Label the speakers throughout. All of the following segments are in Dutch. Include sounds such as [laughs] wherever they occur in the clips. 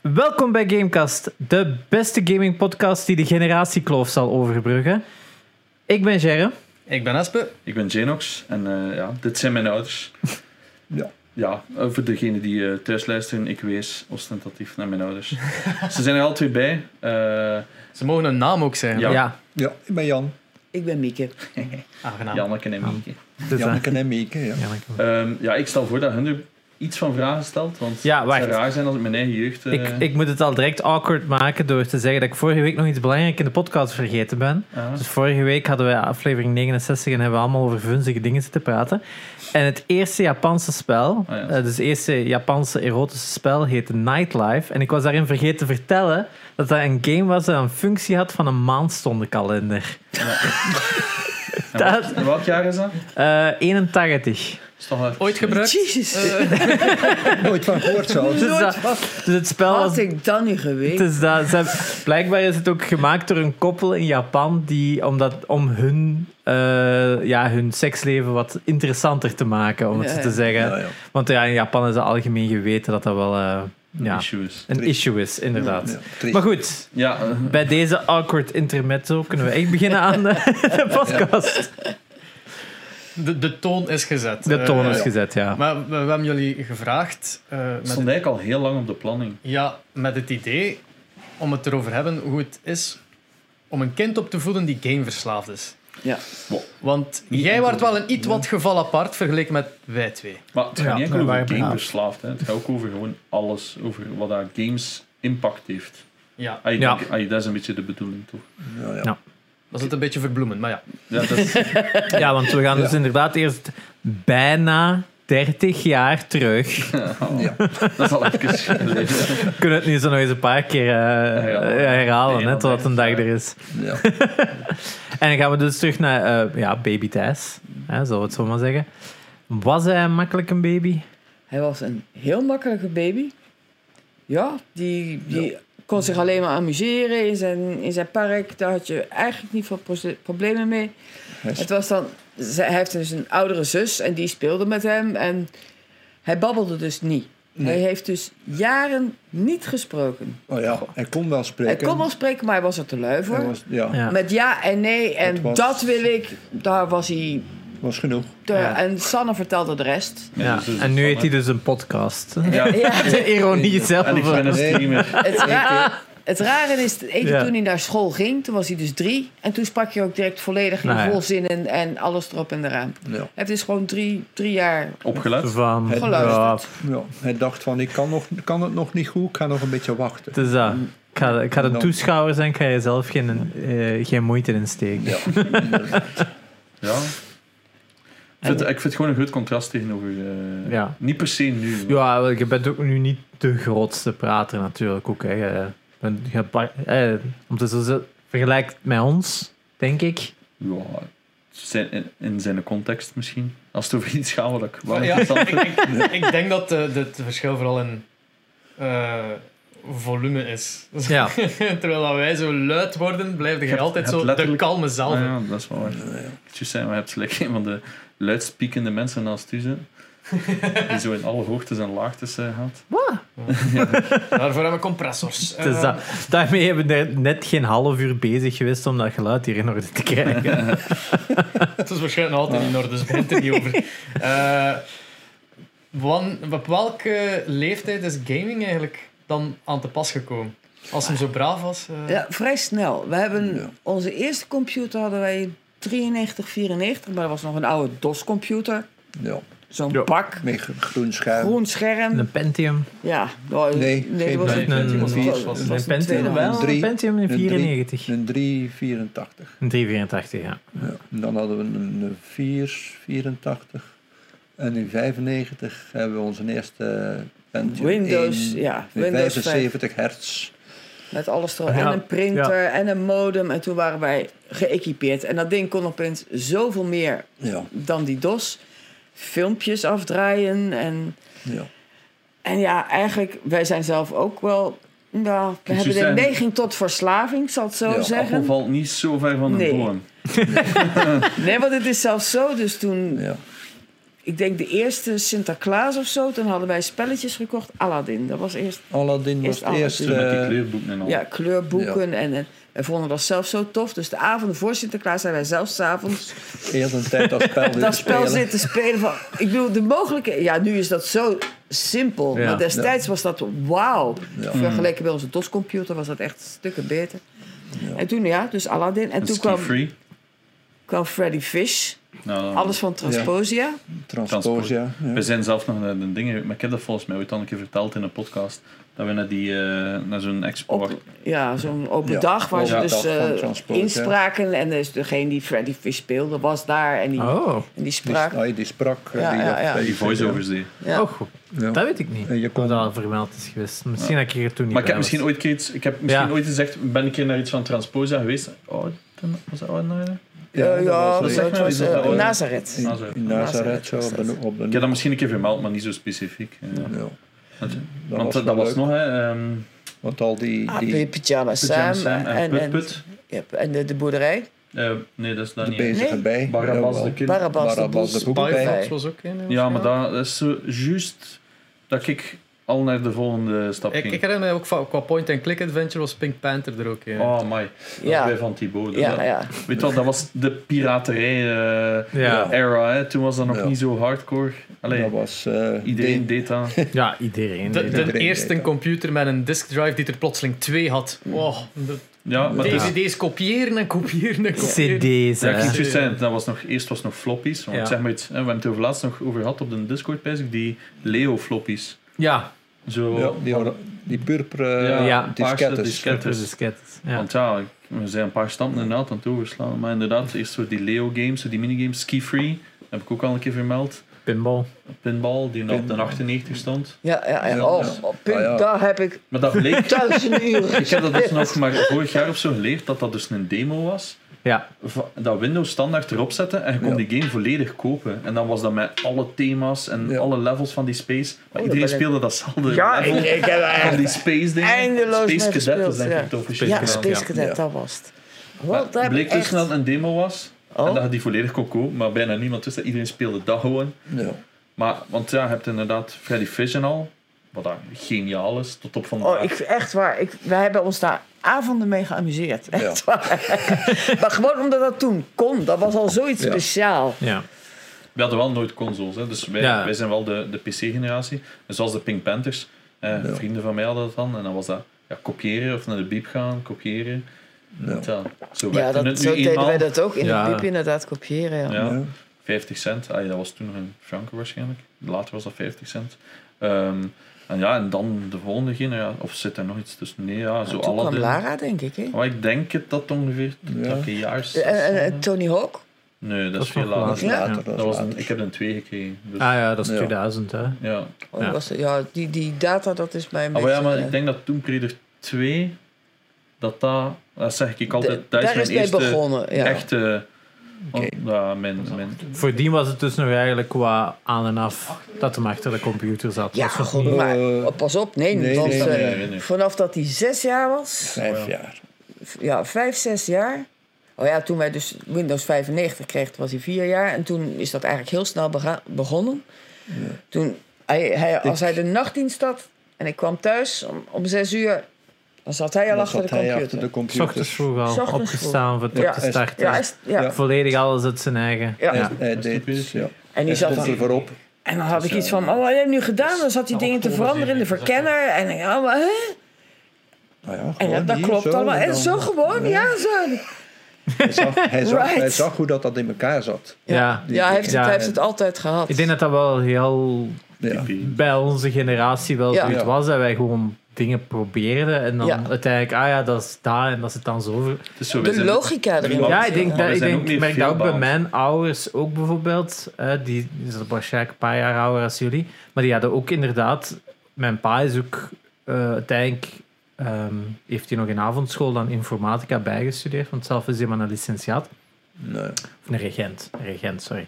Speaker 1: Welkom bij Gamecast, de beste gaming podcast die de generatiekloof zal overbruggen. Ik ben Gerre.
Speaker 2: Ik ben Espe.
Speaker 3: Ik ben Janox en eh, ja, dit zijn mijn ouders.
Speaker 2: Ja.
Speaker 3: Ja, eh, voor degenen die eh, thuis luisteren, ik wees ostentatief naar mijn ouders. Ze zijn er al twee bij. Eh,
Speaker 2: Ze mogen een naam ook zijn.
Speaker 3: Ja.
Speaker 4: Ja, ik ben Jan.
Speaker 5: Ik ben Mieke.
Speaker 2: Aangenaam.
Speaker 3: Janneke en Mieke.
Speaker 1: dus, eh,
Speaker 4: Janneke en Mieke, ja.
Speaker 1: Janneke.
Speaker 3: Ehm, ja, ik stel voor dat hun er iets van vragen stelt, want
Speaker 1: Ja,
Speaker 3: het zou
Speaker 1: wacht.
Speaker 3: raar zijn als ik mijn eigen jeugd... eh,
Speaker 1: Ik, ik moet het al direct awkward maken door te zeggen dat ik vorige week nog iets belangrijks in de podcast vergeten ben.
Speaker 3: ah,
Speaker 1: Dus vorige week hadden we aflevering 69 en hebben we allemaal over vunzige dingen zitten praten. En het eerste Japanse spel,
Speaker 3: Ah, ja.
Speaker 1: eh, dus het eerste Japanse erotische spel, heette Nightlife. En ik was daarin vergeten te vertellen dat dat een game was dat een functie had van een maandstondenkalender.
Speaker 3: en
Speaker 1: [laughs] dat-
Speaker 3: wat- en welk jaar is dat?
Speaker 1: Eh 81.
Speaker 3: Is toch wel even-
Speaker 2: Ooit gebruikt?
Speaker 5: Jezus,
Speaker 4: Nooit van gehoord zelfs.
Speaker 1: Dus, dat, dus het spel was...
Speaker 5: had ik dan nu geweten.
Speaker 1: Dus dat, ze hebben- blijkbaar is het ook gemaakt door een koppel in Japan die, omdat, om hun, eh, ja, hun seksleven wat interessanter te maken, om het
Speaker 5: Ja,
Speaker 1: zo
Speaker 5: ja.
Speaker 1: te zeggen.
Speaker 4: Ja, ja.
Speaker 1: Want ja, in Japan is het algemeen geweten dat dat wel eh, ja,
Speaker 3: Issues.
Speaker 1: een
Speaker 4: Triest.
Speaker 1: issue is, inderdaad.
Speaker 4: Ja, triest.
Speaker 1: Maar goed,
Speaker 3: Ja, eh,
Speaker 1: bij deze awkward intermezzo kunnen we echt beginnen aan de, [laughs] de podcast.
Speaker 2: De, de toon is gezet.
Speaker 1: De toon is
Speaker 2: Eh,
Speaker 1: gezet, ja.
Speaker 2: Maar we, we hebben jullie gevraagd, eh,
Speaker 3: het
Speaker 2: met,
Speaker 3: stond eigenlijk al heel lang op de planning.
Speaker 2: ja, met het idee om het erover hebben hoe het is om een kind op te voeden die gameverslaafd is.
Speaker 5: Ja.
Speaker 2: Want jij wordt wel een iets wat geval apart vergeleken met wij twee.
Speaker 3: Maar het gaat
Speaker 6: Ja,
Speaker 3: niet enkel
Speaker 6: daar
Speaker 3: over
Speaker 6: waren we aan.
Speaker 3: gameverslaafd, hè. het gaat ook over gewoon alles, over wat dat games impact heeft.
Speaker 2: Ja,
Speaker 3: Ah, ik
Speaker 1: Ja.
Speaker 3: denk- ah, dat is een beetje de bedoeling, toch?
Speaker 4: Ja, ja.
Speaker 1: Ja.
Speaker 2: dat is het een beetje verbloemen, maar ja.
Speaker 3: Ja, dat is, [laughs]
Speaker 1: Ja, want we gaan dus
Speaker 4: Ja.
Speaker 1: inderdaad eerst bijna 30 jaar terug.
Speaker 4: Ja.
Speaker 3: dat is al even geleden.
Speaker 1: We kunnen het nu zo nog eens een paar keer eh,
Speaker 3: Herhalen.
Speaker 1: herhalen,
Speaker 3: Nee,
Speaker 1: hè,
Speaker 3: want
Speaker 1: totdat een dag
Speaker 3: eigenlijk,
Speaker 1: er is.
Speaker 4: Ja.
Speaker 1: En dan gaan we dus terug naar eh, ja, baby Thijs, hè, zullen we het zo maar zeggen. Was hij makkelijk een baby?
Speaker 5: Hij was een heel makkelijke baby. Ja, die, die kon zich alleen maar amuseren in zijn, in zijn park. Daar had je eigenlijk niet veel proce- problemen mee.
Speaker 4: Hij is-
Speaker 5: Het was dan, ze- hij heeft dus een oudere zus en die speelde met hem. En hij babbelde dus niet. Hij heeft dus jaren niet gesproken.
Speaker 4: Oh ja, hij kon wel spreken.
Speaker 5: Hij kon wel spreken, maar hij was er te lui voor.
Speaker 4: Hij was, ja,
Speaker 1: Ja.
Speaker 5: Met ja en nee en
Speaker 4: Het was-
Speaker 5: dat wil ik, daar was hij.
Speaker 4: was genoeg.
Speaker 5: te-
Speaker 1: Ja.
Speaker 5: En Sanne vertelde de rest.
Speaker 3: Ja,
Speaker 1: Ja.
Speaker 3: dus is
Speaker 1: En nu
Speaker 3: het
Speaker 1: heeft hij
Speaker 3: van,
Speaker 1: dus een podcast.
Speaker 3: hè. Ja,
Speaker 1: [laughs]
Speaker 5: Ja.
Speaker 1: De ironie zelf.
Speaker 3: en ik ben een streamer.
Speaker 5: Het, ra- het rare is, even
Speaker 1: Ja.
Speaker 5: toen hij naar school ging, toen was hij dus drie. En toen sprak je ook direct volledig in
Speaker 1: Nou ja.
Speaker 5: volzinnen en alles erop en eraan.
Speaker 4: Ja.
Speaker 5: Het is gewoon drie, drie jaar
Speaker 3: Opgelet.
Speaker 1: Van,
Speaker 4: Het-
Speaker 1: ja,
Speaker 5: geluisterd.
Speaker 4: Ja. Hij dacht van, ik kan, nog, kan het nog niet goed, ik ga nog een beetje wachten.
Speaker 1: het is dat. Ik ga, ik ga de
Speaker 4: Nou.
Speaker 1: toeschouwer zijn, ik ga je zelf geen, eh, geen moeite in steken.
Speaker 4: Ja.
Speaker 3: Ja. Ik vind, ik vind het gewoon een goed contrast tegenover... eh,
Speaker 1: Ja.
Speaker 3: Niet per se nu. maar-
Speaker 1: Ja, wel, je bent ook nu niet de grootste prater natuurlijk ook. Hè. Je bent- je par- eh, om te zo zeggen, vergelijkt met ons, denk ik.
Speaker 3: Ja, zijn- in, in zijn context misschien. Als het over iets gaat wat ik
Speaker 2: ja,
Speaker 3: wel
Speaker 2: ik,
Speaker 3: interessant vind.
Speaker 2: denk- ik denk dat eh, dit verschil vooral in eh, volume is.
Speaker 1: Ja.
Speaker 2: [laughs] Terwijl dat wij zo luid worden, blijf jij
Speaker 3: hebt-
Speaker 2: altijd
Speaker 3: je
Speaker 2: zo
Speaker 3: hebt
Speaker 2: de
Speaker 3: letterlijk-
Speaker 2: kalme zelf.
Speaker 3: Ah ja, dat is wel waar. Het is zijn, maar je hebt slechts een van de luidspiekende mensen naast u zitten. Die zo in alle hoogtes en laagtes eh, gaat.
Speaker 2: Daarvoor hebben we compressors.
Speaker 3: [laughs]
Speaker 1: Het is
Speaker 2: Eh,
Speaker 1: Dus dat, daarmee hebben we er net geen half uur bezig geweest om dat geluid hier in orde te krijgen.
Speaker 2: het is waarschijnlijk nog altijd in orde, dus begint er niet
Speaker 3: [laughs]
Speaker 2: over. Eh, wan- op welke leeftijd is gaming eigenlijk dan aan te pas gekomen? Als hem zo braaf was. eh,
Speaker 5: Ja, vrij snel. We hebben
Speaker 4: Ja.
Speaker 5: onze eerste computer hadden wij 93, 94, maar dat was nog een oude DOS-computer.
Speaker 4: Ja.
Speaker 5: Zo'n
Speaker 1: Ja.
Speaker 5: pak,
Speaker 4: Met gro- groen scherm.
Speaker 5: groen scherm.
Speaker 1: Een Pentium.
Speaker 5: Ja, nou,
Speaker 4: Nee,
Speaker 5: dat was
Speaker 4: geen
Speaker 5: een,
Speaker 1: Pentium.
Speaker 5: was-
Speaker 4: Een
Speaker 5: was-
Speaker 4: vier.
Speaker 5: was
Speaker 1: Een
Speaker 5: een
Speaker 1: Pentium
Speaker 5: tweedehands.
Speaker 1: wel, een
Speaker 4: drie.
Speaker 1: Pentium in
Speaker 4: Een drie.
Speaker 1: 94.
Speaker 4: Een 384.
Speaker 1: Een 384, ja.
Speaker 4: Ja. En dan hadden we een 484. En in 95 hebben we onze eerste Pentium
Speaker 5: Windows,
Speaker 4: 1,
Speaker 5: ja,
Speaker 4: met
Speaker 5: Windows
Speaker 4: 75 hertz.
Speaker 5: Met alles erop.
Speaker 1: Ja.
Speaker 5: En een printer en een modem. En toen waren wij geëquipeerd. En dat ding kon opeens zoveel meer
Speaker 4: Ja,
Speaker 5: dan die DOS. Filmpjes afdraaien. En,
Speaker 4: ja.
Speaker 5: en ja, eigenlijk, wij zijn zelf ook wel... Nou, we
Speaker 3: Kies je
Speaker 5: hebben de
Speaker 3: zijn-
Speaker 5: neiging tot verslaving, ik zal het zo
Speaker 4: Ja,
Speaker 3: Appel
Speaker 5: zeggen.
Speaker 3: valt niet zo ver van de
Speaker 5: Nee.
Speaker 3: boom.
Speaker 5: Nee, want het is zelfs zo. Dus toen
Speaker 4: ja.
Speaker 5: ik denk de eerste Sinterklaas of zo, toen hadden wij spelletjes gekocht. Aladdin, dat was eerst
Speaker 4: Aladdin was
Speaker 5: Eerst
Speaker 4: het eerst.
Speaker 3: Zo met die
Speaker 4: eh,
Speaker 3: kleurboeken en al.
Speaker 5: ja, kleurboeken. En, en wij vonden dat zelf zo tof. Dus de avonden voor Sinterklaas zijn wij zelfs s'avonds
Speaker 4: eerst een tijd dat spel
Speaker 5: [laughs] dat
Speaker 4: willen
Speaker 5: spel
Speaker 4: spelen.
Speaker 5: zitten spelen. Van, ik bedoel, de mogelijkheden. Ja, nu is dat zo simpel.
Speaker 1: Ja.
Speaker 5: Maar destijds was dat wauw.
Speaker 4: Ja.
Speaker 5: Vergeleken bij onze DOS-computer was dat echt stukken beter. En toen, ja, dus Aladdin. En
Speaker 3: En
Speaker 5: toen
Speaker 3: Ski
Speaker 5: kwam,
Speaker 3: Free.
Speaker 5: kwam Freddy Fish.
Speaker 3: Nou,
Speaker 5: Alles van Transposia.
Speaker 4: Transposia.
Speaker 3: We zijn zelf nog naar de dingen... Maar ik heb dat volgens mij ooit al een keer verteld in een podcast. Dat we naar, die, eh, naar zo'n expo...
Speaker 5: Op, ja, zo'n open
Speaker 4: Ja,
Speaker 5: dag waar ze
Speaker 4: open
Speaker 5: dus
Speaker 4: dag van
Speaker 5: eh,
Speaker 4: Transposia.
Speaker 5: inspraken. En dus degene die Freddy Fish speelde was daar. En die,
Speaker 1: Oh,
Speaker 5: en die
Speaker 4: Die,
Speaker 5: sprak.
Speaker 4: ah, die sprak. eh,
Speaker 5: Ja,
Speaker 4: die,
Speaker 5: ja, ja.
Speaker 3: Die voiceovers die.
Speaker 5: Ja.
Speaker 1: oh goed.
Speaker 4: Ja.
Speaker 1: dat weet ik niet.
Speaker 4: En je kon-
Speaker 1: Of dat al vermeld is geweest. Misschien dat ik er toen niet
Speaker 3: Maar ik
Speaker 1: bij was.
Speaker 3: heb misschien ooit, een keer iets, ik heb misschien
Speaker 1: Ja.
Speaker 3: ooit gezegd... Ben een keer naar iets van Transposa geweest. Oh, was dat Oudenaarde?
Speaker 5: Ja, Eh, ja,
Speaker 4: dat
Speaker 3: zeg
Speaker 5: dat
Speaker 3: maar,
Speaker 5: was
Speaker 3: is dat
Speaker 5: eh,
Speaker 3: wel-
Speaker 5: Nazareth.
Speaker 3: Ah, zo.
Speaker 4: in, in Nazareth, zo
Speaker 5: was
Speaker 4: op
Speaker 5: dat.
Speaker 4: de, op de
Speaker 3: Ik heb dat misschien een keer vermeld, maar niet zo specifiek. Ja.
Speaker 4: Ja,
Speaker 3: Want
Speaker 4: dat
Speaker 3: want
Speaker 4: was,
Speaker 3: dat was
Speaker 4: leuk,
Speaker 3: nog, hè. ehm,
Speaker 4: Want al die,
Speaker 5: Ah,
Speaker 4: die
Speaker 5: de Pyjama
Speaker 3: Pyjama
Speaker 5: Sam.
Speaker 3: Sam en
Speaker 5: En,
Speaker 3: Put
Speaker 5: en,
Speaker 3: Put.
Speaker 5: ja, en de, de boerderij.
Speaker 3: Eh, nee, dat is daar
Speaker 4: de
Speaker 3: niet.
Speaker 4: bezige
Speaker 5: Nee.
Speaker 4: bij.
Speaker 3: Barabbas
Speaker 4: Jawel.
Speaker 3: de kind.
Speaker 5: Barabbas, de
Speaker 4: Barabbas de
Speaker 5: boel.
Speaker 4: boel. Bij-
Speaker 2: Firefox was ook in.
Speaker 3: Ja, maar dat is zo juist dat ik al naar de volgende stap
Speaker 2: Ik,
Speaker 3: ging.
Speaker 2: ik herinner me ook van, qua point-and-click adventure was Pink Panther er ook in.
Speaker 3: Oh my, dat
Speaker 5: Ja.
Speaker 3: is bij Van Thibaut. dus Dat-
Speaker 5: Ja, ja.
Speaker 3: Weet je wel, dat was de
Speaker 1: Ja.
Speaker 3: piraterij-era. Toen was dat nog
Speaker 4: Ja.
Speaker 3: niet zo hardcore. Allee,
Speaker 4: Dat was eh,
Speaker 3: iedereen
Speaker 4: die-
Speaker 3: deed dat.
Speaker 1: Ja, iedereen.
Speaker 2: De,
Speaker 1: deed
Speaker 2: de
Speaker 1: dat.
Speaker 4: deed
Speaker 2: eerste
Speaker 4: dat.
Speaker 2: computer met een disk drive die er plotseling twee had. Oh, de
Speaker 4: [laughs]
Speaker 3: Ja, maar dat is-
Speaker 2: DVD's kopiëren en kopiëren en kopiëren.
Speaker 1: CD's,
Speaker 3: Ja, ik
Speaker 1: hè.
Speaker 3: moet juist zeggen, dat was nog, eerst was nog floppies. Want
Speaker 1: Ja.
Speaker 3: zeg maar iets, hè, we hebben het over laatst nog over gehad op de Discord, pijs ik, die Leo-floppies.
Speaker 1: Ja,
Speaker 3: Zo,
Speaker 4: Ja, die, ora- die purperen
Speaker 3: Ja,
Speaker 1: ja,
Speaker 3: paarse
Speaker 4: diskettes.
Speaker 3: diskettes.
Speaker 1: schutters, diskettes. Ja.
Speaker 3: Want ja, ik- we zijn een paar stappen inderdaad aan het overslaan. Maar inderdaad, eerst zo die Leo-games, zo die minigames. Ski Free, heb ik ook al een keer vermeld.
Speaker 1: Pinball.
Speaker 3: Pinball, die op de 98 stond.
Speaker 5: Ja, ja, ja.
Speaker 4: Ja,
Speaker 5: Oh,
Speaker 4: ja.
Speaker 5: oh, punt,
Speaker 4: Ah, ja.
Speaker 5: daar heb ik
Speaker 3: Maar dat bleek,
Speaker 5: duizenden uren.
Speaker 3: ik heb dat dus nog maar vorig jaar of zo geleerd, dat dat dus een demo was.
Speaker 1: Ja,
Speaker 3: Va- Dat Windows standaard erop zetten en je kon
Speaker 4: Ja.
Speaker 3: die game volledig kopen. En dan was dat met alle thema's en
Speaker 4: Ja.
Speaker 3: alle levels van die space. Maar iedereen
Speaker 5: Oh, ben ik-
Speaker 3: speelde datzelfde
Speaker 5: Ja,
Speaker 3: level.
Speaker 5: ik, ik heb er
Speaker 3: Van
Speaker 5: echt...
Speaker 3: die space dingen.
Speaker 5: Eindeloos
Speaker 3: space
Speaker 5: mee
Speaker 3: Cadet is
Speaker 5: gespeeld,
Speaker 3: denk
Speaker 5: ja.
Speaker 3: ik het officieel
Speaker 5: Ja,
Speaker 3: gedaan.
Speaker 5: Space Cadet,
Speaker 4: Ja.
Speaker 5: dat was het.
Speaker 3: Maar
Speaker 5: Wat, daar
Speaker 3: Het
Speaker 5: heb ik
Speaker 3: bleek dus
Speaker 5: echt...
Speaker 3: snel een demo was. En dat
Speaker 5: Oh,
Speaker 3: je die volledig kon kopen, maar bijna niemand wist dat. Iedereen speelde dat gewoon.
Speaker 4: Ja.
Speaker 3: Maar, want ja, je hebt inderdaad Freddy Fish en al. Wat daar geniaal is, tot op vandaag.
Speaker 5: oh ik, echt waar. Ik, wij hebben ons daar avonden mee geamuseerd. Echt waar. maar gewoon omdat dat toen kon. Dat was al zoiets
Speaker 4: Ja.
Speaker 5: speciaal.
Speaker 1: ja.
Speaker 3: We hadden wel nooit consoles, hè. dus wij,
Speaker 1: Ja.
Speaker 3: wij zijn wel de, de PC-generatie. En zoals de Pink Panthers, eh,
Speaker 4: Ja.
Speaker 3: vrienden van mij hadden dat dan. En dan was dat ja, kopiëren of naar de biep gaan, kopiëren.
Speaker 4: Ja.
Speaker 3: Ja, zo
Speaker 5: Ja,
Speaker 3: werkte
Speaker 5: dat,
Speaker 3: het
Speaker 5: zo
Speaker 3: nu
Speaker 5: deden
Speaker 3: eenmaal.
Speaker 5: wij dat ook. In
Speaker 1: Ja.
Speaker 5: de piep inderdaad kopiëren, ja.
Speaker 3: Ja,
Speaker 4: Ja.
Speaker 3: 50 cent. Ah, ja, dat was toen nog een franken waarschijnlijk. Later was dat 50 cent. Ehm, en ja, en dan de volgende generatie. Of zit er nog iets tussen? Nee, ja, zo
Speaker 5: Toen
Speaker 3: alle
Speaker 5: kwam Lara, Eh, denk ik, hè?
Speaker 3: Maar ik denk het dat ongeveer dat
Speaker 4: Ja.
Speaker 3: ik een jaar zes
Speaker 5: En, en- en
Speaker 3: was.
Speaker 5: Tony Hawk?
Speaker 3: Nee, dat, is
Speaker 1: is
Speaker 3: veel
Speaker 1: nog
Speaker 3: later.
Speaker 1: later.
Speaker 4: Ja. Later, dat
Speaker 3: Dat was een,
Speaker 4: later.
Speaker 3: ik heb een twee gekregen. Dus,
Speaker 1: Ah ja, dat is
Speaker 4: Ja.
Speaker 1: 2000, hè.
Speaker 3: ja.
Speaker 5: Oh,
Speaker 1: Ja.
Speaker 5: Was, ja, die, die data, dat is mij een
Speaker 3: Ah, maar
Speaker 5: beetje...
Speaker 3: ja, maar
Speaker 5: eh,
Speaker 3: ik denk dat Tomb Raider 2, dat dat, dat zeg ik altijd,
Speaker 5: de-
Speaker 3: dat is
Speaker 5: daar
Speaker 3: mijn
Speaker 5: is mee
Speaker 3: eerste
Speaker 5: begonnen, ja.
Speaker 3: echte... oh,
Speaker 4: Oké.
Speaker 3: Ja, mijn, mijn,
Speaker 1: Voordien was het dus nog eigenlijk qua aan en af dat hem achter de computer zat.
Speaker 5: Ja,
Speaker 1: Dat was nog
Speaker 5: goed,
Speaker 1: niet-
Speaker 5: maar
Speaker 4: Eh,
Speaker 5: oh, pas op, nee,
Speaker 4: nee,
Speaker 5: want
Speaker 4: nee,
Speaker 5: eh,
Speaker 3: nee, nee, nee.
Speaker 5: vanaf dat hij zes jaar was,
Speaker 4: Vijf
Speaker 3: Oh, ja.
Speaker 4: jaar.
Speaker 5: v- ja, vijf, zes jaar. Oh ja, toen wij dus Windows 95 kregen, toen was hij vier jaar. En toen is dat eigenlijk heel snel bega- begonnen. Toen, hij, hij, als hij de nachtdienst had en ik kwam thuis om, om zes uur, dan zat hij al
Speaker 4: Dan
Speaker 5: achter de
Speaker 4: zat hij achter
Speaker 5: computer.
Speaker 4: de
Speaker 1: S ochtends
Speaker 4: computer.
Speaker 1: vroeg al
Speaker 5: S ochtends
Speaker 1: opgestaan voor het
Speaker 5: Ja,
Speaker 1: op te
Speaker 4: is-
Speaker 1: starten.
Speaker 5: Ja, hij is- ja.
Speaker 4: Ja.
Speaker 1: Volledig alles uit zijn eigen.
Speaker 5: Ja.
Speaker 4: Hij- Hij
Speaker 3: Dat is niet
Speaker 4: deed,
Speaker 3: bezig.
Speaker 4: ja.
Speaker 5: En die
Speaker 4: Hij
Speaker 5: zat
Speaker 4: stond
Speaker 5: dan
Speaker 4: er voorop.
Speaker 5: En dan had ik iets van, oh, wat heb je nu gedaan? Dan zat die dingen te veranderen in de verkenner. En, ik, oh, maar, hè?
Speaker 4: Nou ja,
Speaker 5: en
Speaker 4: gewoon
Speaker 3: Oh,
Speaker 5: dat, dat
Speaker 4: hier,
Speaker 5: klopt
Speaker 4: zo,
Speaker 5: allemaal.
Speaker 4: en
Speaker 5: En
Speaker 4: dan-
Speaker 5: zo gewoon, ja, zo.
Speaker 4: Hij zag, hij, zag,
Speaker 5: [laughs] Right.
Speaker 4: hij zag hoe dat, dat in elkaar zat.
Speaker 1: Ja.
Speaker 5: Ja, hij heeft, het,
Speaker 1: Ja,
Speaker 5: hij heeft het altijd gehad.
Speaker 1: Ik denk dat dat wel heel
Speaker 4: Ja.
Speaker 1: bij onze generatie wel
Speaker 5: Ja.
Speaker 1: zoiets
Speaker 4: Ja.
Speaker 1: was. Dat wij gewoon dingen probeerden. En dan
Speaker 5: Ja.
Speaker 1: uiteindelijk, ah ja, dat is daar en dat zit dan zo. ver-
Speaker 3: het is zo, wij
Speaker 5: de
Speaker 3: zijn-
Speaker 5: logica erin.
Speaker 3: Ja,
Speaker 1: Ja, ik denk
Speaker 3: maar
Speaker 1: dat
Speaker 3: we
Speaker 1: ik
Speaker 3: zijn ook
Speaker 1: denk,
Speaker 3: meer
Speaker 1: ik merk dat ook bij
Speaker 3: veelbeland.
Speaker 1: mijn ouders ook bijvoorbeeld. eh, die die zijn waarschijnlijk een paar jaar ouder als jullie. Maar die hadden ook inderdaad. Mijn pa is ook eh, uiteindelijk. ehm, heeft hij nog in avondschool dan informatica bijgestudeerd? Want zelf is hij maar een licentiaat.
Speaker 4: Nee.
Speaker 1: Of een regent, een regent sorry.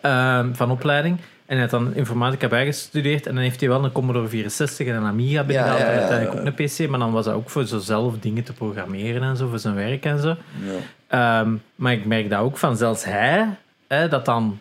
Speaker 1: Ehm, van opleiding. En hij had dan informatica bijgestudeerd. En dan heeft hij wel een Commodore 64 en een Amiga binnengehaald.
Speaker 5: ja,
Speaker 1: en
Speaker 5: ja,
Speaker 1: uiteindelijk ook een PC. Maar dan was dat ook voor zo zelf dingen te programmeren en zo. Voor zijn werk en zo.
Speaker 4: Ja.
Speaker 1: Ehm, maar ik merk dat ook van zelfs hij, hè, dat dan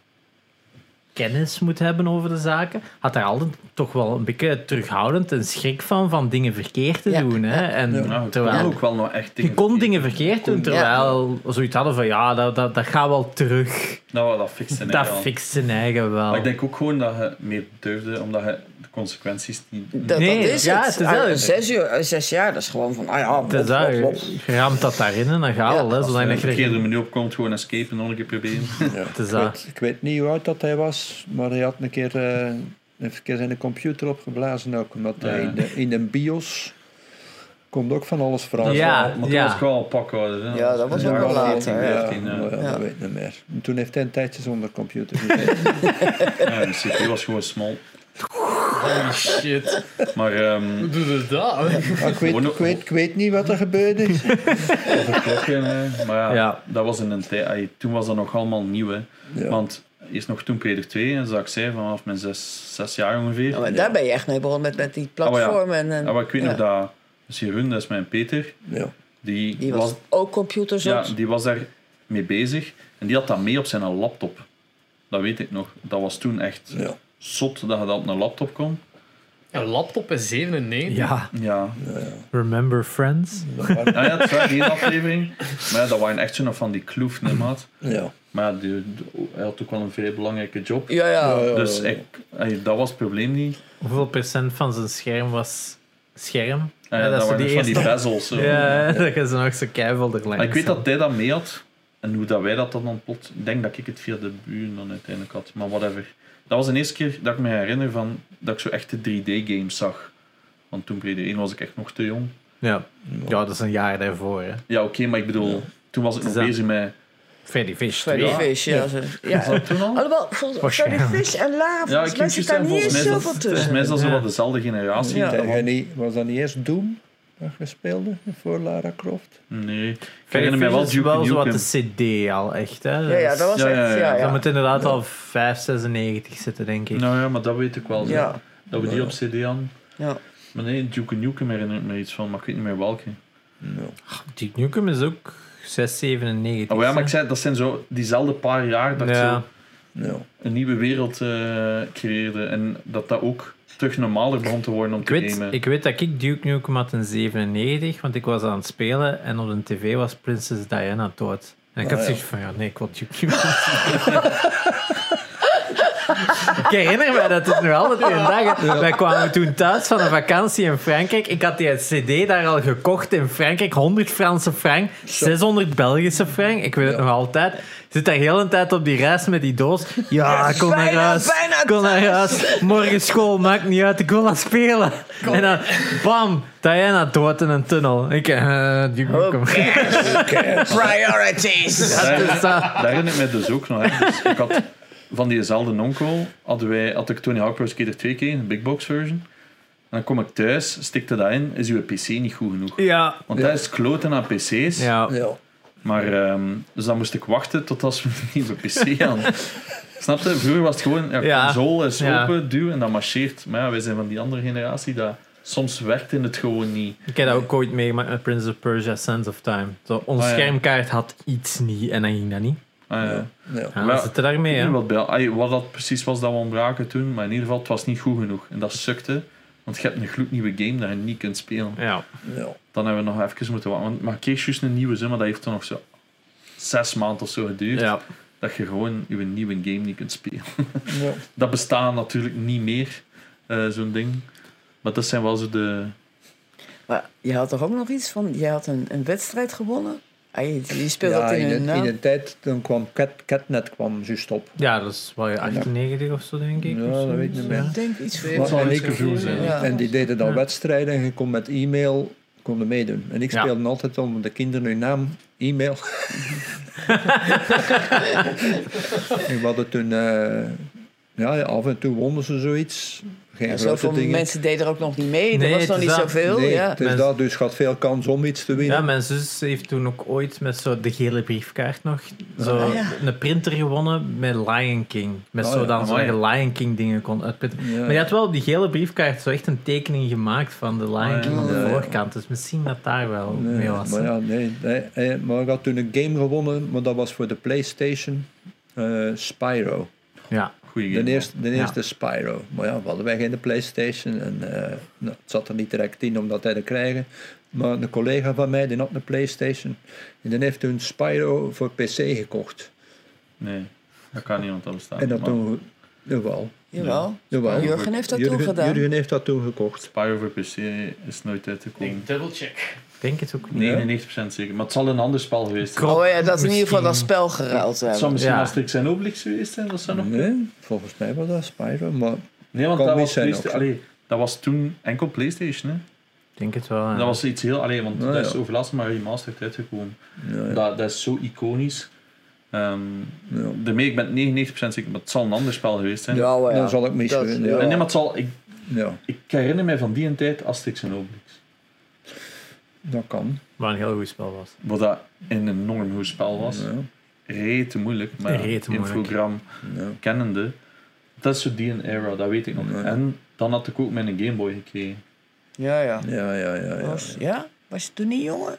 Speaker 1: kennis moet hebben over de zaken, had daar altijd toch wel een beetje terughoudend en schrik van, van dingen verkeerd te
Speaker 5: Ja,
Speaker 1: doen. Hè?
Speaker 5: ja.
Speaker 1: En
Speaker 3: Nou, ik
Speaker 1: terwijl,
Speaker 3: kon ook wel nog echt
Speaker 1: je kon dingen verkeerd doen,
Speaker 5: Kon-
Speaker 1: terwijl we zoiets hadden van ja, dat, dat, dat gaat wel terug.
Speaker 3: Nou, dat fixte
Speaker 1: dat
Speaker 3: wel.
Speaker 1: fixt zijn eigen wel.
Speaker 3: Maar ik denk ook gewoon dat je meer durfde, omdat je de consequenties niet...
Speaker 5: Dat,
Speaker 1: Nee,
Speaker 5: dat is
Speaker 1: ja,
Speaker 5: het.
Speaker 1: het is wel-
Speaker 5: Ah, zes, uur, zes jaar, dat is gewoon van, ah ja,
Speaker 1: Dat
Speaker 5: plop,
Speaker 1: is dat,
Speaker 5: plop, plop.
Speaker 1: je raamt dat daarin en dan gaat
Speaker 5: Ja,
Speaker 1: al. Hè,
Speaker 3: Als je
Speaker 1: zolang
Speaker 3: een
Speaker 1: dat je
Speaker 3: verkeerde menu opkomt, gewoon escapen, nog een keer proberen.
Speaker 1: het is
Speaker 4: Ik
Speaker 1: dat.
Speaker 4: weet- Ik weet niet hoe oud dat hij was, maar hij had een keer, eh, een keer zijn computer opgeblazen ook. Omdat hij
Speaker 3: Ja.
Speaker 4: in, de, in een BIOS komt ook van alles veranderen.
Speaker 1: Ja,
Speaker 3: maar toen
Speaker 1: ja.
Speaker 3: was ik wel al pakhouder. hè.
Speaker 5: Ja, dat was
Speaker 4: Ja,
Speaker 5: ook wel
Speaker 4: maar-
Speaker 5: later.
Speaker 4: ja,
Speaker 5: ja.
Speaker 3: ja.
Speaker 4: maar ja,
Speaker 5: Ja.
Speaker 4: dat weet ik niet meer. En Toen heeft hij een tijdje zonder computer gezeten.
Speaker 3: Ja, de CPU was gewoon smal.
Speaker 2: Holy shit.
Speaker 3: Maar ehm
Speaker 1: [laughs]
Speaker 2: Hoe doe je dat?
Speaker 4: Maar ik, weet, ik, weet, ik weet niet wat er gebeurde.
Speaker 3: over klokken, hè. maar ja,
Speaker 1: Ja.
Speaker 3: dat was in een tijd... ai, Toen was dat nog allemaal nieuw, hè.
Speaker 4: Ja.
Speaker 3: Want eerst nog toen Peder 2, en zoals ik zei, vanaf mijn zes, zes jaar ongeveer.
Speaker 5: Ja, maar daar ben je echt mee begonnen met, met die platformen. en,
Speaker 3: Oh, Ja, maar ik weet
Speaker 5: ja.
Speaker 3: nog dat Jeroen, dat is mijn Peter,
Speaker 4: Ja.
Speaker 3: die,
Speaker 5: Die was ook
Speaker 3: ja,
Speaker 5: computerzot.
Speaker 3: die was daar mee bezig. En die had dat mee op zijn laptop. Dat weet ik nog. Dat was toen echt
Speaker 4: Ja.
Speaker 3: zot dat je dat op een laptop kon.
Speaker 2: Een laptop is 97.
Speaker 1: Ja,
Speaker 3: Ja,
Speaker 1: remember friends?
Speaker 4: dat waren-
Speaker 3: ah, ja het was die aflevering. Maar ja, dat waren echt zo nog van die kloef, nee, maat.
Speaker 4: ja.
Speaker 3: Maar ja, die- die- hij had ook wel een vrij belangrijke job.
Speaker 5: Ja, ja.
Speaker 4: Ja, ja,
Speaker 3: Dus
Speaker 4: ja.
Speaker 3: ik, ey, dat was het probleem niet.
Speaker 1: Hoeveel procent van zijn scherm was scherm?
Speaker 3: Eh,
Speaker 1: Ja,
Speaker 3: dat
Speaker 1: is
Speaker 3: waren dus van die [laughs]
Speaker 1: eerste-
Speaker 3: bezels. zo.
Speaker 1: Ja, [laughs] dat is nog zo keiveld er
Speaker 3: Maar
Speaker 1: langs.
Speaker 3: ik weet dat hij dat mee had. En hoe dat wij dat dan plot... Ik denk dat ik het via de buren dan uiteindelijk had. Maar whatever. Dat was de eerste keer dat ik me herinner van dat ik zo echte 3D-games zag. Want toen Brede 1 was ik echt nog te jong.
Speaker 1: Ja. ja, dat is een jaar daarvoor. Hè.
Speaker 3: Ja, oké, maar ik bedoel... Toen was ik nog
Speaker 1: Is dat-
Speaker 3: bezig met...
Speaker 1: Freddy Fish.
Speaker 5: Freddy
Speaker 1: twee.
Speaker 3: Ja.
Speaker 5: Fish, ja. zo. ja.
Speaker 3: Was dat toen al?
Speaker 5: Alhoewel, volgens Freddy
Speaker 1: Waarschijnlijk.
Speaker 5: Fish en Lara,
Speaker 3: Ja,
Speaker 5: volgens
Speaker 3: ik
Speaker 5: mij
Speaker 3: kan
Speaker 5: zit
Speaker 3: juist
Speaker 5: daar
Speaker 3: zeggen,
Speaker 5: niet
Speaker 3: volgens
Speaker 5: eens
Speaker 3: mij is
Speaker 5: zoveel
Speaker 3: dat, volgens
Speaker 5: tussen.
Speaker 3: mij is dat zo
Speaker 1: Ja.
Speaker 3: wat dezelfde generatie.
Speaker 5: Ja.
Speaker 4: Dat jij niet- was dat niet eerst Doom dat gespeeld voor Lara Croft?
Speaker 3: Nee. Ik
Speaker 1: Freddy
Speaker 3: herinner mij
Speaker 1: Fish
Speaker 3: wel
Speaker 1: is
Speaker 3: Duke
Speaker 1: wel zo wat
Speaker 3: Nukem.
Speaker 1: de CD al echt. Hè.
Speaker 5: Ja, ja, dat was
Speaker 3: Ja, ja,
Speaker 5: echt,
Speaker 3: ja.
Speaker 5: ja,
Speaker 1: Dat
Speaker 5: ja.
Speaker 1: moet inderdaad al 596 zitten, denk ik.
Speaker 3: Nou ja, maar dat weet ik wel. zo.
Speaker 5: Ja,
Speaker 3: Dat we die op CD hadden.
Speaker 5: ja.
Speaker 3: Maar nee, Duke Nukem herinner ik me iets van, maar ik weet niet meer welke.
Speaker 4: Ja.
Speaker 1: Duke Nukem is ook 697.
Speaker 3: Oh ja, maar ik zei, dat zijn zo diezelfde paar jaar dat ik zo
Speaker 1: Ja.
Speaker 4: Ja.
Speaker 5: [laughs]
Speaker 3: een nieuwe wereld eh, creëerde. En dat dat ook terug normaler begon te worden om
Speaker 1: Ik
Speaker 3: te
Speaker 1: weet,
Speaker 3: gamen.
Speaker 1: ik weet dat ik Duke Nukem had in 97, want ik was aan het spelen en op de tv was Prinses Diana dood. En ik
Speaker 4: Ah,
Speaker 1: had
Speaker 4: ja.
Speaker 1: zoiets van, ja, nee, ik wil Duke Nukem spelen. Ik herinner mij dat het nu altijd een dag. hè. Wij kwamen toen thuis van een vakantie in Frankrijk. Ik had die CD daar al gekocht in Frankrijk. 100 Franse frank, 600 Belgische frank. Ik weet het
Speaker 4: Ja.
Speaker 1: nog altijd. Ik zit daar heel een tijd op die reis met die doos. Ja, kom naar
Speaker 5: bijna,
Speaker 1: huis.
Speaker 5: bijna
Speaker 1: Kom naar huis. Morgen school, maakt niet uit. Ik wil aan spelen. En dan, bam, Diana dood in een tunnel. Ik, eh, die kom.
Speaker 5: Priorities!
Speaker 1: [laughs]
Speaker 3: daar,
Speaker 1: Dus dat-
Speaker 3: daar herinner ik me dus ook nog. Hè. Dus ik had van diezelfde nonkel hadden wij, had ik Tony Hawk Pro Skater 2 keer, een big box version. En dan kom ik thuis, stikte dat in, is uw PC niet goed genoeg.
Speaker 1: Ja.
Speaker 3: Want dat is kloten aan PC's.
Speaker 1: Ja.
Speaker 4: Ja.
Speaker 3: Maar, ehm, dus dan moest ik wachten tot als we een nieuwe
Speaker 1: [laughs]
Speaker 3: PC hadden. Snap je? Vroeger was het gewoon, ja,
Speaker 1: Ja.
Speaker 3: console is
Speaker 1: Ja.
Speaker 3: open, duw en dat marcheert. Maar ja, wij zijn van die andere generatie, dat soms werkte het gewoon niet.
Speaker 1: Ik heb dat ook ooit meegemaakt met Prince of Persia Sands of Time. Zo, ons
Speaker 3: Ah, ja.
Speaker 1: schermkaart had iets niet en dan ging dat niet.
Speaker 3: Ah, ja.
Speaker 4: Ja.
Speaker 1: Ja,
Speaker 3: Maar-
Speaker 1: dan zitten daarmee, hè.
Speaker 3: Wat, bij- ai, wat dat precies was dat we ontbraken toen, maar in ieder geval, het was niet goed genoeg. En dat sukte, want je hebt een gloednieuwe game dat je niet kunt spelen.
Speaker 1: Ja.
Speaker 4: Ja.
Speaker 3: Dan hebben we nog even moeten wachten. Want- Maar Kees juist een nieuwe zin, maar dat heeft dan nog zo zes maanden of zo geduurd.
Speaker 1: ja.
Speaker 3: Dat je gewoon je nieuwe game niet kunt spelen.
Speaker 4: Ja.
Speaker 3: Dat bestaat natuurlijk niet meer, eh, zo'n ding. Maar dat zijn wel zo de...
Speaker 5: Maar je had toch ook nog iets van, je had een, een wedstrijd gewonnen? Ah, je, je speelde
Speaker 4: Ja,
Speaker 5: dat in,
Speaker 4: in,
Speaker 5: een...
Speaker 4: een, in
Speaker 5: naam.
Speaker 4: een tijd toen kwam Cat, Catnet kwam juist op.
Speaker 1: ja, dat is wel je 98 of zo, denk ik.
Speaker 4: Ja,
Speaker 1: of zo.
Speaker 4: dat weet ik niet
Speaker 5: Ik
Speaker 4: meer.
Speaker 5: denk iets
Speaker 2: Twee.
Speaker 5: van...
Speaker 2: zal
Speaker 4: en,
Speaker 2: iets
Speaker 4: ik-
Speaker 2: gevoel zijn.
Speaker 5: Ja.
Speaker 4: en die deden dan
Speaker 1: Ja.
Speaker 4: wedstrijden en je kon met e-mail kon er meedoen. En ik
Speaker 1: Ja.
Speaker 4: speelde altijd onder de kinderen hun naam,
Speaker 5: [laughs]
Speaker 4: e-mail. [laughs] en we hadden toen, eh, ja, af en toe wonnen ze zoiets. Geen
Speaker 5: Ja,
Speaker 4: grote
Speaker 5: zoveel
Speaker 4: dingen.
Speaker 5: mensen deden er ook nog niet mee.
Speaker 1: Nee,
Speaker 5: er was nog
Speaker 1: het
Speaker 5: niet
Speaker 1: is dat.
Speaker 5: zoveel.
Speaker 4: nee,
Speaker 5: ja.
Speaker 4: het is
Speaker 1: Mensen-
Speaker 4: dat, dus gaat veel kans om iets te winnen.
Speaker 1: Ja, mijn zus heeft toen ook ooit met zo de gele briefkaart nog zo
Speaker 5: Ah, ja.
Speaker 1: een printer gewonnen met Lion King. Met
Speaker 4: Oh,
Speaker 1: zo
Speaker 4: ja.
Speaker 1: dan zo'n
Speaker 3: Amai.
Speaker 1: Lion King dingen kon uitprinten.
Speaker 4: Ja.
Speaker 1: Maar je had wel op die gele briefkaart zo echt een tekening gemaakt van de Lion
Speaker 3: ja.
Speaker 1: King aan de
Speaker 4: Ah, Ja, ja.
Speaker 1: voorkant. Dus misschien dat daar wel
Speaker 4: Nee,
Speaker 1: mee was.
Speaker 4: Maar ja, nee, nee, eh, Maar ik had toen een game gewonnen, maar dat was voor de PlayStation. eh, Spyro.
Speaker 1: Ja.
Speaker 3: Goeie game.
Speaker 4: De eerste, de eerste Spyro. Maar ja, we hadden wij geen PlayStation. En eh, nou, het zat er niet direct in om dat te krijgen. Maar een collega van mij die had een PlayStation. En die heeft toen Spyro voor PC gekocht.
Speaker 3: Nee, dat kan niet, want dat
Speaker 1: Ah,
Speaker 3: bestaat
Speaker 4: en dat
Speaker 3: niet. Maar
Speaker 4: toen. Jawel,
Speaker 5: Jawel.
Speaker 4: jawel.
Speaker 5: Jurgen heeft dat
Speaker 4: Jurgen-
Speaker 5: toen gedaan.
Speaker 4: Jurgen heeft dat toen gekocht.
Speaker 3: Spyro voor PC is nooit uitgekomen.
Speaker 2: Ik dubbelcheck.
Speaker 1: Ik denk het ook niet.
Speaker 3: 99% zeker. Maar het zal een ander spel geweest zijn.
Speaker 1: Krop
Speaker 5: Oh ja, dat is in ieder geval dat
Speaker 1: misschien.
Speaker 5: spel geruild
Speaker 3: Het zou
Speaker 5: hebben.
Speaker 3: misschien
Speaker 1: Ja.
Speaker 3: Asterix en Obelix geweest zijn. Dat zou nog...
Speaker 4: Nee, volgens mij was dat Spyro. Maar
Speaker 3: Nee, want
Speaker 4: Kan
Speaker 3: dat
Speaker 4: niet
Speaker 3: was,
Speaker 4: zijn
Speaker 3: Playsta-
Speaker 4: ook.
Speaker 3: Allee, dat was toen enkel PlayStation. Hè?
Speaker 1: Ik denk het wel. ja.
Speaker 3: Dat was iets heel... Allee, want
Speaker 4: Nou,
Speaker 3: dat is
Speaker 4: ja.
Speaker 3: overlast maar remastered uitgekomen.
Speaker 4: nou ja,
Speaker 3: Dat, dat is zo iconisch. Ehm
Speaker 4: ja.
Speaker 3: daarmee, ik ben 99% zeker, maar het zal een ander spel geweest zijn.
Speaker 5: Ja, oh ja.
Speaker 4: dan zal ik
Speaker 5: Dat- eh,
Speaker 4: misschien.
Speaker 5: ja.
Speaker 3: Nee,
Speaker 4: Ja.
Speaker 3: nee, maar het zal... Ik,
Speaker 4: ja,
Speaker 3: ik herinner mij van die tijd Asterix en Obelix.
Speaker 4: dat kan.
Speaker 1: Wat een heel goed spel was.
Speaker 3: Wat dat een enorm goed spel was.
Speaker 4: Ja,
Speaker 3: Rete moeilijk, maar
Speaker 1: Rete moeilijk.
Speaker 3: infogram
Speaker 4: ja.
Speaker 3: kennende. Dat is zo die era, dat weet ik nog.
Speaker 4: Ja.
Speaker 3: En dan had ik ook mijn Game Boy gekregen.
Speaker 5: Ja, ja.
Speaker 4: Ja, ja, ja. ja.
Speaker 5: Was, ja? Was je toen niet jongen?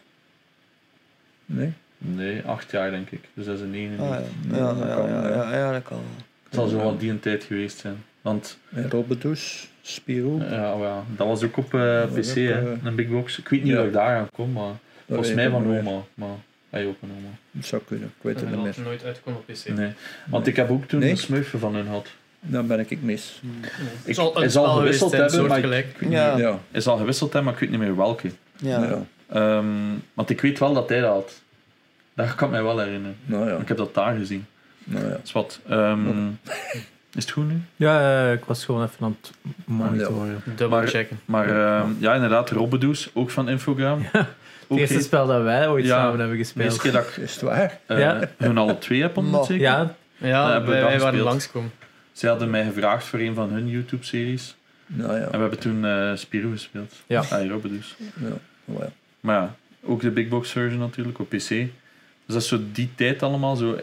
Speaker 4: Nee?
Speaker 3: Nee, acht jaar denk ik. Dus dat is een
Speaker 5: Oh,
Speaker 3: 99.
Speaker 5: ja. Ja, ja, ja, ja, ja, ja, dat kan wel.
Speaker 3: Het zal zo wat die een tijd geweest zijn. Want
Speaker 4: En Robbedoes, Spiro.
Speaker 3: eh, ja, oh ja, dat was ook op eh,
Speaker 4: was
Speaker 3: PC,
Speaker 4: ook,
Speaker 3: hè,
Speaker 4: eh,
Speaker 3: een big box. Ik weet niet
Speaker 4: ja.
Speaker 3: waar ik daar aan kom, maar volgens mij van
Speaker 4: Roma.
Speaker 3: oma. Maar hij ook een oma.
Speaker 4: Het zou kunnen, ik weet
Speaker 2: Dat
Speaker 4: het niet
Speaker 2: had
Speaker 4: meer.
Speaker 2: nooit uitgekomen op PC.
Speaker 3: Nee. Want ik heb ook toen
Speaker 4: Nee?
Speaker 3: een smurfje van hun gehad.
Speaker 4: Dan ben ik ik mis.
Speaker 2: Het
Speaker 3: Ik-
Speaker 2: Hmm. zal
Speaker 3: hij
Speaker 2: een
Speaker 3: zal
Speaker 2: spel geweest
Speaker 3: gewisseld
Speaker 2: zijn,
Speaker 3: hebben, maar ik-
Speaker 2: soortgelijk.
Speaker 5: Ja, ja.
Speaker 4: Ja, Nou
Speaker 3: Hij zal gewisseld hebben, maar ik weet niet meer welke.
Speaker 5: ja.
Speaker 3: Ehm, want ik weet wel dat hij dat had. Dat kan ik mij wel herinneren.
Speaker 4: nou ja,
Speaker 3: Ik heb dat daar gezien.
Speaker 4: nou ja.
Speaker 3: Dat is wat. ehm, is het goed nu?
Speaker 1: Ja, eh, ik was gewoon even aan het monitoren.
Speaker 2: Dubbelchecken.
Speaker 3: Maar ehm, ja, inderdaad, Robbedoes, ook van Infogram.
Speaker 1: Het
Speaker 3: Ook
Speaker 1: eerste
Speaker 3: de
Speaker 1: spel dat wij ooit
Speaker 3: Ja,
Speaker 1: samen hebben
Speaker 3: eerste
Speaker 1: gespeeld.
Speaker 3: keer dat ik
Speaker 4: Is het waar?
Speaker 3: eh,
Speaker 1: Ja.
Speaker 3: hun alle twee heb ontmoet,
Speaker 5: Mo.
Speaker 3: zeker.
Speaker 1: Ja,
Speaker 3: Dat
Speaker 2: Ja, wij,
Speaker 3: hebben we dan
Speaker 2: wij waren
Speaker 3: gespeeld.
Speaker 2: langskomen.
Speaker 3: Zij hadden mij gevraagd voor een van hun YouTube-series.
Speaker 4: Nou
Speaker 3: En we
Speaker 4: ja,
Speaker 3: hebben toen eh Spirou gespeeld.
Speaker 1: Ja.
Speaker 3: Ah, Robbedoes.
Speaker 4: ja. nou ja.
Speaker 3: Maar ja, ook de Big Box version natuurlijk, op PC. Dus dat is zo die tijd allemaal, zo...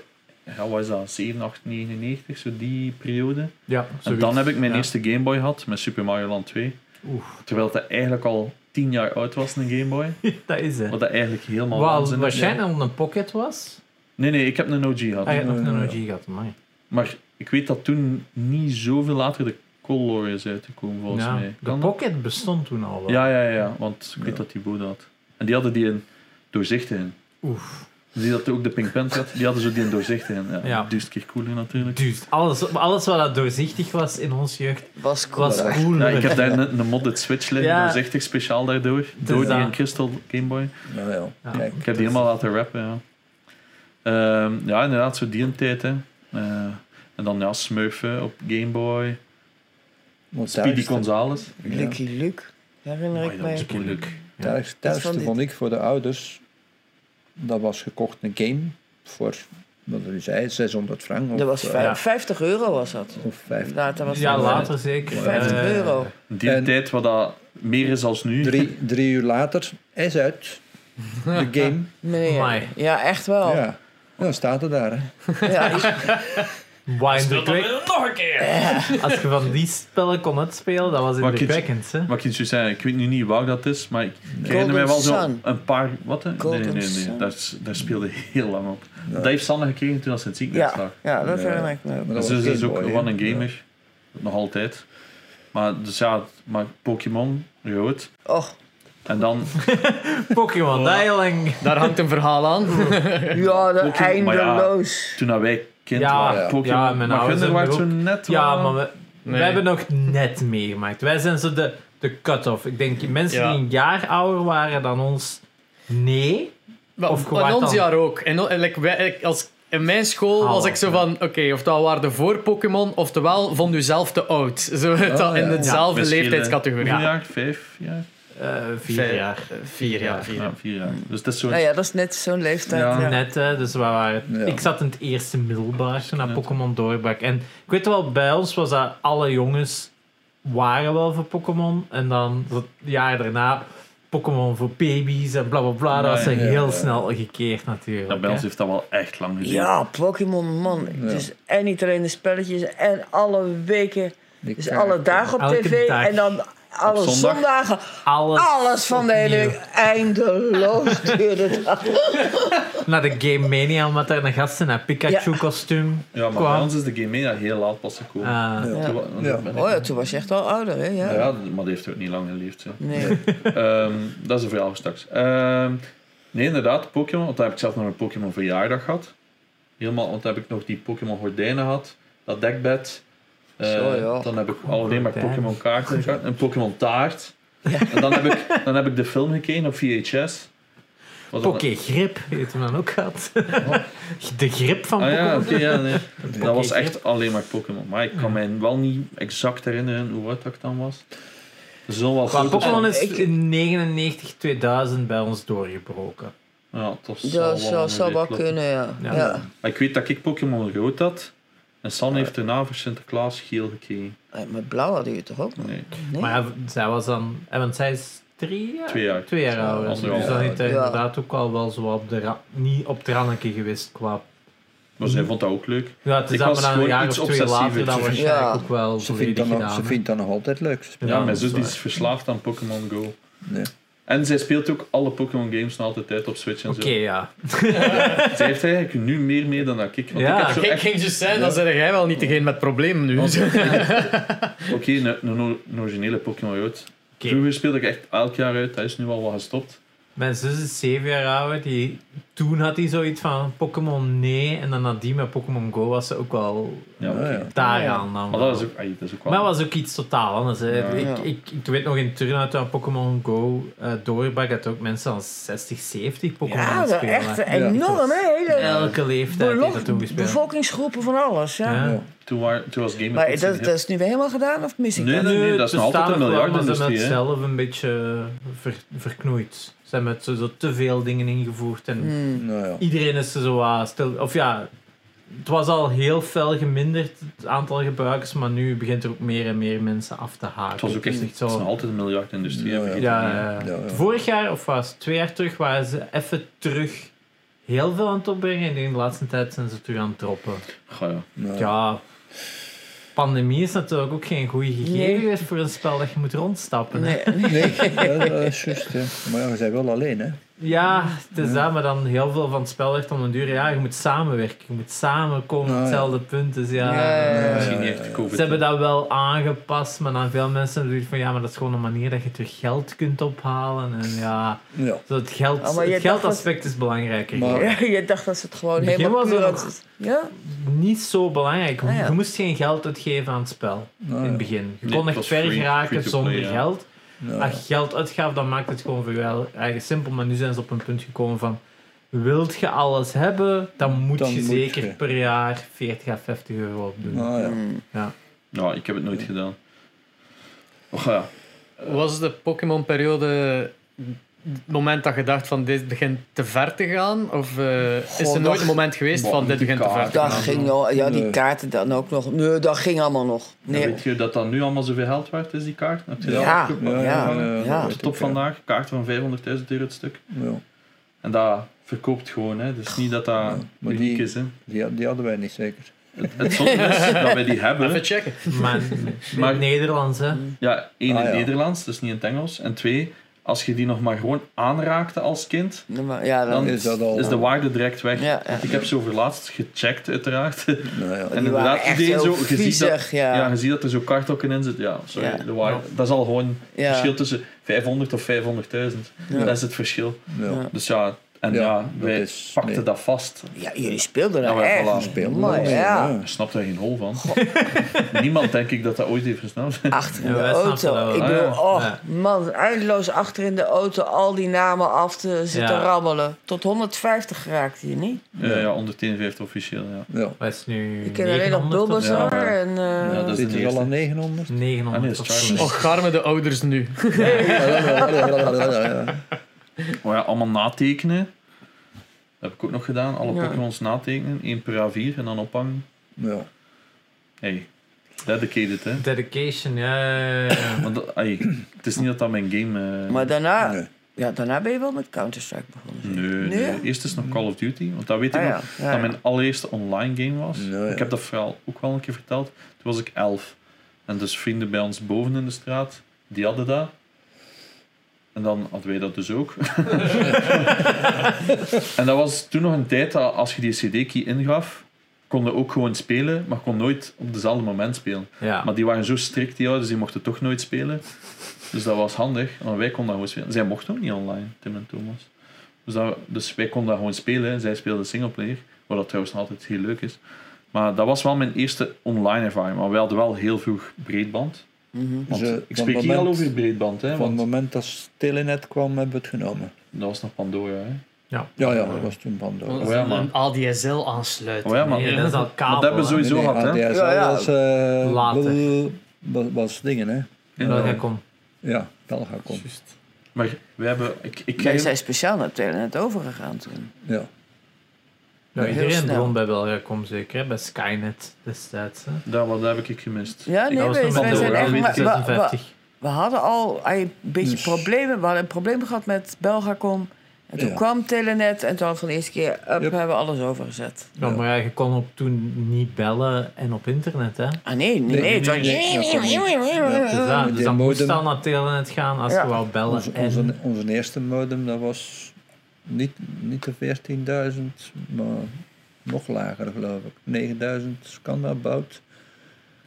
Speaker 3: Ja, wat is dat? 7, 8, 99, zo die periode.
Speaker 1: ja
Speaker 3: En
Speaker 1: zoiets.
Speaker 3: dan heb ik mijn
Speaker 1: Ja.
Speaker 3: eerste Game Boy gehad met Super Mario Land 2.
Speaker 1: Oeh.
Speaker 3: Terwijl dat eigenlijk al 10 jaar oud was, een Game Boy.
Speaker 1: [laughs] dat is het.
Speaker 3: Wat dat eigenlijk helemaal
Speaker 1: Wat
Speaker 3: waanzin is.
Speaker 1: waarschijnlijk omdat het een pocket was,
Speaker 3: Nee, nee, ik heb een OG gehad.
Speaker 1: hij had nog
Speaker 4: Ja, ja,
Speaker 1: een
Speaker 4: ja.
Speaker 1: OG gehad. amai.
Speaker 3: Maar ik weet dat toen niet zoveel later de Color is uitgekomen, volgens
Speaker 1: Ja,
Speaker 3: mij.
Speaker 1: de
Speaker 3: Kan
Speaker 1: pocket bestond toen al wel.
Speaker 3: dat? Ja, ja, ja, want ik weet
Speaker 4: Ja.
Speaker 3: dat die Boda had. En die hadden die een doorzichtige. in.
Speaker 1: Oef.
Speaker 3: Die dat ook de Pink Panther had, die hadden zo die een doorzichtige. in. Ja,
Speaker 1: Ja.
Speaker 3: Duist keer cooler natuurlijk.
Speaker 1: Dude, alles, alles wat dat doorzichtig was in ons jeugd,
Speaker 5: Was cool.
Speaker 1: was cool.
Speaker 3: Ja, ik heb daar net een modded Switch liggen,
Speaker 1: Ja.
Speaker 3: doorzichtig, speciaal daardoor. Door die
Speaker 1: dat.
Speaker 3: een Crystal Game Boy.
Speaker 4: Nou ja,
Speaker 1: Ja.
Speaker 4: kijk.
Speaker 3: Ik heb die helemaal laten rappen, ja. Ehm, ja, inderdaad, zo die een tijd, hè. Eh, en dan, ja, smurfen op Game Boy.
Speaker 4: want
Speaker 3: Speedy
Speaker 4: thuis-
Speaker 3: Gonzales.
Speaker 5: Lucky Luke.
Speaker 1: Oh,
Speaker 5: Herinner
Speaker 3: Amai,
Speaker 5: ik
Speaker 3: dat was
Speaker 5: mij.
Speaker 3: ook leuk.
Speaker 4: Thuis, thuis
Speaker 5: van dit.
Speaker 4: vond ik voor de ouders, dat was gekocht een game voor, wat u zei, 600 frank. Of,
Speaker 5: Dat was
Speaker 4: eh,
Speaker 5: vij-
Speaker 1: Ja.
Speaker 5: 50 euro was dat.
Speaker 4: Of 50.
Speaker 5: Later was
Speaker 1: Ja,
Speaker 5: dat
Speaker 1: later zeker.
Speaker 5: 50
Speaker 1: Eh,
Speaker 5: euro.
Speaker 3: Die
Speaker 4: En-
Speaker 3: tijd wat dat meer is als nu.
Speaker 4: Drie, drie uur later, hij is uit. De
Speaker 5: [laughs]
Speaker 4: game.
Speaker 5: Meneer.
Speaker 1: Amai.
Speaker 5: Ja, echt wel. Ja.
Speaker 4: Ja. Ja, staat er daar. Hè.
Speaker 5: ik-
Speaker 1: Wind the Crack.
Speaker 2: nog een keer!
Speaker 1: Als je van die spellen kon uitspelen, dat was
Speaker 3: [laughs] Wat ik-
Speaker 1: indrukwekkend. hè.
Speaker 3: Mag ik iets zeggen? Ik weet nu niet waar dat is, maar ik ik herinner mij wel
Speaker 5: Golden
Speaker 3: zo
Speaker 5: Sun.
Speaker 3: een paar... Wat? hè? Nee,
Speaker 5: Golden
Speaker 3: nee, nee.
Speaker 5: Sun.
Speaker 3: Daar, s- daar speelde heel lang op. Dat heeft Sanne gekregen toen ze in het ziekenhuis
Speaker 5: ja.
Speaker 3: lag.
Speaker 5: ja, dat
Speaker 4: Ja.
Speaker 5: herinner ik me.
Speaker 4: Maar
Speaker 3: Dus
Speaker 4: dat
Speaker 3: ze
Speaker 4: was
Speaker 3: is
Speaker 4: Game
Speaker 3: ook
Speaker 4: Boy, hè.
Speaker 3: gewoon een gamer. Nog altijd. Maar dus ja, maar Pokémon, rood.
Speaker 5: Och,
Speaker 3: En dan...
Speaker 1: Pokémon,
Speaker 2: Oh.
Speaker 1: Dialing.
Speaker 2: Daar hangt een verhaal
Speaker 1: [laughs]
Speaker 2: aan.
Speaker 5: ja, dat
Speaker 3: Pokémon, maar ja.
Speaker 5: eindeloos.
Speaker 3: Toen dat wij kind
Speaker 1: Ja,
Speaker 3: waren,
Speaker 4: ja.
Speaker 3: Pokémon...
Speaker 1: Ja, mijn
Speaker 3: maar
Speaker 1: ouders
Speaker 3: Gunder waren
Speaker 1: hebben
Speaker 3: zo net
Speaker 1: Ja,
Speaker 3: wel-
Speaker 1: maar we,
Speaker 2: Nee.
Speaker 1: wij hebben nog net meegemaakt. Wij zijn zo de, de cut-off. Ik denk, mensen
Speaker 2: Ja.
Speaker 1: die een jaar ouder waren dan ons, nee.
Speaker 2: Maar
Speaker 1: Of
Speaker 2: in
Speaker 1: gewaard
Speaker 2: ons
Speaker 1: dan?
Speaker 2: jaar ook. En, en like, wij- ik- als, in mijn school
Speaker 1: Ah,
Speaker 2: was ik zo
Speaker 1: ja.
Speaker 2: van, oké, of dat waren de voor Pokémon, oftewel vond u zelf te oud. [laughs] Zo,
Speaker 3: Oh,
Speaker 2: dat, in
Speaker 4: ja.
Speaker 2: dezelfde
Speaker 3: Wij schelen
Speaker 2: leeftijdscategorie.
Speaker 3: Vier jaar, vijf jaar?
Speaker 1: Eh, vier
Speaker 2: Vijf-
Speaker 1: jaar.
Speaker 2: eh, Vier eh, jaar, vier
Speaker 3: Ja,
Speaker 2: jaar.
Speaker 3: vier jaar. Dus dat is zo...
Speaker 4: Ah,
Speaker 5: Nou ja, dat is net zo'n leeftijd.
Speaker 3: Ja.
Speaker 5: Ja.
Speaker 1: Net, hè, dus we waren,
Speaker 4: Ja.
Speaker 1: ik zat in het eerste middelbaar toen naar Pokémon doorbrak. En ik weet wel, bij ons was dat alle jongens waren wel voor Pokémon. En dan het jaar daarna Pokémon voor baby's en bla bla bla. Dat was
Speaker 3: Ja,
Speaker 1: er
Speaker 3: ja,
Speaker 1: heel
Speaker 4: ja.
Speaker 1: snel gekeerd natuurlijk.
Speaker 3: Ja, bij
Speaker 1: hè.
Speaker 3: ons heeft dat wel echt lang geduurd.
Speaker 5: Ja, Pokémon, man. Dus, en niet alleen de spelletjes en alle weken.
Speaker 4: Die
Speaker 5: Dus
Speaker 4: kaart-
Speaker 5: alle dagen op
Speaker 1: Elke
Speaker 5: tv.
Speaker 1: dag.
Speaker 5: En dan alle
Speaker 3: zondag?
Speaker 5: zondagen.
Speaker 1: Alles,
Speaker 3: Oh!
Speaker 5: Alles van de hele
Speaker 1: opnieuw.
Speaker 5: week. Eindeloos
Speaker 1: [laughs]
Speaker 5: duurde dat.
Speaker 1: Naar de Game Mania, omdat daar een gast in een Pikachu-kostuum
Speaker 3: Ja, maar bij
Speaker 1: kwam.
Speaker 3: ons is de Game Mania heel laat pas gekomen.
Speaker 1: Ah,
Speaker 5: Ja.
Speaker 3: Toen wa- want
Speaker 4: Ja.
Speaker 3: toen ben ik-
Speaker 5: Oh ja, toen was je echt al ouder, hè? Ja.
Speaker 3: Ja, maar die heeft ook niet lang geleefd. hè.
Speaker 5: Nee.
Speaker 3: Ehm, dat is een verhaal voor straks. Ehm, nee, inderdaad, Pokémon. Want daar heb ik zelf nog een Pokémon verjaardag gehad. Helemaal, want dan heb ik nog die Pokémon gordijnen gehad. Dat dekbed. Eh,
Speaker 5: Zo, ja.
Speaker 3: Dan heb ik alleen
Speaker 1: Gordijnen.
Speaker 3: maar Pokémon kaarten gehad. Een Pokémon taart. En dan heb, ik, dan heb ik de film gekeken op VHS. Was dat-
Speaker 1: Poké Grip heet hem dan ook
Speaker 3: [laughs]
Speaker 1: gehad. De grip van
Speaker 3: Ah ja,
Speaker 1: Pokémon.
Speaker 3: oké, ja,
Speaker 1: [laughs]
Speaker 3: nee. Dat was echt alleen maar Pokémon. Maar ik kan mij wel niet exact herinneren hoe oud dat ik dan was. Er zullen wel
Speaker 1: Maar
Speaker 3: foto's
Speaker 1: Pokémon
Speaker 3: van-
Speaker 1: is in 99-2000 bij ons doorgebroken.
Speaker 3: Ja, dat
Speaker 5: Dat
Speaker 3: wel
Speaker 5: zou, zou wel
Speaker 3: ongeveer kloppen.
Speaker 5: kunnen, ja.
Speaker 1: Ja.
Speaker 5: ja.
Speaker 3: Maar ik weet dat ik Pokémon rood had. En San heeft daarna voor Sinterklaas geel gekregen.
Speaker 5: Eh, Met blauw hadden jullie toch ook nog?
Speaker 3: Nee,
Speaker 5: Nee.
Speaker 1: Maar ja, zij was dan... eh, Want zij is drie jaar?
Speaker 3: twee jaar.
Speaker 1: Twee jaar ouder. Dus
Speaker 3: Anderhalf
Speaker 1: dan
Speaker 4: jaar.
Speaker 1: heeft hij
Speaker 5: Ja.
Speaker 1: inderdaad ook al wel zo op de... ra- Niet op het rannetje geweest qua...
Speaker 3: Maar zij vond dat ook leuk.
Speaker 1: Ja, het is
Speaker 3: Ik
Speaker 1: dat
Speaker 3: was
Speaker 1: maar dan een
Speaker 3: gewoon
Speaker 1: jaar of
Speaker 3: iets
Speaker 1: twee later
Speaker 3: obsessiever.
Speaker 1: dat waarschijnlijk
Speaker 5: Ja.
Speaker 1: ook wel
Speaker 4: Ze vindt,
Speaker 1: volledig
Speaker 4: dat nog,
Speaker 1: gedaan.
Speaker 4: ze
Speaker 1: hè.
Speaker 4: vindt dat nog altijd leuk. Ze-
Speaker 3: Ja,
Speaker 1: Ja,
Speaker 3: mijn
Speaker 1: dat is
Speaker 3: zus die
Speaker 1: waar.
Speaker 3: is verslaafd aan Pokémon Go.
Speaker 4: Ja.
Speaker 3: En zij speelt ook alle Pokémon games nog altijd uit op Switch en
Speaker 1: Oké,
Speaker 3: zo.
Speaker 1: ja.
Speaker 3: Zij heeft eigenlijk nu meer mee dan dat ik. Want
Speaker 1: Ja.
Speaker 3: ik heb zo
Speaker 2: Ik
Speaker 3: echt...
Speaker 2: ging juist zijn, dan zeg jij wel niet degene met problemen nu. [laughs]
Speaker 3: Oké, een, een or- een originele Pokémon rood.
Speaker 1: Oké.
Speaker 3: Vroeger speelde ik echt elk jaar uit. Dat is nu al wel gestopt.
Speaker 1: Mijn zus is zeven jaar ouder. Die, toen had hij zoiets van Pokémon nee. En dan nadien met Pokémon Go was ze ook wel
Speaker 3: Ja,
Speaker 4: Ah,
Speaker 3: oké.
Speaker 4: ja.
Speaker 1: daaraan. Dan
Speaker 3: Maar
Speaker 1: wel.
Speaker 3: dat is ook, ai, dat is ook wel...
Speaker 1: Maar dat was ook iets totaal anders. Hè.
Speaker 3: Ja.
Speaker 1: Ik,
Speaker 5: Ja.
Speaker 1: ik, ik weet nog in Turnout aan Pokémon Go eh doorgebrak dat ook mensen aan 60, 70 Pokémon
Speaker 5: Ja,
Speaker 1: aan het
Speaker 5: dat
Speaker 1: spelen.
Speaker 5: echt
Speaker 1: waren.
Speaker 5: enorm, hè? Hele
Speaker 1: Elke leeftijd
Speaker 5: belo-
Speaker 1: heeft dat toen gespeeld.
Speaker 5: bevolkingsgroepen van alles, ja.
Speaker 1: Ja.
Speaker 4: Ja.
Speaker 3: Toen, waren- toen was Game
Speaker 5: Maar
Speaker 3: Boy
Speaker 5: dat, dat is nu weer helemaal gedaan, of mis ik
Speaker 3: Nee,
Speaker 5: dat?
Speaker 3: nee,
Speaker 1: Nu,
Speaker 3: dat is
Speaker 1: het
Speaker 3: nog altijd
Speaker 1: bestaan
Speaker 3: een
Speaker 1: nog wel, maar Ze hebben
Speaker 3: miljardenindustrie,
Speaker 1: het
Speaker 3: hè.
Speaker 1: zelf een beetje ver, verknoeid. Ze hebben het zo, zo te veel dingen ingevoerd en
Speaker 5: Hmm.
Speaker 4: Nou ja.
Speaker 1: iedereen is er zo wat stil. Of ja, het was al heel fel geminderd, het aantal gebruikers, maar nu begint er ook meer en meer mensen af te haken. Dus
Speaker 3: Het was ook
Speaker 1: Het is
Speaker 3: echt het is nog altijd een miljardindustrie. hè,
Speaker 4: Ja, ja.
Speaker 3: vergeet
Speaker 1: Ja,
Speaker 3: het niet, hè.
Speaker 1: ja, ja.
Speaker 4: Ja, ja.
Speaker 1: vorig jaar of was het twee jaar terug waren ze even terug heel veel aan het opbrengen en in de laatste tijd zijn ze terug aan het droppen.
Speaker 3: Goh, ja.
Speaker 4: Nou, ja.
Speaker 1: Ja, pandemie is natuurlijk ook geen goede gegeven
Speaker 5: Nee.
Speaker 1: geweest voor een spel dat je moet rondstappen. hè.
Speaker 5: Nee,
Speaker 4: Nee, ja, dat is juist. hè. Maar ja, we zijn wel alleen, hè.
Speaker 1: Ja, het is dat, maar dan heel veel van het spel ligt om een duur. Ja, je moet samenwerken, je moet samen komen op
Speaker 4: Ah, ja.
Speaker 1: hetzelfde punt. Dus ja,
Speaker 5: Ja.
Speaker 3: Misschien niet echt de COVID.
Speaker 1: Ze hebben dat wel aangepast, maar dan veel mensen zoiets van ja, maar dat is gewoon een manier dat je terug geld kunt ophalen. En ja,
Speaker 4: Ja.
Speaker 1: zo het, geld,
Speaker 5: Ah, maar je
Speaker 1: het
Speaker 5: dacht
Speaker 1: geldaspect is belangrijker.
Speaker 4: Maar-
Speaker 5: Ja, je dacht dat ze het gewoon
Speaker 1: In het begin
Speaker 5: helemaal
Speaker 1: was dat
Speaker 5: puur
Speaker 1: nog-
Speaker 5: had- Ja?
Speaker 1: Niet zo belangrijk.
Speaker 5: Ah, ja.
Speaker 1: Je moest geen geld uitgeven aan het spel
Speaker 4: Nou,
Speaker 1: in
Speaker 4: ja.
Speaker 1: het begin. Je
Speaker 3: Nee,
Speaker 1: kon
Speaker 3: het
Speaker 1: echt
Speaker 3: was
Speaker 1: ver
Speaker 3: free-
Speaker 1: geraken
Speaker 3: free to
Speaker 1: zonder
Speaker 3: play, ja.
Speaker 1: geld.
Speaker 4: Nou,
Speaker 1: Als je geld uitgaaf, dan maakt het gewoon voor jou eigenlijk simpel. Maar nu zijn ze op een punt gekomen van... Wilt je alles hebben, dan moet
Speaker 4: Dan
Speaker 1: je
Speaker 4: moet
Speaker 1: zeker
Speaker 4: je.
Speaker 1: per jaar 40 à 50 euro opdoen.
Speaker 4: nou ja.
Speaker 5: Hmm.
Speaker 3: Nou, ik heb het nooit gedaan. Och ja.
Speaker 2: Was de Pokémon-periode het moment dat je dacht van dit begint te ver te gaan? Of eh, is
Speaker 5: Goh,
Speaker 2: er nooit
Speaker 5: dat-
Speaker 2: een moment geweest
Speaker 3: Boah,
Speaker 2: van dit
Speaker 3: die
Speaker 2: begint te ver
Speaker 3: kaart.
Speaker 2: te
Speaker 5: Dat
Speaker 2: gaan?
Speaker 5: ging nog, ja, die
Speaker 4: Nee.
Speaker 5: kaarten dan ook nog. Nee, dat ging allemaal nog. Nee.
Speaker 3: Weet je dat dat nu allemaal zoveel geld waard is, die kaart? Heb je dat
Speaker 5: Ja.
Speaker 3: opgezocht?
Speaker 5: Ja, ja.
Speaker 4: dat weet
Speaker 3: Tot op
Speaker 4: ik,
Speaker 3: vandaag, kaarten van 500.000 euro het stuk.
Speaker 4: Ja.
Speaker 3: En dat verkoopt gewoon, hè. Dus niet dat dat
Speaker 4: maar
Speaker 3: uniek
Speaker 4: die-
Speaker 3: is, hè.
Speaker 4: Die, die hadden wij niet zeker.
Speaker 3: Het, het zonde is dat wij die hebben.
Speaker 2: Even checken.
Speaker 1: Maar, maar
Speaker 3: Maar-
Speaker 1: in Nederlands, hè.
Speaker 3: Ja, één in
Speaker 4: Ah, ja.
Speaker 3: Nederlands, dus niet in het Engels. En twee, als je die nog maar gewoon aanraakte als kind,
Speaker 5: Nee, maar- Ja,
Speaker 3: dan
Speaker 5: dan,
Speaker 3: is,
Speaker 4: is dat al-
Speaker 3: de waarde direct weg.
Speaker 5: Ja, ja.
Speaker 3: Want ik heb zo voor laatst gecheckt, uiteraard. En
Speaker 4: Nou ja.
Speaker 5: die waren echt zo
Speaker 3: je ziet dat-
Speaker 5: viezig. Ja.
Speaker 3: [laughs] ja,
Speaker 5: Ja,
Speaker 3: je ziet dat er zo kartokken in zit. Ja, sorry,
Speaker 5: Ja.
Speaker 3: de waarde. Dat is al gewoon het verschil tussen 500 of 500.000.
Speaker 5: Ja.
Speaker 3: Dat is het verschil.
Speaker 4: Ja.
Speaker 3: Dus ja, en ja,
Speaker 4: Ja,
Speaker 3: wij
Speaker 4: dat is-
Speaker 3: pakten
Speaker 4: nee.
Speaker 3: dat vast.
Speaker 5: Ja, jullie speelden
Speaker 3: Ja,
Speaker 5: daar
Speaker 3: maar
Speaker 5: echt.
Speaker 3: voilà.
Speaker 4: Speelden
Speaker 5: Mooi,
Speaker 4: wel mee,
Speaker 5: ja.
Speaker 3: Daar snapt er geen hol van. [laughs] Niemand denk ik dat dat ooit heeft gesnapt.
Speaker 5: Achter in
Speaker 1: Ja,
Speaker 5: de
Speaker 1: wij snappen dat
Speaker 5: auto.
Speaker 1: wel.
Speaker 5: Ik
Speaker 3: Ah,
Speaker 5: bedoel,
Speaker 1: ja.
Speaker 5: oh
Speaker 1: Ja.
Speaker 5: man, eindeloos achter in de auto al die namen af te zitten
Speaker 1: Ja.
Speaker 5: rammelen. Tot 150 geraakte je niet.
Speaker 3: Ja, ja, 151 officieel, ja.
Speaker 4: Ja.
Speaker 1: Wat is nu
Speaker 5: Ik ken alleen nog
Speaker 1: 900 of zo?
Speaker 5: Bulbasaur
Speaker 3: Ja, ja.
Speaker 5: en... eh,
Speaker 3: Ja, dat is
Speaker 4: Zit
Speaker 3: de
Speaker 4: er al aan
Speaker 3: eerste.
Speaker 4: 900?
Speaker 1: 900 of
Speaker 3: Ah, nee,
Speaker 1: zo.
Speaker 3: dat
Speaker 2: Och, Oh, garme de ouders nu.
Speaker 3: Maar ja, allemaal natekenen. Dat heb ik ook nog gedaan. Alle
Speaker 5: Ja.
Speaker 3: Pokémons natekenen. één per A4 en dan ophangen.
Speaker 4: Ja.
Speaker 3: Hey, dedicated, hè.
Speaker 1: Dedication, ja, ja, ja.
Speaker 3: Want dat- ai, het is niet dat dat mijn game... eh,
Speaker 5: Maar daarna,
Speaker 4: Nee.
Speaker 5: ja, daarna ben je wel met Counter-Strike begonnen.
Speaker 3: Nee, nee.
Speaker 5: Nee?
Speaker 3: Eerst is nog Call of Duty. Want dat weet ik
Speaker 5: Ah,
Speaker 3: nog.
Speaker 5: ja. Ja,
Speaker 3: Dat
Speaker 5: ja.
Speaker 3: mijn allereerste online game was.
Speaker 4: Ja, ja.
Speaker 3: Ik heb dat verhaal ook wel een keer verteld. Toen was ik elf. En dus vrienden bij ons boven in de straat. Die hadden dat. En dan hadden wij dat dus ook. [laughs] en dat was toen nog een tijd dat als je die CD-key ingaf, kon je ook gewoon spelen, maar kon nooit op dezelfde moment spelen.
Speaker 1: Ja.
Speaker 3: Maar die waren zo strikt, die ouders, die mochten toch nooit spelen. Dus dat was handig. En wij konden dat gewoon spelen. Zij mochten ook niet online, Tim en Thomas. Dus, dat, dus wij konden dat gewoon spelen. Zij speelden singleplayer, wat dat trouwens nog altijd heel leuk is. Maar dat was wel mijn eerste online ervaring. Maar we hadden wel heel vroeg breedband. Want
Speaker 4: Dus, eh,
Speaker 3: ik
Speaker 4: van
Speaker 3: spreek hier al
Speaker 4: moment-
Speaker 3: over breedband, hè,
Speaker 4: Van
Speaker 3: want
Speaker 4: het moment dat Telenet kwam, hebben we het genomen.
Speaker 3: dat was nog Pandora. Hè.
Speaker 4: Ja, ja, dat was toen Pandora.
Speaker 2: Dat
Speaker 3: Oh
Speaker 2: is
Speaker 3: ja,
Speaker 2: een-
Speaker 3: man.
Speaker 2: een ADSL aansluiten.
Speaker 3: Oh ja, man.
Speaker 1: Nee, dat is al kabel.
Speaker 3: Maar dat hebben we
Speaker 1: hè.
Speaker 3: sowieso
Speaker 4: Nee, nee,
Speaker 3: gehad, hè?
Speaker 4: ADSL
Speaker 5: Ja, ja.
Speaker 4: was, eh,
Speaker 1: Later.
Speaker 4: wel- was, was dingen, hè.
Speaker 1: Wel, jij kon.
Speaker 4: Ja, Belga komt.
Speaker 2: Juist.
Speaker 3: Maar we hebben... Ik, ik
Speaker 5: Wij zijn speciaal naar Telenet overgegaan toen.
Speaker 4: Ja.
Speaker 1: Ja,
Speaker 5: Heel
Speaker 1: iedereen
Speaker 5: snel.
Speaker 1: begon bij Belgacom zeker, hè, bij Skynet destijds. Hè.
Speaker 3: dat, wat heb ik gemist.
Speaker 5: Ja, nee,
Speaker 1: dat was
Speaker 5: wij,
Speaker 1: nog
Speaker 5: wij
Speaker 1: met
Speaker 5: zijn
Speaker 1: de
Speaker 5: echt...
Speaker 3: Orange
Speaker 5: maar- wa- wa-
Speaker 1: 56.
Speaker 5: we hadden al een beetje
Speaker 4: Dus-
Speaker 5: problemen. We hadden een probleem gehad met Belgacom. En toen
Speaker 4: Ja.
Speaker 5: kwam Telenet en toen van de eerste keer up,
Speaker 4: Yep.
Speaker 5: hebben we alles overgezet.
Speaker 1: Ja, maar ja, je kon ook toen niet bellen en op internet. Hè.
Speaker 5: Ah nee, nee,
Speaker 4: Nee,
Speaker 5: nee. het was-
Speaker 4: nee, dat kon
Speaker 1: Dus, dat- dus
Speaker 4: die
Speaker 1: dan moest je
Speaker 4: modem-
Speaker 1: al naar telenet gaan als
Speaker 5: Ja.
Speaker 1: je wou bellen.
Speaker 4: Onze,
Speaker 1: en,
Speaker 4: onze, onze eerste modem, dat was niet, niet de 14.000, maar nog lager, geloof ik. 9.000 Scanabout.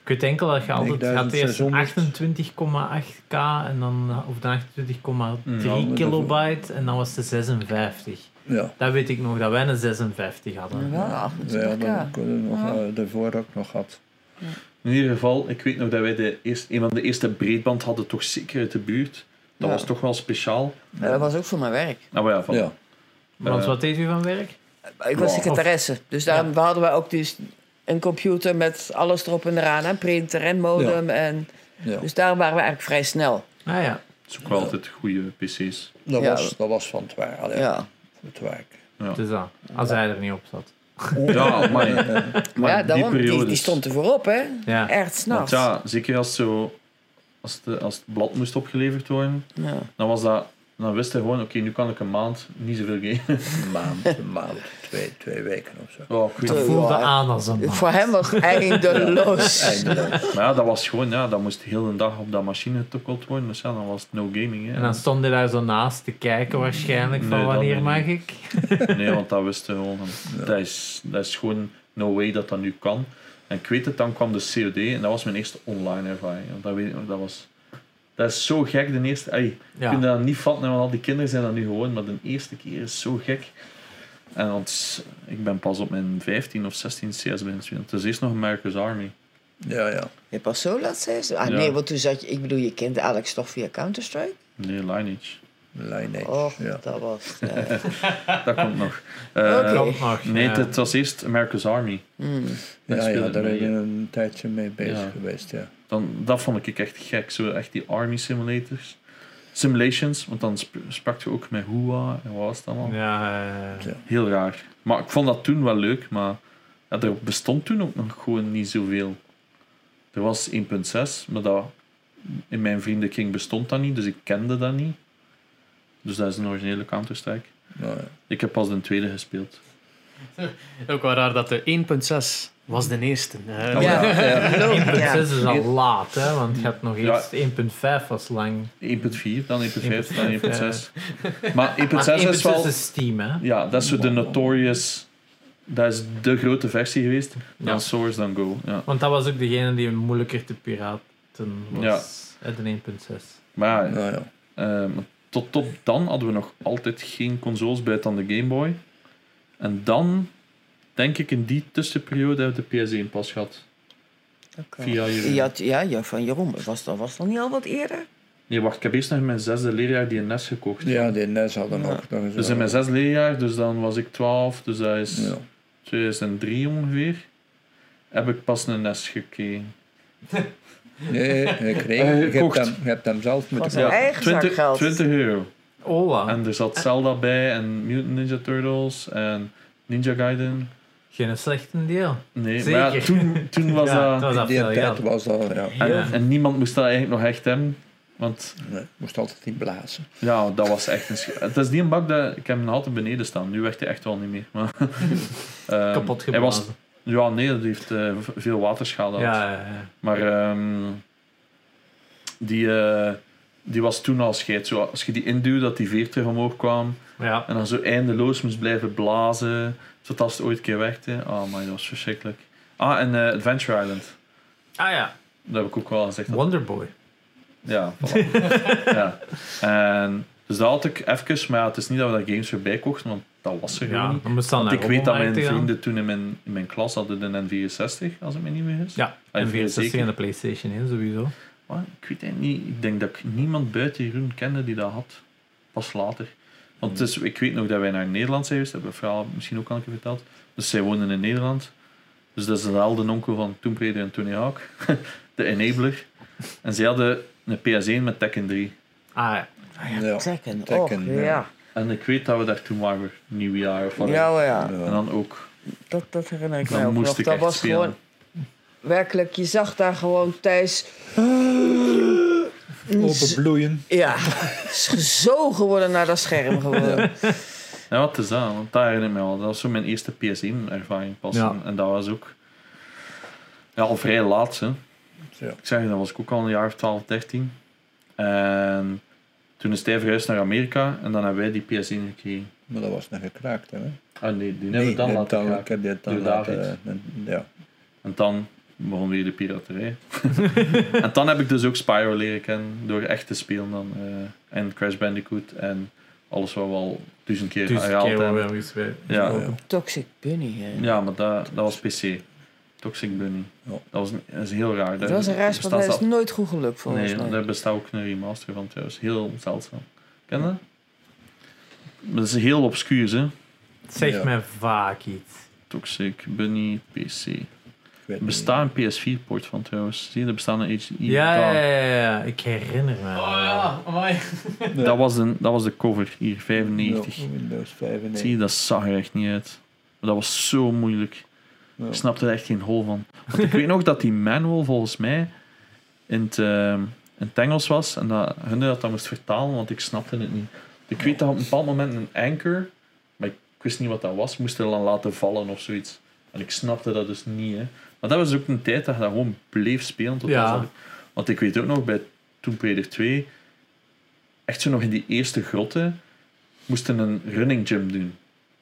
Speaker 1: ik weet enkel dat je altijd gaat eerst
Speaker 4: 9600.
Speaker 1: 28,8k en dan of dan 28,3
Speaker 3: Ja,
Speaker 1: kilobyte en dan was de 56.
Speaker 4: Ja.
Speaker 1: Dat weet ik nog, dat wij een 56 hadden.
Speaker 5: Wel, ach,
Speaker 4: Ja,
Speaker 5: natuurlijk, ja.
Speaker 4: dat ik nog, eh, daarvoor ook nog had.
Speaker 3: In ieder geval, ik weet nog dat wij de eerste, een van de eerste breedband hadden, toch zeker uit de buurt. Dat
Speaker 5: Ja.
Speaker 3: was toch wel speciaal.
Speaker 5: Ja, dat was ook voor mijn werk.
Speaker 3: Nou ja, van,
Speaker 4: Ja,
Speaker 1: Want
Speaker 3: Eh.
Speaker 1: wat deed u van werk?
Speaker 5: Ik was
Speaker 3: Ja.
Speaker 5: secretaresse. Dus daarom hadden we ook dus een computer met alles erop en eraan. Hè? Printer en modem. En,
Speaker 4: ja.
Speaker 5: dus daarom waren we eigenlijk vrij snel.
Speaker 1: Ah ja,
Speaker 3: het is ook wel altijd goede PC's.
Speaker 4: Dat,
Speaker 5: Ja.
Speaker 4: was, dat was van het werk. Allee,
Speaker 5: Ja.
Speaker 4: Het werk.
Speaker 1: dus dat. Als hij er niet op zat.
Speaker 3: Ja, [laughs] maar,
Speaker 4: Eh,
Speaker 3: maar
Speaker 5: ja, daarom,
Speaker 3: die
Speaker 5: die,
Speaker 3: periodes.
Speaker 5: die, stond er voorop, hè?
Speaker 1: Ja.
Speaker 5: Echt s'nachts.
Speaker 3: Want ja, zeker als, zo, als, de, als het blad moest opgeleverd worden,
Speaker 5: Ja.
Speaker 3: dan, was dat, dan wist hij gewoon, oké, nu kan ik een maand niet zoveel gamen.
Speaker 4: Een maand, een maand, twee, twee weken of zo.
Speaker 3: Oh, ik weet
Speaker 5: Toch.
Speaker 3: niet.
Speaker 1: Voelde
Speaker 5: Ja.
Speaker 1: aan als een man.
Speaker 5: Voor hem was het eindeloos.
Speaker 4: Eindeloos.
Speaker 3: Maar ja, dat was gewoon, ja, dat moest heel een dag op dat machine getokkeld worden. Dus ja, dan was het no gaming. Hè.
Speaker 1: En dan stond hij daar zo naast te kijken waarschijnlijk
Speaker 3: Nee,
Speaker 1: van
Speaker 3: dat
Speaker 1: wanneer
Speaker 3: niet.
Speaker 1: mag ik?
Speaker 3: Nee, want dat wisten we gewoon. Dat, is, dat is gewoon no way dat dat nu kan. En ik weet het, dan kwam de COD en dat was mijn eerste online ervaring. Want dat, weet, ik nog, dat, was, dat is zo gek, de eerste... Ey, Je kunt
Speaker 1: Ja.
Speaker 3: dat niet vatten, want al die kinderen zijn dat nu gewoon. Maar de eerste keer is zo gek. En want ik ben pas op mijn 15 of 16 CS beginnen spelen. Het is eerst nog America's Army.
Speaker 4: Ja, ja.
Speaker 5: Je pas zo laat zei ze? Ah
Speaker 3: Ja.
Speaker 5: nee, want toen zat je... Ik bedoel, je kent Alex toch via Counter-Strike?
Speaker 3: Nee, Lineage.
Speaker 4: Lineage.
Speaker 5: Och,
Speaker 4: ja.
Speaker 5: dat
Speaker 3: [laughs]
Speaker 5: was... eh,
Speaker 3: Dat komt
Speaker 4: [laughs]
Speaker 3: nog. Eh,
Speaker 5: Oké.
Speaker 1: Komt nog.
Speaker 3: Nee,
Speaker 1: ja.
Speaker 3: het was eerst America's Army.
Speaker 5: mm.
Speaker 3: dat
Speaker 4: Ja, ja,
Speaker 3: speelde
Speaker 4: daar
Speaker 3: mee,
Speaker 4: ben je een tijdje mee bezig
Speaker 3: Ja.
Speaker 4: geweest, ja.
Speaker 3: dan, dat vond ik echt gek. Zo echt die army simulators. Simulations, want dan sp- sprak je ook met Hua en wat was dat allemaal.
Speaker 1: Ja, eh,
Speaker 4: Ja.
Speaker 3: Heel raar. Maar ik vond dat toen wel leuk, maar ja, er bestond toen ook nog gewoon niet zoveel. Er was 1.6, maar dat, in mijn vriendenkring bestond dat niet, dus ik kende dat niet. Dus dat is een originele Counter-Strike.
Speaker 4: Nou, ja.
Speaker 3: Ik heb pas de tweede gespeeld.
Speaker 2: Ook wel raar dat de 1.6 was de eerste. Eh,
Speaker 3: Oh,
Speaker 5: Ja.
Speaker 4: Ja, ja.
Speaker 1: 1.6
Speaker 5: Ja.
Speaker 1: is al laat, hè, want je had nog eerst 1.5 was lang.
Speaker 3: 1.4, dan 1.5, dan
Speaker 1: [laughs]
Speaker 3: 1.6. Maar 1.6
Speaker 1: Maar
Speaker 3: is wel...
Speaker 1: is Steam, hè?
Speaker 3: Ja, dat is zo de Notorious. Dat is de grote versie geweest. Dan
Speaker 1: Ja.
Speaker 3: Source, dan Go. Ja.
Speaker 1: Want dat was ook degene die moeilijker te piraten was. Ja. De 1.6.
Speaker 3: Maar ja,
Speaker 4: Nou, ja.
Speaker 3: eh, tot, tot dan hadden we nog altijd geen consoles buiten dan de Game Boy. En dan, denk ik, in die tussenperiode hebben we de PS1 pas gehad.
Speaker 5: Oké.
Speaker 3: Via Jeroen.
Speaker 5: Je had- ja, ja, van Jeroen. Was dat, was dat niet al wat eerder?
Speaker 3: Nee, wacht, ik heb eerst nog in mijn zesde leerjaar die NES gekocht.
Speaker 4: Ja, die NES hadden
Speaker 5: Ja.
Speaker 4: ook. Dat is
Speaker 3: Dus
Speaker 4: wel-
Speaker 3: in mijn zesde leerjaar, dus dan was ik 12, dus dat is
Speaker 4: Ja.
Speaker 3: 2003 ongeveer, heb ik pas een E NES gekregen.
Speaker 4: Nee, ik kreeg,
Speaker 3: Eh,
Speaker 4: je, hebt
Speaker 3: gekocht.
Speaker 4: hem, je hebt hem zelf moeten
Speaker 5: Van Zijn eigen zakgeld.
Speaker 3: 20 euro.
Speaker 1: Ola.
Speaker 3: En er zat Zelda bij en Mutant Ninja Turtles en Ninja Gaiden.
Speaker 1: Geen slechte deel.
Speaker 3: Nee,
Speaker 1: Zeker.
Speaker 3: maar ja, toen, toen
Speaker 1: [laughs]
Speaker 3: was
Speaker 1: ja, dat
Speaker 3: dat...
Speaker 1: was
Speaker 4: In
Speaker 1: dat
Speaker 4: die
Speaker 1: veel
Speaker 4: tijd
Speaker 1: geld.
Speaker 4: was dat, ja.
Speaker 3: En, en niemand moest dat eigenlijk nog echt hebben. Want
Speaker 4: Nee, moest altijd niet blazen.
Speaker 3: ja, dat was echt een... sch- Het is die een bak dat... Ik heb hem altijd beneden staan. Nu werkt hij echt wel niet meer.
Speaker 1: [laughs]
Speaker 3: Maar, ehm,
Speaker 1: Kapot
Speaker 3: hij was,
Speaker 1: geblazen.
Speaker 3: Ja, nee, dat heeft eh, v- veel waterschade gehad.
Speaker 1: Ja, ja, ja.
Speaker 3: Maar ehm, Die, eh, die was toen al scheid. Zo, als je die induwde, dat die veer terug omhoog kwam.
Speaker 1: Ja.
Speaker 3: En dan zo eindeloos moest blijven blazen. Zodat het ooit een keer werkte. Oh man, dat was verschrikkelijk. Ah, en eh, Adventure Island.
Speaker 1: Ah ja,
Speaker 3: Dat heb ik ook wel gezegd. dat-
Speaker 1: Wonderboy.
Speaker 3: Ja, voilà. [laughs] ja. En, dus dat had ik even, maar ja, het is niet dat we dat games voorbij kochten, want dat was er gewoon
Speaker 1: Ja,
Speaker 3: niet.
Speaker 1: dan moest dan
Speaker 3: Want
Speaker 1: naar
Speaker 3: ik weet dat mijn
Speaker 1: Rommelmarkt gaan.
Speaker 3: vrienden toen in mijn, in mijn klas hadden een N64, als het me niet meer is.
Speaker 1: Ja,
Speaker 3: Ah,
Speaker 1: en
Speaker 3: je vindt het
Speaker 1: 64
Speaker 3: zeker?
Speaker 1: en de PlayStation 1 sowieso.
Speaker 3: Maar ik weet het niet. Ik denk dat ik niemand buiten Jeroen kende die dat had. Pas later. Want het is- ik weet nog dat wij naar Nederland zijn geweest. Dat hebben we verhaal misschien ook al een keer verteld. Dus zij woonden in Nederland. Dus dat is dezelfde onkel van Tomb Raider en Tony Hawk. [laughs] de Enabler. En zij hadden een PS1 met Tekken 3.
Speaker 1: Ah ja.
Speaker 4: Ja.
Speaker 5: Tekken.
Speaker 4: Tekken,
Speaker 5: Och,
Speaker 4: ja.
Speaker 5: ja.
Speaker 3: En eh, ik weet dat we daar toen waren, nieuwjaar of wat.
Speaker 5: Ja, oh ja.
Speaker 3: En dan ook,
Speaker 5: Dat, dat herinner ik
Speaker 3: dan
Speaker 5: mij ook
Speaker 3: moest
Speaker 5: nog.
Speaker 3: ik
Speaker 5: Dat
Speaker 3: echt
Speaker 5: was
Speaker 3: spelen.
Speaker 5: gewoon werkelijk, je zag daar gewoon thuis.
Speaker 4: Openbloeien.
Speaker 5: Ja, [laughs] gezogen worden naar dat scherm gewoon.
Speaker 3: Ja, wat is dat? Want dat herinner ik me wel. Dat was zo mijn eerste PS1-ervaring pas.
Speaker 1: Ja.
Speaker 3: En dat was ook ja, al vrij laat. Hè.
Speaker 4: Ja.
Speaker 3: Ik zeg, dat was ik ook al een jaar of 12, 13. En toen is hij verhuisd naar Amerika en dan hebben wij die PS1 gekregen.
Speaker 4: Maar dat was nog gekraakt, hè?
Speaker 3: Ah nee, die hebben we dan
Speaker 4: nee,
Speaker 3: laten
Speaker 4: dan-
Speaker 3: gaan.
Speaker 4: Ik heb dit dan
Speaker 3: Door
Speaker 4: laten...
Speaker 3: David.
Speaker 4: eh, ja.
Speaker 3: En dan begon weer de piraterij. [laughs] en dan heb ik dus ook Spyro leren kennen door echt te spelen dan. eh, en Crash Bandicoot en alles wat we al duizend keer
Speaker 1: Dus
Speaker 3: herhaald
Speaker 1: keer
Speaker 3: hebben.
Speaker 1: wel eens weer. Oh,
Speaker 3: Ja.
Speaker 4: Ja.
Speaker 5: Toxic Bunny. hè.
Speaker 3: Ja, maar dat, dat was PC. Toxic Bunny.
Speaker 4: Ja.
Speaker 3: Dat, was, een- dat is heel raar.
Speaker 5: Dat was een raar
Speaker 3: bestaat
Speaker 5: spel, dat is
Speaker 3: zelf-
Speaker 5: nooit goed gelukt volgens
Speaker 3: Nee,
Speaker 5: mij.
Speaker 3: daar bestaat ook een remaster van trouwens. Heel zeldzaam. Ken je dat? Maar Dat is heel obscuur, hè?
Speaker 1: Het zegt
Speaker 4: Ja.
Speaker 1: mij vaak iets.
Speaker 3: Toxic Bunny PC.
Speaker 4: Ik weet
Speaker 3: Er bestaat een PS4-port van trouwens. Zie je, er bestaat een HDMI.
Speaker 1: Ja, ja, ja, ja, ja. ik herinner me.
Speaker 2: Oh ja, amai.
Speaker 4: niet.
Speaker 3: Dat, was een, dat was de cover hier, 95.
Speaker 4: Ja, Windows
Speaker 3: Zie
Speaker 4: 95.
Speaker 3: je, dat zag er echt niet uit. Maar dat was zo moeilijk.
Speaker 4: Ja.
Speaker 3: Ik snapte er echt geen hol van. Want ik weet nog dat die manual volgens mij in het, ehm, in het Engels was en dat hun dat dan moest vertalen, want ik snapte het niet. Ik weet dat op een bepaald moment een anchor, maar ik wist niet wat dat was, moest er dan laten vallen of zoiets. En ik snapte dat dus niet. Hè. Maar dat was ook een tijd dat je dat gewoon bleef spelen. Tot
Speaker 1: Ja.
Speaker 3: als dat- Want ik weet ook nog bij Tomb Raider 2, echt zo nog in die eerste grotten, moesten een running jump doen.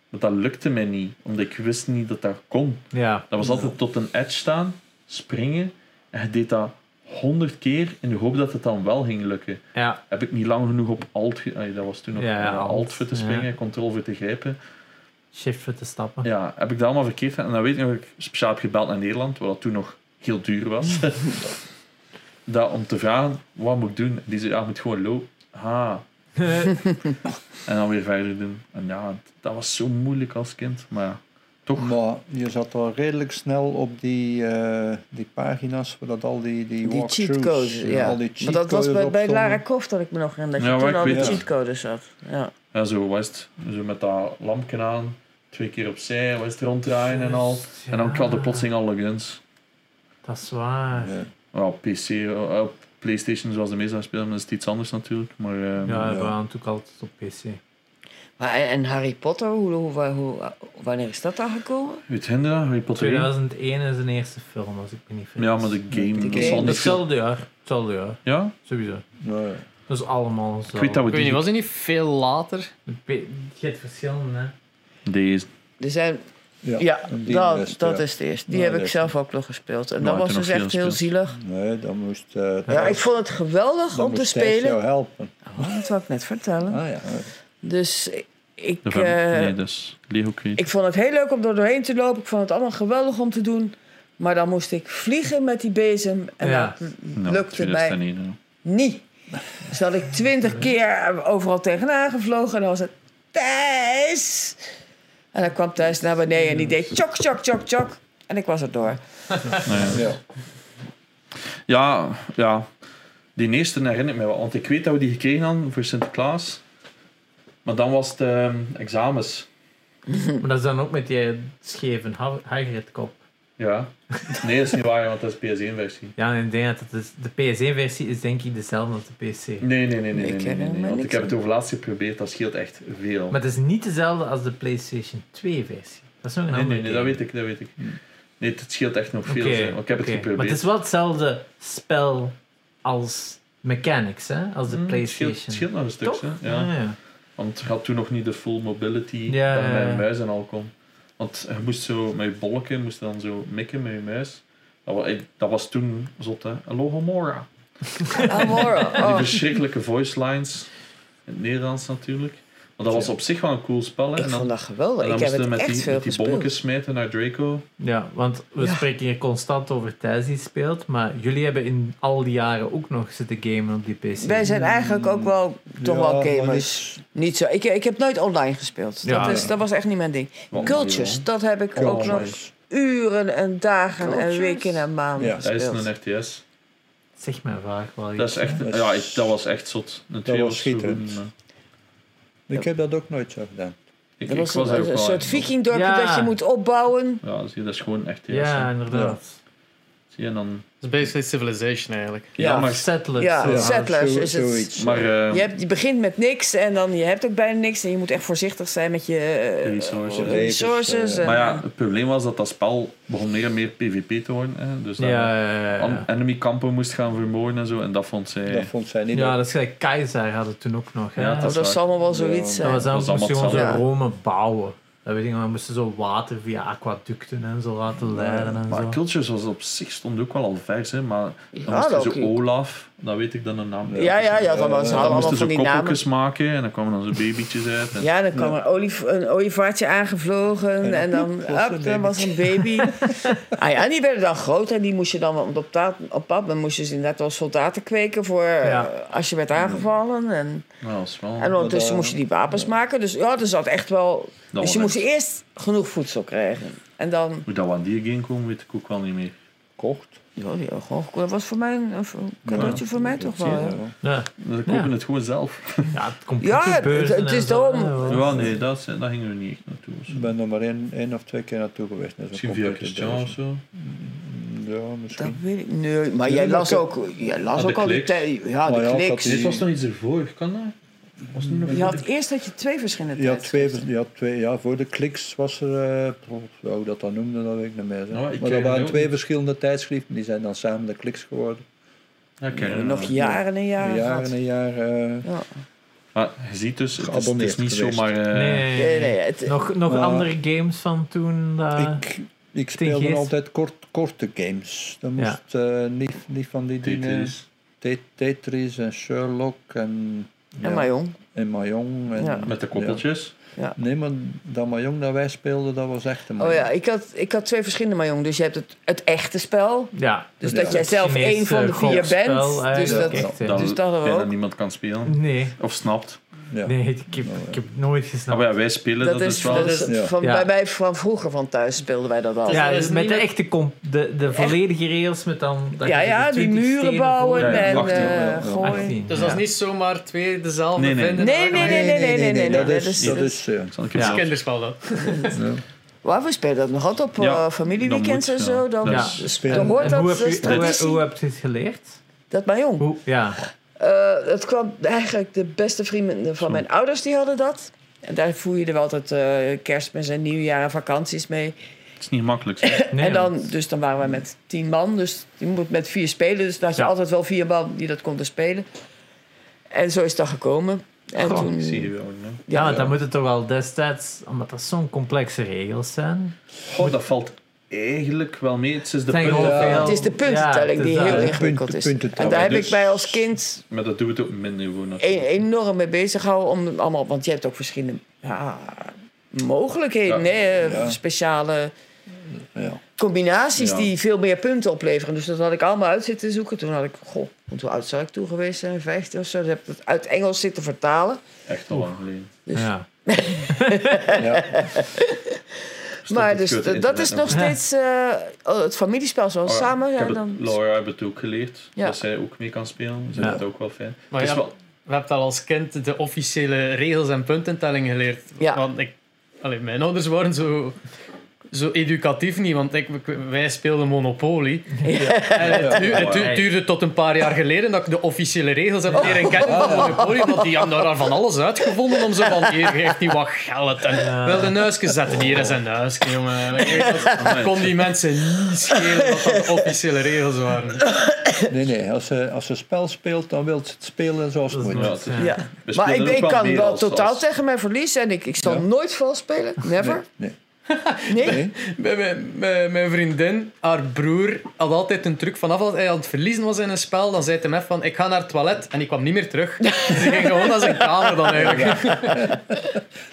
Speaker 3: Maar dat lukte mij niet, omdat ik wist niet dat dat kon.
Speaker 1: Ja.
Speaker 3: Dat was altijd tot een edge staan, springen. En je deed dat honderd keer in de hoop dat het dan wel ging lukken.
Speaker 1: Ja.
Speaker 3: Heb ik niet lang genoeg op alt... Ge- Ay, dat was toen nog
Speaker 1: Ja, ja,
Speaker 3: eh, alt,
Speaker 1: alt,
Speaker 3: voor te
Speaker 1: ja.
Speaker 3: springen, control voor te grijpen.
Speaker 1: Shift voor te stappen.
Speaker 3: Ja, heb ik dat allemaal verkeerd gedaan. En dan weet ik nog, ik speciaal heb gebeld naar Nederland, wat dat toen nog heel duur
Speaker 1: [laughs]
Speaker 3: was. dat, om te vragen, wat moet ik doen? Die zei, ja, je moet gewoon lopen. Ah.
Speaker 1: [laughs]
Speaker 3: en dan weer verder doen. En ja, dat was zo moeilijk als kind. Maar ja, toch...
Speaker 4: Maar je zat al redelijk snel op die, eh, die pagina's, waar dat al die, die,
Speaker 5: Die
Speaker 4: walkthroughs,
Speaker 5: cheatcodes,
Speaker 4: eh,
Speaker 5: ja.
Speaker 4: al die
Speaker 5: Maar dat was
Speaker 4: cheatcodes
Speaker 5: bij, bij
Speaker 4: opstonden.
Speaker 5: Lara Croft dat ik me nog herinner, dat je
Speaker 3: Ja, maar
Speaker 5: toen
Speaker 3: ik
Speaker 5: al die
Speaker 4: weet-
Speaker 5: cheatcodes had. Ja.
Speaker 3: Ja, zo was het. Zo met dat lampje aan, twee keer opzij, was het ronddraaien en al.
Speaker 1: Juist,
Speaker 3: En dan
Speaker 1: ja.
Speaker 3: kladden plotseling alle guns.
Speaker 1: Dat is waar.
Speaker 4: Ja.
Speaker 3: Ja, PC, eh, eh, PlayStation zoals de meeste spelen, dat is het iets anders natuurlijk. Maar eh,
Speaker 1: Ja, we
Speaker 4: Ja.
Speaker 1: waren natuurlijk altijd op PC.
Speaker 5: Maar en, en Harry Potter, hoe, hoe, hoe- hoe- wanneer is dat dan gekomen?
Speaker 3: weet je, dat? Harry Potter 1?
Speaker 1: 2001 is de eerste film, als ik me niet vergis.
Speaker 3: Ja, maar de game.
Speaker 5: De
Speaker 3: dat zal niet
Speaker 5: game.
Speaker 3: veel-
Speaker 1: Hetzelfde jaar. Hetzelfde jaar.
Speaker 3: Ja?
Speaker 1: Sowieso.
Speaker 4: Nou ja.
Speaker 1: Dat is allemaal zo.
Speaker 3: Ik weet dat we
Speaker 2: Ik weet niet,
Speaker 3: die...
Speaker 2: was hij niet veel later?
Speaker 1: Je hebt verschillende, hè.
Speaker 3: Deze.
Speaker 5: Er zijn,
Speaker 4: Ja,
Speaker 5: ja,
Speaker 4: en die
Speaker 5: dat,
Speaker 4: rest,
Speaker 5: dat
Speaker 4: ja.
Speaker 5: is de eerste. Die
Speaker 4: Ja,
Speaker 5: heb ik
Speaker 4: dat-
Speaker 5: zelf ook nog gespeeld. En
Speaker 3: Nou,
Speaker 5: dat
Speaker 3: ik
Speaker 5: was
Speaker 3: heb
Speaker 5: dus
Speaker 3: nog
Speaker 5: echt
Speaker 3: veel
Speaker 5: heel
Speaker 3: gespeeld.
Speaker 5: zielig.
Speaker 4: Nee, dan moest... eh
Speaker 5: Ja, ik vond het geweldig
Speaker 4: dan
Speaker 5: om te
Speaker 4: moest Thijs
Speaker 5: spelen.
Speaker 4: jou helpen.
Speaker 5: Oh, dat wou ik net vertellen.
Speaker 4: Ah ja.
Speaker 5: Dus ik- ik,
Speaker 3: De
Speaker 5: eh,
Speaker 3: vijf- nee, dus. Lego Creed.
Speaker 5: ik vond het heel leuk om er doorheen te lopen. Ik vond het allemaal geweldig om te doen. Maar dan moest ik vliegen met die bezem. En
Speaker 1: Ja.
Speaker 5: dat
Speaker 3: Nou,
Speaker 5: lukte mij
Speaker 3: 2001, ja.
Speaker 5: niet. Dus had ik twintig keer overal tegenaan gevlogen. En dan was het Thijs. En dan kwam Thijs naar beneden en die deed tjok, tjok, tjok, tjok. En ik was er door.
Speaker 3: Nou ja.
Speaker 4: ja.
Speaker 3: Ja, ja. Die eerste herinner ik me wel. Want ik weet dat we die gekregen hadden voor Sinterklaas. Maar dan was het ehm, examens.
Speaker 1: Maar dat is dan ook met die scheve Ha- Hagrid-kop.
Speaker 3: Ja. Nee, dat is niet waar, want dat is PS1-versie.
Speaker 1: Ja, en ik denk dat het is- de PS1-versie is denk ik dezelfde als de PC.
Speaker 3: Nee, nee, nee, nee,
Speaker 5: Ik
Speaker 3: nee, nee,
Speaker 5: herinner
Speaker 3: nee,
Speaker 5: me
Speaker 3: Want
Speaker 5: niks
Speaker 3: ik heb het
Speaker 5: aan.
Speaker 3: over laatst geprobeerd, dat scheelt echt veel.
Speaker 1: Maar het is niet dezelfde als de PlayStation 2-versie. Dat is nog een
Speaker 3: nee,
Speaker 1: andere
Speaker 3: nee, nee, dat
Speaker 1: game.
Speaker 3: weet ik, dat weet ik. Nee, het scheelt echt nog veel.
Speaker 1: Hmm. Oké,
Speaker 3: zeg. Want ik heb
Speaker 1: oké.
Speaker 3: het geprobeerd.
Speaker 1: Maar het is wel hetzelfde spel als mechanics, hè, als de
Speaker 3: Hmm, het scheelt-
Speaker 1: PlayStation.
Speaker 3: Het scheelt nog een stuk,
Speaker 1: Toch?
Speaker 3: hè? Ja.
Speaker 1: Ah, ja.
Speaker 3: Want je had toen nog niet de full mobility
Speaker 1: Ja,
Speaker 3: dat
Speaker 1: ja, ja.
Speaker 3: mijn muis en al kon. Want je moest zo met je bolken, moest dan zo mikken met je muis. Dat was, dat was toen zot, hè? Alohomora.
Speaker 5: Amora.
Speaker 3: Die
Speaker 5: Oh.
Speaker 3: verschrikkelijke voice lines. In het Nederlands natuurlijk. Maar dat was op zich wel een cool spel. Hè?
Speaker 5: Ik
Speaker 3: En dan,
Speaker 5: vond dat geweldig.
Speaker 3: en dan
Speaker 5: Ik heb
Speaker 3: moesten we
Speaker 5: het
Speaker 3: met
Speaker 5: echt
Speaker 3: die,
Speaker 5: veel
Speaker 3: met die
Speaker 5: gespeeld.
Speaker 3: bommetjes smijten naar Draco.
Speaker 1: Ja, want we
Speaker 5: Ja.
Speaker 1: spreken hier constant over Thijs die speelt, maar jullie hebben in al die jaren ook nog zitten gamen op die PC.
Speaker 5: Wij zijn eigenlijk ook wel toch
Speaker 4: Ja,
Speaker 5: wel
Speaker 4: maar
Speaker 5: gamers.
Speaker 4: niet-
Speaker 5: Niet zo. Ik, ik heb nooit online gespeeld.
Speaker 1: Ja.
Speaker 5: dat, is, dat was echt niet mijn ding.
Speaker 3: Wat
Speaker 5: Cultures, dat heb ik
Speaker 4: Ja,
Speaker 5: ook nog
Speaker 4: maar-
Speaker 5: uren en dagen
Speaker 1: Cultures?
Speaker 5: en weken en maanden
Speaker 4: Ja,
Speaker 3: Dat is
Speaker 5: gespeeld.
Speaker 3: een RTS.
Speaker 1: Zeg maar vaak wel.
Speaker 3: Dat, is
Speaker 1: iets,
Speaker 3: echt,
Speaker 4: Dat
Speaker 3: ja,
Speaker 4: is-
Speaker 3: ik- dat was echt zot. Een twee
Speaker 4: was
Speaker 3: was eh, goed,
Speaker 4: schitterend.
Speaker 3: maar
Speaker 4: Ik heb dat ook nooit zo gedaan.
Speaker 3: Ik,
Speaker 5: Dat
Speaker 3: ik
Speaker 5: was,
Speaker 3: was
Speaker 5: een,
Speaker 3: er ook
Speaker 5: een
Speaker 3: wel
Speaker 5: soort
Speaker 3: in.
Speaker 5: vikingdorpje
Speaker 1: Ja.
Speaker 5: dat je moet opbouwen.
Speaker 3: Ja, zie je, dat is gewoon echt
Speaker 1: hè.
Speaker 3: RTS.
Speaker 1: Ja,
Speaker 3: hè.
Speaker 1: inderdaad.
Speaker 3: Zie je, en dan...
Speaker 2: is basically Civilization eigenlijk.
Speaker 3: Ja,
Speaker 1: Ja,
Speaker 3: maar...
Speaker 1: Settlers.
Speaker 5: Ja,
Speaker 1: ja.
Speaker 5: Settlers.
Speaker 4: zo-
Speaker 5: Ah, is het.
Speaker 4: zoiets.
Speaker 3: maar eh,
Speaker 5: Je, hebt, je begint met niks en dan je hebt ook bijna niks. En je moet echt voorzichtig zijn met je eh,
Speaker 3: resources.
Speaker 5: eh,
Speaker 4: Levens,
Speaker 5: resources.
Speaker 4: eh,
Speaker 5: en- Oh,
Speaker 3: Maar ja, het probleem was dat dat spel begon meer en meer PvP te worden. Hè? Dus dat
Speaker 1: Ja, ja, ja,
Speaker 3: an-
Speaker 1: ja.
Speaker 3: enemy kampen moest gaan vermoorden en zo. En dat vond zij...
Speaker 4: Dat vond zij niet
Speaker 1: Ja,
Speaker 4: leuk.
Speaker 1: dat is gelijk Keizer hadden toen ook nog. Hè?
Speaker 3: Ja,
Speaker 5: Oh,
Speaker 1: dat,
Speaker 3: dat-
Speaker 5: dat
Speaker 3: waar.
Speaker 5: zal allemaal wel
Speaker 4: Ja.
Speaker 5: zoiets eh. zijn.
Speaker 1: was dan
Speaker 3: Dat was
Speaker 1: moesten we
Speaker 3: allemaal
Speaker 1: onze
Speaker 5: hetzelfde.
Speaker 1: Rome bouwen. Dat weet ik nog, we moesten zo water via aquaducten en zo laten
Speaker 5: eh,
Speaker 1: leiden en
Speaker 3: Maar
Speaker 1: zo.
Speaker 3: Cultures was op zich stond ook wel al vers, hè, maar
Speaker 5: Ja,
Speaker 3: dan moesten
Speaker 5: dat
Speaker 3: ze
Speaker 5: ook.
Speaker 3: Olaf, dat weet ik dan een naam.
Speaker 5: ja, ja, ja, dat was
Speaker 4: Dan
Speaker 3: Dan
Speaker 5: allemaal
Speaker 3: moesten ze
Speaker 5: van die namen.
Speaker 3: koppeltjes maken en dan kwamen dan zo babytjes uit. En
Speaker 5: Ja, dan kwam er olif, een olievaartje aangevlogen en dan,
Speaker 4: was er
Speaker 5: up,
Speaker 4: een
Speaker 5: dan was er een baby. ah ja, en die werden dan groter en die moest je dan want op, taat, op pad. Dan moest je ze inderdaad wel soldaten kweken voor eh,
Speaker 1: Ja.
Speaker 5: als je werd aangevallen. En,
Speaker 3: Nou, dat was wel...
Speaker 5: en ondertussen
Speaker 4: eh,
Speaker 5: moest je die wapens maken. Dus ja, er zat echt wel...
Speaker 3: dat
Speaker 5: dus
Speaker 3: was
Speaker 5: je moest
Speaker 3: echt-
Speaker 5: eerst genoeg voedsel krijgen. En dan...
Speaker 3: Hoe dat we aan die game komen, weet ik ook wel niet meer.
Speaker 4: Kocht.
Speaker 5: Oh, Ja, die had gewoon, dat was voor mij een, een cadeautje voor mij toch wel.
Speaker 4: Ja.
Speaker 5: hè?
Speaker 1: Ja,
Speaker 3: We kopen het gewoon zelf.
Speaker 1: ja, het
Speaker 5: Ja,
Speaker 1: computerbeurs.
Speaker 5: het- het- het is daarom.
Speaker 3: Ja, nee, dat, daar gingen we niet echt naartoe. of zo.
Speaker 4: Ik ben er maar één, één of twee keer naartoe geweest. naar zo'n
Speaker 3: Misschien via Christian of
Speaker 4: computerbeurs.
Speaker 3: zo.
Speaker 4: Ja,
Speaker 5: Dat
Speaker 4: misschien.
Speaker 5: weet ik Nee, maar
Speaker 4: Ja,
Speaker 5: jij
Speaker 4: dat
Speaker 5: las
Speaker 4: kan-
Speaker 5: ook, jij las
Speaker 3: de
Speaker 5: ook al die
Speaker 3: kliks.
Speaker 5: tijd. Ja, de
Speaker 4: Maar ja, dat
Speaker 5: kliks.
Speaker 4: is-
Speaker 3: Dit was nog iets ervoor, kan dat? Was het niet nog
Speaker 5: Je had eerst dat je twee verschillende
Speaker 4: Je had twee,
Speaker 5: tijdschriften.
Speaker 4: je had twee, ja, voor de kliks was er, eh, hoe hoe dat dan noemde, dat weet ik niet meer. zeg.
Speaker 3: Nou, ik
Speaker 4: maar
Speaker 3: ken
Speaker 4: dat waren
Speaker 3: ook
Speaker 4: twee
Speaker 3: niet.
Speaker 4: verschillende tijdschriften, die zijn dan samen de kliks geworden.
Speaker 3: Ja, ik herinner me
Speaker 5: Nog
Speaker 3: dat.
Speaker 5: jaren en jaren.
Speaker 4: jaren
Speaker 5: gehad.
Speaker 4: en jaar. eh,
Speaker 5: Ja.
Speaker 3: Maar je ziet dus, het is, het
Speaker 4: Geabonneerd
Speaker 3: is niet
Speaker 4: geweest.
Speaker 3: zomaar... eh,
Speaker 1: Nee,
Speaker 5: Nee, nee, het,
Speaker 1: Nog, nog
Speaker 4: Maar-
Speaker 1: andere games van toen? eh,
Speaker 4: ik, ik
Speaker 1: Steen
Speaker 4: speelde
Speaker 1: Geest.
Speaker 4: altijd kort, korte games. Dat
Speaker 1: Ja.
Speaker 4: moest eh, niet, niet van die dingen.
Speaker 3: Tetris.
Speaker 4: Te- Tetris en Sherlock en,
Speaker 5: En maar jong.
Speaker 4: en Mahjong. En,
Speaker 5: Ja.
Speaker 3: Met de koppeltjes.
Speaker 4: Nee, maar dat Mahjong dat wij speelden, dat was echt een
Speaker 5: Oh
Speaker 4: Mahjong.
Speaker 5: ja, ik had, ik had twee verschillende maar jong. Dus je hebt het, het echte spel.
Speaker 1: ja.
Speaker 5: Dus
Speaker 4: Ja.
Speaker 5: dat jij zelf
Speaker 1: Chinese
Speaker 5: één van de vier
Speaker 1: golfspel,
Speaker 5: bent.
Speaker 1: hè,
Speaker 5: Dus
Speaker 1: dat
Speaker 5: dat,
Speaker 1: is echt, hè. Dus-
Speaker 3: Dat
Speaker 5: dus dat
Speaker 3: bijna
Speaker 5: ook.
Speaker 3: niemand kan spelen.
Speaker 1: Nee,
Speaker 3: Of snapt.
Speaker 4: Ja. Oh,
Speaker 1: nee ik, heb, ik heb nooit
Speaker 3: Ah,
Speaker 1: gesnapt.
Speaker 3: maar ja, wij spelen dat,
Speaker 5: Dat is,
Speaker 3: dus wel.
Speaker 5: dat is
Speaker 4: Ja.
Speaker 5: van,
Speaker 1: Ja.
Speaker 5: bij mij van vroeger van thuis speelden wij dat al.
Speaker 1: Ja,
Speaker 2: Dat
Speaker 1: dus
Speaker 2: is
Speaker 1: met
Speaker 2: niet
Speaker 1: de
Speaker 2: met-
Speaker 1: echte comp, de, de volledige rails met dan... dat
Speaker 5: Ja,
Speaker 1: je
Speaker 5: ja,
Speaker 1: de
Speaker 5: die
Speaker 1: 20
Speaker 5: muren
Speaker 1: stenen
Speaker 5: bouwen
Speaker 1: voor-
Speaker 3: Ja,
Speaker 5: en
Speaker 3: wacht,
Speaker 5: eh,
Speaker 4: ja, ja.
Speaker 5: gooien.
Speaker 1: 18,
Speaker 2: Dus
Speaker 1: ja.
Speaker 2: dat is niet zomaar twee dezelfde
Speaker 3: Nee, nee.
Speaker 2: vinden.
Speaker 5: Nee, nee, nee, nee, nee, nee, nee,
Speaker 4: dat
Speaker 5: nee,
Speaker 4: is... Dat is eh,
Speaker 3: Zal
Speaker 1: Ja.
Speaker 3: ik
Speaker 2: Dat is
Speaker 3: even-
Speaker 2: kinderspel dat.
Speaker 5: Waar we spelen dat nog altijd op eh,
Speaker 3: Ja,
Speaker 5: familieweekends
Speaker 3: dat
Speaker 5: en
Speaker 3: moet,
Speaker 5: zo.
Speaker 3: ja.
Speaker 5: Dan,
Speaker 1: Ja.
Speaker 4: spelen.
Speaker 5: dan hoort
Speaker 1: En hoe,
Speaker 5: dat
Speaker 1: heb
Speaker 5: als
Speaker 1: je, hoe,
Speaker 5: traditie.
Speaker 1: hoe heb je het geleerd?
Speaker 5: Dat maar jong.
Speaker 1: Hoe, ja,
Speaker 5: Eh, dat kwam eigenlijk de beste vrienden van mijn ouders die hadden dat. En daar voer je er wel altijd eh, kerstmis en nieuwjaar en vakanties mee.
Speaker 3: Het is niet
Speaker 1: [laughs]
Speaker 3: makkelijk. zeg.
Speaker 1: nee,
Speaker 5: en dan,
Speaker 1: want-
Speaker 5: dus dan waren we met tien man. Dus je moet met vier spelen. Dus dan had je
Speaker 1: Ja.
Speaker 5: altijd wel vier man die dat konden spelen. En zo is dat gekomen. En
Speaker 3: Goh,
Speaker 5: toen,
Speaker 3: ik zie je wel. hè.
Speaker 1: ja, want dan moet het toch wel destijds... Omdat dat zo'n complexe regels zijn.
Speaker 3: Goh, dat valt eigenlijk wel mee. Het is de
Speaker 1: Het zijn gewoon
Speaker 3: punten.
Speaker 1: veel-
Speaker 5: het is de puntentelling
Speaker 1: Ja, het is
Speaker 5: die
Speaker 1: dat,
Speaker 5: heel
Speaker 1: hè.
Speaker 5: ingewikkeld is.
Speaker 4: Punten-
Speaker 5: en daar heb
Speaker 3: puntentelling.
Speaker 5: ik mij als kind
Speaker 3: Maar dat doet het ook minder gewoon.
Speaker 5: e-
Speaker 3: natuurlijk.
Speaker 5: enorm mee bezig gehouden. Om allemaal, want je hebt ook verschillende ja, mogelijkheden.
Speaker 3: Ja.
Speaker 5: Hè?
Speaker 4: Ja.
Speaker 5: Speciale
Speaker 4: Ja.
Speaker 5: combinaties
Speaker 3: Ja.
Speaker 5: die veel meer punten opleveren. Dus dat had ik allemaal uit zitten zoeken. Toen had ik, goh, want hoe oud zou ik toen geweest zijn? 15 of zo. Dus heb ik het uit Engels zitten vertalen.
Speaker 3: Echt al lang geleden.
Speaker 5: Dus-
Speaker 1: Ja.
Speaker 4: Ja.
Speaker 3: Stond
Speaker 5: maar
Speaker 3: het
Speaker 5: dus
Speaker 3: kut
Speaker 5: dat, dat is
Speaker 3: internet
Speaker 5: nog
Speaker 1: nog. Ja.
Speaker 5: steeds eh, oh, het familiespel zoals
Speaker 3: Oh ja,
Speaker 5: samen
Speaker 3: Ik heb
Speaker 5: zijn.
Speaker 3: het,
Speaker 5: Dan...
Speaker 3: Laura heeft het ook geleerd.
Speaker 5: Ja.
Speaker 3: Dat zij ook mee kan spelen. Ze
Speaker 1: Ja.
Speaker 3: vindt het ook wel fijn.
Speaker 2: Maar
Speaker 3: het is
Speaker 2: ja.
Speaker 3: wel,
Speaker 2: We hebben al als kind de officiële regels en puntentelling geleerd.
Speaker 5: Ja.
Speaker 2: Want ik, allee, mijn ouders waren zo, zo educatief niet, want ik, ik- wij speelden Monopoly. En het,
Speaker 3: Oh,
Speaker 2: du- het du- duurde tot een paar jaar geleden dat ik de officiële regels heb leren kennen van Monopoly. Want die hadden daar van alles uitgevonden om zo van, hier geeft die wat geld. En wel een huisje zetten, hier is een huisje, jongen. Dat kon die mensen niet schelen wat dat de officiële regels waren.
Speaker 4: Nee, nee. Als ze, als ze spel speelt, dan wil ze het spelen zoals Oh het
Speaker 1: Dat is
Speaker 4: moet.
Speaker 3: Ja,
Speaker 1: nooit,
Speaker 3: het is-
Speaker 1: ja.
Speaker 5: Ja.
Speaker 3: We
Speaker 5: Maar ik,
Speaker 3: speelden ook
Speaker 5: ik
Speaker 3: wel
Speaker 5: kan
Speaker 3: meer
Speaker 5: wel
Speaker 3: als-
Speaker 5: totaal
Speaker 3: als-
Speaker 5: tegen mijn verlies en ik, ik zal
Speaker 4: Ja.
Speaker 5: nooit vals spelen. Never.
Speaker 4: Nee.
Speaker 5: Nee.
Speaker 4: nee.
Speaker 2: Bij mijn, bij mijn vriendin, haar broer, had altijd een truc. Vanaf als hij aan het verliezen was in een spel, dan zei hij hem van ik ga naar het toilet en ik kwam niet meer terug. Dus ik ging gewoon naar zijn kamer dan eigenlijk.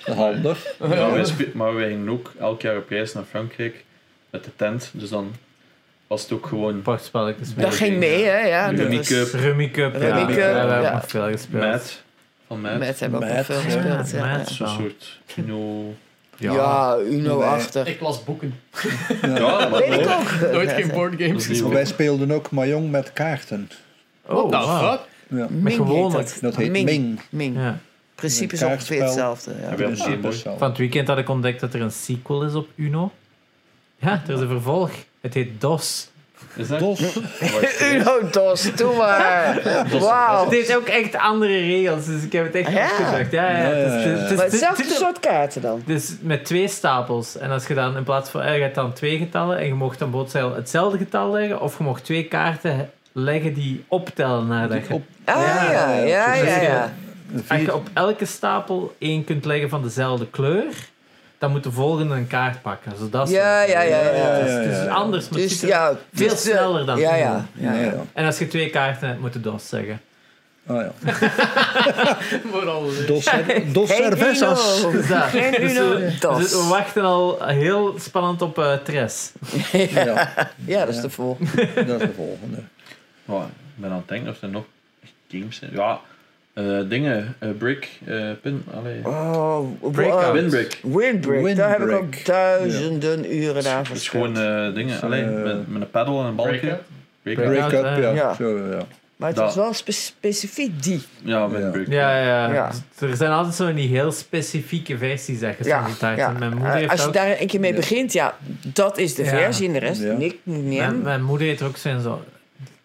Speaker 4: nee. Handig.
Speaker 3: Ja, wij spe- maar wij gingen ook elk jaar op reis naar Frankrijk met de tent. Dus dan was het ook gewoon
Speaker 1: Sportspelletjes.
Speaker 5: Dat ging mee, hè? Ja, dat
Speaker 3: Rummy
Speaker 5: was-
Speaker 3: Cup
Speaker 1: Rummy Cup.
Speaker 5: Rummy
Speaker 1: ja.
Speaker 5: Cup,
Speaker 1: Ja, we hebben
Speaker 5: ja.
Speaker 1: nog veel gespeeld.
Speaker 3: met. Van met.
Speaker 5: Met hebben we ook
Speaker 4: Met,
Speaker 5: nog veel
Speaker 4: ja,
Speaker 5: gespeeld. Ja,
Speaker 1: met.
Speaker 3: Zo'n soort kino.
Speaker 5: ja.
Speaker 1: Ja.
Speaker 5: Uno-achtig.
Speaker 2: Ik las boeken.
Speaker 3: Ja, maar
Speaker 5: Weet ik
Speaker 3: ook.
Speaker 5: ook.
Speaker 2: Nooit geen boardgames
Speaker 3: Dat is niet
Speaker 2: gespeeld.
Speaker 4: Wij speelden ook Mahjong met kaarten.
Speaker 1: Oh,
Speaker 2: What the
Speaker 1: wow.
Speaker 2: fuck?
Speaker 4: Ja.
Speaker 5: Ming
Speaker 1: gewoon
Speaker 5: heet
Speaker 4: Dat heet Ming.
Speaker 5: Ming. Ming.
Speaker 1: Ja.
Speaker 5: principe is
Speaker 4: Een
Speaker 5: ongeveer
Speaker 4: kaartspel.
Speaker 5: hetzelfde. Ja.
Speaker 3: Ja, we
Speaker 4: In
Speaker 3: hebben
Speaker 4: principe
Speaker 3: Game Boy.
Speaker 4: zal.
Speaker 1: Van het weekend had ik ontdekt dat er een sequel is op Uno. Ja, er is een vervolg. Het heet DOS.
Speaker 3: Is dat? [laughs]
Speaker 4: Dos.
Speaker 3: Wacht,
Speaker 5: Uno, dos, doe maar. Wauw.
Speaker 1: Het heeft ook echt andere regels, dus ik heb het echt
Speaker 5: Ah, Ja.
Speaker 1: opgezocht. Ja, ja, het is-
Speaker 4: Ja, ja, ja.
Speaker 1: het is-
Speaker 5: Maar
Speaker 1: het is-
Speaker 5: hetzelfde
Speaker 1: het is-
Speaker 5: soort kaarten dan.
Speaker 1: Dus met twee stapels. En als je dan in plaats van. eh, Je hebt dan twee getallen en je mocht dan boodsel hetzelfde getal leggen. Of je mocht twee kaarten he- leggen die optellen naar dat
Speaker 4: Die
Speaker 1: getal.
Speaker 4: op-
Speaker 5: Ah ja, ja, ja,
Speaker 1: Dus
Speaker 5: ja.
Speaker 1: je- Als je
Speaker 4: Vier.
Speaker 1: op elke stapel één kunt leggen van dezelfde kleur, dan moet de volgende een kaart pakken. Zo dat
Speaker 5: Ja,
Speaker 1: soort.
Speaker 5: ja, ja, ja, ja.
Speaker 1: Dus het is
Speaker 4: ja, ja.
Speaker 1: anders, maar het
Speaker 5: Dus
Speaker 1: ziet er-
Speaker 5: ja,
Speaker 1: veel
Speaker 5: dus, eh,
Speaker 1: sneller dan
Speaker 5: Ja,
Speaker 1: Uno.
Speaker 5: ja.
Speaker 4: Ja, ja.
Speaker 1: En als je twee kaarten hebt, moet je DOS
Speaker 5: [laughs]
Speaker 1: zeggen.
Speaker 4: Ah, ja.
Speaker 2: Vooral. eh,
Speaker 4: Dos, cer- dos
Speaker 5: Hey,
Speaker 4: cervezas.
Speaker 5: Uno. [laughs]
Speaker 1: Dus dat.
Speaker 5: Geen
Speaker 1: Dus
Speaker 5: Uno,
Speaker 1: we-
Speaker 5: DOS.
Speaker 1: dus we [laughs] wachten al heel spannend op eh Tres.
Speaker 4: Ja,
Speaker 5: Ja, dat is de volgende.
Speaker 4: dat is de volgende.
Speaker 3: Ja, ik ben aan het denken of er nog games zijn. Ja, eh, dingen. eh, brick, eh, pin. Allee.
Speaker 5: Oh,
Speaker 1: Breakout.
Speaker 5: wow.
Speaker 3: Winbrick.
Speaker 5: Windbreak. Daar heb ik ook
Speaker 4: Windbreak.
Speaker 5: duizenden uren aan
Speaker 3: Het is
Speaker 5: verspeeld.
Speaker 3: gewoon eh, dingen.
Speaker 4: Dus,
Speaker 3: Allee,
Speaker 4: eh,
Speaker 3: met, met een paddel en een balkje.
Speaker 2: Breakout?
Speaker 3: Breakout.
Speaker 1: Breakout,
Speaker 4: Break-up,
Speaker 1: hè?
Speaker 4: ja.
Speaker 5: Ja.
Speaker 4: Zo, ja.
Speaker 5: Maar het
Speaker 3: Dat.
Speaker 5: was wel spe- specifiek die.
Speaker 3: Ja, met
Speaker 4: Ja.
Speaker 3: break.
Speaker 1: Ja, ja.
Speaker 5: Ja.
Speaker 1: Dus Er zijn altijd zo'n die heel specifieke versies dat je
Speaker 5: Ja,
Speaker 1: soms hebt.
Speaker 5: ja. Eh,
Speaker 1: En Mijn moeder heeft
Speaker 5: Als je
Speaker 1: ook-
Speaker 5: daar een keer mee
Speaker 4: Ja.
Speaker 5: begint, ja, dat is de
Speaker 1: Ja.
Speaker 5: versie. En de rest,
Speaker 4: Ja.
Speaker 5: niks moet niet
Speaker 1: mijn,
Speaker 5: aan.
Speaker 1: mijn moeder heeft er ook zo'n zo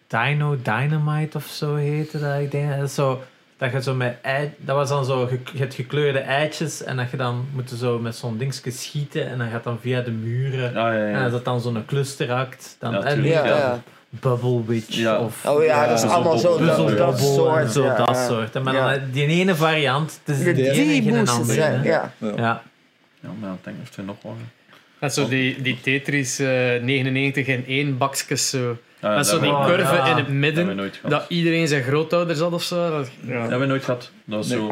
Speaker 1: Dino Dynamite of zo heette dat. Ik denk dat is zo dat je zo met ei, dat was dan zo ge- je hebt gekleurde eitjes en dat je dan moet zo met zo'n dingetje schieten en dan gaat dan via de muren.
Speaker 3: Ah, ja,
Speaker 1: En
Speaker 3: ja.
Speaker 1: als dat dan zo'n cluster hakt, dan
Speaker 3: Ja,
Speaker 1: en
Speaker 3: tuurlijk,
Speaker 5: Ja,
Speaker 1: dan
Speaker 3: ja.
Speaker 5: ja.
Speaker 1: Bubble Witch
Speaker 3: Ja.
Speaker 1: of
Speaker 5: Oh ja, dat is
Speaker 3: Ja.
Speaker 5: allemaal zo
Speaker 3: Puzzel,
Speaker 5: dat, dat
Speaker 1: Bubble
Speaker 5: soort.
Speaker 1: en zo
Speaker 5: ja,
Speaker 1: dat
Speaker 5: ja.
Speaker 1: soort. En maar
Speaker 5: Ja.
Speaker 1: dan eh, die ene variant, het is
Speaker 5: De-
Speaker 1: die, ene
Speaker 5: Die
Speaker 1: en geen
Speaker 5: moest het
Speaker 1: andere.
Speaker 5: zijn,
Speaker 1: hè.
Speaker 5: ja.
Speaker 1: ja.
Speaker 3: Ja, ik ben aan het denken of er nog wel.
Speaker 2: Net zo die, die Tetris eh, 99 in één bakjes zo.
Speaker 3: Ah,
Speaker 2: Met zo die
Speaker 1: hebben we-
Speaker 2: curve
Speaker 1: ja.
Speaker 2: in het
Speaker 3: Dat hebben we
Speaker 2: midden.
Speaker 3: nooit gehad.
Speaker 2: Dat
Speaker 3: Dat
Speaker 2: iedereen zijn grootouders had of zo. Dat, ja.
Speaker 3: hebben we nooit gehad. Dat was
Speaker 4: Nee.
Speaker 3: zo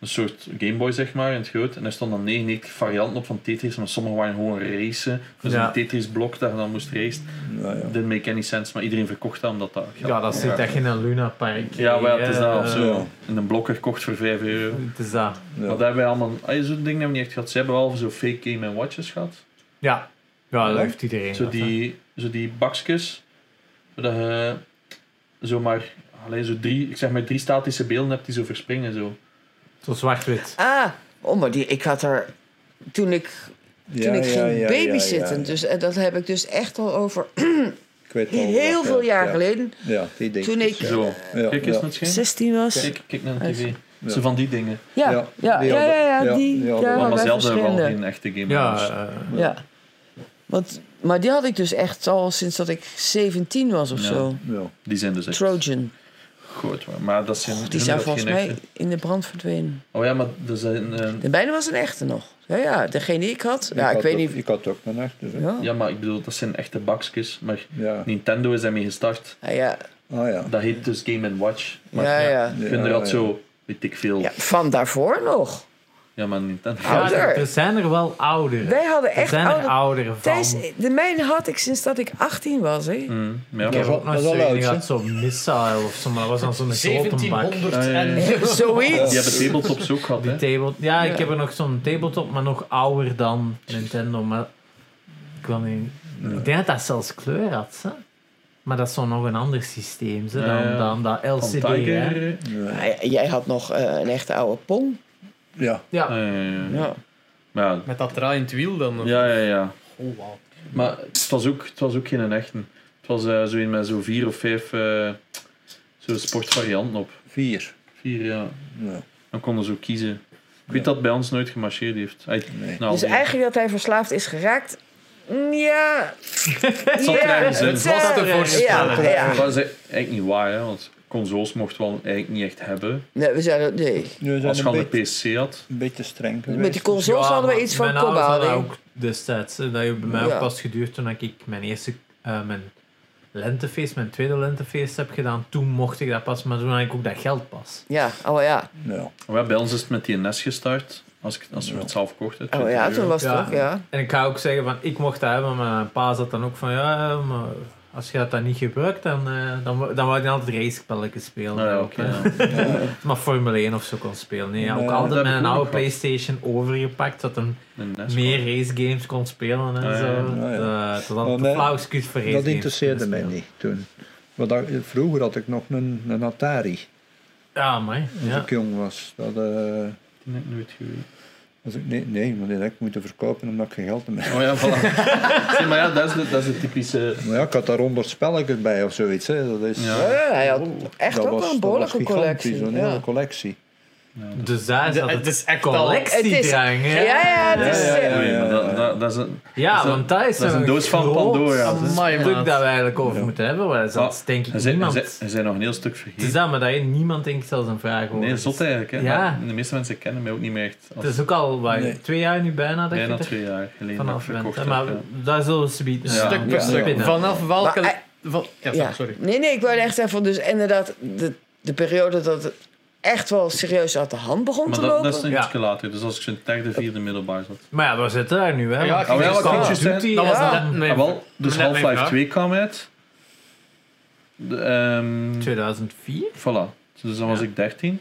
Speaker 3: een soort Gameboy, zeg maar, in het groot. En er stonden 99 varianten op van Tetris, maar sommige waren gewoon racen. Dus
Speaker 1: Ja.
Speaker 3: een Tetris-blok dat je dan moest racen.
Speaker 4: Nou, ja.
Speaker 3: Didn't make any sense, maar iedereen verkocht dat omdat dat
Speaker 1: Ja, dat zit echt in een Luna Park.
Speaker 3: Ja, wel, het is dat of
Speaker 1: Eh,
Speaker 3: zo. En een blok gekocht voor 5 euro.
Speaker 1: Het is dat.
Speaker 4: Ja.
Speaker 3: Maar daar hebben wij allemaal... ah, Zo'n ding hebben we niet echt gehad. Ze hebben wel zo fake game en watches gehad.
Speaker 1: Ja. Ja, dat
Speaker 4: Ja.
Speaker 1: heeft iedereen.
Speaker 3: Zo
Speaker 1: dat, hè.
Speaker 3: die, zo die bakjes, zodat je zomaar alleen zo drie, ik zeg maar drie statische beelden hebt die zo verspringen. Zo.
Speaker 1: Zo zwart-wit.
Speaker 5: Ah, oh, maar die, ik had er. Toen ik, toen
Speaker 4: Ja,
Speaker 5: ik
Speaker 4: ja,
Speaker 5: ging
Speaker 4: ja,
Speaker 5: babysitten.
Speaker 4: ja, ja.
Speaker 5: Dus, en dat heb ik dus echt al over
Speaker 4: Ik weet al
Speaker 5: heel
Speaker 4: wat,
Speaker 5: veel
Speaker 4: ja.
Speaker 5: jaar
Speaker 4: Ja.
Speaker 5: geleden.
Speaker 4: Ja, die dingen.
Speaker 5: Toen ik-
Speaker 3: Zo.
Speaker 4: Ja,
Speaker 3: Kijk eens
Speaker 4: ja.
Speaker 3: naar het scherm.
Speaker 5: 16 was.
Speaker 3: Kijk, kijk naar de tv.
Speaker 4: Ja.
Speaker 3: Zo van die dingen.
Speaker 5: Ja, ja,
Speaker 4: Ja,
Speaker 5: ja,
Speaker 4: die
Speaker 5: ja,
Speaker 4: hadden-
Speaker 5: ja,
Speaker 4: ja,
Speaker 5: die.
Speaker 4: die
Speaker 5: daar
Speaker 4: hadden we.
Speaker 5: hadden
Speaker 3: maar
Speaker 5: wij
Speaker 3: zelden wel
Speaker 5: verschillende.
Speaker 3: geen echte game.
Speaker 1: Ja,
Speaker 3: Dus
Speaker 1: eh,
Speaker 5: Ja. Want, maar die had ik dus echt al sinds dat ik 17 was of
Speaker 3: Ja.
Speaker 5: zo.
Speaker 4: Ja.
Speaker 3: die zijn dus echt
Speaker 5: Trojan.
Speaker 3: goed. hoor. Maar dat zijn
Speaker 5: Die zijn
Speaker 3: inderdaad
Speaker 5: volgens
Speaker 3: geen
Speaker 5: mij
Speaker 3: echte.
Speaker 5: in de brand verdwenen.
Speaker 3: Oh ja, maar er zijn... eh,
Speaker 5: De mijne was een echte nog. Ja, ja, degene die ik had. Ja, ik,
Speaker 4: had
Speaker 5: weet
Speaker 4: ook-
Speaker 5: niet.
Speaker 4: Ik had ook een echt. Dus, ja.
Speaker 5: Ja.
Speaker 3: ja, maar ik bedoel, dat zijn echte bakjes. Maar
Speaker 4: ja.
Speaker 3: Nintendo is daarmee gestart.
Speaker 5: Ah, ja.
Speaker 4: Ah ja.
Speaker 3: Dat heet dus Game Watch. Maar
Speaker 5: ja, ja.
Speaker 3: ik vind er
Speaker 4: Ja,
Speaker 3: altijd
Speaker 4: ja.
Speaker 3: zo, weet ik veel.
Speaker 5: Ja,
Speaker 3: Ja,
Speaker 5: van daarvoor nog.
Speaker 3: maar Nintendo...
Speaker 5: Ah. Ouder.
Speaker 1: eh, er- er zijn er wel ouder.
Speaker 5: Wij hadden
Speaker 1: er
Speaker 5: echt
Speaker 1: zijn er
Speaker 5: oude...
Speaker 1: ouder van.
Speaker 5: Thijs, de mijne had ik sinds dat ik 18 was. Hè.
Speaker 3: Mm, ja.
Speaker 1: Ik heb
Speaker 4: wel-
Speaker 1: ook nog
Speaker 4: dat is wel
Speaker 1: zo'n
Speaker 4: oud,
Speaker 1: die
Speaker 4: hè?
Speaker 1: had zo'n missile of zo, maar dat was dan zo'n grote bak.
Speaker 2: 1700
Speaker 3: Ah, ja,
Speaker 2: [laughs]
Speaker 3: ja.
Speaker 2: en...
Speaker 3: Die
Speaker 5: Zoiets.
Speaker 3: hebben tabletops ook gehad, hè?
Speaker 1: Table, ja,
Speaker 5: Ja.
Speaker 1: ik heb er nog zo'n tabletop, maar nog ouder dan Nintendo. Maar ik, wil niet, ik denk dat dat zelfs kleur had. Hè? Maar dat is zo nog een ander systeem hè, dan,
Speaker 3: Ja, ja.
Speaker 1: dan dat
Speaker 3: Van
Speaker 1: LCD. hè.
Speaker 3: Tiger.
Speaker 4: Ja.
Speaker 5: Ah, ja, Jij had nog eh, een echte oude pong.
Speaker 4: Ja.
Speaker 1: Ja,
Speaker 3: Eh,
Speaker 5: Ja.
Speaker 3: maar
Speaker 2: Met dat draaiend wiel dan? of-
Speaker 3: ja, ja, ja.
Speaker 2: Oh, wauw.
Speaker 3: Maar het was ook, het was ook geen echte. Het was eh zo een met zo vier of vijf eh zo sportvarianten op.
Speaker 4: Vier.
Speaker 3: Vier, ja.
Speaker 4: Ja.
Speaker 3: Dan konden ze ook kiezen. Ik weet dat het bij ons nooit gemarcheerd heeft. Hij-
Speaker 4: Nee.
Speaker 3: nou,
Speaker 5: Dus
Speaker 3: die-
Speaker 5: eigenlijk dat hij verslaafd is geraakt Ja.
Speaker 3: zat er ergens in.
Speaker 5: het,
Speaker 3: Het
Speaker 5: eh,
Speaker 2: was te voorspellen.
Speaker 5: Ja, ja.
Speaker 3: Dat is eigenlijk niet waar, hè, want consoles mochten we eigenlijk niet echt hebben.
Speaker 5: Nee, we zijn er, nee.
Speaker 4: Nu zijn
Speaker 3: Als je
Speaker 4: een,
Speaker 3: al een
Speaker 4: beetje,
Speaker 3: PC had.
Speaker 4: een beetje streng geweest.
Speaker 5: Met die consoles hadden we
Speaker 1: maar
Speaker 5: iets van
Speaker 1: mijn ouders hadden
Speaker 5: kophouding.
Speaker 1: ook destijds. hè, Dat heeft bij mij
Speaker 5: Ja.
Speaker 1: ook pas geduurd toen ik mijn eerste eh, mijn lentefeest, mijn tweede lentefeest heb gedaan. Toen mocht ik dat pas, maar toen had ik ook dat geld pas.
Speaker 5: Ja, oh ja.
Speaker 4: Ja.
Speaker 3: Ja, bij ons is het met die NES gestart. Als, ik, als we het zelf kochten.
Speaker 5: Oh ja,
Speaker 3: 20
Speaker 5: toen
Speaker 3: euro.
Speaker 5: was het
Speaker 1: Ja.
Speaker 5: ook, ja.
Speaker 1: En ik ga ook zeggen van, ik mocht dat hebben, maar mijn pa zat dan ook van, ja, maar als je dat dan niet gebruikt, dan, eh dan, wou- dan wou ik dan altijd racespelletjes spelen.
Speaker 3: Ah, ja,
Speaker 1: ook,
Speaker 3: oké,
Speaker 1: hè.
Speaker 3: ja.
Speaker 1: Maar Formule 1 of zo kon spelen. Nee, ja,
Speaker 4: Nee,
Speaker 1: ook
Speaker 3: dat
Speaker 1: altijd
Speaker 3: heb
Speaker 1: met
Speaker 3: ik
Speaker 1: een
Speaker 3: ook
Speaker 1: oude
Speaker 3: nog gehad.
Speaker 1: Playstation overgepakt, dat een
Speaker 3: Een
Speaker 1: [laughs]
Speaker 3: NES.
Speaker 1: meer racegames kon spelen en
Speaker 3: Ah, ja,
Speaker 1: zo.
Speaker 4: ja, ja.
Speaker 1: Dat- dat
Speaker 4: Maar
Speaker 1: had
Speaker 4: mij-
Speaker 1: een flauw excuus voor racegames
Speaker 4: Oh, Dat interesseerde
Speaker 1: kunnen
Speaker 4: mij
Speaker 1: spelen.
Speaker 4: niet toen. Want dat- vroeger had ik nog een, een Atari
Speaker 1: Ja, maar
Speaker 4: als
Speaker 1: ja.
Speaker 4: ik jong was. Dat, eh,
Speaker 3: Die heb ik nooit geweten.
Speaker 4: was ik, nee, nee, maar die had ik moeten verkopen omdat ik geen geld meer had.
Speaker 3: Oh
Speaker 1: [laughs]
Speaker 3: ja, voilà. Zie, maar ja, dat is de, dat is de typische...
Speaker 4: Maar ja, ik had daar honderd spelletjes bij of zoiets. Hè. Dat is,
Speaker 3: Ja.
Speaker 5: Ja, hij had echt
Speaker 4: dat
Speaker 5: ook wel
Speaker 4: was- dat was
Speaker 5: een behoorlijke
Speaker 4: gigantisch,
Speaker 5: collectie.
Speaker 4: Een
Speaker 5: Ja.
Speaker 4: hele collectie.
Speaker 1: Dus daar
Speaker 2: De-
Speaker 1: zat
Speaker 2: het
Speaker 1: het,
Speaker 2: is echt al-
Speaker 1: collectiedrang,
Speaker 5: Ja,
Speaker 1: hè?
Speaker 5: ja, het is...
Speaker 3: Ja, ja,
Speaker 5: eh,
Speaker 3: ja, maar dat, dat, dat is een...
Speaker 1: Ja,
Speaker 3: dat is
Speaker 1: want dat is,
Speaker 3: dat is een doos van
Speaker 1: groot
Speaker 3: Pandora. Dat
Speaker 2: is- Amai,
Speaker 1: stuk
Speaker 2: maat.
Speaker 1: dat we eigenlijk over moeten hebben. Want dat is denk ik
Speaker 3: Er zijn, er
Speaker 1: niemand...
Speaker 3: zijn- er
Speaker 1: Het
Speaker 3: zijn nog een heel stuk vergeten.
Speaker 1: is dat, maar dat heeft niemand denk ik zelfs een vraag over.
Speaker 3: Nee,
Speaker 1: is.
Speaker 3: zot eigenlijk. Hè?
Speaker 1: Ja.
Speaker 3: Maar De meeste mensen kennen mij ook niet meer echt.
Speaker 1: Het
Speaker 3: Als
Speaker 1: is ook al wat,
Speaker 4: Nee.
Speaker 1: twee jaar nu bijna dat
Speaker 3: bijna
Speaker 1: je er
Speaker 3: twee jaar geleden dat ik
Speaker 1: vanaf bent.
Speaker 3: verkocht
Speaker 1: hè,
Speaker 3: heb.
Speaker 1: Maar
Speaker 3: ja.
Speaker 1: daar zullen we ze bieden.
Speaker 3: Ja.
Speaker 2: Stuk per
Speaker 4: Ja.
Speaker 2: stuk.
Speaker 1: Ja.
Speaker 2: Vanaf welke...
Speaker 5: Maar hij-
Speaker 2: van- ja,
Speaker 5: Ja.
Speaker 2: sorry.
Speaker 5: Nee, nee, ik wou echt zeggen van dus inderdaad de, de periode dat het echt wel serieus uit de hand begon
Speaker 3: Maar
Speaker 5: te
Speaker 3: dat,
Speaker 5: lopen.
Speaker 3: dat is een
Speaker 1: Ja.
Speaker 3: ietsje later. Dus als ik zo'n derde, vierde middelbaar zat.
Speaker 1: Maar ja, we zitten daar nu, hè.
Speaker 2: Ja,
Speaker 1: want
Speaker 2: ik-
Speaker 3: Oh ja,
Speaker 2: dat
Speaker 3: wat
Speaker 1: Call
Speaker 3: ik
Speaker 1: of
Speaker 3: je
Speaker 1: Duty
Speaker 3: zei.
Speaker 2: Dat was
Speaker 1: en
Speaker 5: Ja.
Speaker 2: net mijn
Speaker 3: Ah, wel, dus
Speaker 2: net mijn
Speaker 3: Half-Life
Speaker 2: vraag.
Speaker 3: 2 kwam uit. De, ehm,
Speaker 1: 2004?
Speaker 3: voilà. Dus dan was
Speaker 1: Ja.
Speaker 3: ik 13.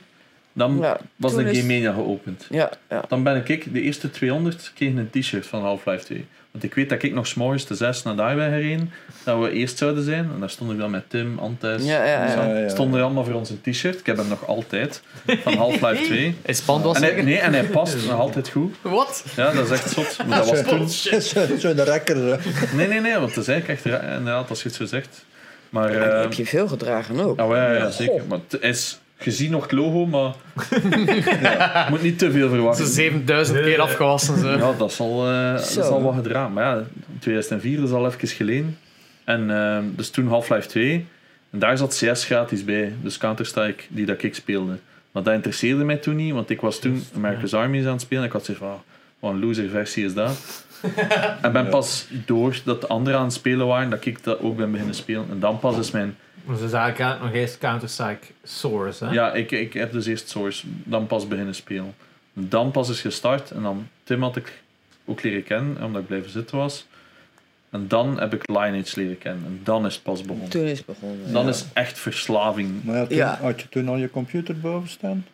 Speaker 3: Dan
Speaker 5: Ja,
Speaker 3: was de
Speaker 5: toen is-
Speaker 3: Game Mania geopend.
Speaker 5: Ja, ja.
Speaker 3: Dan ben ik, de eerste 200 kregen een t-shirt van Half-Life 2. Want ik weet dat ik nog s'morgens te zes naar daar ben gereden. Dat we eerst zouden zijn. En daar stond ik dan met Tim, Antes.
Speaker 5: Ja, ja, ja.
Speaker 4: Ja, ja.
Speaker 3: Stonden er allemaal voor ons een t-shirt. Ik heb hem nog altijd. Van Half-Life
Speaker 5: [laughs]
Speaker 3: 2.
Speaker 2: Hij spant was
Speaker 3: En hij,
Speaker 2: zeker.
Speaker 3: nee, en hij past nog altijd goed.
Speaker 2: Wat?
Speaker 3: Ja, dat is echt zot. Maar dat was toen...
Speaker 4: Zo'n rekker. hè.
Speaker 3: Nee, nee, nee. Want dat is eigenlijk echt... ra- Inderdaad, als je het zo zegt. Maar...
Speaker 5: En
Speaker 3: eh,
Speaker 5: heb je veel gedragen ook.
Speaker 3: nou ja, ja, zeker. Maar het is gezien nog het logo, maar... [laughs] ja, je moet niet te veel
Speaker 2: Ze
Speaker 3: verwachten.
Speaker 2: 7000 keer afgewassen. Zo.
Speaker 3: Ja, dat is al, eh, dat is
Speaker 5: Zo.
Speaker 3: al wat gedraaid. Maar ja, 2004 is al even geleden. En ehm, dus toen Half-Life 2. En daar zat CS gratis bij. Dus Counter-Strike, die dat ik speelde. Maar dat interesseerde mij toen niet, want ik was toen America's Armies aan het spelen. En ik had zoiets van, ah, wat een loser versie is dat. en ben pas doordat de anderen aan het spelen waren, dat ik dat ook ben beginnen spelen. En dan pas is mijn...
Speaker 1: Dus dat is eigenlijk nog eens Counter-Strike Source, hè.
Speaker 3: Ja, ik, ik heb dus eerst Source, dan pas beginnen spelen. Dan pas is gestart en dan Tim had ik ook leren kennen, omdat ik blijven zitten was. En dan heb ik Lineage leren kennen en dan is het pas begonnen.
Speaker 5: Toen is het begonnen.
Speaker 3: Dan
Speaker 5: ja.
Speaker 3: is echt verslaving.
Speaker 4: Maar ja, toen,
Speaker 5: Ja.
Speaker 4: had je toen al je computer boven staan?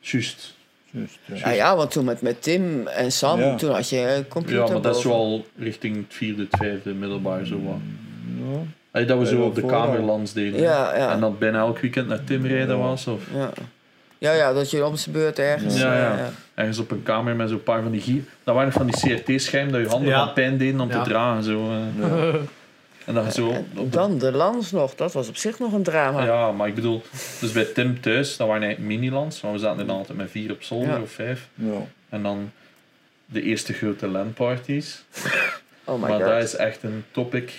Speaker 3: Juist.
Speaker 4: Juist, ja.
Speaker 5: Nou ja, want toen met, met Tim en Sam,
Speaker 4: Ja.
Speaker 5: toen had je eh, computer
Speaker 3: Ja, maar dat is
Speaker 5: boven.
Speaker 3: wel richting het vierde, het vijfde, middelbaar zo wat.
Speaker 4: Ja.
Speaker 3: Allee, dat we
Speaker 4: Ja,
Speaker 3: zo op de
Speaker 4: voorrang.
Speaker 3: kamerlands deden.
Speaker 5: Ja,
Speaker 3: En
Speaker 5: ja.
Speaker 3: dat bijna elk weekend naar Tim rijden was. Of
Speaker 5: Ja. ja, ja, dat je om zijn beurt ergens...
Speaker 3: Ja,
Speaker 5: eh,
Speaker 3: ja. ergens op een kamer met zo'n paar van die gier. Dat waren van die CRT-schermen dat je handen
Speaker 1: Ja.
Speaker 3: van pijn deden om
Speaker 1: Ja.
Speaker 3: te dragen. Zo, eh.
Speaker 5: [laughs]
Speaker 3: En dat je zo
Speaker 5: En
Speaker 3: op de
Speaker 5: dan de lans nog, dat was op zich nog een drama.
Speaker 3: Ja, maar ik bedoel, dus bij Tim thuis, dat waren eigenlijk minilands, maar we zaten er dan altijd met vier op zolder
Speaker 5: Ja.
Speaker 3: of vijf.
Speaker 4: Ja.
Speaker 3: En dan de eerste grote LAN-parties.
Speaker 5: Oh my
Speaker 3: maar dat
Speaker 5: god.
Speaker 3: is echt een topic.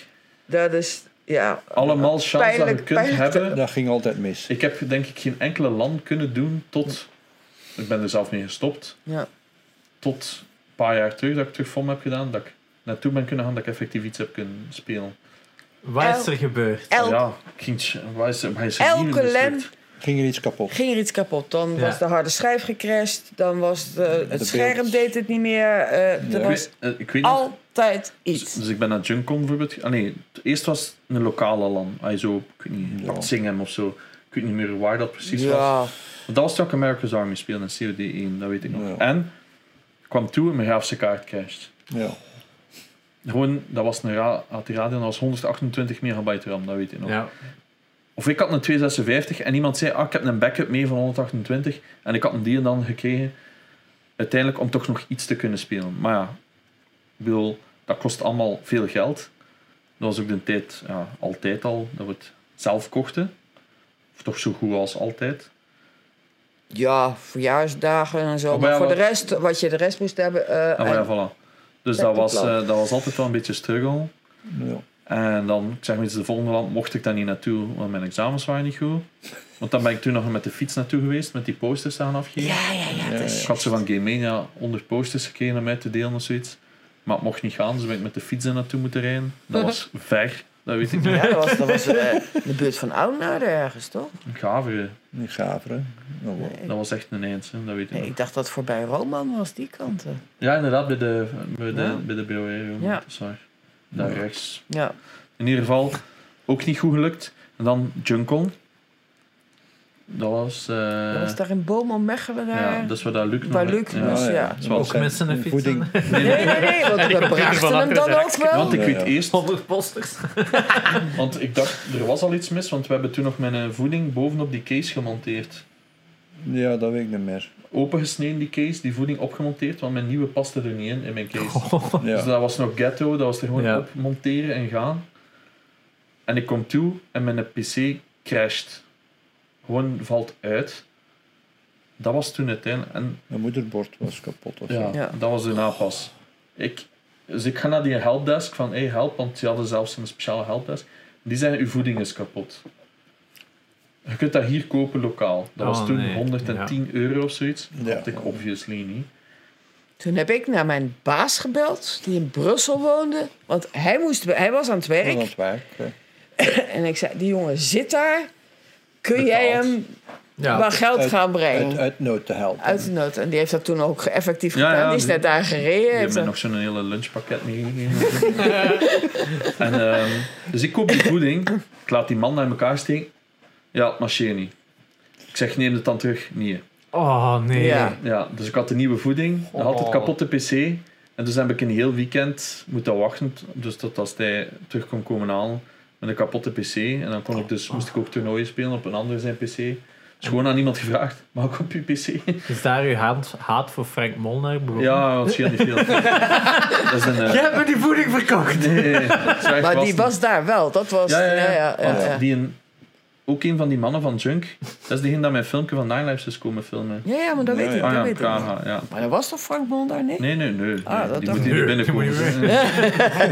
Speaker 5: Dat is, ja,
Speaker 3: Allemaal chance dat je
Speaker 5: Pijnlijk-
Speaker 3: kunt
Speaker 5: pijnlijk te-
Speaker 3: hebben.
Speaker 4: Dat ging altijd mis.
Speaker 3: Ik heb denk ik geen enkele LAN kunnen doen tot... Ik ben er zelf mee gestopt.
Speaker 5: ja.
Speaker 3: Tot een paar jaar terug dat ik terug FOM heb gedaan. Dat ik naartoe ben kunnen gaan dat ik effectief iets heb kunnen spelen.
Speaker 1: Wat is er gebeurd?
Speaker 5: Elk,
Speaker 3: ja, ik ging... Waar is, waar is er
Speaker 5: Elke
Speaker 3: hier mislukt?
Speaker 5: LAN
Speaker 4: Ging er iets kapot?
Speaker 5: ging er iets kapot. Dan
Speaker 1: Ja.
Speaker 5: was de harde schijf gecrashed, dan was de- het
Speaker 4: beeld.
Speaker 5: scherm deed het niet meer. eh,
Speaker 4: Ja.
Speaker 3: Ik
Speaker 5: Er was
Speaker 3: weet, eh, ik weet niet-
Speaker 5: altijd
Speaker 3: Dus,
Speaker 5: iets.
Speaker 3: dus ik ben naar Juncon bijvoorbeeld. Ah, nee, het- eerst was het een lokale LAN. Ah, zo, ik weet niet,
Speaker 4: Ja.
Speaker 3: Bad Singham of zo. Ik weet niet meer waar dat precies was.
Speaker 5: Ja,
Speaker 3: Want dat was toen ik America's Army speelde in COD1, dat weet ik nog.
Speaker 4: Ja.
Speaker 3: En ik kwam toe en mijn grafische kaart crasht.
Speaker 4: Ja.
Speaker 3: Gewoon, dat was een ra had die radio en dat was 128 megabyte RAM, dat weet ik nog.
Speaker 1: Ja.
Speaker 3: Of ik had een 256 en iemand zei, ah, ik heb een backup mee van 128. En ik had een die dan gekregen. Uiteindelijk om toch nog iets te kunnen spelen. Maar ja, ik bedoel, dat kost allemaal veel geld. Dat was ook de tijd, ja, altijd al, dat we het zelf kochten. Of toch zo goed als altijd.
Speaker 5: ja, verjaarsdagen en zo.
Speaker 3: Oh, maar
Speaker 5: maar
Speaker 3: Oh, ja,
Speaker 5: voor de
Speaker 3: wat-
Speaker 5: rest, wat je de rest moest hebben. eh,
Speaker 3: Ah, maar ja,
Speaker 5: en-
Speaker 3: voilà. Dus
Speaker 5: Met
Speaker 3: dat
Speaker 5: de
Speaker 3: was, eh,
Speaker 5: plan.
Speaker 3: dat was altijd wel een beetje struggle.
Speaker 4: Ja.
Speaker 3: En dan, ik zeg maar iets, de volgende land mocht ik daar niet naartoe, want mijn examens waren niet goed. Want dan ben ik toen nog met de fiets naartoe geweest, met die posters staan afgeven.
Speaker 5: Ja, ja, ja. Dat
Speaker 3: Ik
Speaker 5: is...
Speaker 3: had ze van Game Mania 100 posters gekregen om mij te delen of zoiets. Maar het mocht niet gaan, dus ben ik met de fiets er naartoe moeten rijden. Dat
Speaker 5: [laughs]
Speaker 3: was ver, dat weet ik niet.
Speaker 5: Ja, dat was, dat was eh,
Speaker 3: [laughs]
Speaker 5: in de buurt van Oudenaarde ergens, toch?
Speaker 3: Gaveren,
Speaker 4: Niet gaver, hè? Nou, wel.
Speaker 3: dat was echt een eind, hè, dat weet ik
Speaker 5: Nee,
Speaker 3: nog.
Speaker 5: ik dacht dat het voorbij Roman was, die kant. eh.
Speaker 3: Ja, inderdaad, bij de, bij de,
Speaker 5: Ja.
Speaker 3: bij de E, BOR.
Speaker 5: Ja.
Speaker 3: Ja. Daar rechts.
Speaker 5: Ja.
Speaker 3: In ieder geval, ook niet goed gelukt. En dan Junkon. Dat was... eh,
Speaker 5: Dat was daar in Boom om Mechelen daar.
Speaker 3: ja, dat is waar Dus dat Luc nog-
Speaker 5: Waar Luc
Speaker 3: ja.
Speaker 5: was,
Speaker 4: Ah, Ja,
Speaker 5: ja.
Speaker 3: is wel
Speaker 4: Ook
Speaker 1: Als mensen
Speaker 4: een
Speaker 1: een fiets
Speaker 4: voeding.
Speaker 5: Nee,
Speaker 3: [laughs]
Speaker 5: nee, nee, want we brachten
Speaker 2: van
Speaker 5: hem dan
Speaker 2: achter
Speaker 5: ook wel.
Speaker 3: Want ik
Speaker 4: Ja,
Speaker 3: weet
Speaker 4: ja.
Speaker 3: eerst...
Speaker 1: 100 posters.
Speaker 3: Want ik dacht, er was al iets mis, want we hebben toen nog mijn eh, voeding bovenop die case gemonteerd.
Speaker 4: Ja, dat weet ik niet meer.
Speaker 3: Opengesneden die case, die voeding opgemonteerd, want mijn nieuwe paste er niet in, in mijn case. Dus [laughs]
Speaker 4: Ja.
Speaker 3: dat was nog ghetto, dat was er gewoon
Speaker 1: Ja.
Speaker 3: op monteren en gaan. En ik kom toe en mijn pc crasht. Gewoon valt uit. Dat was toen het einde. En
Speaker 4: Mijn moederbord was kapot. Of
Speaker 3: ja,
Speaker 4: zo.
Speaker 5: Ja.
Speaker 3: dat was de napas. Ik, dus ik ga naar die helpdesk van hey, help, want ze hadden zelfs een speciale helpdesk. Die zijn uw voeding is kapot. Je kunt dat hier kopen lokaal. Dat
Speaker 1: Oh,
Speaker 3: was toen
Speaker 1: nee.
Speaker 3: 110 euro of zoiets.
Speaker 4: Ah, Ja.
Speaker 3: Dat had ik obviously niet.
Speaker 5: Toen heb ik naar mijn baas gebeld, die in Brussel woonde. Want hij, moest, hij was aan het
Speaker 4: Dat was
Speaker 5: werk.
Speaker 4: het werk. hè.
Speaker 5: En ik zei, die jongen zit daar. Kun
Speaker 3: Betaald.
Speaker 5: jij hem
Speaker 1: Ja,
Speaker 5: wat geld
Speaker 4: uit-
Speaker 5: gaan
Speaker 4: Uit,
Speaker 5: brengen?
Speaker 4: uit nood te helpen.
Speaker 5: Uit de nood. En die heeft dat toen ook effectief
Speaker 3: Ja,
Speaker 5: gedaan.
Speaker 3: ja,
Speaker 5: die is
Speaker 3: die-
Speaker 5: net daar gereden.
Speaker 3: Die
Speaker 5: Heeft
Speaker 3: hebben mij
Speaker 5: dat-
Speaker 3: nog zo'n hele lunchpakket meegegeven. [laughs] en, ehm, dus ik koop die voeding. Ik laat die man naar elkaar steken. Ja, het marcheert niet. Ik zeg, neem het dan terug. Nee.
Speaker 1: oh nee.
Speaker 5: Ja.
Speaker 3: Ja, dus ik had de nieuwe voeding. Dan had het
Speaker 2: Oh.
Speaker 3: kapotte pc. En dus heb ik een heel weekend moeten wachten. Dus tot als hij terug kon komen halen met een kapotte pc. En dan kon ik dus, moest ik ook toernooien spelen op een ander zijn pc. Dus gewoon aan iemand gevraagd, mag ik op je pc?
Speaker 1: Is daar uw haat, haat voor Frank Molnar begonnen?
Speaker 3: Ja, dat scheelt [laughs] niet veel. Dat is een... eh,
Speaker 1: Jij hebt me die voeding verkocht.
Speaker 3: nee, het is echt
Speaker 5: Maar die
Speaker 3: lastig.
Speaker 5: was daar wel. Dat was...
Speaker 3: Ja, ja, ja.
Speaker 5: ja,
Speaker 3: Want
Speaker 5: ja.
Speaker 3: Die een, ook een van die mannen van Junk, dat is diegene dat mijn filmpje van Nine Lives is komen filmen.
Speaker 5: Ja, ja, maar dat
Speaker 4: Ja,
Speaker 5: weet ik.
Speaker 3: Ah
Speaker 5: dat
Speaker 3: ja,
Speaker 5: weet ik.
Speaker 3: Praga, ja.
Speaker 5: Maar dat was toch Frank Bondar, nee?
Speaker 3: Nee, nee, nee.
Speaker 5: Ah,
Speaker 3: nee,
Speaker 5: dat
Speaker 3: die
Speaker 5: dacht
Speaker 3: moet
Speaker 1: ik.
Speaker 3: hier binnenkomen. [laughs] Die,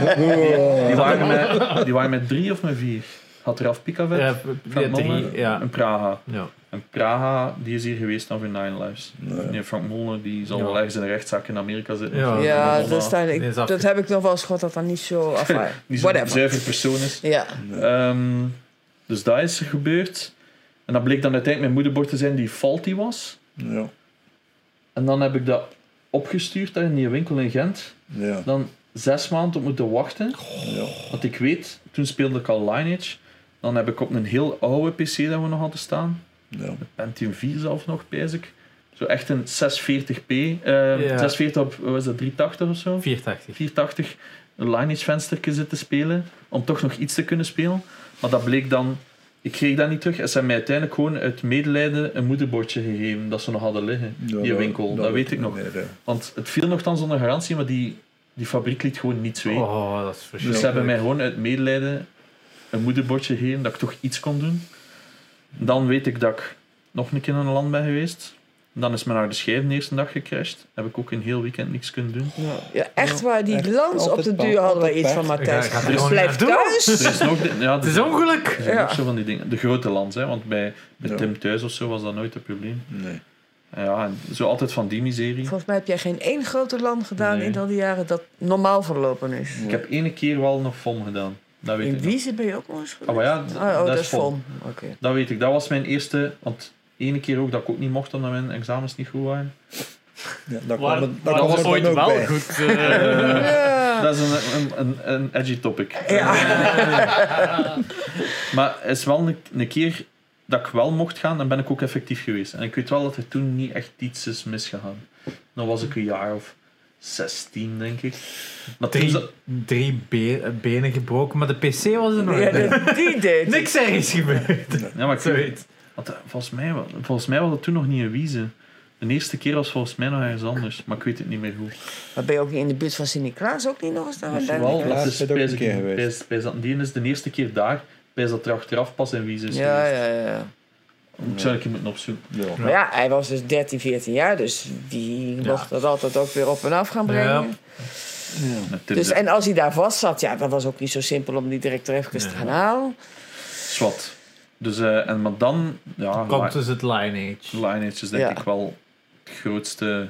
Speaker 3: die, waren met, die waren met drie of met vier. Had Ralf Pikavet, [laughs]
Speaker 1: Ja,
Speaker 3: Frank
Speaker 1: drie,
Speaker 3: Molnar
Speaker 1: ja.
Speaker 3: en Praga.
Speaker 1: ja.
Speaker 3: En Praga, die is hier geweest dan voor Nine Lives.
Speaker 4: Nee.
Speaker 3: Nee, Frank Molnar, die zal
Speaker 1: Ja.
Speaker 3: wel ergens in een rechtszaak in Amerika zitten.
Speaker 1: Ja.
Speaker 3: of zo.
Speaker 5: Ja,
Speaker 3: Madonna.
Speaker 5: dat, is daar- ik-
Speaker 1: Die is afge-
Speaker 5: dat heb ik nog wel eens gehoord dat dat niet
Speaker 3: [laughs]
Speaker 5: zo af
Speaker 3: Die zo'n
Speaker 5: Whatever.
Speaker 3: zuiver persoon is.
Speaker 5: Ja.
Speaker 3: Ehm, dus dat is er gebeurd. En dat bleek dan uiteindelijk mijn moederbord te zijn die faulty was.
Speaker 4: Ja.
Speaker 3: En dan heb ik dat opgestuurd daar in die winkel in Gent.
Speaker 4: Ja.
Speaker 3: Dan zes maanden op moeten wachten.
Speaker 4: Ja.
Speaker 3: Want ik weet, toen speelde ik al Lineage. Dan heb ik op een heel oude PC dat we nog hadden staan.
Speaker 4: Ja.
Speaker 3: Pentium 4 zelf nog, pijs ik. Zo echt een 640p. eh,
Speaker 1: Ja.
Speaker 3: 640 op, wat was dat, 380 of zo?
Speaker 1: 84.
Speaker 3: 480 een lineage vensterke zitten spelen. Om toch nog iets te kunnen spelen. Maar dat bleek dan... Ik kreeg dat niet terug. En ze hebben mij uiteindelijk gewoon uit medelijden een moederbordje gegeven. Dat ze nog hadden liggen.
Speaker 4: Ja,
Speaker 3: die winkel. Dat, weet ik nog.
Speaker 4: meer, hè.
Speaker 3: Want het viel nogthans onder garantie. Maar die, die fabriek liet gewoon niets weten.
Speaker 1: Oh, dat is verschrikkelijk.
Speaker 3: Dus ze hebben mij gewoon uit medelijden een moederbordje gegeven. Dat ik toch iets kon doen. Dan weet ik dat ik nog een keer naar een land ben geweest. Dan is mijn harde schijf de eerste dag gecrashed. Heb ik ook een heel weekend niks kunnen doen.
Speaker 5: Ja. ja, echt waar. Die
Speaker 4: Echt,
Speaker 5: glans op
Speaker 4: altijd
Speaker 5: de
Speaker 4: pijn,
Speaker 5: duur hadden we
Speaker 4: altijd
Speaker 5: iets van
Speaker 4: pijn.
Speaker 5: Matthijs.
Speaker 1: Ja, gaat er
Speaker 5: Dus
Speaker 1: gewoon
Speaker 5: blijf
Speaker 1: naartoe.
Speaker 5: thuis.
Speaker 3: Er is nog de- ja,
Speaker 1: Het
Speaker 3: er
Speaker 1: is
Speaker 3: zijn-
Speaker 1: ongeluk.
Speaker 3: er zijn
Speaker 5: Ja.
Speaker 3: ook zo van die dingen. De grote lands, hè, want bij, bij
Speaker 4: Ja.
Speaker 3: Tim thuis of zo was dat nooit het probleem.
Speaker 4: Nee.
Speaker 3: Ja, en zo altijd van die miserie.
Speaker 5: Volgens mij heb jij geen één grote land gedaan
Speaker 3: Nee.
Speaker 5: in al die jaren dat normaal verlopen is.
Speaker 3: Ik heb ene keer wel nog FOM gedaan. Dat weet
Speaker 5: In
Speaker 3: ik nog.
Speaker 5: Wiezen ben je ook nog eens geweest?
Speaker 3: Ah, maar ja, d-
Speaker 5: oh, oh,
Speaker 3: dat
Speaker 5: dat
Speaker 3: is
Speaker 5: is Von. Oké.
Speaker 3: Dat weet ik. Dat was mijn eerste... Want ene keer ook dat ik ook niet mocht omdat mijn examens niet goed waren.
Speaker 4: Ja, dat
Speaker 2: Waar,
Speaker 4: kwam,
Speaker 2: waar
Speaker 4: dat kwam
Speaker 2: was
Speaker 4: er dan
Speaker 2: ooit
Speaker 4: ook
Speaker 2: wel
Speaker 4: bij.
Speaker 1: [laughs]
Speaker 2: goed. eh,
Speaker 5: Ja.
Speaker 3: Dat is een, een, een, een edgy topic.
Speaker 5: Ja.
Speaker 3: Maar het is wel een, een keer dat ik wel mocht gaan, dan ben ik ook effectief geweest. En ik weet wel dat er toen niet echt iets is misgegaan. Dan was ik een jaar of 16, denk ik. Maar toen
Speaker 1: Drie,
Speaker 3: za-
Speaker 1: drie be- benen gebroken, maar de PC was er nog.
Speaker 5: Ja,
Speaker 1: niet.
Speaker 5: dat- die deed. het.
Speaker 1: Niks ergens gebeurd.
Speaker 3: Ja, maar ik
Speaker 1: Zoiets.
Speaker 3: Want, eh, volgens, mij, wa- volgens mij was dat toen nog niet in Wiezen. De eerste keer was volgens mij nog ergens anders, maar ik weet het niet meer goed.
Speaker 5: Maar ben je ook niet in de buurt van Sint-Niklaas ook niet nog eens daar?
Speaker 4: Dat is
Speaker 5: daar?
Speaker 4: wel-
Speaker 3: dat
Speaker 4: Klaas
Speaker 3: is
Speaker 4: bent ook
Speaker 3: bij
Speaker 4: een keer geweest.
Speaker 3: dat die is de eerste keer daar, bij dat er achteraf pas in Wiezen is
Speaker 5: Ja,
Speaker 3: geweest.
Speaker 5: ja, ja.
Speaker 3: Ik zou een keer moeten opzoeken.
Speaker 4: Ja.
Speaker 5: Maar ja, hij was dus 13, 14 jaar, dus die mocht dat altijd ook weer op en af gaan brengen.
Speaker 3: Een tip
Speaker 5: Dus,
Speaker 3: is
Speaker 5: en als hij daar vast zat, ja, dat was ook niet zo simpel om die direct er even te gaan halen.
Speaker 3: zwart. Dus, eh, en, maar dan, ja,
Speaker 1: Komt dus het lineage.
Speaker 3: Lineage is denk
Speaker 5: Ja.
Speaker 3: ik wel het grootste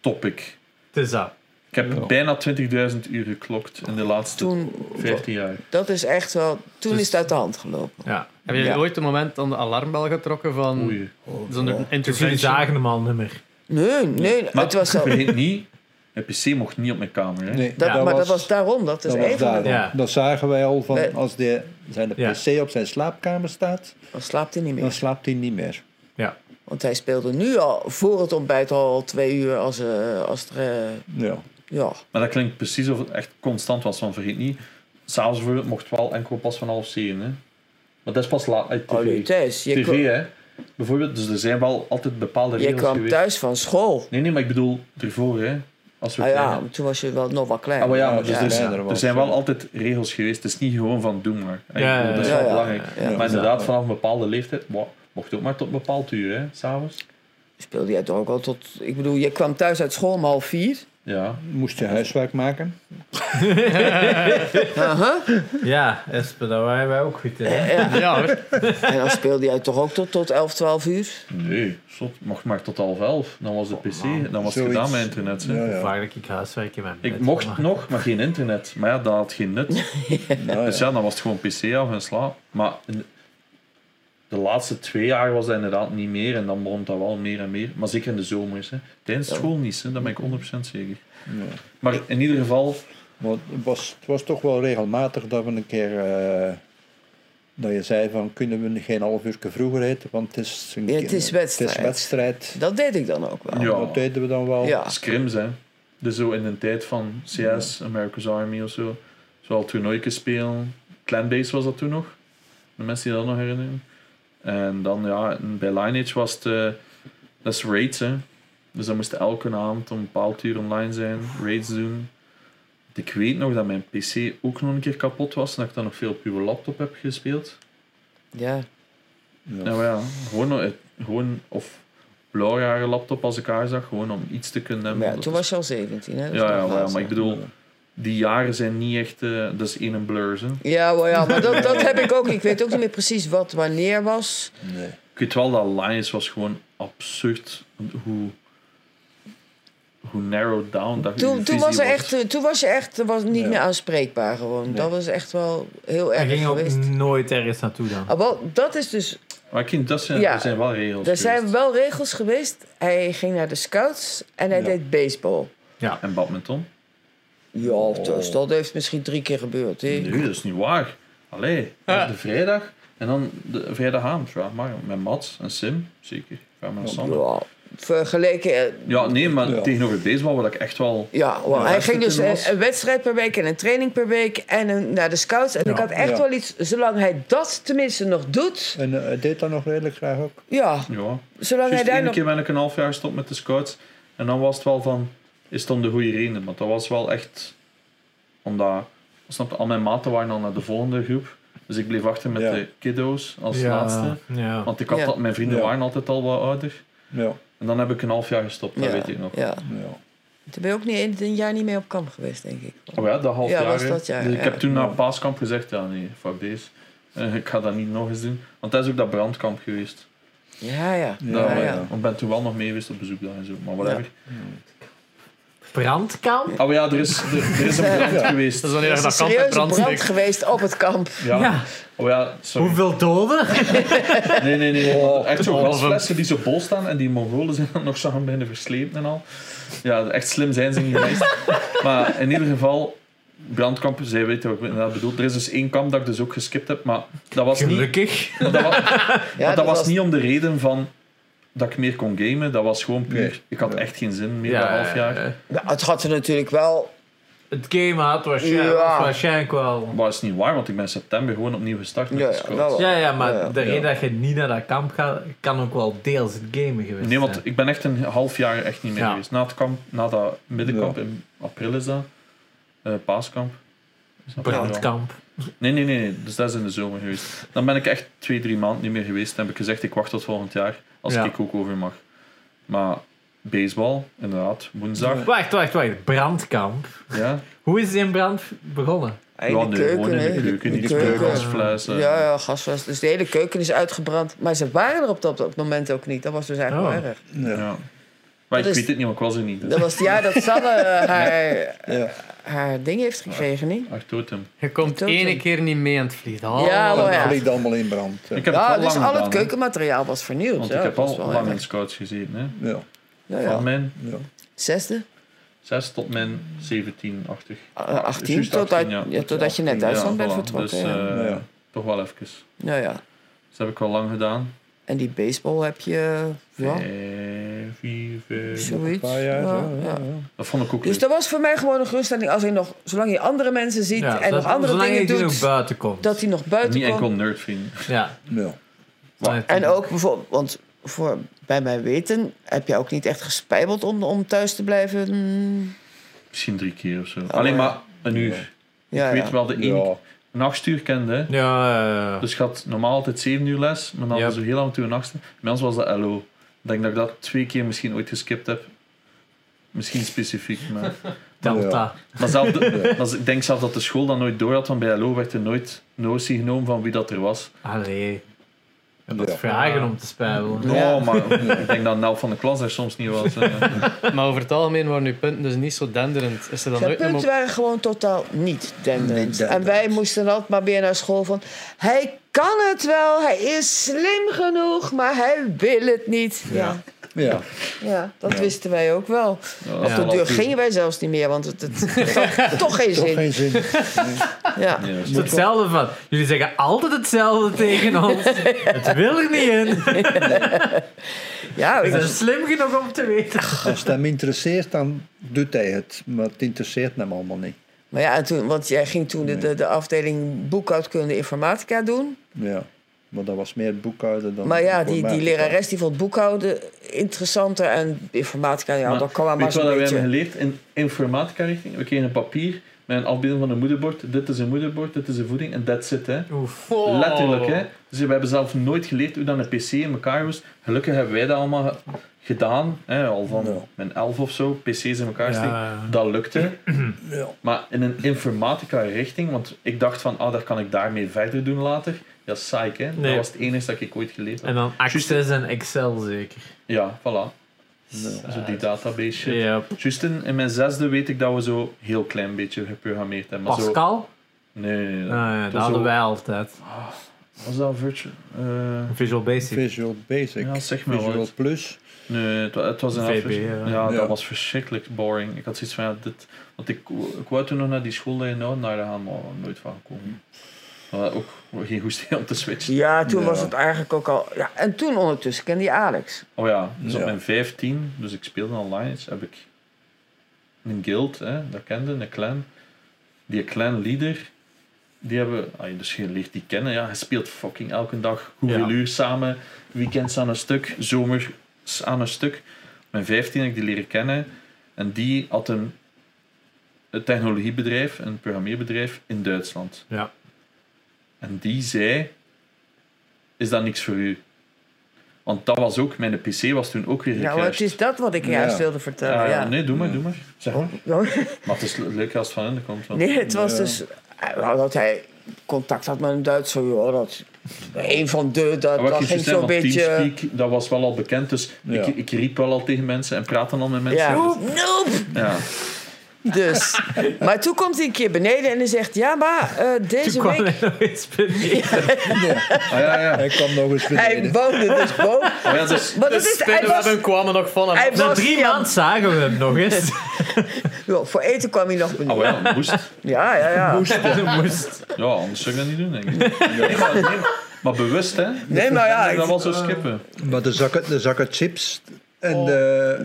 Speaker 3: topic.
Speaker 1: Het is dat.
Speaker 3: Ik heb bijna 20.000 uur geklokt in de laatste
Speaker 5: Toen,
Speaker 3: 15 jaar.
Speaker 5: dat is echt wel, toen
Speaker 2: Dus-
Speaker 5: is het uit de hand gelopen.
Speaker 1: Ja.
Speaker 2: Hebben jullie
Speaker 5: Ja.
Speaker 2: ooit een moment aan de alarmbel getrokken van
Speaker 3: Oei.
Speaker 2: zo'n
Speaker 1: Dus jullie
Speaker 2: intervention?
Speaker 1: zagen hem al niet meer.
Speaker 5: Nee, nee,
Speaker 3: Maar
Speaker 5: het
Speaker 3: [laughs]
Speaker 5: was zo.
Speaker 3: vergeet niet, een PC mocht niet op mijn kamer. Hè?
Speaker 4: Nee,
Speaker 5: Dat,
Speaker 1: Ja.
Speaker 5: maar dat was daarom, dat is
Speaker 4: dat
Speaker 5: Eh,
Speaker 4: was
Speaker 5: één van de-
Speaker 4: daar. dan.
Speaker 1: Ja.
Speaker 4: Dat zagen wij al
Speaker 5: Nee.
Speaker 4: van als de, zijn de
Speaker 1: Ja.
Speaker 4: PC op zijn slaapkamer staat,
Speaker 5: Dan slaapt hij niet
Speaker 4: dan
Speaker 5: meer.
Speaker 4: slaapt hij niet meer.
Speaker 1: Ja.
Speaker 5: Want hij speelde nu al, voor het ontbijt al twee uur als, eh, als er, eh,
Speaker 4: Ja.
Speaker 5: ja.
Speaker 3: Maar dat klinkt precies of het echt constant was, want vergeet niet, s'avonds bijvoorbeeld mocht wel enkel pas van half zeven. Hè? Maar dat is pas laat uit
Speaker 5: Oh, nee,
Speaker 3: tv.
Speaker 5: Thijs, je,
Speaker 3: tv,
Speaker 5: ko-
Speaker 3: hè. Bijvoorbeeld, dus er zijn wel altijd bepaalde
Speaker 5: je
Speaker 3: regels
Speaker 5: kwam
Speaker 3: geweest.
Speaker 5: thuis van school.
Speaker 3: Nee, nee, maar ik bedoel ervoor, hè. Als we
Speaker 5: Ah ja,
Speaker 3: klein-
Speaker 5: toen was je wel nog wel klein.
Speaker 3: Ah, maar ja, maar
Speaker 5: eh, Ja,
Speaker 3: dus,
Speaker 4: ja.
Speaker 3: er- er zijn wel altijd regels geweest. Het is niet gewoon van doe maar. Ik
Speaker 1: Ja,
Speaker 3: bedoel, dat is
Speaker 5: ja,
Speaker 3: wel
Speaker 5: ja.
Speaker 3: belangrijk.
Speaker 5: Ja.
Speaker 3: maar inderdaad, vanaf een bepaalde leeftijd wow, mocht ook maar tot een bepaald uur, hè, s'avonds.
Speaker 5: Speelde jij toch ook al tot... Ik bedoel, je kwam thuis uit school om half vier.
Speaker 3: Ja.
Speaker 4: Moest je huiswerk maken?
Speaker 1: Ja, Espen, daar waren wij ook goed in. hè?
Speaker 2: Ja hoor.
Speaker 5: En dan speelde jij toch ook tot, tot 11, 12 uur?
Speaker 3: Nee, zot, mocht maar tot half elf. Dan was de PC, dan was het
Speaker 4: Zoiets.
Speaker 3: gedaan met internet. Hè.
Speaker 4: Ja,
Speaker 1: Of
Speaker 4: ja.
Speaker 1: eigenlijk ik huiswerk in mijn
Speaker 3: Ik
Speaker 1: bed.
Speaker 3: mocht
Speaker 1: Maar-
Speaker 3: nog, maar geen internet. Maar ja, dat had geen nut.
Speaker 4: Nou,
Speaker 3: Dus
Speaker 4: ja.
Speaker 3: ja, dan was het gewoon PC af en slaap. Maar in de laatste twee jaar was dat inderdaad niet meer. En dan begon dat wel meer en meer. Maar zeker in de zomers. Hè. Tijdens school niet, hè. dat ben ik 100% zeker. Maar in ieder geval,
Speaker 4: Maar het, was, het was toch wel regelmatig dat we een keer... eh, dat je zei van, kunnen we geen half uur vroeger eten, want het is... Een
Speaker 5: Ja, het
Speaker 4: keer-
Speaker 5: is wedstrijd.
Speaker 4: Het is wedstrijd.
Speaker 5: Dat deed ik dan ook wel.
Speaker 3: Ja.
Speaker 4: Dat deden we dan wel.
Speaker 5: Ja.
Speaker 3: scrims, hè. Dus zo in de tijd van CS, America's Army of zo. Zoal toernooitjes spelen. Clanbase was dat toen nog. De mensen die dat nog herinneren. En dan, ja, en bij Lineage was het... eh, dat is raids, hè. Dus dan moest elke avond om een bepaald uur online zijn. Raids doen. Ik weet nog dat mijn pc ook nog een keer kapot was. En dat ik dan nog veel op uw laptop heb gespeeld.
Speaker 5: Ja.
Speaker 3: Ja, maar ja. Gewoon, eh, gewoon of blauw haar laptop als ik haar zag. Gewoon om iets te kunnen hebben.
Speaker 5: Maar ja,
Speaker 3: Dat
Speaker 5: toen
Speaker 3: is-
Speaker 5: was je al 17, hè? Dat is
Speaker 3: ja,
Speaker 5: nog
Speaker 3: ja, maar, ja,
Speaker 5: laatst.
Speaker 3: maar ik bedoel, die jaren zijn niet echt. eh, dat is één een blur. Hè.
Speaker 5: Ja, maar, ja, maar dat, dat heb ik ook. niet. Ik weet ook niet meer precies wat wanneer was.
Speaker 4: Nee.
Speaker 3: Ik weet wel dat Lions was gewoon absurd. Hoe, hoe narrowed down dat
Speaker 5: Toen,
Speaker 3: uw
Speaker 5: toen,
Speaker 3: visie
Speaker 5: was, er echt, eh, toen was je echt was niet
Speaker 4: Ja.
Speaker 5: meer aanspreekbaar gewoon. Dat was echt wel heel
Speaker 1: Hij
Speaker 5: erg
Speaker 1: ging ook
Speaker 5: geweest.
Speaker 1: nooit ergens naartoe dan.
Speaker 5: Ah, wel, dat is dus...
Speaker 3: Maar ik vind dat zijn,
Speaker 5: Ja.
Speaker 3: er zijn wel regels.
Speaker 5: Er zijn
Speaker 3: geweest.
Speaker 5: wel regels geweest. Hij ging naar de scouts en hij
Speaker 4: Ja.
Speaker 5: deed baseball.
Speaker 3: En badminton?
Speaker 5: Ja,
Speaker 3: Oh.
Speaker 5: dus dat heeft misschien drie keer gebeurd. hè?
Speaker 3: Nee, dat is niet waar. Allee, op de vrijdag. En dan de vrijdagavond, vraag maar. Met Mats en Sim, zeker. Vraag maar aan Sander.
Speaker 5: Ja, vergeleken... eh,
Speaker 3: Ja, nee, maar
Speaker 4: Ja.
Speaker 3: tegenover baseball wat ik echt wel...
Speaker 5: Ja, want hij
Speaker 3: dat
Speaker 5: ging
Speaker 3: het
Speaker 5: dus
Speaker 3: toen
Speaker 5: eh,
Speaker 3: was.
Speaker 5: een wedstrijd per week en een training per week en een, naar de scouts. En ik had echt
Speaker 4: Ja.
Speaker 5: wel iets, zolang hij dat tenminste nog doet,
Speaker 4: En eh, hij deed dat nog redelijk graag ook.
Speaker 5: ja,
Speaker 3: Ja.
Speaker 5: zolang hij
Speaker 3: Juist
Speaker 5: daar
Speaker 3: één
Speaker 5: nog...
Speaker 3: keer ben ik een half jaar gestopt met de scouts. En dan was het wel van, is het om de goede reden? Want dat was wel echt, omdat, snap je, al mijn maten waren al naar de volgende groep. Dus ik bleef achter met
Speaker 4: Ja.
Speaker 3: de kiddo's als
Speaker 1: ja,
Speaker 3: laatste.
Speaker 1: Ja.
Speaker 3: Want ik had
Speaker 5: Ja.
Speaker 3: dat, mijn vrienden
Speaker 4: Ja.
Speaker 3: waren altijd al wat ouder.
Speaker 4: Ja,
Speaker 3: En dan heb ik een half jaar gestopt, dat
Speaker 5: ja,
Speaker 3: weet ik nog.
Speaker 5: Ja.
Speaker 4: ja.
Speaker 5: Toen ben je ook niet een, een jaar niet mee op kamp geweest, denk ik.
Speaker 3: Oh ja, dat half
Speaker 5: Ja,
Speaker 3: jaar.
Speaker 5: was
Speaker 3: hè.
Speaker 5: dat jaar,
Speaker 3: dus ik
Speaker 5: ja.
Speaker 3: heb toen
Speaker 4: Ja.
Speaker 3: na paaskamp gezegd, ja nee, fuck deze. Eh, ik ga dat niet nog eens doen. Want dat is ook dat brandkamp geweest.
Speaker 5: Ja, ja.
Speaker 4: Ja,
Speaker 5: ja,
Speaker 3: Daar-
Speaker 5: ja.
Speaker 3: Want ik ben toen wel nog mee geweest op bezoek daar en zo. Maar whatever.
Speaker 1: Brandkamp?
Speaker 3: Oh ja, er is, er, er is
Speaker 5: [laughs]
Speaker 3: een brand
Speaker 4: Ja.
Speaker 3: geweest.
Speaker 2: Dat is wanneer
Speaker 5: Er
Speaker 2: je
Speaker 5: is
Speaker 2: dat
Speaker 5: een
Speaker 2: kamp in
Speaker 5: serieuze
Speaker 2: brand
Speaker 5: brand
Speaker 2: steekt.
Speaker 5: geweest op het kamp.
Speaker 3: Ja.
Speaker 1: Ja.
Speaker 3: Oh ja, sorry.
Speaker 1: Hoeveel doden?
Speaker 3: Nee, nee, nee. Echt zo
Speaker 2: Oh.
Speaker 3: glasflessen die zo bol staan en die Mongolen zijn dan nog zo gaan beginnen verslepen en al. Ja, echt slim zijn ze niet geweest. maar in ieder geval, brandkamp, zij weten wat ik inderdaad bedoel. Er is dus één kamp dat ik dus ook geskipt heb, maar dat was niet,
Speaker 1: Gelukkig.
Speaker 3: dat was,
Speaker 5: Ja,
Speaker 3: dat was niet om de reden van dat ik meer kon gamen. Dat was gewoon puur,
Speaker 4: Nee.
Speaker 3: ik had echt geen zin meer dan een half jaar.
Speaker 1: eh,
Speaker 5: Ja, het had er natuurlijk wel...
Speaker 1: Het game had waarschijnlijk,
Speaker 5: Ja.
Speaker 1: waarschijnlijk wel.
Speaker 3: Maar dat is niet waar, want ik ben in september gewoon opnieuw gestart met
Speaker 5: Ja,
Speaker 3: de
Speaker 5: ja,
Speaker 3: squad.
Speaker 5: dat wel.
Speaker 1: Ja, ja, maar
Speaker 5: Ja, ja.
Speaker 1: de reden dat je niet naar dat kamp gaat, kan ook wel deels het gamen geweest
Speaker 3: Nee, want
Speaker 1: zijn.
Speaker 3: ik ben echt een half jaar echt niet meer
Speaker 1: Ja.
Speaker 3: geweest. Na, het kamp, na dat middenkamp in april is dat. eh, paaskamp. Is dat april?
Speaker 1: Brandkamp.
Speaker 3: Nee, nee, nee, nee. Dus dat is in de zomer geweest. Dan ben ik echt twee, drie maanden niet meer geweest. Dan heb ik gezegd, ik wacht tot volgend jaar. Als
Speaker 1: Ja.
Speaker 3: ik ook over mag. Maar baseball, inderdaad, woensdag.
Speaker 1: Wacht, wacht, wacht. Brandkamp.
Speaker 3: Ja,
Speaker 1: Hoe is die in brand begonnen?
Speaker 3: ja.
Speaker 5: in de
Speaker 3: nee,
Speaker 5: keuken,
Speaker 3: gewoon in
Speaker 5: hè.
Speaker 3: de keuken,
Speaker 5: In
Speaker 3: niet
Speaker 5: de
Speaker 3: speukels,
Speaker 5: keuken.
Speaker 3: flessen.
Speaker 5: Ja, ja, gasfles. Dus de hele keuken is uitgebrand. Maar ze waren er op dat, op dat moment ook niet. Dat was dus eigenlijk
Speaker 1: Oh.
Speaker 5: wel erg.
Speaker 4: Ja.
Speaker 3: Ja. Maar ik
Speaker 5: Dat is-
Speaker 3: weet het niet, want ik was er niet. Dus.
Speaker 5: Dat was het jaar dat
Speaker 3: [laughs]
Speaker 5: Sanne eh, haar,
Speaker 4: Ja.
Speaker 5: haar ding heeft gekregen, niet?
Speaker 3: Ach, totem.
Speaker 2: Je komt
Speaker 5: Totem.
Speaker 2: ene keer niet mee aan het vliegen. Oh,
Speaker 5: Ja,
Speaker 4: Dat
Speaker 5: wel, ja.
Speaker 4: vliegt allemaal in brand. Ja.
Speaker 3: Ik heb het
Speaker 5: Ja,
Speaker 3: wel
Speaker 5: dus
Speaker 3: lang
Speaker 5: al
Speaker 3: gedaan,
Speaker 5: het
Speaker 3: hè.
Speaker 5: keukenmateriaal was vernieuwd.
Speaker 3: Want
Speaker 5: ja,
Speaker 3: ik heb
Speaker 5: dat was
Speaker 3: al
Speaker 5: wel
Speaker 3: lang
Speaker 5: erg.
Speaker 3: in scouts gezeten. Hè.
Speaker 4: Ja.
Speaker 5: Ja,
Speaker 3: Van
Speaker 5: ja.
Speaker 3: mijn
Speaker 4: Ja.
Speaker 5: Zesde?
Speaker 3: 6 tot mijn 17, 80.
Speaker 5: Eh, 18,
Speaker 3: Juist
Speaker 5: totdat,
Speaker 3: 18,
Speaker 5: ja,
Speaker 3: ja.
Speaker 5: totdat je net Duitsland
Speaker 3: Ja,
Speaker 5: bent
Speaker 3: voilà.
Speaker 5: vertrokken.
Speaker 3: Dus
Speaker 5: ja.
Speaker 3: eh,
Speaker 4: Nou Ja.
Speaker 3: toch wel even. Dus
Speaker 5: ja, ja.
Speaker 3: dat heb ik wel lang gedaan.
Speaker 5: En die baseball heb je... Ja,
Speaker 3: Vijf, Eh, vier, vijf.
Speaker 4: Een
Speaker 5: zoiets.
Speaker 4: paar jaar
Speaker 5: Ja,
Speaker 4: zo,
Speaker 5: ja.
Speaker 4: ja, ja.
Speaker 3: Dat vond ik ook
Speaker 5: Dus
Speaker 3: leuk.
Speaker 5: dat was voor mij gewoon een geruststelling. Als hij nog, zolang je andere mensen ziet
Speaker 1: Ja,
Speaker 5: en
Speaker 1: zodat-
Speaker 5: nog andere
Speaker 1: zolang
Speaker 5: dingen
Speaker 1: je die
Speaker 5: doet,
Speaker 1: nog buiten komt.
Speaker 5: dat hij nog buiten
Speaker 3: Niet
Speaker 5: komt.
Speaker 3: enkel nerdvrienden.
Speaker 1: Ja.
Speaker 4: Ja.
Speaker 3: Maar-
Speaker 5: En ook bijvoorbeeld, want voor, bij mijn weten heb je ook niet echt gespijbeld om, om thuis te blijven.
Speaker 3: [laughs]
Speaker 5: mm,
Speaker 3: Misschien drie keer of zo. Alleen maar een uur.
Speaker 5: Ja,
Speaker 3: ik weet
Speaker 5: ja.
Speaker 3: wel, de één
Speaker 4: Ja.
Speaker 3: een achtstuur kende. hè.
Speaker 1: Ja, ja, ja.
Speaker 3: Dus ik had normaal altijd zeven uur les, maar dan
Speaker 1: Ja.
Speaker 3: zo heel af en toe een achtste. Bij ons was dat LO. Ik denk dat ik dat twee keer misschien ooit geskipt heb. Misschien specifiek, maar...
Speaker 1: Delta.
Speaker 3: Maar zelf de- maar ik denk zelf dat de school dat nooit door had, want bij LO werd er nooit notie genomen van wie dat er was.
Speaker 1: Allee.
Speaker 4: Ja.
Speaker 1: Dat vragen om te spijbelen.
Speaker 5: Ja.
Speaker 3: Oh, maar ik denk dat Nel van de klas er soms niet was. eh.
Speaker 2: Maar over het algemeen waren uw punten dus niet zo denderend. Is er dan
Speaker 5: Zijn
Speaker 2: nooit een
Speaker 5: punten
Speaker 2: moment...
Speaker 5: waren gewoon totaal niet denderend.
Speaker 4: Niet denderend.
Speaker 5: En wij moesten altijd maar weer naar school van... Hij kan het wel, hij is slim genoeg, maar hij wil het niet. Ja,
Speaker 4: Ja.
Speaker 5: ja. dat wisten wij ook wel.
Speaker 3: Ja,
Speaker 5: Op de
Speaker 3: voilà.
Speaker 5: deur gingen wij zelfs niet meer, want het, het had toch geen
Speaker 4: Toch
Speaker 5: zin.
Speaker 4: geen
Speaker 5: [laughs]
Speaker 4: zin.
Speaker 5: Ja.
Speaker 3: Nee, dat
Speaker 1: Het
Speaker 3: is
Speaker 1: is hetzelfde van. Jullie zeggen altijd hetzelfde tegen ons. Het wil er niet in.
Speaker 5: Ja,
Speaker 1: Ze
Speaker 5: ik-
Speaker 1: zijn slim genoeg om te weten.
Speaker 4: Als het hem interesseert, dan doet hij het. Maar het interesseert hem allemaal niet.
Speaker 5: maar ja, en toen, want jij ging toen de, de, de afdeling boekhoudkunde informatica doen.
Speaker 4: Ja. Maar dat was meer boekhouden dan...
Speaker 5: Maar ja, die, die
Speaker 4: informatica.
Speaker 5: lerares die vond boekhouden interessanter en informatica, ja,
Speaker 3: Maar
Speaker 5: dat kan wel
Speaker 3: Weet je
Speaker 5: maar
Speaker 3: wat
Speaker 5: zo'n
Speaker 3: we
Speaker 5: beetje.
Speaker 3: hebben geleerd in informatica richting? We kregen een papier met een afbeelding van een moederbord. Dit is een moederbord, dit is een voeding en that's it. Hè.
Speaker 1: Oef.
Speaker 2: Oh.
Speaker 3: Letterlijk. Hè. Dus we hebben zelf nooit geleerd hoe dan een pc in elkaar moest. Gelukkig hebben wij dat allemaal ge- gedaan. Hè, al van
Speaker 4: Ja.
Speaker 3: mijn elf of zo, pc's in elkaar steken.
Speaker 1: Ja.
Speaker 3: Dat lukte.
Speaker 5: [clears throat]
Speaker 4: Ja.
Speaker 3: Maar in een informatica richting, want ik dacht van, ah, dat kan ik daarmee verder doen later. Ja, saai, hè.
Speaker 1: Nee.
Speaker 3: Dat was het enige dat ik ooit geleerd had.
Speaker 1: En dan Access en Excel zeker.
Speaker 3: Ja, voilà.
Speaker 4: Ja.
Speaker 3: Zo die database shit.
Speaker 1: Ja.
Speaker 3: Juist in, in mijn zesde weet ik dat we zo heel klein beetje geprogrammeerd hebben. Maar zo,
Speaker 1: Pascal?
Speaker 3: nee, nee, nee.
Speaker 1: Ah, ja, dat
Speaker 3: Zo-
Speaker 1: hadden wij altijd.
Speaker 3: Was dat virtual? eh,
Speaker 1: Visual Basic.
Speaker 4: Visual Basic.
Speaker 3: Ja, zeg maar
Speaker 4: Visual
Speaker 3: wat.
Speaker 4: Plus.
Speaker 3: nee, het, wa- het was een
Speaker 1: VB,
Speaker 3: virtual-
Speaker 1: ja.
Speaker 3: ja.
Speaker 4: Ja.
Speaker 3: dat was verschrikkelijk boring. Ik had zoiets van, ja, dit... Want ik, ik wou toen nog naar die school dat je nou naar gaan, maar nooit van gekomen.
Speaker 4: Hm.
Speaker 3: Maar ook geen goesting om te switchen.
Speaker 5: Ja, toen
Speaker 4: Ja.
Speaker 5: was het eigenlijk ook al. Ja, en toen ondertussen kende je Alex.
Speaker 3: Oh ja, dus op
Speaker 4: Ja.
Speaker 3: mijn 15, dus ik speelde online, dus heb ik een guild, hè, dat kende, een clan. Die clan leader, die hebben, ah, dus je leert die kennen, ja, hij speelt fucking elke dag, hoeveel
Speaker 1: Ja.
Speaker 3: uur samen, weekends aan een stuk, zomer s- aan een stuk. Op mijn 15 heb ik die leren kennen en die had een, een technologiebedrijf, een programmeerbedrijf in Duitsland.
Speaker 1: Ja.
Speaker 3: En die zei: Is dat niks voor u? Want dat was ook, mijn PC was toen ook weer
Speaker 5: Ja, maar Nou, het
Speaker 3: gecrashed.
Speaker 5: is dat wat ik
Speaker 4: Ja.
Speaker 5: juist wilde
Speaker 3: Ah,
Speaker 5: vertellen.
Speaker 3: ja,
Speaker 5: Ja, [laughs]
Speaker 3: Nee, doe maar, doe maar. Zeg maar.
Speaker 5: Oh,
Speaker 3: Maar het is le- leuk als het van hen komt. want-
Speaker 5: nee, het was
Speaker 4: Ja.
Speaker 5: dus. nou, dat hij contact had met een Duitser, joh. Dat, een van de, dat,
Speaker 3: Maar wat
Speaker 5: dat
Speaker 3: ik
Speaker 5: ging
Speaker 3: juist zei,
Speaker 5: zo'n
Speaker 3: want
Speaker 5: beetje.
Speaker 3: Teamspeak, dat was wel al bekend, dus
Speaker 4: Ja.
Speaker 3: ik, ik riep wel al tegen mensen en praatte al met mensen.
Speaker 5: Ja,
Speaker 3: Ja.
Speaker 5: nope.
Speaker 3: Ja.
Speaker 5: Dus. [laughs] Maar toen komt hij een keer beneden en hij zegt: Ja, maar eh,
Speaker 1: Toen
Speaker 5: deze
Speaker 1: kwam
Speaker 5: week.
Speaker 1: hij nog eens beneden.
Speaker 3: Ah, ja, ja.
Speaker 4: Hij kwam nog eens
Speaker 5: Hij [laughs]
Speaker 4: beneden.
Speaker 5: woonde dus boven.
Speaker 3: Maar ja, dus,
Speaker 5: Maar dat
Speaker 2: De
Speaker 5: is, hij
Speaker 2: spinnen
Speaker 5: was,
Speaker 2: hebben kwamen nog van hem.
Speaker 5: hij
Speaker 1: Na
Speaker 5: was
Speaker 1: drie
Speaker 5: niet aan-
Speaker 1: maanden zagen we hem nog eens.
Speaker 5: Ja, voor eten kwam hij nog beneden.
Speaker 3: ah, ja, moest.
Speaker 5: Ja, ja, ja.
Speaker 1: Hij moest.
Speaker 3: Ja, anders zou ik dat niet doen, denk ik. Nee, maar, nee, maar bewust, hè.
Speaker 5: Nee, maar ja.
Speaker 3: dat
Speaker 5: ik-
Speaker 3: wel zo skippen.
Speaker 4: Maar de zakken, de zakken chips en de,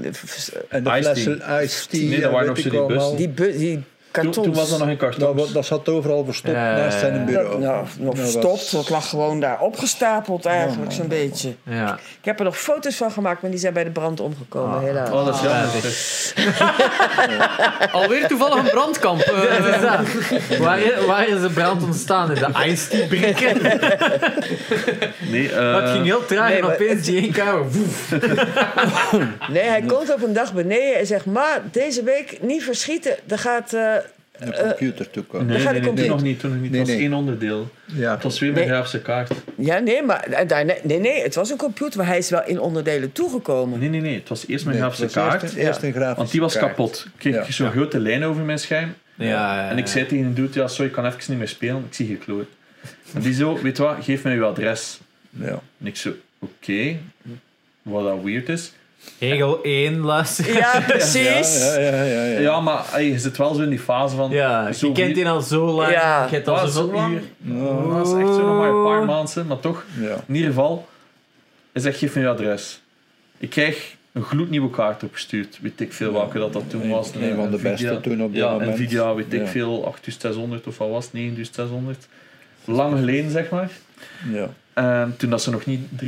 Speaker 5: de-
Speaker 4: en de
Speaker 3: Iced
Speaker 4: flessen iced tea.
Speaker 3: Nee, dat
Speaker 4: en
Speaker 3: waren
Speaker 4: weet
Speaker 3: nog
Speaker 4: ik
Speaker 3: zo die
Speaker 4: allemaal.
Speaker 3: bussen.
Speaker 5: Die, bu- die
Speaker 3: Toen,
Speaker 5: kartons.
Speaker 3: toen was dat nog een
Speaker 4: Dat,
Speaker 3: karton.
Speaker 4: wa- dat zat overal verstopt
Speaker 1: Ja, ja,
Speaker 4: naast
Speaker 1: ja.
Speaker 4: zijn bureau.
Speaker 5: Dat, nou, nog
Speaker 4: Dat
Speaker 5: verstopt,
Speaker 4: was-
Speaker 5: dat lag gewoon daar opgestapeld eigenlijk,
Speaker 4: Ja,
Speaker 5: zo'n beetje.
Speaker 1: Ja.
Speaker 5: Ik heb er nog foto's van gemaakt, maar die zijn bij de brand omgekomen,
Speaker 1: Ah.
Speaker 5: helaas.
Speaker 3: Oh, dat is jammer.
Speaker 1: Ah.
Speaker 3: zeg.
Speaker 2: Alweer toevallig een brandkamp.
Speaker 1: [laughs]
Speaker 2: eh.
Speaker 1: Dat is dat. Waar, i- waar is de brand ontstaan? In de ice tea brikken?
Speaker 3: Nee, eh,
Speaker 1: Dat ging heel traag
Speaker 5: nee,
Speaker 1: en
Speaker 5: maar-
Speaker 1: opeens die één kamer. woef.
Speaker 5: Nee, hij komt op een dag beneden en zegt... Ma, deze week niet verschieten, er gaat... eh,
Speaker 4: De computer toekomen.
Speaker 3: Nee,
Speaker 5: gaat
Speaker 3: nee,
Speaker 5: de
Speaker 3: nee, toen
Speaker 5: computer.
Speaker 3: nog niet. Toen nog niet.
Speaker 4: Nee,
Speaker 3: het was
Speaker 4: nee.
Speaker 3: één onderdeel.
Speaker 4: Ja.
Speaker 3: Het was weer mijn
Speaker 5: Nee.
Speaker 3: grafische kaart.
Speaker 5: ja, nee, maar en daarna, nee, nee, het was een computer, maar hij is wel in onderdelen
Speaker 3: [laughs]
Speaker 5: toegekomen.
Speaker 3: Nee, nee, nee. Het was eerst mijn
Speaker 4: Nee,
Speaker 3: grafische
Speaker 4: het was
Speaker 3: kaart.
Speaker 4: Eerst, een- eerst een grafische
Speaker 3: Want die was
Speaker 4: kaart.
Speaker 3: kapot. Ik kreeg
Speaker 4: Ja. Eh.
Speaker 3: zo'n grote lijn over mijn scherm.
Speaker 1: Ja, ja, ja.
Speaker 3: En ik zei tegen een dude, ja, sorry, ik kan even niet meer spelen. Ik zie je kloot. En die zo, weet je wat, geef mij uw adres.
Speaker 4: Ja.
Speaker 3: En ik zo, oké. Wat dat weird is.
Speaker 1: Regel 1, luister.
Speaker 5: Ja, precies.
Speaker 4: Ja, ja, ja, ja, ja.
Speaker 3: Ja, maar hey, je zit wel zo in die fase van...
Speaker 1: Ja,
Speaker 3: zo
Speaker 1: je kent die al zo lang.
Speaker 5: Ja.
Speaker 1: Je hebt
Speaker 3: Dat
Speaker 1: al
Speaker 3: was zo
Speaker 1: zoveel
Speaker 3: lang.
Speaker 1: uur.
Speaker 3: Dat was echt zo nog maar een paar maanden, maar toch.
Speaker 4: Ja.
Speaker 3: In ieder geval, hij zegt, geef me je adres. Ik krijg een gloednieuwe kaart opgestuurd. Weet ik veel welke dat dat toen
Speaker 4: Een-
Speaker 3: was.
Speaker 4: een van de beste
Speaker 3: Nvidia.
Speaker 4: toen op dat
Speaker 3: ja,
Speaker 4: moment.
Speaker 3: Nvidia, weet ik
Speaker 4: Ja.
Speaker 3: veel, 8600 of wat was het, 9600. Lang geleden, zeg maar.
Speaker 4: ja.
Speaker 3: En toen dat ze nog niet 3.500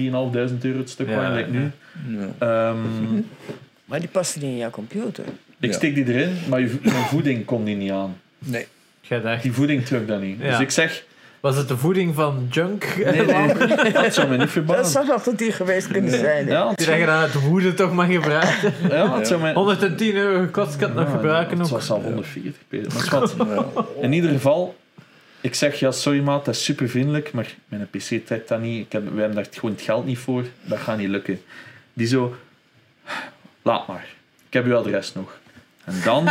Speaker 3: euro het stuk
Speaker 1: Ja,
Speaker 3: waren, lijkt nu.
Speaker 4: ja. [laughs]
Speaker 3: Ehm,
Speaker 5: Maar die paste niet in jouw computer.
Speaker 3: ik
Speaker 4: Ja.
Speaker 3: steek die erin, maar je, vo-
Speaker 4: [laughs]
Speaker 3: mijn voeding kon die niet aan.
Speaker 4: Nee.
Speaker 1: Jij dacht,
Speaker 3: Die voeding trok dat niet.
Speaker 1: Ja.
Speaker 3: Dus ik
Speaker 4: [laughs]
Speaker 3: zeg,
Speaker 1: was het de voeding van junk?
Speaker 3: nee,
Speaker 1: [laughs]
Speaker 3: nee, [laughs] dat zou me niet
Speaker 5: Dat
Speaker 3: verbannen.
Speaker 5: zou nog tot die geweest kunnen zijn.
Speaker 3: Ja, het
Speaker 1: Die
Speaker 3: zou-
Speaker 1: dat je dan uit woede toch mag gebruiken.
Speaker 3: ja, het zou mij...
Speaker 1: 110 euro gekost, ik had het nog
Speaker 3: Ja,
Speaker 1: gebruiken
Speaker 3: Het
Speaker 1: ook.
Speaker 3: was al 140 p.
Speaker 4: [laughs]
Speaker 3: Maar schat,
Speaker 4: Ja.
Speaker 3: in ieder geval, ik zeg ja, sorry maat, dat is super vriendelijk, maar mijn PC trekt dat niet. Ik heb, we hebben daar gewoon het geld niet voor. Dat gaat niet lukken. Die zo, laat maar. Ik heb uw adres nog. En
Speaker 4: [laughs]
Speaker 3: dan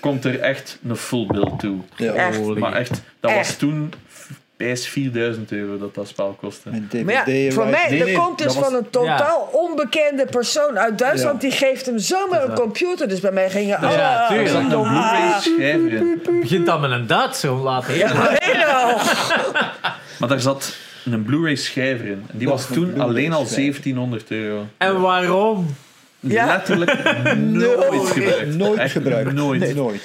Speaker 3: komt er echt een full bill toe.
Speaker 4: ja.
Speaker 5: Echt.
Speaker 1: Holy.
Speaker 3: Maar echt, dat was
Speaker 5: Echt.
Speaker 3: toen bijs 4000 euro dat dat spel kostte.
Speaker 4: Een DVD
Speaker 5: Maar ja, voor mij,
Speaker 3: Nee,
Speaker 5: dat
Speaker 3: nee,
Speaker 5: komt dus
Speaker 3: dat was-
Speaker 5: van een totaal onbekende persoon uit Duitsland. Die geeft hem zomaar een
Speaker 1: dat.
Speaker 5: compuur. Dus bij mij gingen alle...
Speaker 1: ja, tuurlijk.
Speaker 3: Er zat een
Speaker 5: Ah,
Speaker 3: Blu-ray schrijver in.
Speaker 1: Begint dan met een Duitser om laat heen.
Speaker 5: nee, nou.
Speaker 3: Maar daar zat een Blu-ray schijver in. En die was
Speaker 4: een
Speaker 3: toen
Speaker 4: Blu-ray
Speaker 3: alleen al
Speaker 4: schijver.
Speaker 3: 1700 euro.
Speaker 1: En waarom?
Speaker 5: Ja.
Speaker 3: Letterlijk nooit gebruikt.
Speaker 4: Nooit
Speaker 3: Echt
Speaker 4: gebruikt.
Speaker 3: Nooit. Dus
Speaker 4: Nee, nooit.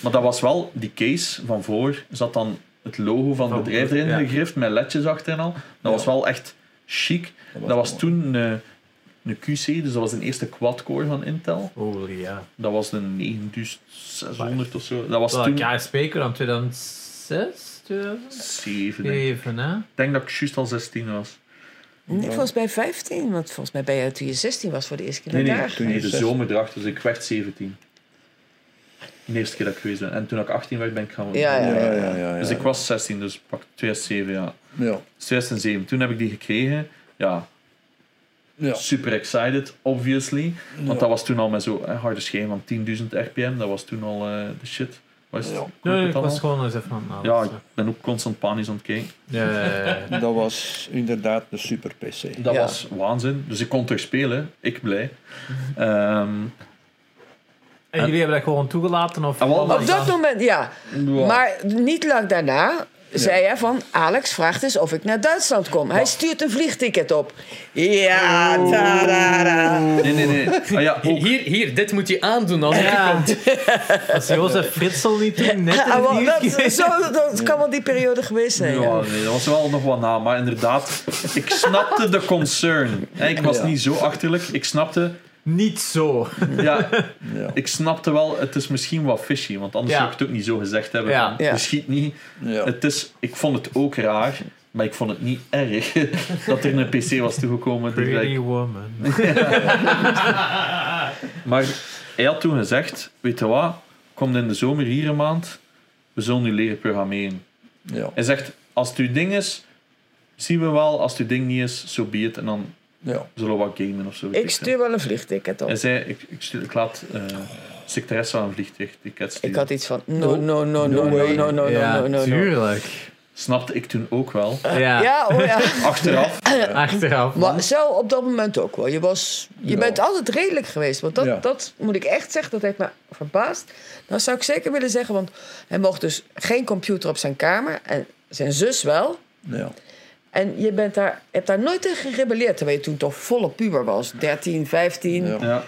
Speaker 3: Maar dat was wel, die case van voor zat dan het logo van het
Speaker 1: Van-
Speaker 3: bedrijf erin
Speaker 1: ja.
Speaker 3: gegrift met ledjes achter en al. Dat was wel echt chic.
Speaker 4: Dat
Speaker 3: Dat was,
Speaker 4: was mooi.
Speaker 3: toen eh, een QC, dus dat was de eerste quad-core van Intel.
Speaker 1: Holy ja.
Speaker 3: Dat was een 9600 of zo. Dat was
Speaker 1: Welk
Speaker 3: toen
Speaker 1: jaar spreken we dan? 2006? 2007?
Speaker 3: 7. denk Ik
Speaker 1: hè?
Speaker 3: Ik denk dat ik juist al 16 was.
Speaker 5: Nee, volgens mij 15. Want volgens mij ben je toen je 16 was voor de eerste keer
Speaker 3: Nee,
Speaker 5: naar
Speaker 3: nee,
Speaker 5: daar.
Speaker 4: toen
Speaker 3: nee,
Speaker 4: je
Speaker 3: de
Speaker 4: zes-
Speaker 3: zomer erachter, dus ik werd 17. De eerste keer dat ik geweest ben. En toen ik 18 werd, ben ik gaan
Speaker 5: Ja,
Speaker 4: Ja,
Speaker 5: ja.
Speaker 4: ja, ja. ja,
Speaker 3: Dus ik was 16, dus pak 2007, ja.
Speaker 4: Ja.
Speaker 3: 2007. Toen heb ik die gekregen. Ja,
Speaker 4: Ja.
Speaker 3: super excited, obviously. Want
Speaker 4: Ja.
Speaker 3: dat was toen al met zo'n eh, harde scheen van 10.000 rpm. Dat was toen al eh, de shit. Was het?
Speaker 4: Ja.
Speaker 3: Klopt
Speaker 1: Nee,
Speaker 3: het
Speaker 1: ik
Speaker 3: allemaal?
Speaker 1: was gewoon eens even aan het
Speaker 3: Ja,
Speaker 1: nadenken.
Speaker 3: ik ben ook constant panisch aan het kijken.
Speaker 1: Ja, ja,
Speaker 5: [laughs]
Speaker 1: ja, ja.
Speaker 4: Dat was inderdaad de super PC.
Speaker 3: Dat
Speaker 5: Ja.
Speaker 3: was waanzin. Dus ik kon terug spelen. Ik blij. Ehm,
Speaker 1: En jullie hebben dat gewoon toegelaten? Of
Speaker 3: Ah, wel,
Speaker 5: Op dat moment, ja.
Speaker 3: wow.
Speaker 5: Maar niet lang daarna zei hij van... Alex vraagt eens of ik naar Duitsland kom. Hij stuurt een vliegticket op. Ja, tadada.
Speaker 3: Nee, nee, nee. Ah, ja, ook.
Speaker 2: Hier, hier, dit moet je aandoen als je
Speaker 1: Ja.
Speaker 2: komt.
Speaker 1: Als Jozef Fritsel niet toen net
Speaker 5: Ah, wel,
Speaker 1: in het nieuws
Speaker 5: dat,
Speaker 1: geweest.
Speaker 5: zo, dat kan wel die periode geweest zijn. ja.
Speaker 3: Ja, nee, dat was wel nog wat na, maar inderdaad, ik snapte de concern. Hè, Ik was
Speaker 4: Ja.
Speaker 3: niet zo achterlijk. Ik snapte,
Speaker 1: Niet zo.
Speaker 3: ja,
Speaker 4: Ja.
Speaker 3: ik snapte wel, het is misschien wat fishy, want anders
Speaker 1: Ja.
Speaker 3: zou ik het ook niet zo gezegd hebben.
Speaker 1: Ja.
Speaker 3: van,
Speaker 5: Ja.
Speaker 3: Je schiet niet.
Speaker 4: Ja.
Speaker 3: Het is, ik vond het ook raar, maar ik vond het niet erg [laughs] dat er een PC was toegekomen. die
Speaker 1: Pretty
Speaker 3: gelijk-
Speaker 5: [laughs]
Speaker 1: woman.
Speaker 5: Oh,
Speaker 3: Maar hij had toen gezegd: Weet je wat, kom in de zomer hier een maand, we zullen nu leren programmeren.
Speaker 4: Ja.
Speaker 3: Hij zegt, als het uw ding is, zien we wel. Als het uw ding niet is, zo so be it. En dan
Speaker 4: Ja.
Speaker 3: zullen we wat gamen of zo. weet
Speaker 5: Ik stuur wel een vliegticket
Speaker 3: veel. Hij
Speaker 5: op.
Speaker 3: zei, ik, ik, stuur, ik laat eh secretaresse aan een vliegticket
Speaker 5: Ik
Speaker 3: sturen.
Speaker 5: had iets van... No, no,
Speaker 4: No
Speaker 5: no, no, no, no,
Speaker 4: way.
Speaker 5: no, no,
Speaker 1: ja,
Speaker 5: no, no, no.
Speaker 1: tuurlijk.
Speaker 3: Snapte ik toen ook wel.
Speaker 1: Ja,
Speaker 5: Ja,
Speaker 4: [laughs]
Speaker 5: oh ja. [laughs]
Speaker 3: Achteraf.
Speaker 1: achteraf.
Speaker 5: Maar zo op dat moment ook wel. Je, was, je
Speaker 4: Ja.
Speaker 5: bent altijd redelijk geweest. Want dat,
Speaker 4: Ja.
Speaker 5: dat moet ik echt zeggen, dat heeft me verbaasd. Dat zou ik zeker willen zeggen. Want hij mocht dus geen computer op zijn kamer. En zijn zus wel.
Speaker 4: Ja.
Speaker 5: En je bent daar, hebt daar nooit tegen gerebelleerd. Terwijl je toen toch volle puber was. 13, 15.
Speaker 4: Ja.
Speaker 3: ja.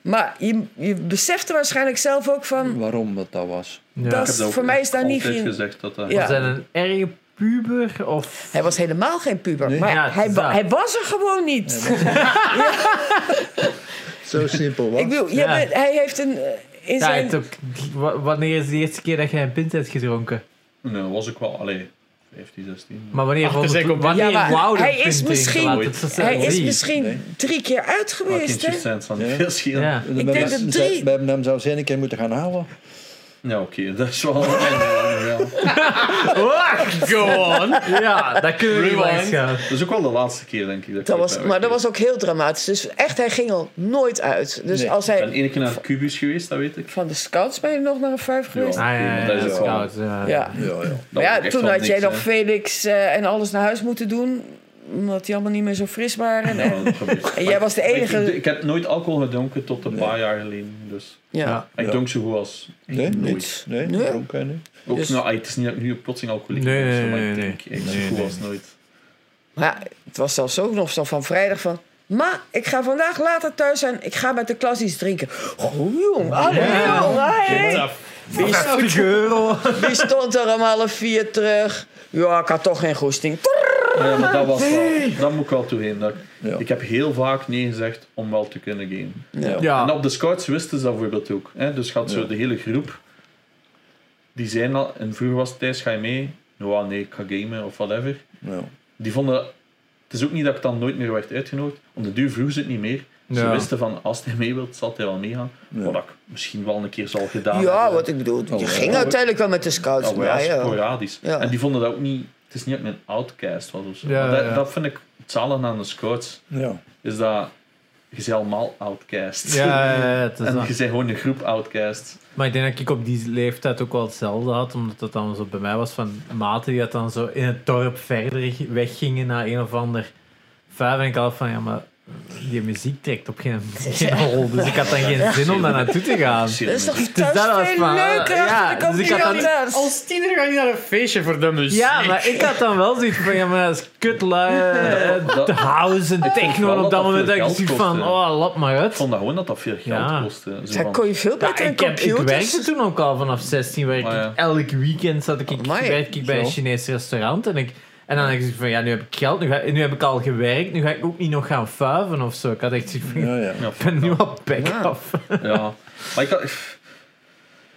Speaker 5: Maar je, je beseft er waarschijnlijk zelf ook van.
Speaker 4: waarom dat dat was.
Speaker 1: Ja.
Speaker 5: Dat
Speaker 3: heb
Speaker 5: is-
Speaker 3: dat ook
Speaker 5: voor mij is daar niet
Speaker 3: altijd
Speaker 5: geen-
Speaker 3: gezegd dat eh, dat...
Speaker 5: Ja.
Speaker 1: Was hij een erge puber? Of...
Speaker 5: Hij was helemaal geen puber.
Speaker 4: Nee.
Speaker 5: Maar
Speaker 1: Ja, het
Speaker 5: hij,
Speaker 1: is
Speaker 5: wa-
Speaker 1: dat.
Speaker 5: hij was er gewoon niet.
Speaker 4: Zo simpel was
Speaker 5: Ik bedoel, jij
Speaker 1: Ja.
Speaker 5: bent- hij heeft een. eh, In
Speaker 1: Ja, hij
Speaker 5: zijn,
Speaker 1: heeft ook- wa- wanneer is de eerste keer dat jij een pint hebt gedronken?
Speaker 3: Nee, was ik wel... Allee, 15, 16.
Speaker 1: Maar wanneer
Speaker 2: Achter
Speaker 1: vond het-
Speaker 2: zijn computer.
Speaker 1: wanneer
Speaker 5: Ja, maar
Speaker 1: wou de
Speaker 5: hij is
Speaker 1: pint drinken?
Speaker 5: misschien-
Speaker 1: Laat het zo
Speaker 5: hij
Speaker 1: zeggen.
Speaker 5: is
Speaker 1: Drie.
Speaker 5: misschien
Speaker 4: Nee.
Speaker 5: drie keer uit
Speaker 3: Maar
Speaker 5: geweest.
Speaker 3: kindjes
Speaker 5: hè?
Speaker 3: zijn van
Speaker 4: Ja.
Speaker 3: veel schelen. Ja,
Speaker 1: Ja.
Speaker 4: We
Speaker 5: denk
Speaker 4: hebben
Speaker 5: dat
Speaker 4: hem-
Speaker 5: drie-
Speaker 4: we hebben hem zelfs één keer moeten gaan halen.
Speaker 3: oké, [laughs] dat is wel... ja.
Speaker 5: Oh,
Speaker 2: Go on.
Speaker 1: ja, dat kunnen we niet
Speaker 2: Rewind.
Speaker 1: langs gaan.
Speaker 3: Dat is ook wel de laatste keer, denk ik. Dat,
Speaker 5: Dat was, maar dat was ook heel dramatisch. Dus echt, hij ging er nooit uit. Dus
Speaker 4: Nee.
Speaker 5: als
Speaker 3: Ik ben
Speaker 5: hij.
Speaker 3: één keer naar de Cubus geweest, dat weet ik.
Speaker 5: Van de scouts ben je nog naar een vijf geweest.
Speaker 1: Ah, ja, ja, ja,
Speaker 3: Dat is
Speaker 1: dat is
Speaker 3: wel-
Speaker 1: koud, ja.
Speaker 5: ja.
Speaker 4: Ja, ja.
Speaker 3: Dat
Speaker 5: Maar ja,
Speaker 3: was echt
Speaker 5: toen
Speaker 3: wel
Speaker 5: had
Speaker 3: niks,
Speaker 5: jij nog
Speaker 3: hè.
Speaker 5: Felix eh, en alles naar huis moeten doen. Omdat die allemaal niet meer zo fris waren. En-
Speaker 3: Ja, dat gebeurt.
Speaker 5: En jij was de
Speaker 3: Maar ik-
Speaker 5: enige-
Speaker 3: Ik, ik heb nooit alcohol gedronken tot een paar jaar geleden. Dus
Speaker 5: ja.
Speaker 1: Ja.
Speaker 3: ik
Speaker 4: Ja.
Speaker 3: dronk zo goed als
Speaker 4: Nee,
Speaker 3: nooit.
Speaker 4: niets. Nee,
Speaker 5: Nee.
Speaker 4: waarom kan je niet?
Speaker 3: Ook,
Speaker 5: Dus-
Speaker 3: nou, het is niet dat ik nu plotseling alcoholiek
Speaker 1: Nee,
Speaker 3: ben of zo,
Speaker 1: nee,
Speaker 3: maar ik
Speaker 1: nee,
Speaker 3: drink
Speaker 1: nee.
Speaker 3: echt zo
Speaker 1: Nee,
Speaker 3: goed
Speaker 1: nee,
Speaker 3: als nooit.
Speaker 5: Maar ja, het was zelfs ook nog zo van vrijdag van... Ma, ik ga vandaag later thuis zijn. Ik ga met de klas iets drinken. Goh, jong. Allee,
Speaker 1: Ja.
Speaker 5: jong. Allee.
Speaker 2: Ja,
Speaker 5: Wie, stond,
Speaker 1: 50 euro.
Speaker 5: wie stond er om half vier terug? Ja, ik had toch geen goesting.
Speaker 3: Ja, maar dat was wel, dat moet ik wel toegeven. Dat ik,
Speaker 4: Ja.
Speaker 3: ik heb heel vaak nee gezegd om wel te kunnen gamen. En
Speaker 1: Ja,
Speaker 3: op de scouts wisten ze dat bijvoorbeeld ook. Hè? Dus gaat zo de hele groep, die zijn al, en vroeger was het Thijs, ga je mee? Nou, nee, ik ga gamen of whatever.
Speaker 4: Ja.
Speaker 3: Die vonden, het is ook niet dat ik dan nooit meer werd uitgenodigd. Om de duur vroegen ze het niet meer. Ze
Speaker 1: Ja.
Speaker 3: wisten van, als hij mee wilt, zal hij wel meegaan. Wat ik misschien wel een keer zal gedaan
Speaker 5: Ja,
Speaker 3: hebben.
Speaker 5: wat ik bedoel. Je
Speaker 4: ja.
Speaker 5: ging uiteindelijk wel met de scouts.
Speaker 3: Ja, oh, maar ja,
Speaker 5: maar ja.
Speaker 3: sporadisch.
Speaker 5: Ja.
Speaker 3: En die vonden dat ook niet... Het is niet dat ik een outcast was of zo.
Speaker 1: Ja,
Speaker 3: Maar dat,
Speaker 1: ja.
Speaker 3: dat vind ik het zalig aan de scouts.
Speaker 4: Ja.
Speaker 3: Is dat... Je bent allemaal outcast. [laughs]
Speaker 1: ja, ja, ja, het is
Speaker 3: en je
Speaker 1: dat.
Speaker 3: bent gewoon een groep outcast.
Speaker 1: Maar ik denk dat ik op die leeftijd ook wel hetzelfde had, omdat dat dan zo bij mij was van maten die dat dan zo in het dorp verder g- weggingen naar een of ander vijf. En ik had van ja, maar die muziek trekt op geen, geen rol, dus ik had dan geen zin om daar naartoe te gaan.
Speaker 3: Zeer
Speaker 5: Dat is toch
Speaker 3: leuk.
Speaker 5: thuis
Speaker 1: dat was
Speaker 5: veel
Speaker 1: maar-
Speaker 5: leuker
Speaker 1: ja,
Speaker 5: dan ik op
Speaker 1: dus ik had
Speaker 5: iemand
Speaker 1: dan-
Speaker 5: anders.
Speaker 2: Als tiener ga je naar een feestje voor de muziek.
Speaker 1: Ja, maar ik had dan wel zoiets van, ja, maar dat is kutlui, eh,
Speaker 3: Dat-
Speaker 1: de house en
Speaker 3: wel
Speaker 1: techno. En op
Speaker 3: dat
Speaker 1: dat
Speaker 3: dat
Speaker 1: moment
Speaker 3: veel
Speaker 1: dat ik
Speaker 3: geld
Speaker 1: zoiets
Speaker 3: kost,
Speaker 1: van,
Speaker 3: hè.
Speaker 1: oh, lap maar
Speaker 3: Ik
Speaker 1: uit.
Speaker 3: vond dat gewoon dat dat veel geld
Speaker 1: Ja.
Speaker 3: kostte. Zo
Speaker 5: Dan
Speaker 3: van,
Speaker 5: kon je veel
Speaker 1: Ja,
Speaker 5: beter in
Speaker 1: ik, heb, ik
Speaker 5: computers.
Speaker 1: werkte toen ook al vanaf 16 werkte
Speaker 3: Ah, ja.
Speaker 1: ik elk weekend zat ik, ik
Speaker 5: Amai,
Speaker 1: werkte ik bij een
Speaker 4: zo.
Speaker 1: Chinees restaurant en ik en dan had ik zoiets van ja nu heb ik geld nu, ga, nu heb ik al gewerkt nu ga ik ook niet nog gaan fuiven of zo ik had echt zoiets van
Speaker 4: Ja, ja.
Speaker 3: ja,
Speaker 1: [laughs] ik ben nu al back
Speaker 5: Ja.
Speaker 1: af
Speaker 3: Ja, maar ik had, ik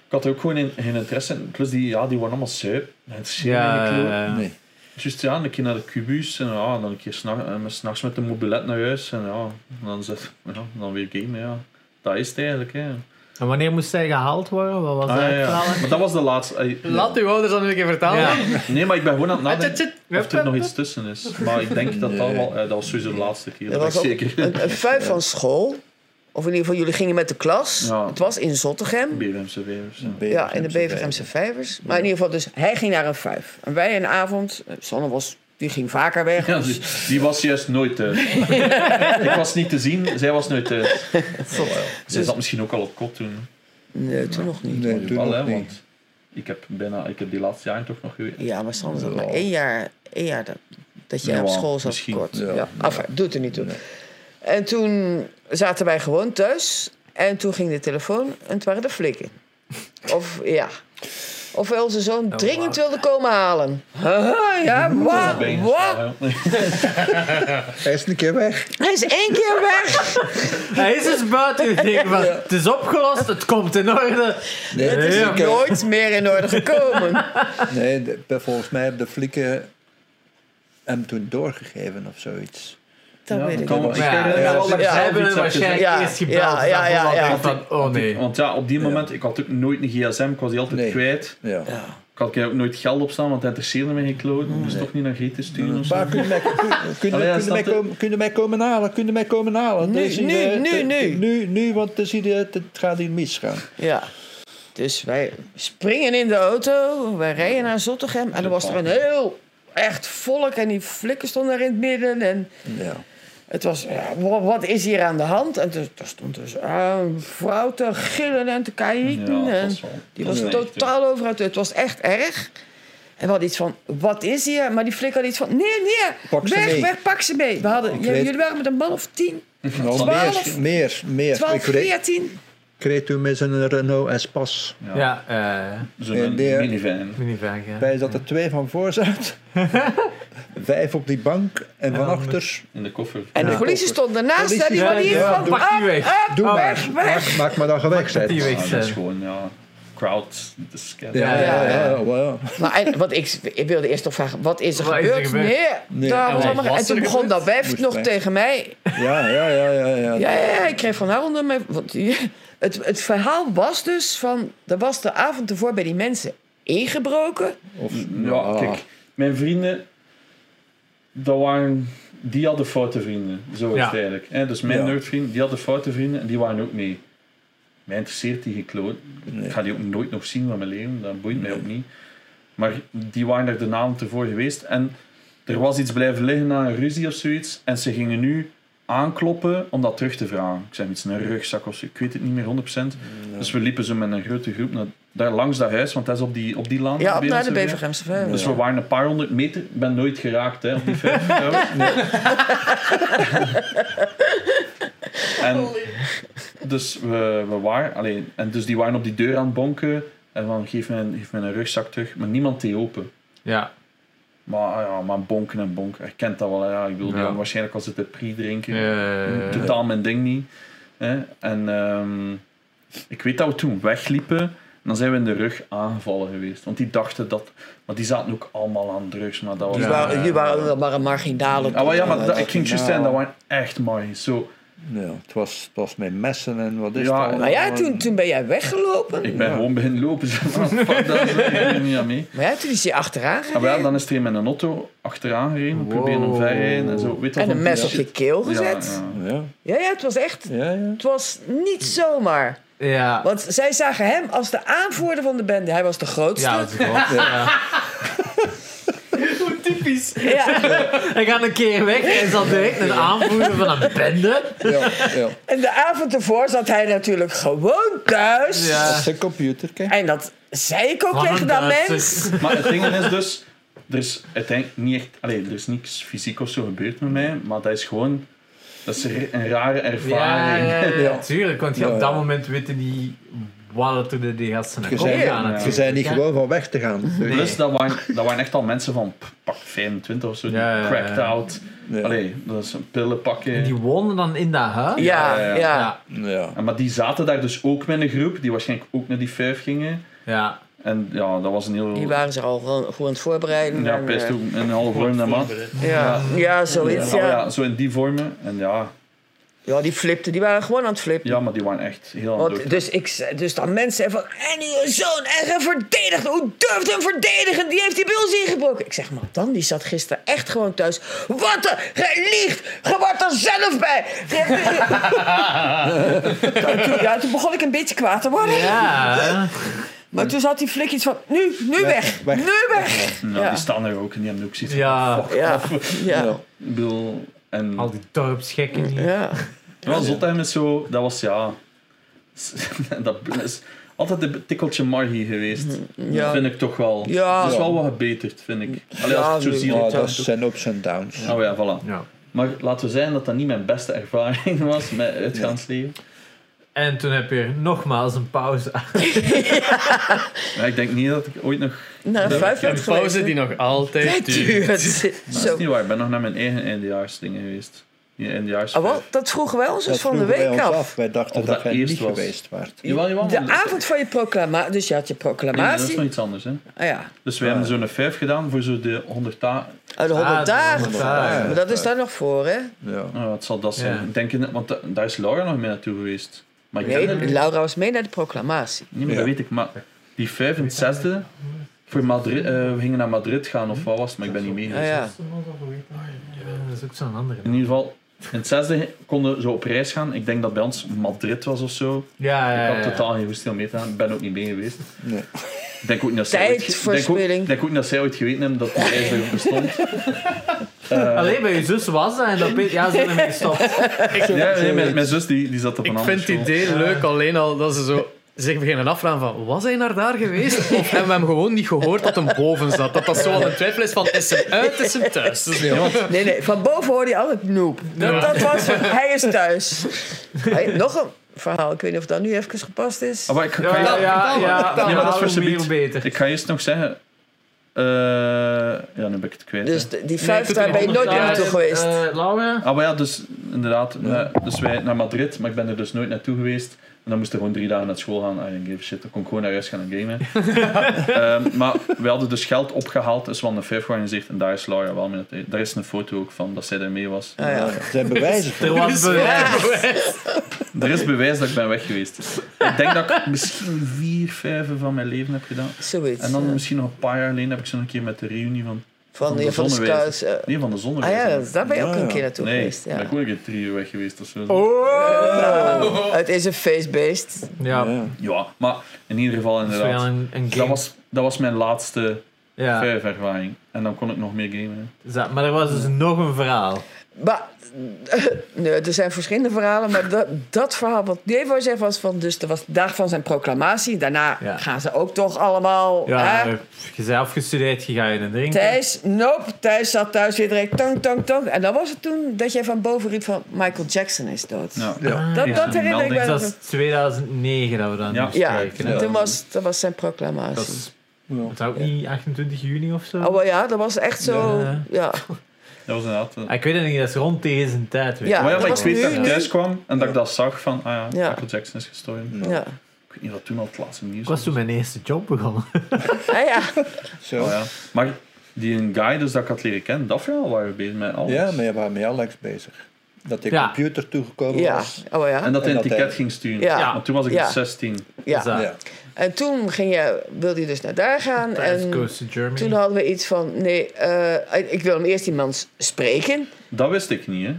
Speaker 3: had ook gewoon in- geen interesse. in. Plus, die, ja, die waren allemaal zuip. Het is
Speaker 1: ja,
Speaker 4: Nee.
Speaker 3: Juist ja, een keer naar de kubus en, ja, en dan een keer s'nachts eh, maar 's nachts met de mobilet naar huis. En, ja, en dan, zit, ja, dan weer gamen. Ja. Dat is het eigenlijk. Hè.
Speaker 1: en wanneer moest zij gehaald worden wat was
Speaker 3: Ah, ja,
Speaker 1: dat
Speaker 3: ja.
Speaker 1: verhaal?
Speaker 3: Maar dat was de laatste. eh,
Speaker 2: Laat uw ouders dan een keer vertalen.
Speaker 1: Ja.
Speaker 3: Nee, maar ik ben gewoon aan het
Speaker 2: Ah, tjit,
Speaker 3: nadenken
Speaker 2: tjit.
Speaker 3: of er nog iets tussen is. Maar ik denk dat dat wel... eh, dat was sowieso de laatste keer.
Speaker 5: Er
Speaker 3: Dat
Speaker 5: was
Speaker 3: was
Speaker 5: ook
Speaker 3: zeker. [laughs]
Speaker 5: een, een vijf van school. Of in ieder geval, jullie gingen met de klas.
Speaker 3: Ja.
Speaker 5: Het was in Zottegem.
Speaker 3: BWMCV of zo.
Speaker 5: Ja, in de BVMse vijvers. Maar in ieder geval, dus hij ging naar een vijf. En wij een avond, eh, Sanne was, die ging vaker
Speaker 3: [laughs]
Speaker 5: weg.
Speaker 3: Ja, dus- die, die was juist nooit thuis.
Speaker 5: [laughs]
Speaker 3: ik was niet te zien, zij was nooit thuis. Zij
Speaker 5: Dus-
Speaker 3: zat misschien ook al op kot toen.
Speaker 5: Nee, toen nog niet.
Speaker 4: Nee, toen
Speaker 3: Wel, hè,
Speaker 4: nog niet.
Speaker 3: want ik heb, bijna, ik heb die laatste jaren toch nog geweten.
Speaker 5: Ja, maar Sanne zat maar
Speaker 4: Ja.
Speaker 5: één jaar, één jaar dat, dat jij
Speaker 3: Ja,
Speaker 5: op school zat
Speaker 3: misschien.
Speaker 5: kort. Ja.
Speaker 4: Ja.
Speaker 5: Enfin, doet er niet toe. En toen zaten wij gewoon thuis. En toen ging de telefoon en het waren de flikken. Of ja. Of wij onze zoon dringend wilden komen halen. Haha, ja, wat?
Speaker 3: Bijna
Speaker 5: Wat?
Speaker 3: zo, hè.
Speaker 4: Hij is een keer weg.
Speaker 5: Hij is één keer weg.
Speaker 1: hij is dus buiten ik denk van het is opgelost het komt in orde
Speaker 4: Nee,
Speaker 5: Het is
Speaker 1: Ja.
Speaker 5: nooit meer in orde gekomen.
Speaker 4: nee de- per- volgens mij hebben de flikken hem toen doorgegeven of zoiets.
Speaker 5: Dat
Speaker 3: Ja,
Speaker 5: weet ik
Speaker 3: kan wel.
Speaker 5: niet.
Speaker 1: maar ja,
Speaker 3: Ik
Speaker 1: ja,
Speaker 3: denk
Speaker 1: ze
Speaker 3: dat zelf
Speaker 1: hebben
Speaker 3: iets
Speaker 1: hem
Speaker 3: heb gezegd.
Speaker 1: waarschijnlijk
Speaker 5: gezegd.
Speaker 1: eerst
Speaker 5: Ja,
Speaker 1: gebeld
Speaker 5: ja,
Speaker 1: daarvan
Speaker 5: ja,
Speaker 1: dat ik
Speaker 5: ja.
Speaker 1: dacht van oh nee
Speaker 3: Want ja, op die moment, ik had ook nooit een gsm, ik was die altijd
Speaker 4: Nee.
Speaker 3: kwijt.
Speaker 4: Ja.
Speaker 3: Ik had ook nooit geld opstaan, want dat interesseerde me geen kloot. Dus toch niet naar Griet te sturen of zo.
Speaker 4: Pa, kun je mij, kun, kun,
Speaker 3: Allee, ja,
Speaker 4: kun je mij
Speaker 3: snap je?
Speaker 4: komen, kun je mij komen halen? Kun je mij komen halen?
Speaker 5: Nu,
Speaker 4: Het is hier,
Speaker 5: nu,
Speaker 4: eh,
Speaker 5: nu,
Speaker 4: het-
Speaker 5: nu.
Speaker 4: Nu, nu, want het, is hier, het, het gaat hier misgaan.
Speaker 5: Ja. Dus wij springen in de auto, wij rijden naar Zottegem. En er was er een heel echt volk en die flikken stonden daar in het midden. En
Speaker 4: Ja.
Speaker 5: het was, ja, wa- wat is hier aan de hand? En toen toen stond dus eh, een vrouw te gillen en te kijken.
Speaker 3: Ja,
Speaker 5: en
Speaker 3: dat was wel-
Speaker 5: die
Speaker 3: dat
Speaker 5: was
Speaker 3: echt,
Speaker 5: totaal over het... Het was echt erg. En we hadden iets van, wat is hier? Maar die flikker had iets van, nee, nee,
Speaker 4: Pak ze
Speaker 5: weg,
Speaker 4: mee.
Speaker 5: weg, pak ze mee. We hadden,
Speaker 4: Ik
Speaker 5: j-
Speaker 4: weet-
Speaker 5: Jullie waren met een man of tien.
Speaker 3: hè.
Speaker 4: Nou,
Speaker 5: Twaalf?
Speaker 4: meer, meer, meer.
Speaker 5: 12,
Speaker 4: Ik reed-
Speaker 5: 14?
Speaker 4: kreeg toen met zijn Renault Espas.
Speaker 3: Ja.
Speaker 1: Ja, eh
Speaker 3: Zo'n
Speaker 4: En die-
Speaker 3: minivan.
Speaker 1: minivan, ja.
Speaker 4: Bij dat er twee van voor [laughs] zaten. Vijf op die bank en van achter.
Speaker 3: In de koffer.
Speaker 5: En de
Speaker 4: Ja.
Speaker 5: politie stond daarnaast.
Speaker 4: Politie,
Speaker 5: Hè, die
Speaker 4: ja,
Speaker 5: van hier
Speaker 4: ja,
Speaker 5: van,
Speaker 4: doe-
Speaker 1: Pak die
Speaker 5: ah,
Speaker 1: weg.
Speaker 4: Doe
Speaker 1: Oh,
Speaker 4: maar. Maak, maak maar dan gewekt.
Speaker 1: Maak dat die
Speaker 4: Ja,
Speaker 1: weg.
Speaker 3: Ja, dat is gewoon, ja. Crowd, de scan.
Speaker 4: ja, ja. ja, ja.
Speaker 5: Maar en, want ik, ik wilde eerst nog vragen, wat is er
Speaker 1: Wat is er
Speaker 5: gebeurd?
Speaker 1: gebeurd?
Speaker 5: Nee,
Speaker 4: Nee.
Speaker 5: daar
Speaker 4: En
Speaker 5: was
Speaker 2: wat
Speaker 5: allemaal-
Speaker 2: was
Speaker 5: en
Speaker 2: er
Speaker 5: toen begon
Speaker 2: gebeurd?
Speaker 5: dat wijf
Speaker 4: Moest
Speaker 5: nog
Speaker 4: weg.
Speaker 5: tegen mij.
Speaker 4: Ja, ja, ja, ja, ja.
Speaker 5: Ja, ja, ja, ik kreeg van haar onder mij. Want die- het, het verhaal was dus van, er was de avond ervoor bij die mensen ingebroken.
Speaker 4: Of,
Speaker 3: Ja, kijk, mijn vrienden, dat waren, die hadden foute vrienden. Zo is
Speaker 1: Ja.
Speaker 3: het eigenlijk. Hè? Dus mijn
Speaker 4: Ja.
Speaker 3: nerdvrienden, die hadden foute vrienden en die waren ook mee. Mij interesseert die gekloot.
Speaker 4: ah, Nee.
Speaker 3: Ik ga die ook nooit nog zien van mijn leven, dat boeit mij ook niet. Maar die waren er de naam ervoor geweest en er was iets blijven liggen na een ruzie of zoiets. En ze gingen nu aankloppen om dat terug te vragen. Ik zeg iets, een rugzak of zo, ik weet het niet meer 100%. Dus we liepen zo met een grote groep naar, daar langs dat huis, want dat is op die, op die laan.
Speaker 5: Ja, op
Speaker 3: bij
Speaker 5: naar
Speaker 3: ons
Speaker 5: de
Speaker 3: weer.
Speaker 5: Bevergemse Vijver.
Speaker 3: Dus we waren een paar honderd meter. Ik ben nooit geraakt hè, op die vijf. trouwens. en dus we, we waren, alleen, en dus die waren op die deur aan het bonken. En van geef me, een- geef me een rugzak terug. Maar niemand deed open.
Speaker 1: Ja,
Speaker 3: Maar ah ja, maar bonken en bonken. Herkent dat wel. hè. Ja, ik bedoel, die
Speaker 1: Ja.
Speaker 3: hadden waarschijnlijk al zitten pre-drinken.
Speaker 1: eh,
Speaker 3: Totaal mijn ding niet. Hè? En ehm, ik weet dat we toen wegliepen. En dan zijn we in de rug aangevallen geweest. Want die dachten dat... Maar die zaten ook allemaal aan drugs. Maar dat was...
Speaker 5: Die
Speaker 1: Ja.
Speaker 5: waren, die waren wel maar een marginale.
Speaker 3: Ah, maar ja, maar
Speaker 4: Ja,
Speaker 3: dat,
Speaker 4: dat-
Speaker 3: ik ging juist
Speaker 4: nou.
Speaker 3: zijn, dat waren echt margins. Zo,
Speaker 4: ja, het, was, het was met messen en wat is
Speaker 3: Ja,
Speaker 4: dat?
Speaker 5: Maar ja, toen, toen ben jij weggelopen.
Speaker 3: ik ben
Speaker 4: Ja.
Speaker 3: gewoon beginnen lopen. [laughs] Zo, van, fuck, dat is ik ben niet aan mee.
Speaker 5: Maar ja, toen is hij achteraan
Speaker 3: Ah,
Speaker 5: gegaan.
Speaker 3: wel, dan is er een met een auto achteraan gereden,
Speaker 1: Wow.
Speaker 3: proberen omverrijden en zo. Weet dat
Speaker 5: En een
Speaker 3: van
Speaker 5: mes op
Speaker 3: die
Speaker 5: je keel
Speaker 3: shit? Ja,
Speaker 5: gezet.
Speaker 3: ja.
Speaker 4: Ja,
Speaker 5: Ja, ja, het was echt...
Speaker 4: ja, ja.
Speaker 5: Het was niet zomaar.
Speaker 1: ja.
Speaker 5: Want zij zagen hem als de aanvoerder van de band. Hij was de grootste.
Speaker 1: Ja,
Speaker 5: Ja,
Speaker 1: dat is gewoon. Ja.
Speaker 2: Hoe typisch.
Speaker 1: [laughs] Hij gaat een keer weg en is dan direct een aanvoerder van een bende.
Speaker 4: ja, ja.
Speaker 5: En de avond ervoor zat hij natuurlijk gewoon thuis.
Speaker 1: Ja.
Speaker 4: Dat is een computer, kijk.
Speaker 5: En dat zei ik ook
Speaker 1: Van
Speaker 5: tegen
Speaker 1: een
Speaker 5: dat
Speaker 1: Duitser.
Speaker 5: mens.
Speaker 3: Maar het ding is dus, er is uiteindelijk niet echt, allee, er is niks fysiek of zo gebeurd met mij, maar dat is gewoon, dat is een een rare
Speaker 1: Ja,
Speaker 3: ervaring.
Speaker 1: ja, ja,
Speaker 4: Ja.
Speaker 1: tuurlijk. Want je
Speaker 4: Ja,
Speaker 1: op dat
Speaker 4: ja.
Speaker 1: moment weten die wat het er de- die gasten naar
Speaker 4: Je
Speaker 1: kop
Speaker 4: zei-
Speaker 1: gaan.
Speaker 4: Ze
Speaker 1: natuurlijk,
Speaker 4: zijn niet
Speaker 1: hè.
Speaker 4: gewoon van weg te gaan.
Speaker 3: [laughs]
Speaker 4: Dus-
Speaker 3: Plus, dat waren, dat waren echt al mensen van p- pak 25 of zo, die
Speaker 1: Ja, ja, ja.
Speaker 3: cracked out.
Speaker 4: Ja.
Speaker 3: Allee, dat is een pillen pakken.
Speaker 1: En die wonen dan in dat huis.
Speaker 5: Ja,
Speaker 3: ja,
Speaker 5: ja.
Speaker 3: ja.
Speaker 1: ja.
Speaker 4: Ja.
Speaker 3: En Maar die zaten daar dus ook met een groep, die waarschijnlijk ook naar die vijf gingen.
Speaker 1: ja.
Speaker 3: En ja, dat was een heel...
Speaker 5: Die waren ze al gewoon gewoon aan het voorbereiden.
Speaker 3: ja,
Speaker 5: En, eh,
Speaker 3: best ook een half vormde man.
Speaker 5: Ja, ja, zoiets.
Speaker 3: Ja,
Speaker 5: Ja.
Speaker 3: ja, zo in die vormen. En ja,
Speaker 5: ja, die flipten. Die waren gewoon aan het flippen.
Speaker 3: ja maar die waren echt heel aan het
Speaker 5: Want,
Speaker 3: dood.
Speaker 5: dus, ik, ze- dus dan mensen van, en die zoon, en hij verdedigt, hoe durft hem verdedigen? Die heeft die bij ons ingebroken. Ik zeg, maar dan, die zat gisteren echt gewoon thuis. Wat de, je liegt, je wordt er zelf bij. toen, ja, toen begon ik een beetje kwaad te worden.
Speaker 1: Ja, hè.
Speaker 5: Maar toen zat die flik iets van, nu, nu weg,
Speaker 4: weg.
Speaker 5: nu weg.
Speaker 3: Nou,
Speaker 5: ja.
Speaker 3: die staan er ook en die hebben ook zoiets
Speaker 1: Ja.
Speaker 3: van, fuck
Speaker 5: Ja,
Speaker 3: off.
Speaker 5: ja,
Speaker 3: Ik bedoel, en
Speaker 1: al die dorpsgekken. hier.
Speaker 5: ja.
Speaker 3: wel Zotheim is zo, dat was ja... [laughs] dat is altijd een tikkeltje margie geweest.
Speaker 5: Mm, Ja.
Speaker 3: Vind ik toch wel.
Speaker 5: Ja.
Speaker 3: Het is wel wat gebeterd, vind ik. Allee, als ik het zo
Speaker 5: Ja,
Speaker 3: zie.
Speaker 4: Ja,
Speaker 5: dat
Speaker 4: dat zijn ups en downs.
Speaker 3: Oh ja, voilà.
Speaker 1: Ja.
Speaker 3: Maar laten we zeggen dat dat niet mijn beste ervaring [laughs] was met uitgaansleven.
Speaker 1: En toen heb je nogmaals een pauze.
Speaker 3: Maar ik denk niet dat ik ooit nog...
Speaker 5: Nou, vijf
Speaker 2: Een
Speaker 5: minuten
Speaker 2: pauze die nog altijd
Speaker 5: Het
Speaker 2: duurt. [laughs]
Speaker 5: duurt.
Speaker 3: Dat
Speaker 5: Zo.
Speaker 3: is niet waar, ik ben nog naar mijn eigen eindejaarsdingen geweest. Die eindejaars...
Speaker 5: Ah, wat? Dat vroegen wij ons
Speaker 4: Dat
Speaker 5: dus van de
Speaker 4: vroegen wij
Speaker 5: week
Speaker 4: ons
Speaker 5: af.
Speaker 4: Wij dachten
Speaker 3: Of
Speaker 4: dat
Speaker 3: dat
Speaker 4: jij
Speaker 3: eerst
Speaker 4: niet
Speaker 3: was.
Speaker 4: geweest waart.
Speaker 3: Jawel, jawel.
Speaker 5: De
Speaker 3: maar-
Speaker 5: avond van je proclamatie, dus je had je
Speaker 3: Nee, dat is
Speaker 5: proclamatie.
Speaker 3: nog iets anders, hè.
Speaker 5: Ah ja,
Speaker 3: Dus we hebben zo'n vijf gedaan voor zo de 100 ta
Speaker 5: uit Oh, de 100
Speaker 1: Ah, de
Speaker 5: dagen.
Speaker 1: 100 dagen.
Speaker 5: Maar dat is daar nog voor, hè?
Speaker 4: Ja.
Speaker 3: Oh, wat zal dat zijn?
Speaker 1: Ja.
Speaker 3: Ik denk, in- want da- daar is Laura nog mee naartoe geweest. Maar ik ken haar
Speaker 5: Nee,
Speaker 3: niet.
Speaker 5: Laura was mee naar de proclamatie.
Speaker 3: Nee, maar
Speaker 4: Ja.
Speaker 3: dat weet ik. Maar die vijf en het zesde, voor Madrid, eh, we gingen naar Madrid gaan of wat was het, maar ik ben niet
Speaker 5: Ah
Speaker 3: meegegaan.
Speaker 5: ja.
Speaker 1: Dat is ook zo'n andere.
Speaker 3: In ieder geval, in het zesde konden we zo op reis gaan. Ik denk dat bij ons Madrid was of zo.
Speaker 1: Ja, ja,
Speaker 3: Ik
Speaker 1: ja.
Speaker 3: had totaal geen hoestel mee te gaan. Ik ben ook niet mee geweest.
Speaker 4: Nee.
Speaker 3: Ik denk ook niet dat zij ooit, ge- ik denk ook,
Speaker 5: Tijdverspilling.
Speaker 3: ik denk ook niet dat zij ooit geweten hebben dat die reis er
Speaker 4: [laughs]
Speaker 3: bestond.
Speaker 1: Alleen bij je zus was dat en dat opeens- ja, ze zijn ermee gestopt.
Speaker 3: Ja, nee, mijn, mijn zus die, die zat op een
Speaker 2: Ik
Speaker 3: andere
Speaker 2: vind het
Speaker 3: school.
Speaker 2: idee leuk, alleen al dat ze zo zich beginnen afvragen van, was hij naar daar geweest? [laughs] Of hebben we hem gewoon niet gehoord dat hem boven zat? Dat dat zo aan een twijfel is van, is hem uit, is hem thuis?
Speaker 5: Nee, nee, van boven hoorde je altijd noep. Dat,
Speaker 2: Ja.
Speaker 5: dat was, hij is thuis. Hey, nog een verhaal, ik weet niet of dat nu even gepast is.
Speaker 3: Ah, maar ik, ga-
Speaker 1: Ja,
Speaker 3: kan je-
Speaker 1: ja, ja,
Speaker 3: maar dat is
Speaker 1: verhaal
Speaker 3: voor
Speaker 1: hoe meer,
Speaker 3: subiet.
Speaker 1: hoe beter.
Speaker 3: Ik ga eerst nog zeggen... eh, ja, nu ben ik het kwijt. hè.
Speaker 5: Dus de- die vijf,
Speaker 2: tot
Speaker 5: daar ben je nooit meer
Speaker 1: Ja,
Speaker 5: naartoe
Speaker 1: eh,
Speaker 5: geweest.
Speaker 1: eh, Laura?
Speaker 3: Ah, maar ja, dus inderdaad. eh, dus wij naar Madrid, maar ik ben er dus nooit naartoe geweest. En dan moest ik gewoon drie dagen naar school gaan. Ah, I don't give a shit. Dan kon ik gewoon naar huis gaan en
Speaker 5: [laughs]
Speaker 3: gamen. Ehm, maar we hadden dus geld opgehaald. Dus we hadden een vijf georganiseerd. En daar is Laura wel mee. naartoe. Daar is een foto ook van dat zij daar mee was.
Speaker 5: Ah, ja.
Speaker 4: Er zijn bewijzen voor.
Speaker 1: Er was dus- bewijs.
Speaker 3: Er is bewijs dat ik ben weg geweest. ik denk dat ik misschien vier, vijf van mijn leven heb gedaan.
Speaker 5: Zoiets.
Speaker 3: En dan misschien nog een paar jaar geleden heb ik zo een keer met de reunie van...
Speaker 5: van,
Speaker 3: van de
Speaker 5: de, van de
Speaker 3: zonnewijzer.
Speaker 5: scouts. eh.
Speaker 3: Nee, van de
Speaker 5: ah
Speaker 3: zonnewijzer.
Speaker 5: ja, dat- daar ben je ook
Speaker 4: Ja,
Speaker 5: een
Speaker 4: ja.
Speaker 5: keer naartoe
Speaker 3: nee,
Speaker 5: geweest. Ja. Oh.
Speaker 3: ben ik ook een keer drie uur weg geweest of zo.
Speaker 5: Nou, het is een feestbeest.
Speaker 1: Ja, dat
Speaker 4: Ja.
Speaker 3: [laughs] Ja, maar in ieder geval
Speaker 1: is
Speaker 3: inderdaad.
Speaker 1: wel een, een game.
Speaker 3: Dat was, dat was mijn laatste
Speaker 1: ja.
Speaker 3: vijf ervaring. En dan kon ik nog meer gamen.
Speaker 1: Za- Maar er was dus nog een verhaal.
Speaker 5: Maar, [laughs] nee, er zijn verschillende verhalen, maar dat, dat verhaal wat Devo zegt was van... Dus er was de dag van zijn proclamatie. Daarna
Speaker 1: Ja.
Speaker 5: gaan ze ook toch allemaal...
Speaker 1: Ja,
Speaker 5: hè?
Speaker 1: Eh, je bent afgestudeerd, je gaat in een drinken.
Speaker 5: Thijs, nope. Thijs zat thuis weer direct tong, tong, tong. En dan was het toen dat jij van boven riep van... Michael Jackson is dood.
Speaker 3: Ja.
Speaker 4: Ja.
Speaker 5: Dat,
Speaker 1: Ja.
Speaker 5: dat herinner ik
Speaker 3: melding.
Speaker 5: me.
Speaker 1: Dus dat
Speaker 5: nog.
Speaker 1: is 2009 dat we dan
Speaker 3: Ja.
Speaker 1: ja.
Speaker 5: Ja,
Speaker 1: spreken.
Speaker 4: Ja.
Speaker 1: hè.
Speaker 5: Toen was, dat was zijn proclamatie.
Speaker 1: Dat is, het zou ook niet 28 juni of zo.
Speaker 5: Oh wel ja, dat was echt zo...
Speaker 1: Ja.
Speaker 5: Ja,
Speaker 3: Dat was inderdaad... eh,
Speaker 1: Ah, Ik weet het niet, dat is rond tegen zijn tijd. Weet
Speaker 5: Ja.
Speaker 1: je.
Speaker 3: maar Oh ja,
Speaker 5: dat
Speaker 3: maar ik
Speaker 5: was
Speaker 3: weet
Speaker 5: nu,
Speaker 3: dat ik
Speaker 5: nu.
Speaker 3: thuis kwam en dat ik dat zag van, ah ja,
Speaker 5: Ja.
Speaker 3: Michael Jackson is gestorven.
Speaker 5: ja.
Speaker 3: Ik weet niet wat toen al het laatste nieuws
Speaker 1: Ik was toen mijn eerste job begonnen.
Speaker 5: Ah, ja.
Speaker 3: Oh,
Speaker 4: Zo.
Speaker 3: ja. Maar die een guy dus dat ik had leren kennen, dat verhaal waren we bezig met alles.
Speaker 4: Ja, maar je was met Alex bezig. Dat die
Speaker 1: Ja.
Speaker 4: computer toegekomen
Speaker 5: Ja,
Speaker 4: was.
Speaker 5: oh wel ja.
Speaker 3: En dat hij
Speaker 4: En
Speaker 3: een
Speaker 4: dat
Speaker 3: ticket
Speaker 4: hij-
Speaker 3: ging sturen.
Speaker 5: Ja.
Speaker 3: Want toen was ik
Speaker 5: Ja.
Speaker 3: dus 16.
Speaker 5: ja.
Speaker 1: Dus, ah,
Speaker 4: Ja.
Speaker 5: En toen ging je, wilde je dus naar daar gaan.
Speaker 1: Paris
Speaker 5: [laughs] En
Speaker 1: Goes to Germany.
Speaker 5: toen hadden we iets van: nee, eh, ik wil hem eerst iemand spreken.
Speaker 3: Dat wist ik niet, hè.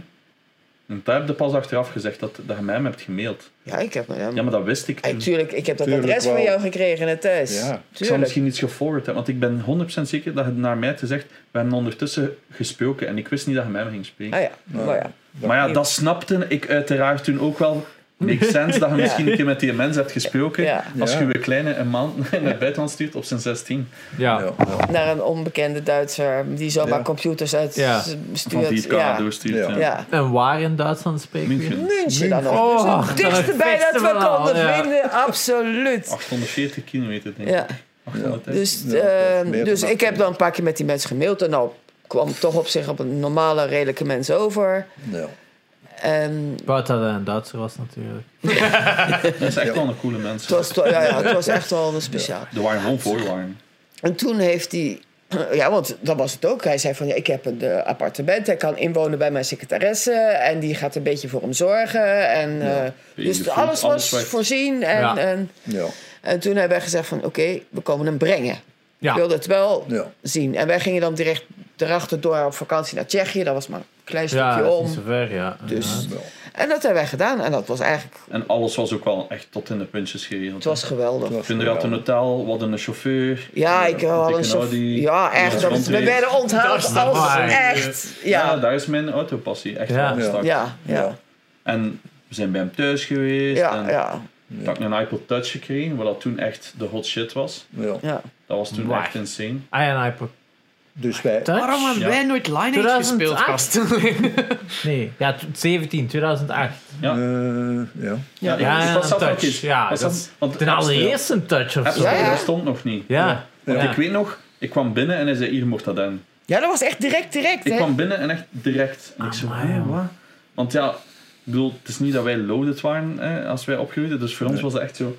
Speaker 3: En daar heb je pas achteraf gezegd dat, dat je mij hem hebt gemaild.
Speaker 5: Ja, ik heb met hem.
Speaker 3: Ja, maar dat wist ik
Speaker 5: Hey,
Speaker 3: toen.
Speaker 5: tuurlijk, ik heb dat
Speaker 4: Tuurlijk
Speaker 5: adres
Speaker 4: wel.
Speaker 5: van jou gekregen hè, Thijs.
Speaker 4: Ja.
Speaker 3: Ik
Speaker 4: Ik
Speaker 3: zal
Speaker 5: tuurlijk.
Speaker 3: misschien iets geforderd hebben, want ik ben 100% zeker dat je naar mij hebt gezegd, we hebben ondertussen gesproken en ik wist niet dat je met hem ging spreken.
Speaker 5: Ah ja, maar ja.
Speaker 3: Maar ja, dat snapte ik uiteraard toen ook wel.
Speaker 5: [laughs]
Speaker 3: Makes sense dat je misschien een keer met die mens hebt gesproken.
Speaker 5: Ja.
Speaker 3: Als je
Speaker 4: Ja.
Speaker 3: je kleine een [laughs] maand naar het buitenland stuurt op zijn 16.
Speaker 1: ja.
Speaker 4: Ja.
Speaker 5: Naar een onbekende Duitser die zomaar
Speaker 4: Ja.
Speaker 5: computers uit
Speaker 1: Ja.
Speaker 3: Van
Speaker 5: stuurt.
Speaker 3: die het Canada
Speaker 5: ja.
Speaker 3: doorstuurt.
Speaker 4: Ja.
Speaker 3: Ja.
Speaker 5: ja.
Speaker 1: En waar in Duitsland spreken we?
Speaker 3: München.
Speaker 5: München dan nog.
Speaker 1: Oh,
Speaker 5: Oh, het
Speaker 1: dat
Speaker 5: dichterbij dat we
Speaker 1: festival,
Speaker 5: konden
Speaker 1: ja.
Speaker 5: vinden, absoluut.
Speaker 3: 840 kilometer, denk ik.
Speaker 5: Ja.
Speaker 3: 830.
Speaker 5: Dus,
Speaker 4: Ja, dat
Speaker 5: ehm,
Speaker 4: is meer
Speaker 5: dus
Speaker 4: dan
Speaker 5: ik heb
Speaker 4: dat.
Speaker 5: dan een paar keer met die mensen gemaild. En nou kwam het toch op zich op een normale, redelijke mens over.
Speaker 4: Ja.
Speaker 5: En
Speaker 1: Buiten dat hij een Duitser was natuurlijk.
Speaker 3: Dat is echt
Speaker 4: Ja.
Speaker 3: wel een coole
Speaker 5: het
Speaker 3: mensen.
Speaker 5: was, to- ja, ja, het was echt wel een speciaal.
Speaker 3: Er waren gewoon voorwaarden.
Speaker 5: En toen heeft hij... [clears throat] Ja, want dat was het ook. Hij zei van, ja, ik heb een eh, appartement. Hij kan inwonen bij mijn secretaresse. En die gaat een beetje voor hem zorgen. En, eh,
Speaker 3: Je
Speaker 5: dus
Speaker 3: voelt
Speaker 5: alles was
Speaker 3: alles wat-
Speaker 5: voorzien. En,
Speaker 1: Ja.
Speaker 5: en,
Speaker 4: Ja.
Speaker 5: en toen hebben wij gezegd van, oké, we komen hem brengen.
Speaker 1: Ja.
Speaker 5: Ik wilde het wel
Speaker 4: Ja.
Speaker 5: zien. En wij gingen dan direct erachter door op vakantie naar Tsjechië. Dat was maar een klein stukje
Speaker 1: Ja, dat is
Speaker 5: om.
Speaker 1: niet zo ver, ja.
Speaker 5: Dus,
Speaker 1: Ja.
Speaker 4: Wel.
Speaker 5: en dat hebben wij gedaan. En dat was eigenlijk...
Speaker 3: En alles was ook wel echt tot in de puntjes geregeld.
Speaker 5: Het was geweldig.
Speaker 4: Dat was
Speaker 3: Kinderen hadden een
Speaker 4: geweldig.
Speaker 3: hotel, we hadden een chauffeur.
Speaker 5: Ja, ik
Speaker 3: een
Speaker 5: had een
Speaker 3: dikke
Speaker 5: soort...
Speaker 3: Audi,
Speaker 5: Ja, echt.
Speaker 3: iemand
Speaker 5: Dat,
Speaker 3: rondreed.
Speaker 5: we werden onthaald
Speaker 1: dat
Speaker 5: als
Speaker 1: waar.
Speaker 5: echt...
Speaker 3: Ja.
Speaker 5: Ja,
Speaker 3: daar is mijn autopassie. Echt
Speaker 1: Ja.
Speaker 3: wel gestart.
Speaker 5: ja, ja.
Speaker 3: En we zijn bij hem thuis geweest. en
Speaker 5: Ja, ja.
Speaker 3: Dat ik een iPod Touch gekregen, wat dat toen echt de hot shit was.
Speaker 4: Ja.
Speaker 5: Ja.
Speaker 3: Dat was toen
Speaker 1: Wauw.
Speaker 3: echt insane.
Speaker 1: Ah ja, een iPod
Speaker 4: Dus wij...
Speaker 1: Touch?
Speaker 2: Waarom hebben
Speaker 3: Ja.
Speaker 2: wij nooit Lineage
Speaker 1: 2008?
Speaker 2: gespeeld, gast? [laughs]
Speaker 1: Nee, ja, t- 17, 2008.
Speaker 4: eh, ja.
Speaker 3: Ja, ik-
Speaker 1: Ja,
Speaker 3: ik was
Speaker 1: een
Speaker 3: zelf ook
Speaker 1: touch.
Speaker 3: eens.
Speaker 1: Ja,
Speaker 3: Was
Speaker 1: dat
Speaker 3: dat-
Speaker 1: is
Speaker 3: want
Speaker 1: Ten
Speaker 3: Appstel-
Speaker 1: allereerste een touch of zo.
Speaker 3: Appstel
Speaker 5: Ja, ja.
Speaker 3: bestond nog niet.
Speaker 1: Ja.
Speaker 3: Want
Speaker 1: Ja.
Speaker 3: ik weet nog, ik kwam binnen en hij zei, hier mocht dat dan.
Speaker 5: Ja, dat was echt direct, direct.
Speaker 3: Ik
Speaker 5: hè?
Speaker 3: kwam binnen en echt direct. En ik zo,
Speaker 1: Amai,
Speaker 3: "Hè,
Speaker 1: man."
Speaker 3: wat? Want ja, ik bedoel, het is niet dat wij loaded waren hè, als wij opgroeiden. Dus voor ons was dat echt zo...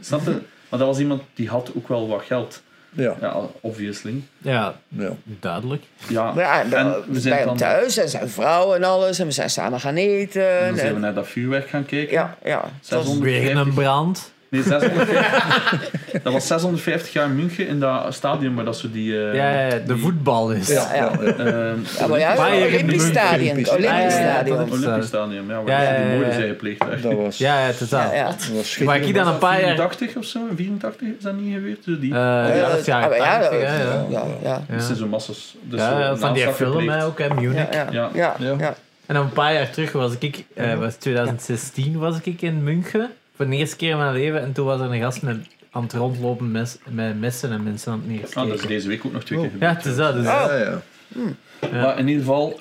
Speaker 3: Snap je? Maar dat was iemand die had ook wel wat geld.
Speaker 4: Ja.
Speaker 3: Ja, obviously.
Speaker 1: Ja,
Speaker 4: Ja.
Speaker 1: duidelijk.
Speaker 3: Ja,
Speaker 5: Maar ja, en
Speaker 3: en
Speaker 5: we
Speaker 3: we
Speaker 5: bij
Speaker 3: zijn
Speaker 5: hem
Speaker 3: dan...
Speaker 5: thuis en zijn vrouw en alles. En we zijn samen gaan eten.
Speaker 3: Dan zijn we
Speaker 5: en-
Speaker 3: Dus naar dat vuurwerk gaan kijken.
Speaker 5: ja, ja. Het was-
Speaker 3: 600
Speaker 1: Weer een brand.
Speaker 3: Nee, 650. [laughs] dat was 650 jaar München in dat stadion, maar dat zo die. eh,
Speaker 1: Ja, ja, ja, de
Speaker 3: die,
Speaker 1: voetbal is.
Speaker 4: Ja.
Speaker 5: ja.
Speaker 4: ja, ja.
Speaker 3: ehm,
Speaker 5: ja, maar ja,
Speaker 1: Bayern
Speaker 5: het Olympisch
Speaker 1: München.
Speaker 5: Stadion. het
Speaker 4: Olympisch
Speaker 5: Olympisch
Speaker 1: Stadion. Ja, ja,
Speaker 5: Stadion.
Speaker 1: ja,
Speaker 3: Olympisch Stadion, ja,
Speaker 1: Ja,
Speaker 3: waar ze
Speaker 1: ja,
Speaker 3: die
Speaker 1: ja,
Speaker 3: moorden
Speaker 1: ja.
Speaker 3: zijn gepleegd. Echt.
Speaker 4: Dat was...
Speaker 1: Ja, ja, totaal.
Speaker 5: Ja, ja.
Speaker 4: Dat was
Speaker 1: Maar ik
Speaker 4: schitterend.
Speaker 1: dan een paar jaar...
Speaker 3: 84 of zo, 84 is dat niet gebeurd. Zo die.
Speaker 1: eh, ja, dat is
Speaker 5: Ah,
Speaker 1: jaren
Speaker 5: maar ja,
Speaker 1: 80,
Speaker 5: dat-
Speaker 1: hè, ja.
Speaker 5: Ja, ja.
Speaker 3: dat
Speaker 1: Ja.
Speaker 3: zijn zo massas. Dus
Speaker 1: Ja,
Speaker 3: zo
Speaker 1: ja, van die
Speaker 3: naast dat
Speaker 1: film
Speaker 3: gepleegd.
Speaker 1: hè, ook, hè, Munich.
Speaker 5: Ja, ja, ja,
Speaker 3: Ja.
Speaker 5: ja,
Speaker 4: Ja.
Speaker 5: ja.
Speaker 1: En dan een paar jaar terug was ik, eh was 2016 was ik in München voor de eerste keer in mijn leven. En toen was er een gast met, aan het rondlopen mes- met messen en mensen aan het neersteken.
Speaker 3: Ah, dat is deze week ook nog twee keer
Speaker 1: Ja,
Speaker 3: gebeurd.
Speaker 1: het is dat. Dus,
Speaker 4: Ja, ja.
Speaker 1: ja.
Speaker 3: Maar in ieder geval,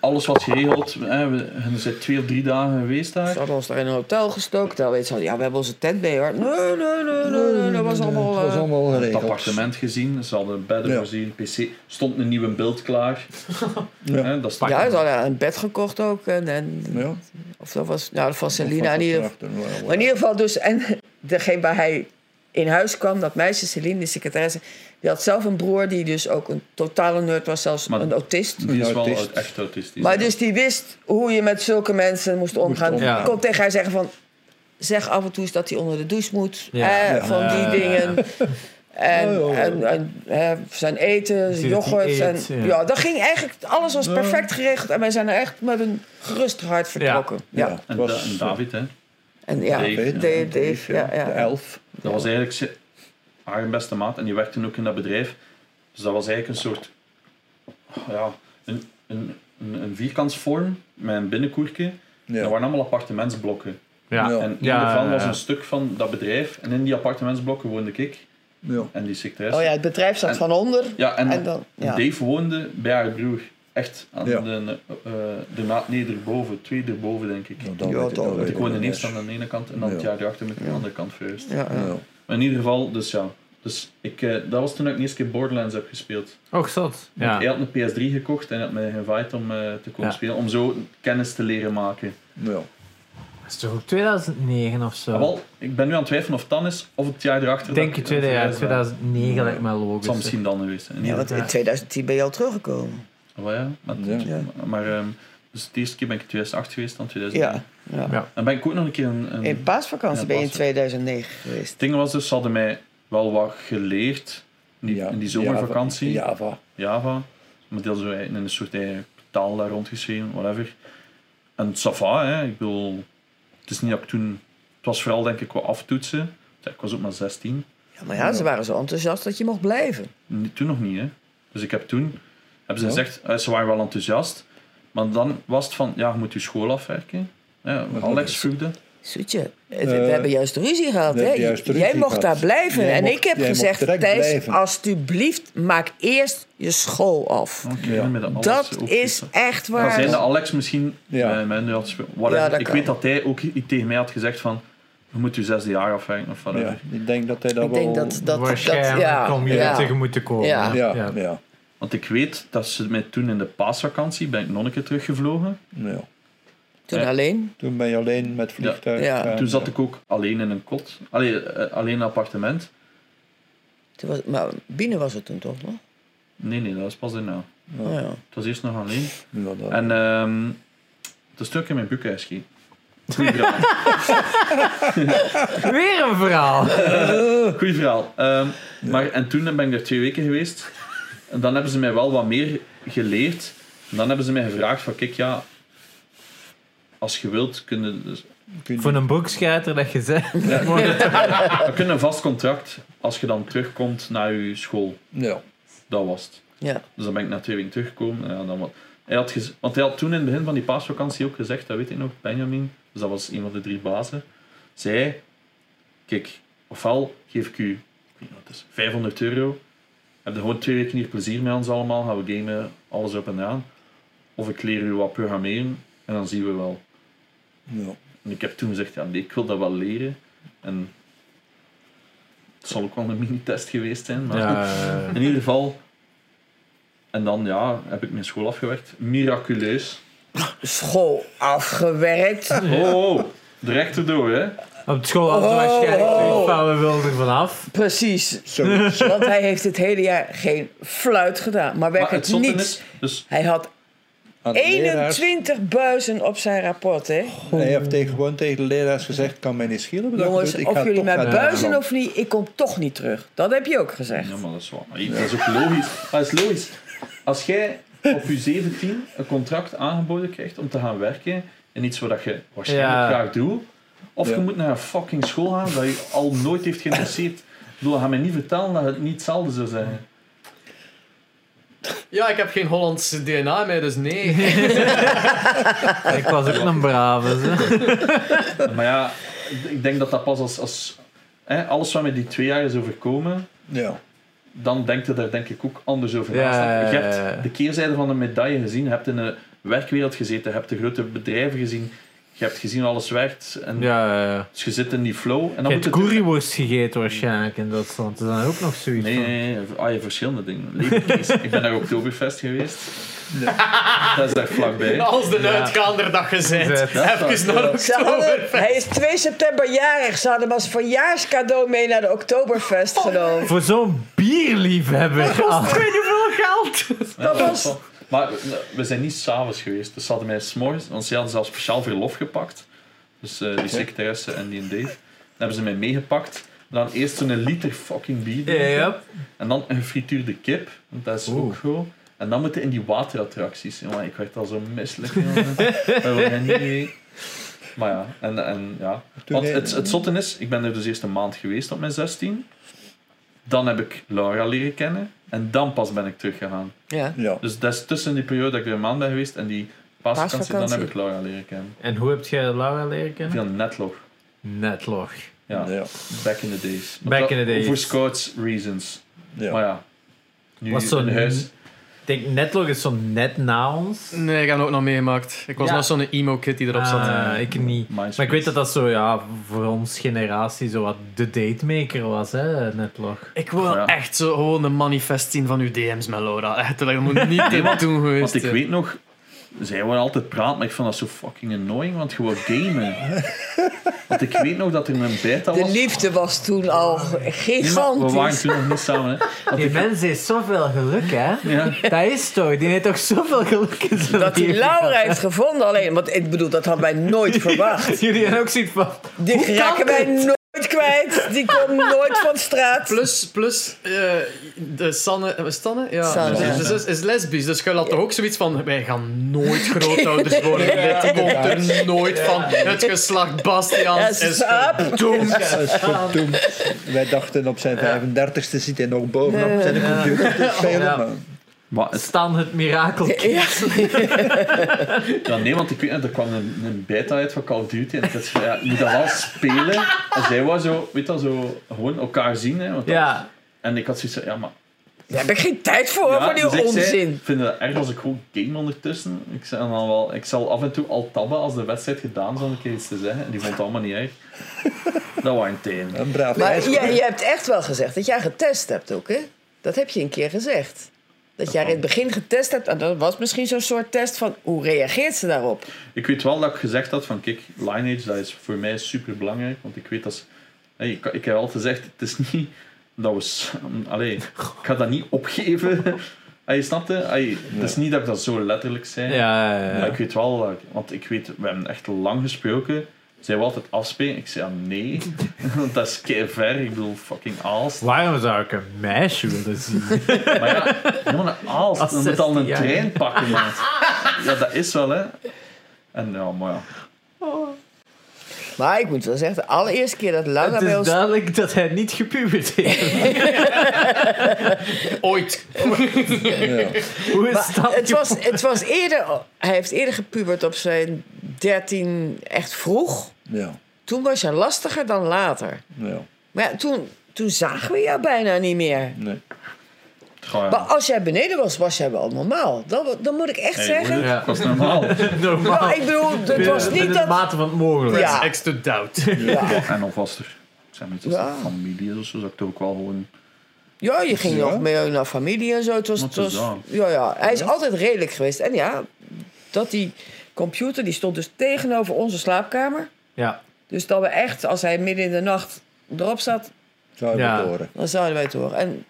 Speaker 3: alles was geregeld. Hè, we, er zijn twee of drie dagen geweest daar.
Speaker 5: Ze hadden ons daar in een hotel gestoken. Terwijl we iets hadden, ja, we hebben onze tent mee hoor. Nee, nee, nee, Oh. nee, nee, dat was allemaal...
Speaker 4: dat was
Speaker 5: eh,
Speaker 4: allemaal
Speaker 3: Het
Speaker 4: geregeld.
Speaker 3: appartement gezien, ze hadden bedden
Speaker 4: Ja.
Speaker 3: voorzien, pc, stond een nieuwe beeld klaar.
Speaker 4: Ja.
Speaker 3: Hè, dat stond-
Speaker 5: Ja, ze hadden een bed gekocht ook. En, en,
Speaker 4: Ja.
Speaker 5: of dat was... Nou, dat was Celina in
Speaker 4: Van
Speaker 5: ieder
Speaker 4: opdrachten, wel, wel.
Speaker 5: Maar in ieder geval dus, en degene waar hij in huis kwam, dat meisje, Celine, die secretaresse, die had zelf een broer die dus ook een totale nerd was, zelfs
Speaker 3: Maar-
Speaker 5: een autist.
Speaker 3: Die is
Speaker 4: Een
Speaker 3: wel
Speaker 4: autist.
Speaker 3: echt autistisch.
Speaker 5: Maar dus die wist hoe je met zulke mensen moest omgaan. Ik
Speaker 1: omgaan.
Speaker 5: kon tegen haar zeggen van, zeg af en toe eens dat hij onder de douche moet.
Speaker 1: Ja.
Speaker 5: hè,
Speaker 1: Ja.
Speaker 5: Van die
Speaker 1: Ja.
Speaker 5: dingen. En,
Speaker 4: Oh, ja.
Speaker 5: en, en, hè, zijn eten, zijn
Speaker 1: hij
Speaker 5: yoghurt. En,
Speaker 1: eet,
Speaker 5: ja.
Speaker 1: ja.
Speaker 5: dat ging eigenlijk, alles was perfect geregeld. En wij zijn er echt met een gerust hart vertrokken. Ja.
Speaker 4: Ja,
Speaker 3: en,
Speaker 4: het was-
Speaker 3: Da- en David, hè.
Speaker 5: En ja,
Speaker 3: Dave,
Speaker 4: Dave,
Speaker 5: Dave, Dave, ja, ja.
Speaker 4: De elf.
Speaker 3: dat was eigenlijk ze- haar beste maat en die werkte ook in dat bedrijf. Dus dat was eigenlijk een soort, ja, een, een, een, een vierkantsvorm met een binnenkoerkje. Dat
Speaker 4: Ja.
Speaker 3: waren allemaal appartementsblokken.
Speaker 1: ja.
Speaker 4: Ja.
Speaker 3: En een
Speaker 1: Ja,
Speaker 3: daarvan was
Speaker 1: ja.
Speaker 3: een stuk van dat bedrijf. En in die appartementsblokken woonde ik
Speaker 4: Ja.
Speaker 3: en die secretaresse.
Speaker 5: Oh ja, het bedrijf zat
Speaker 3: En-
Speaker 5: van onder.
Speaker 3: Ja, en,
Speaker 5: En dan, ja.
Speaker 3: Dave woonde bij haar broer. Echt aan
Speaker 4: Ja.
Speaker 3: de, eh de naad nederboven, twee erboven denk ik.
Speaker 4: Nou, dan
Speaker 5: Ja,
Speaker 4: weet ik- dan
Speaker 5: dan weet
Speaker 4: weet
Speaker 3: Want ik
Speaker 4: ik
Speaker 3: woonde
Speaker 4: het
Speaker 3: eerst
Speaker 4: best.
Speaker 3: aan de ene kant en dan het
Speaker 4: Ja.
Speaker 3: jaar erachter met de andere kant verhuisd.
Speaker 5: Ja, ja.
Speaker 4: Ja.
Speaker 3: Maar in ieder geval, dus ja. Dus ik, eh, dat was toen ik de eerste keer Borderlands heb gespeeld.
Speaker 1: Och, zot. Ja.
Speaker 3: Hij had een PS3 gekocht en had mij gevaaid om eh, te komen
Speaker 1: Ah. Ja.
Speaker 3: spelen. Om zo kennis te leren maken.
Speaker 4: Ja.
Speaker 1: Dat is toch ook 2009 of
Speaker 3: Ah,
Speaker 1: zo?
Speaker 3: wel, ik ben nu aan het twijfelen of het dan is of het jaar erachter.
Speaker 1: Ik denk je
Speaker 3: dat-
Speaker 1: tweede jaar,
Speaker 3: dat-
Speaker 1: 2009 lijkt me
Speaker 3: Het zal
Speaker 1: logisch. hè.
Speaker 3: misschien dan geweest zijn. In
Speaker 5: Ja,
Speaker 3: ieder
Speaker 5: want in 2010 ben je al teruggekomen.
Speaker 3: Oh ja, maar,
Speaker 4: Ja.
Speaker 5: Ja.
Speaker 3: maar ehm, dus de eerste keer ben ik in 2008 geweest, dan 2009.
Speaker 5: Ja. ja.
Speaker 1: Ja.
Speaker 3: En ben ik ook nog een keer een... een...
Speaker 5: In paasvakantie
Speaker 3: Ja,
Speaker 5: ben je in
Speaker 3: paasvakantie.
Speaker 5: 2009 geweest.
Speaker 3: Het ding was dus, ze hadden mij wel wat geleerd in die, in die zomervakantie, Java.
Speaker 4: Java.
Speaker 3: Maar die hadden zo in een soort eigen taal daar rondgeschreven, whatever. En ça va, hè. Ik bedoel, het is niet dat ik toen... Het was vooral denk ik wat aftoetsen. Ik was ook maar 16.
Speaker 5: Ja, maar ja, ze waren zo enthousiast dat je mocht blijven.
Speaker 3: Nee, Toen nog niet, hè. Dus ik heb toen... Hebben ze
Speaker 4: Ja.
Speaker 3: gezegd, eh, ze waren wel enthousiast. Maar dan was het van, ja, je moet je school afwerken. Ja,
Speaker 4: Wat
Speaker 3: Alex
Speaker 4: is-
Speaker 3: vroegde.
Speaker 5: Zoetje, het- we
Speaker 4: Eh,
Speaker 5: hebben juist ruzie gehad.
Speaker 4: we
Speaker 5: Hè?
Speaker 4: hebben juist ruzie
Speaker 5: jij mocht
Speaker 4: gehad.
Speaker 5: daar blijven.
Speaker 4: Jij
Speaker 5: en
Speaker 4: mocht-
Speaker 5: ik heb
Speaker 4: jij mocht
Speaker 5: gezegd,
Speaker 4: direct
Speaker 5: Thijs,
Speaker 4: blijven.
Speaker 5: alstublieft, maak eerst je school af.
Speaker 3: Oké,
Speaker 4: Ja.
Speaker 3: met de Alex
Speaker 5: dat
Speaker 3: ook
Speaker 5: is
Speaker 3: iets, hè.
Speaker 5: echt
Speaker 3: Dan
Speaker 5: waar.
Speaker 3: zijn de Alex misschien
Speaker 4: Ja.
Speaker 3: ja. mijn had gespeeld. Whatever.
Speaker 5: Ja, dat
Speaker 3: ik
Speaker 5: kan.
Speaker 3: weet dat hij ook i- tegen mij had gezegd van je moet je zesde jaar afwerken of whatever.
Speaker 4: Ja. Ik denk dat hij dat
Speaker 5: Ik
Speaker 4: wel...
Speaker 5: denk dat dat... dat
Speaker 1: Waarschijnlijk
Speaker 5: ja,
Speaker 1: om je
Speaker 5: ja.
Speaker 1: tegemoet te komen.
Speaker 5: Ja.
Speaker 4: Ja,
Speaker 1: Ja.
Speaker 4: ja, ja.
Speaker 3: Want ik weet dat ze mij toen in de paasvakantie ben ik nog een keer teruggevlogen.
Speaker 4: ja.
Speaker 5: Toen
Speaker 3: Ja.
Speaker 5: alleen.
Speaker 4: Toen ben je alleen met vliegtuig. eh,
Speaker 5: Ja.
Speaker 4: gaan.
Speaker 3: toen zat ik ook alleen in een kot. Allee, eh, alleen in een appartement.
Speaker 5: Toen was, maar binnen was het toen toch nog?
Speaker 3: Nee, nee, dat was pas daarna.
Speaker 5: Oh, ja.
Speaker 3: Het was eerst nog alleen.
Speaker 4: Ja, dat-
Speaker 3: En ehm het is toen ik in mijn buikhuis ging. Goeie verhaal.
Speaker 5: [laughs]
Speaker 1: Weer een verhaal.
Speaker 3: Goeie verhaal. Ehm, maar, en toen ben ik er twee weken geweest. En dan hebben ze mij wel wat meer geleerd. En dan hebben ze mij gevraagd van, kijk, ja... Als je wilt, kunnen dus,
Speaker 4: Kun je-
Speaker 1: Voor een broekschijter dat je zegt.
Speaker 3: we kunnen een vast contract als je dan terugkomt naar je school.
Speaker 4: Ja.
Speaker 3: Dat was het.
Speaker 5: ja.
Speaker 3: Dus dan ben ik na twee weken teruggekomen. En ja, dan wat. Hij had gez- want hij had toen in het begin van die paasvakantie ook gezegd, dat weet ik nog, Benjamin, dus dat was een van de drie bazen, zei, kijk, ofwel geef ik u ik weet niet wat het is, 500 euro, heb je gewoon twee weken hier plezier met ons allemaal, gaan we gamen, alles op en aan, of ik leer u wat programmeren en dan zien we wel.
Speaker 4: Ja.
Speaker 3: En ik heb toen gezegd, ja nee, ik wil dat wel leren. En het zal ook wel een mini-test geweest zijn, maar...
Speaker 1: Ja,
Speaker 3: In ieder geval. En dan ja, heb ik mijn school afgewerkt. Miraculeus.
Speaker 5: School afgewerkt.
Speaker 3: Oh, oh. de rechter door, hè?
Speaker 1: [laughs] op de school hadden ze waarschijnlijk
Speaker 5: Oh.
Speaker 1: zoiets van, we wilden er vanaf.
Speaker 5: Precies.
Speaker 4: Zo.
Speaker 5: Want hij heeft het hele jaar geen fluit gedaan. Maar
Speaker 3: Maar
Speaker 5: werkelijk
Speaker 3: het zonde
Speaker 5: niets.
Speaker 3: is, dus
Speaker 5: Hij had
Speaker 4: Aan de leraars-
Speaker 5: 21 buizen op zijn rapport, hè?
Speaker 4: Hij heeft tegen, gewoon tegen de leraars gezegd, kan mij niet schelen. wat dat
Speaker 5: Jongens,
Speaker 4: gebeurt. nou Ik
Speaker 5: of
Speaker 4: ga
Speaker 5: jullie
Speaker 4: toch
Speaker 5: mij
Speaker 4: naar de
Speaker 5: buizen
Speaker 4: Nederland.
Speaker 5: of niet, ik kom toch niet terug. Dat heb je ook gezegd.
Speaker 3: ja, maar dat is wel. maar Dat is ook logisch. Dat is logisch. Als jij op je 17 een contract aangeboden krijgt om te gaan werken in iets wat je waarschijnlijk
Speaker 1: Ja.
Speaker 3: graag doet, of
Speaker 4: Ja.
Speaker 3: je moet naar een fucking school gaan dat je al nooit heeft geïnteresseerd. Ik bedoel, ga mij niet vertellen dat het niet hetzelfde zou zijn.
Speaker 2: Ja, ik heb geen Hollandse DNA in mij, dus nee.
Speaker 1: Ik was ook een brave. Zo.
Speaker 3: Maar ja, ik denk dat dat pas als... als hè, alles wat met die twee jaar is overkomen,
Speaker 4: Ja.
Speaker 3: dan denkt je daar denk ik ook anders over
Speaker 1: Ja,
Speaker 3: na. Snap je?
Speaker 1: ja,
Speaker 3: Je
Speaker 1: ja, ja.
Speaker 3: hebt de keerzijde van de medaille gezien. Je hebt in de werkwereld gezeten. Je hebt de grote bedrijven gezien. Je hebt gezien hoe alles werkt. En
Speaker 1: Ja, ja, ja.
Speaker 3: Dus je zit in die flow. En
Speaker 1: Je
Speaker 3: dan moet
Speaker 1: hebt
Speaker 3: het...
Speaker 1: curryworst gegeten waarschijnlijk in Duitsland. Dat is dan ook nog zoiets
Speaker 3: Nee,
Speaker 1: van.
Speaker 3: nee, nee. Ah, je verschillende dingen.
Speaker 1: [laughs]
Speaker 3: Leverkusen. ik ben naar Oktoberfest geweest.
Speaker 4: Nee.
Speaker 3: Dat is daar
Speaker 2: [laughs]
Speaker 3: vlakbij.
Speaker 2: Als de
Speaker 1: Ja.
Speaker 2: uitgaanderdag gezet.
Speaker 1: Gezet.
Speaker 2: Even naar
Speaker 5: Ze hadden,
Speaker 2: oktober.
Speaker 5: hij is 2 september jarig. Ze hadden hem als verjaarscadeau mee naar de Oktoberfest genomen.
Speaker 1: Voor zo'n bierliefhebber. Ah.
Speaker 2: Ik weet niet hoeveel geld.
Speaker 5: Dat
Speaker 3: Ja,
Speaker 5: was...
Speaker 3: Maar we zijn niet s'avonds geweest. Dus ze hadden mij s'morgens... Want ze hadden zelfs speciaal verlof gepakt. Dus eh, die secretaresse en die en Dave. Dan hebben ze mij meegepakt. Dan eerst zo'n liter fucking bier
Speaker 1: Ja,
Speaker 3: drinken.
Speaker 1: ja.
Speaker 3: En dan een gefrituurde kip, want dat is ook goed. En dan moeten in die waterattracties. Jongen, ik werd al zo misselijk.
Speaker 4: [laughs]
Speaker 3: jongen. dat wil je niet. mee. Maar ja, en, en ja.
Speaker 4: Toen
Speaker 3: Want
Speaker 4: hij-
Speaker 3: het, het zotte is, ik ben er dus eerst een maand geweest op mijn 16. Dan heb ik Laura leren kennen. En dan pas ben ik teruggegaan.
Speaker 5: Ja.
Speaker 4: Ja.
Speaker 3: Dus dat is tussen die periode dat ik er een maand ben geweest en die paasvakantie, dan heb
Speaker 5: Paasvakantie.
Speaker 3: ik Laura leren kennen.
Speaker 1: En hoe heb jij Laura leren kennen?
Speaker 3: Via Netlog.
Speaker 1: Netlog.
Speaker 3: Ja,
Speaker 4: Ja.
Speaker 3: back in the days.
Speaker 1: Back in the days.
Speaker 3: Voor scouts reasons.
Speaker 4: Ja.
Speaker 3: Maar ja, nu
Speaker 1: Wat zo'n-
Speaker 3: in huis...
Speaker 1: Ik denk Netlog is zo net na ons.
Speaker 2: Nee, ik heb het ook nog meegemaakt. Ik was
Speaker 1: Ja.
Speaker 2: nog zo'n emo-kid die erop zat.
Speaker 1: Ah, ik niet.
Speaker 3: MySpace.
Speaker 1: Maar ik weet dat dat zo, ja, voor ons generatie zo wat de datemaker was, hè, Netlog.
Speaker 2: Ik wil
Speaker 3: Ja.
Speaker 2: echt zo gewoon een manifest zien van uw DM's met Laura. [laughs] Echt, dat moet niet te doen geweest.
Speaker 3: Want ik
Speaker 2: hè.
Speaker 3: weet nog, zij waren altijd praat, maar ik vond dat zo fucking annoying, want gewoon gamen. want ik weet nog dat er een beta
Speaker 5: De
Speaker 3: was.
Speaker 5: liefde was toen al
Speaker 3: Nee, Oh. maar We waren
Speaker 5: gigantisch.
Speaker 3: toen nog niet samen, hè. Want
Speaker 1: Die
Speaker 3: ik,
Speaker 1: mens heeft zoveel geluk, [laughs] hè?
Speaker 3: ja,
Speaker 1: Dat is toch? Die heeft toch zoveel geluk in zijn
Speaker 5: Dat die
Speaker 1: leven
Speaker 5: Laura
Speaker 1: gehad,
Speaker 5: heeft gevonden alleen. Want ik bedoel, dat hadden wij nooit verwacht.
Speaker 1: hè? Jullie hebben ook zoiets van...
Speaker 5: Die
Speaker 1: kan
Speaker 5: raken wij
Speaker 1: dit?
Speaker 5: nooit kwijt. Die komt nooit van straat.
Speaker 2: Plus, plus eh, de Sanne, eh, Stanne, ja,
Speaker 5: Sanne.
Speaker 2: Ze- ze- ze is lesbisch, dus je had toch ook zoiets van, wij gaan
Speaker 5: [laughs]
Speaker 2: nooit grootouders worden, dit komt er nooit van, het geslacht
Speaker 5: Ja,
Speaker 2: Bastiaans is
Speaker 5: saap. [laughs]
Speaker 2: verdoemd.
Speaker 4: Dat is verdoemd. Wij dachten op zijn 35ste zit hij nog bovenop zijn computer te spelen.
Speaker 1: Ja.
Speaker 4: maar-
Speaker 3: maar het-
Speaker 1: Stan het mirakel.
Speaker 5: Ja.
Speaker 3: ja, nee, want ik weet nog, er kwam een, een beta uit van Call of Duty en ik dacht van, ja, je moet dat wel spelen. En zij was zo, weet je wel, zo, gewoon elkaar zien, hè. want dat-
Speaker 1: Ja,
Speaker 3: En ik had zoiets van, ja, maar...
Speaker 5: [laughs] Daar heb ik geen tijd voor, voor
Speaker 3: ja,
Speaker 5: die
Speaker 3: dus ik zei,
Speaker 5: onzin.
Speaker 3: Ik vind het erg als ik gewoon game ondertussen. Ik, zei dan wel, ik zal af en toe al tabben als de wedstrijd gedaan is om een keer iets te zeggen. En die vond het allemaal niet erg. Dat waren tenen.
Speaker 4: Een braaf
Speaker 5: Maar
Speaker 4: meisje.
Speaker 5: jij, jij hebt echt wel gezegd dat jij getest hebt ook, hè? Dat heb je een keer gezegd. Dat jij in het begin getest hebt. En dat was misschien zo'n soort test van hoe reageert ze daarop?
Speaker 3: Ik weet wel dat ik gezegd had van kijk, Lineage dat is voor mij super belangrijk. Want ik weet dat. ze- Hey, ik, ik heb al gezegd, het is niet dat we. s- Allee, ik ga dat niet
Speaker 1: [laughs]
Speaker 3: opgeven. Hey, snap je? Hey, het is niet dat ik dat zo letterlijk zei.
Speaker 1: ja, ja,
Speaker 3: Maar
Speaker 1: ja.
Speaker 3: ik weet wel, dat ik- want ik weet, we hebben echt lang gesproken. Zij wil altijd afspelen. Ik zei ja,
Speaker 1: [laughs]
Speaker 3: nee, want dat is kei ver. Ik bedoel, fucking Aalst.
Speaker 1: Waarom zou ik een meisje willen zien?
Speaker 3: Maar ja, gewoon een Aalst.
Speaker 1: Als
Speaker 3: Dan moet al
Speaker 1: 16
Speaker 3: een
Speaker 1: jaar.
Speaker 3: trein pakken, man. Ja, dat is wel, hè. En ja, maar ja.
Speaker 5: Maar ik moet wel zeggen, de allereerste keer dat Laura
Speaker 1: Het
Speaker 5: bij
Speaker 1: is
Speaker 5: ons...
Speaker 1: duidelijk dat hij niet gepubert
Speaker 5: [laughs]
Speaker 1: heeft.
Speaker 2: Ooit.
Speaker 4: Ja.
Speaker 1: Hoe is
Speaker 5: Maar
Speaker 1: dat?
Speaker 5: het, was, het was eerder... Hij heeft eerder gepubert op zijn 13, echt vroeg.
Speaker 4: Ja.
Speaker 5: Toen was je lastiger dan later.
Speaker 4: Ja.
Speaker 5: Maar ja, toen, toen zagen we jou bijna niet meer.
Speaker 4: Nee.
Speaker 3: Ga ja.
Speaker 5: Maar als jij beneden was, was jij wel normaal. Dan, dan moet ik echt
Speaker 3: Hey,
Speaker 5: zeggen...
Speaker 3: hoor, Dat is normaal.
Speaker 1: normaal?
Speaker 5: Nou, ik bedoel, het was
Speaker 1: Binnen
Speaker 5: niet
Speaker 1: de
Speaker 5: dat...
Speaker 1: mate van het mogelijke.
Speaker 5: Ja.
Speaker 2: Ex to doubt.
Speaker 5: Ja,
Speaker 3: En alvast er. Zijn mensen
Speaker 5: Ja.
Speaker 3: ja. familie of zo, zou ik toch ook wel gewoon.
Speaker 5: ja je ging
Speaker 4: Ja.
Speaker 5: nog mee naar familie en zo. Het was,
Speaker 3: Wat
Speaker 5: het was,
Speaker 3: is dat?
Speaker 5: ja, ja. Hij is altijd redelijk geweest. En ja, dat die computer, die stond dus tegenover onze slaapkamer.
Speaker 1: Ja.
Speaker 5: Dus dat we echt, als hij midden in de nacht erop zat,
Speaker 4: Zou je
Speaker 1: Ja.
Speaker 4: het horen.
Speaker 5: dan zouden wij het horen. En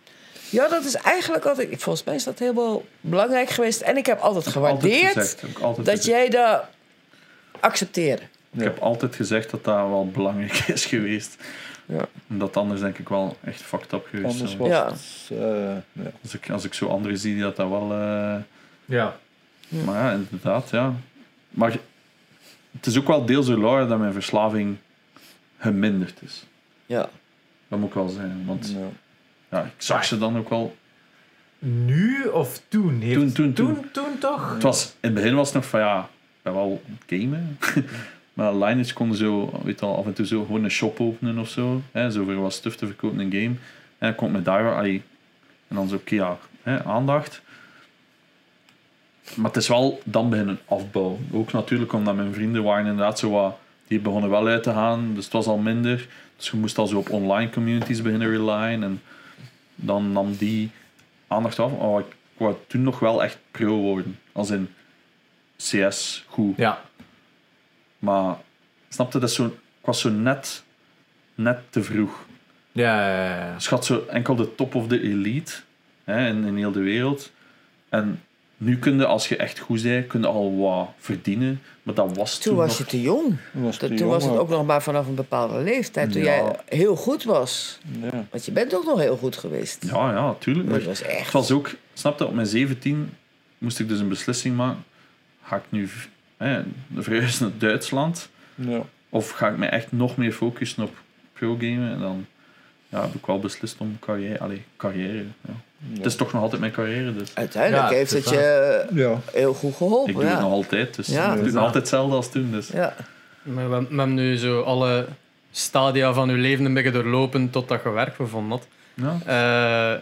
Speaker 5: ja, dat is eigenlijk altijd... Volgens mij is dat heel wel belangrijk geweest. En ik heb altijd
Speaker 3: Altijd
Speaker 5: gewaardeerd
Speaker 3: gezegd. Heb ik, altijd
Speaker 5: dat
Speaker 3: gezegd.
Speaker 5: jij dat accepteerde.
Speaker 3: ik heb altijd gezegd dat dat wel belangrijk [laughs] is geweest.
Speaker 5: Ja.
Speaker 3: Omdat anders denk ik wel echt fucked up geweest.
Speaker 4: Anders
Speaker 3: zou
Speaker 4: was
Speaker 5: Ja.
Speaker 4: het... eh, ja.
Speaker 3: Als ik, als ik zo anderen zie die dat, dat wel. eh,
Speaker 1: Ja.
Speaker 3: Maar ja, inderdaad, ja. Maar het is ook wel deels door Laura dat mijn verslaving geminderd is.
Speaker 5: Ja.
Speaker 3: Dat moet ik wel zeggen. Want
Speaker 4: Ja.
Speaker 3: ja, ik zag ze dan ook wel.
Speaker 1: Nu of toen? Heeft-
Speaker 3: Toen, toen, toen.
Speaker 1: Toen, toen toch?
Speaker 3: Het was, in het begin was het nog van ja, ik ben wel aan het gamen. [laughs] Maar Linus kon zo, weet al, af en toe zo gewoon een shop openen of zo. Hè, zo voor wat stuff te verkopen in game. En dan komt met daar allee, en dan zo, oké, ja, hè, aandacht. Maar het is wel dan beginnen afbouw. Ook natuurlijk omdat mijn vrienden waren inderdaad zo wat, die begonnen wel uit te gaan, dus het was al minder. Dus je moest al zo op online communities beginnen relyen. En dan nam die aandacht af. Oh, ik wou toen nog wel echt pro worden. Als in CS goed.
Speaker 1: Ja,
Speaker 3: Maar snapte dat is zo, ik was zo net, net te vroeg.
Speaker 1: ja, ja, ja, ja.
Speaker 3: Dus je had zo enkel de top of de elite hè, in, in heel de wereld. En nu kun je, als je echt goed bent, kun je al wat verdienen. Maar dat was toen,
Speaker 5: Toen was
Speaker 3: nog...
Speaker 5: je te jong.
Speaker 4: was
Speaker 5: Dat-
Speaker 4: te
Speaker 5: toen
Speaker 4: jong,
Speaker 5: was het
Speaker 4: maar-
Speaker 5: ook nog maar vanaf een bepaalde leeftijd. Toen
Speaker 3: Ja.
Speaker 5: jij heel goed was.
Speaker 4: Ja.
Speaker 5: Want je bent ook nog heel goed geweest.
Speaker 3: Ja, ja, tuurlijk.
Speaker 5: Dat
Speaker 3: Maar
Speaker 5: was
Speaker 3: het
Speaker 5: echt.
Speaker 3: was ook, snap je, op mijn 17 moest ik dus een beslissing maken. Ga ik nu v- hè, verhuizen naar Duitsland?
Speaker 4: Ja.
Speaker 3: Of ga ik me echt nog meer focussen op pro-gamen? En dan ja, heb ik wel beslist om carrière... Allee, carrière, ja. Het is toch nog altijd mijn carrière, dus...
Speaker 5: Uiteindelijk
Speaker 1: Ja,
Speaker 5: heeft het
Speaker 1: dat
Speaker 5: je eh,
Speaker 4: Ja.
Speaker 5: heel goed geholpen.
Speaker 3: Ik doe
Speaker 5: Oh, ja.
Speaker 3: het nog altijd, dus
Speaker 5: Ja.
Speaker 3: ik doe het nog altijd hetzelfde als toen. Dus.
Speaker 5: Ja.
Speaker 2: Maar we, we hebben nu zo alle stadia van je leven een beetje doorlopen totdat je werk gevonden had.
Speaker 3: Ja.
Speaker 2: Eh,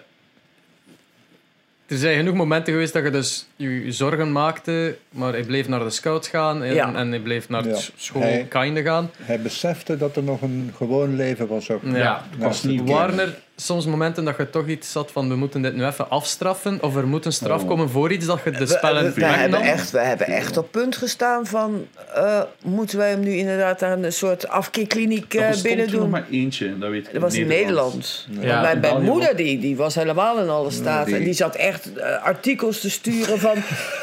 Speaker 2: er zijn genoeg momenten geweest dat je dus je zorgen maakte, maar ik bleef naar de scouts gaan en,
Speaker 5: Ja.
Speaker 2: en ik bleef naar
Speaker 4: Ja.
Speaker 2: de s- school
Speaker 4: Hij-
Speaker 2: kinder gaan.
Speaker 4: Hij besefte dat er nog een gewoon leven was ook.
Speaker 2: Ja.
Speaker 1: Ja.
Speaker 4: Nou,
Speaker 3: was niet
Speaker 2: Waren er soms momenten dat je toch iets had van we moeten dit nu even afstraffen of er moet een straf
Speaker 3: Oh.
Speaker 2: komen voor iets dat je de
Speaker 5: We,
Speaker 2: spellen
Speaker 5: we- we hebben
Speaker 2: wegnam?
Speaker 5: echt, we hebben echt op punt gestaan van... eh, moeten wij hem nu inderdaad aan een soort afkeerkliniek
Speaker 3: Er
Speaker 5: eh,
Speaker 3: bestond
Speaker 5: binnen
Speaker 3: toen nog
Speaker 5: doen?
Speaker 3: maar eentje, dat weet ik.
Speaker 5: Dat was in Nederland.
Speaker 1: Ja,
Speaker 5: Want mijn, mijn
Speaker 3: België
Speaker 5: moeder die, die was helemaal in alle staten.
Speaker 4: die-
Speaker 5: En die zat echt eh, artikels te sturen van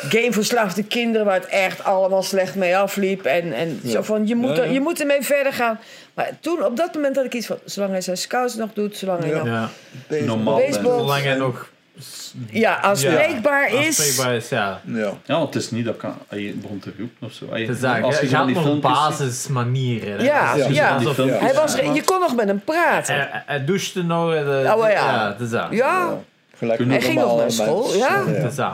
Speaker 5: gameverslaafde kinderen... waar het echt allemaal slecht mee afliep. En, en zo van, je moet,
Speaker 4: Ja,
Speaker 5: er-
Speaker 4: ja.
Speaker 5: je moet ermee verder gaan. Maar toen, op dat moment had ik iets van... zolang hij zijn scouts nog doet, zolang hij
Speaker 4: Ja.
Speaker 5: nog... Ja,
Speaker 1: ja.
Speaker 4: Bezig.
Speaker 3: Normaal.
Speaker 5: Baseball.
Speaker 3: mensen.
Speaker 1: Zolang hij nog
Speaker 5: aanspreekbaar is...
Speaker 1: aanspreekbaar is, ja.
Speaker 4: Ja.
Speaker 3: Ja, want het is niet dat ik aan- je begon te roepen of zo. Ah, Je,
Speaker 1: Het is daar, je gaat nog op basismanieren. hè.
Speaker 5: Ja,
Speaker 1: Het is
Speaker 5: ja.
Speaker 1: alsof-
Speaker 3: Die filmpjes.
Speaker 5: Hij was, re- je kon nog met hem praten.
Speaker 1: Hij, hij douchte nog. eh, de-
Speaker 5: Ah, wel ja.
Speaker 1: het is dat.
Speaker 5: ja.
Speaker 4: Gelijk
Speaker 3: Hij
Speaker 5: ging nog
Speaker 4: normale
Speaker 5: naar school,
Speaker 4: mensen.
Speaker 5: ja.
Speaker 1: Het is dat.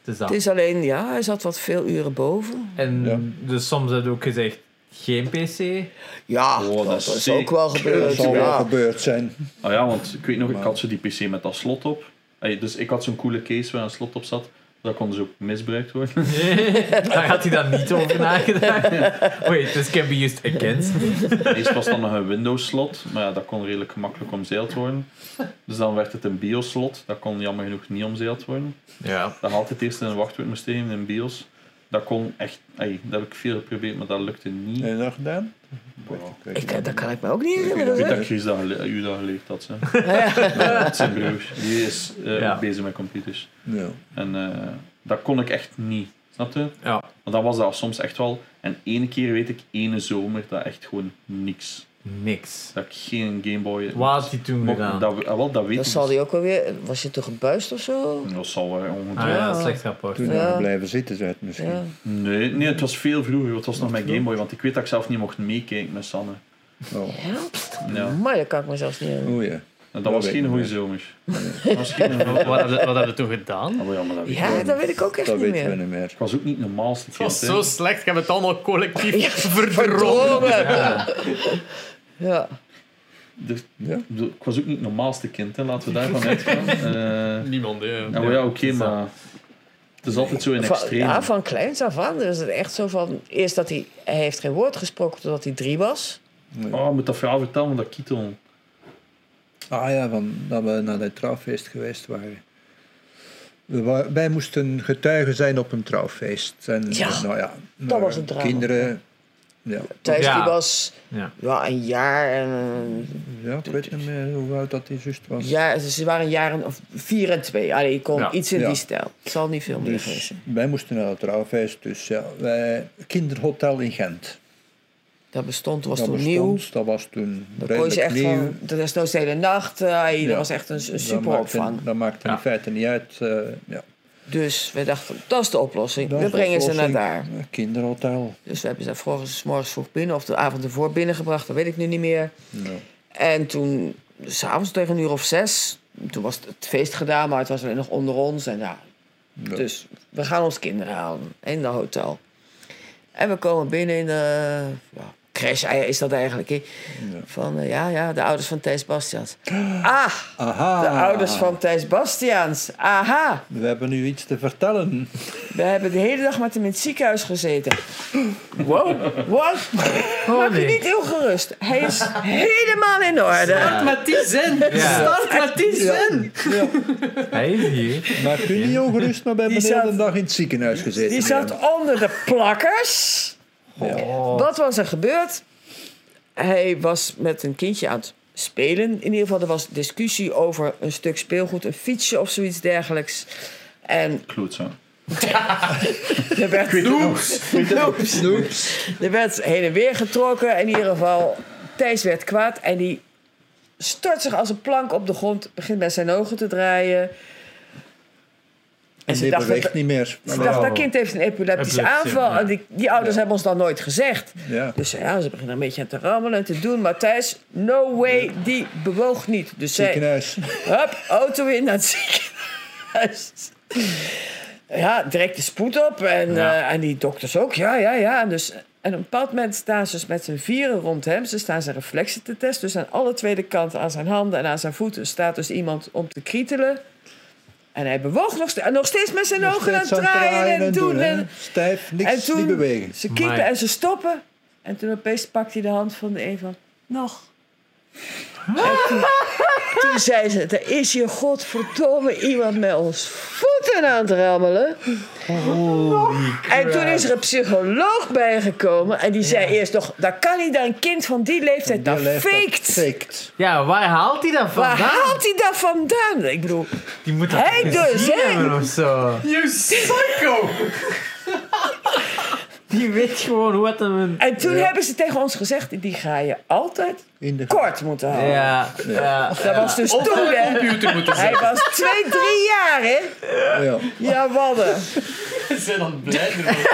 Speaker 1: Het is dat.
Speaker 5: Het is alleen, ja, hij zat wat veel uren boven.
Speaker 1: En
Speaker 4: Ja.
Speaker 1: dus soms heb je ook gezegd, geen PC.
Speaker 5: Ja,
Speaker 3: Oh, dat
Speaker 5: dat
Speaker 3: is
Speaker 5: is
Speaker 3: ziek.
Speaker 5: ook wel
Speaker 4: Dat
Speaker 5: gebeurd.
Speaker 4: zal wel
Speaker 5: Ja.
Speaker 4: gebeurd zijn.
Speaker 3: Ah ja, want ik weet nog, ik had zo die PC met dat slot op. Hey, dus ik had zo'n coole case waar een slot op zat. Dat kon dus ook misbruikt worden. [laughs]
Speaker 1: Daar had hij dan niet
Speaker 5: [laughs]
Speaker 1: over nagedacht. Wait, this can be used against me.
Speaker 3: Eerst was dan nog een Windows slot, maar ja, dat kon redelijk gemakkelijk omzeild worden. Dus dan werd het een BIOS slot, dat kon jammer genoeg niet omzeild worden.
Speaker 1: Ja.
Speaker 3: Dat had het eerst in een wachtwoord moest geven in BIOS. Dat kon echt, hey, dat heb ik veel geprobeerd, maar dat lukte niet.
Speaker 4: Heb je dat gedaan?
Speaker 5: Ik, eh, dat kan ik me ook niet
Speaker 3: Ik weet
Speaker 5: herinneren.
Speaker 3: dat Chris dat gele- u dat geleerd had.
Speaker 5: [laughs]
Speaker 3: Hè.
Speaker 5: Ah,
Speaker 3: [laughs] Dat zijn broer. Die is eh,
Speaker 1: Ja.
Speaker 3: bezig met computers.
Speaker 4: Ja.
Speaker 3: En eh, dat kon ik echt niet. Snap je?
Speaker 1: Ja.
Speaker 3: Want dan was dat soms echt wel... En één keer weet ik, ene zomer, dat echt gewoon niks.
Speaker 1: Niks.
Speaker 3: Dat ik geen Gameboy...
Speaker 1: Wat had hij toen
Speaker 3: mocht-
Speaker 1: gedaan?
Speaker 3: dat, we- ah, wel, dat weet
Speaker 5: Dat
Speaker 3: ik
Speaker 5: zal
Speaker 3: niet.
Speaker 5: hij ook wel weer. Was je toch gebuist of zo?
Speaker 3: Dat zal wel
Speaker 1: Ah
Speaker 3: ongetwijfeld.
Speaker 1: ja, slecht rapport.
Speaker 4: Toen
Speaker 5: Ja.
Speaker 4: ja. blijven zitten ze het misschien.
Speaker 5: Ja.
Speaker 3: Nee, nee, het was veel vroeger. Het was nog mijn Gameboy. Want ik weet dat ik zelf niet mocht meekijken met Sanne.
Speaker 4: Oh.
Speaker 3: Ja.
Speaker 1: Hm?
Speaker 5: Maar dat kan ik me zelfs niet herinneren.
Speaker 4: O, ja.
Speaker 3: En dat
Speaker 4: Dat
Speaker 3: was
Speaker 4: weet
Speaker 3: geen
Speaker 4: ik
Speaker 3: goede
Speaker 1: [laughs]
Speaker 4: niet.
Speaker 3: zomer. Dat was geen goeie
Speaker 2: Wat
Speaker 3: zomer.
Speaker 2: hebben we- wat hebben we toen gedaan?
Speaker 3: Ah, wel, ja, maar dat weet ik
Speaker 5: Ja,
Speaker 3: niet.
Speaker 5: dat weet ik ook echt
Speaker 4: Dat
Speaker 5: niet
Speaker 4: weten we
Speaker 5: meer.
Speaker 4: niet meer.
Speaker 3: Ik was ook niet normaal. Het
Speaker 1: Oh,
Speaker 2: Het was zo slecht, ik heb het allemaal collectief
Speaker 1: [laughs]
Speaker 2: verdrongen.
Speaker 5: Verdrongen!
Speaker 1: Ja.
Speaker 5: Ja.
Speaker 3: Dus,
Speaker 4: Ja.
Speaker 3: ik bedoel, Ik was ook niet het normaalste kind, hè. laten we
Speaker 5: [laughs]
Speaker 3: daarvan uitgaan. Eh
Speaker 2: Niemand, ja.
Speaker 3: nou ja, oké, maar het is altijd zo in
Speaker 5: Van,
Speaker 3: extreem.
Speaker 5: ja, van kleins af aan is het echt zo van... Eerst dat hij... Hij heeft geen woord gesproken totdat hij drie was.
Speaker 3: Oh, ik moet dat verhaal vertellen van dat Kito.
Speaker 4: Ah ja, van, dat we naar dat trouwfeest geweest waren. We wa- wij moesten getuigen zijn op een trouwfeest. En,
Speaker 5: Ja,
Speaker 4: nou ja,
Speaker 5: dat was een drama.
Speaker 4: Kinderen, ja,
Speaker 5: Thijs
Speaker 1: Ja.
Speaker 5: die was
Speaker 1: Ja.
Speaker 5: ja, een jaar en... een-
Speaker 4: ja ik weet niet meer hoe oud dat die juist was.
Speaker 5: Ja, dus ze waren jaren of vier en twee. Allee, ik kon
Speaker 1: Ja.
Speaker 5: iets in
Speaker 4: Ja.
Speaker 5: die stijl. Het zal niet veel meer geweest
Speaker 4: Dus
Speaker 5: zijn.
Speaker 4: wij moesten naar het trouwfeest, dus ja, wij, kinderhotel in Gent.
Speaker 5: Dat bestond, was
Speaker 4: dat
Speaker 5: toen
Speaker 4: bestond,
Speaker 5: nieuw.
Speaker 4: Dat was toen
Speaker 5: Dan kon je
Speaker 4: redelijk
Speaker 5: ze echt
Speaker 4: nieuw.
Speaker 5: van, dat is nooit de hele nacht. eh, hey,
Speaker 4: Ja.
Speaker 5: Dat was echt een, een
Speaker 4: dat maakte,
Speaker 5: superopvang.
Speaker 4: dat maakte
Speaker 1: Ja.
Speaker 4: in feite niet uit. eh, ja.
Speaker 5: Dus we dachten, dat is de oplossing.
Speaker 4: Dat
Speaker 5: we
Speaker 4: is de
Speaker 5: brengen ze
Speaker 4: oplossing.
Speaker 5: naar daar.
Speaker 4: Een Kinderhotel.
Speaker 5: Dus we hebben ze volgens s morgens vroeg binnen of de avond ervoor binnengebracht. Dat weet ik nu niet meer.
Speaker 4: Ja.
Speaker 5: En toen, s'avonds tegen een uur of zes, toen was het feest gedaan, maar het was alleen nog onder ons. En ja,
Speaker 4: Ja.
Speaker 5: Dus we gaan ons kinderen halen in dat hotel. Eh, En we komen binnen in de ja, crash, eh, is dat eigenlijk. hè? Van eh, ja, ja, de ouders van Thijs
Speaker 4: [gasps]
Speaker 5: Bastiaans. Ah,
Speaker 4: Aha.
Speaker 5: de ouders van Thijs Bastiaans. Aha,
Speaker 4: We hebben nu iets te vertellen.
Speaker 5: we hebben de hele dag met hem in het ziekenhuis gezeten. Wow, wat?
Speaker 1: Oh
Speaker 5: Maak je niet heel gerust. Hij is helemaal in orde. [laughs]
Speaker 2: Met die zin!
Speaker 1: Ja.
Speaker 2: Start met die zin!
Speaker 1: Hij is hier.
Speaker 4: Maar u niet ongerust, maar bij meneer
Speaker 5: zat-
Speaker 4: de dag in het ziekenhuis gezeten.
Speaker 5: Die zat onder de plakkers. Wat was er gebeurd? Hij was met een kindje aan het spelen. In ieder geval, er was discussie over een stuk speelgoed, een fietsje of zoiets dergelijks. En
Speaker 3: Klootzak.
Speaker 5: er werd, [laughs]
Speaker 4: Oeps. Oeps.
Speaker 5: er werd heen en weer getrokken. In ieder geval, Thijs werd kwaad en die stort zich als een plank op de grond. Begint met zijn ogen te draaien.
Speaker 4: En
Speaker 5: ze
Speaker 4: die
Speaker 5: dacht
Speaker 4: beweegt
Speaker 5: dat-
Speaker 4: niet meer.
Speaker 5: Ze dacht,
Speaker 1: Oh.
Speaker 5: dat kind heeft een epileptische
Speaker 1: Epilepsie,
Speaker 5: aanval.
Speaker 1: ja.
Speaker 5: En die, die ouders hebben ons dat nooit gezegd.
Speaker 4: Ja.
Speaker 5: Dus ja, ze beginnen een beetje aan te rammelen en te doen. Maar Thijs, no way, die bewoog niet. Dus zij,
Speaker 4: Ziekenhuis.
Speaker 5: hup, auto in naar het ziekenhuis. Ja, direct de spoed op. En,
Speaker 1: Ja.
Speaker 5: eh, en die dokters ook, ja, ja, ja. En, dus, en op een bepaald moment staan ze dus met z'n vieren rond hem. Ze staan zijn reflexen te testen. Dus aan alle twee de kanten, aan zijn handen en aan zijn voeten... staat dus iemand om te krietelen. En hij bewoog nog, ste- en nog steeds met zijn ogen aan het
Speaker 4: Steeds aan
Speaker 5: draaien,
Speaker 4: het draaien
Speaker 5: en doen.
Speaker 4: hè.
Speaker 5: en,
Speaker 4: Stijf,
Speaker 5: en
Speaker 4: niks,
Speaker 5: toen
Speaker 4: niet bewegen.
Speaker 5: ze kiepen
Speaker 1: Amai.
Speaker 5: en ze stoppen. En toen opeens pakt hij de hand van de een van... Nog. En toen, toen zei ze... Er is hier godverdomme iemand met ons voeten aan het rammelen. en toen is er een psycholoog bijgekomen. En die zei eerst nog... Dat kan niet dat een kind van die leeftijd dat
Speaker 4: Die leeft dat
Speaker 5: faked.
Speaker 4: faked.
Speaker 1: Ja, waar haalt hij dat
Speaker 5: Waar
Speaker 1: vandaan?
Speaker 5: haalt hij dat vandaan? Ik bedoel...
Speaker 1: Die moet dat
Speaker 5: Hij
Speaker 1: gezien
Speaker 5: dus, hè?
Speaker 1: hebben of zo.
Speaker 2: You psycho!
Speaker 1: Die weet gewoon hoe het hem...
Speaker 5: En toen hebben ze tegen ons gezegd... Die ga je altijd
Speaker 4: In de
Speaker 5: kort moeten houden.
Speaker 1: Ja, ja.
Speaker 5: Dat was dus
Speaker 2: Op
Speaker 5: toen,
Speaker 2: de
Speaker 5: hè?
Speaker 2: computer moeten
Speaker 5: Hij
Speaker 2: zetten.
Speaker 5: was twee, drie jaar, hè?
Speaker 4: Ja.
Speaker 5: Ja, wadden.
Speaker 2: Ze zijn dan blij ermee.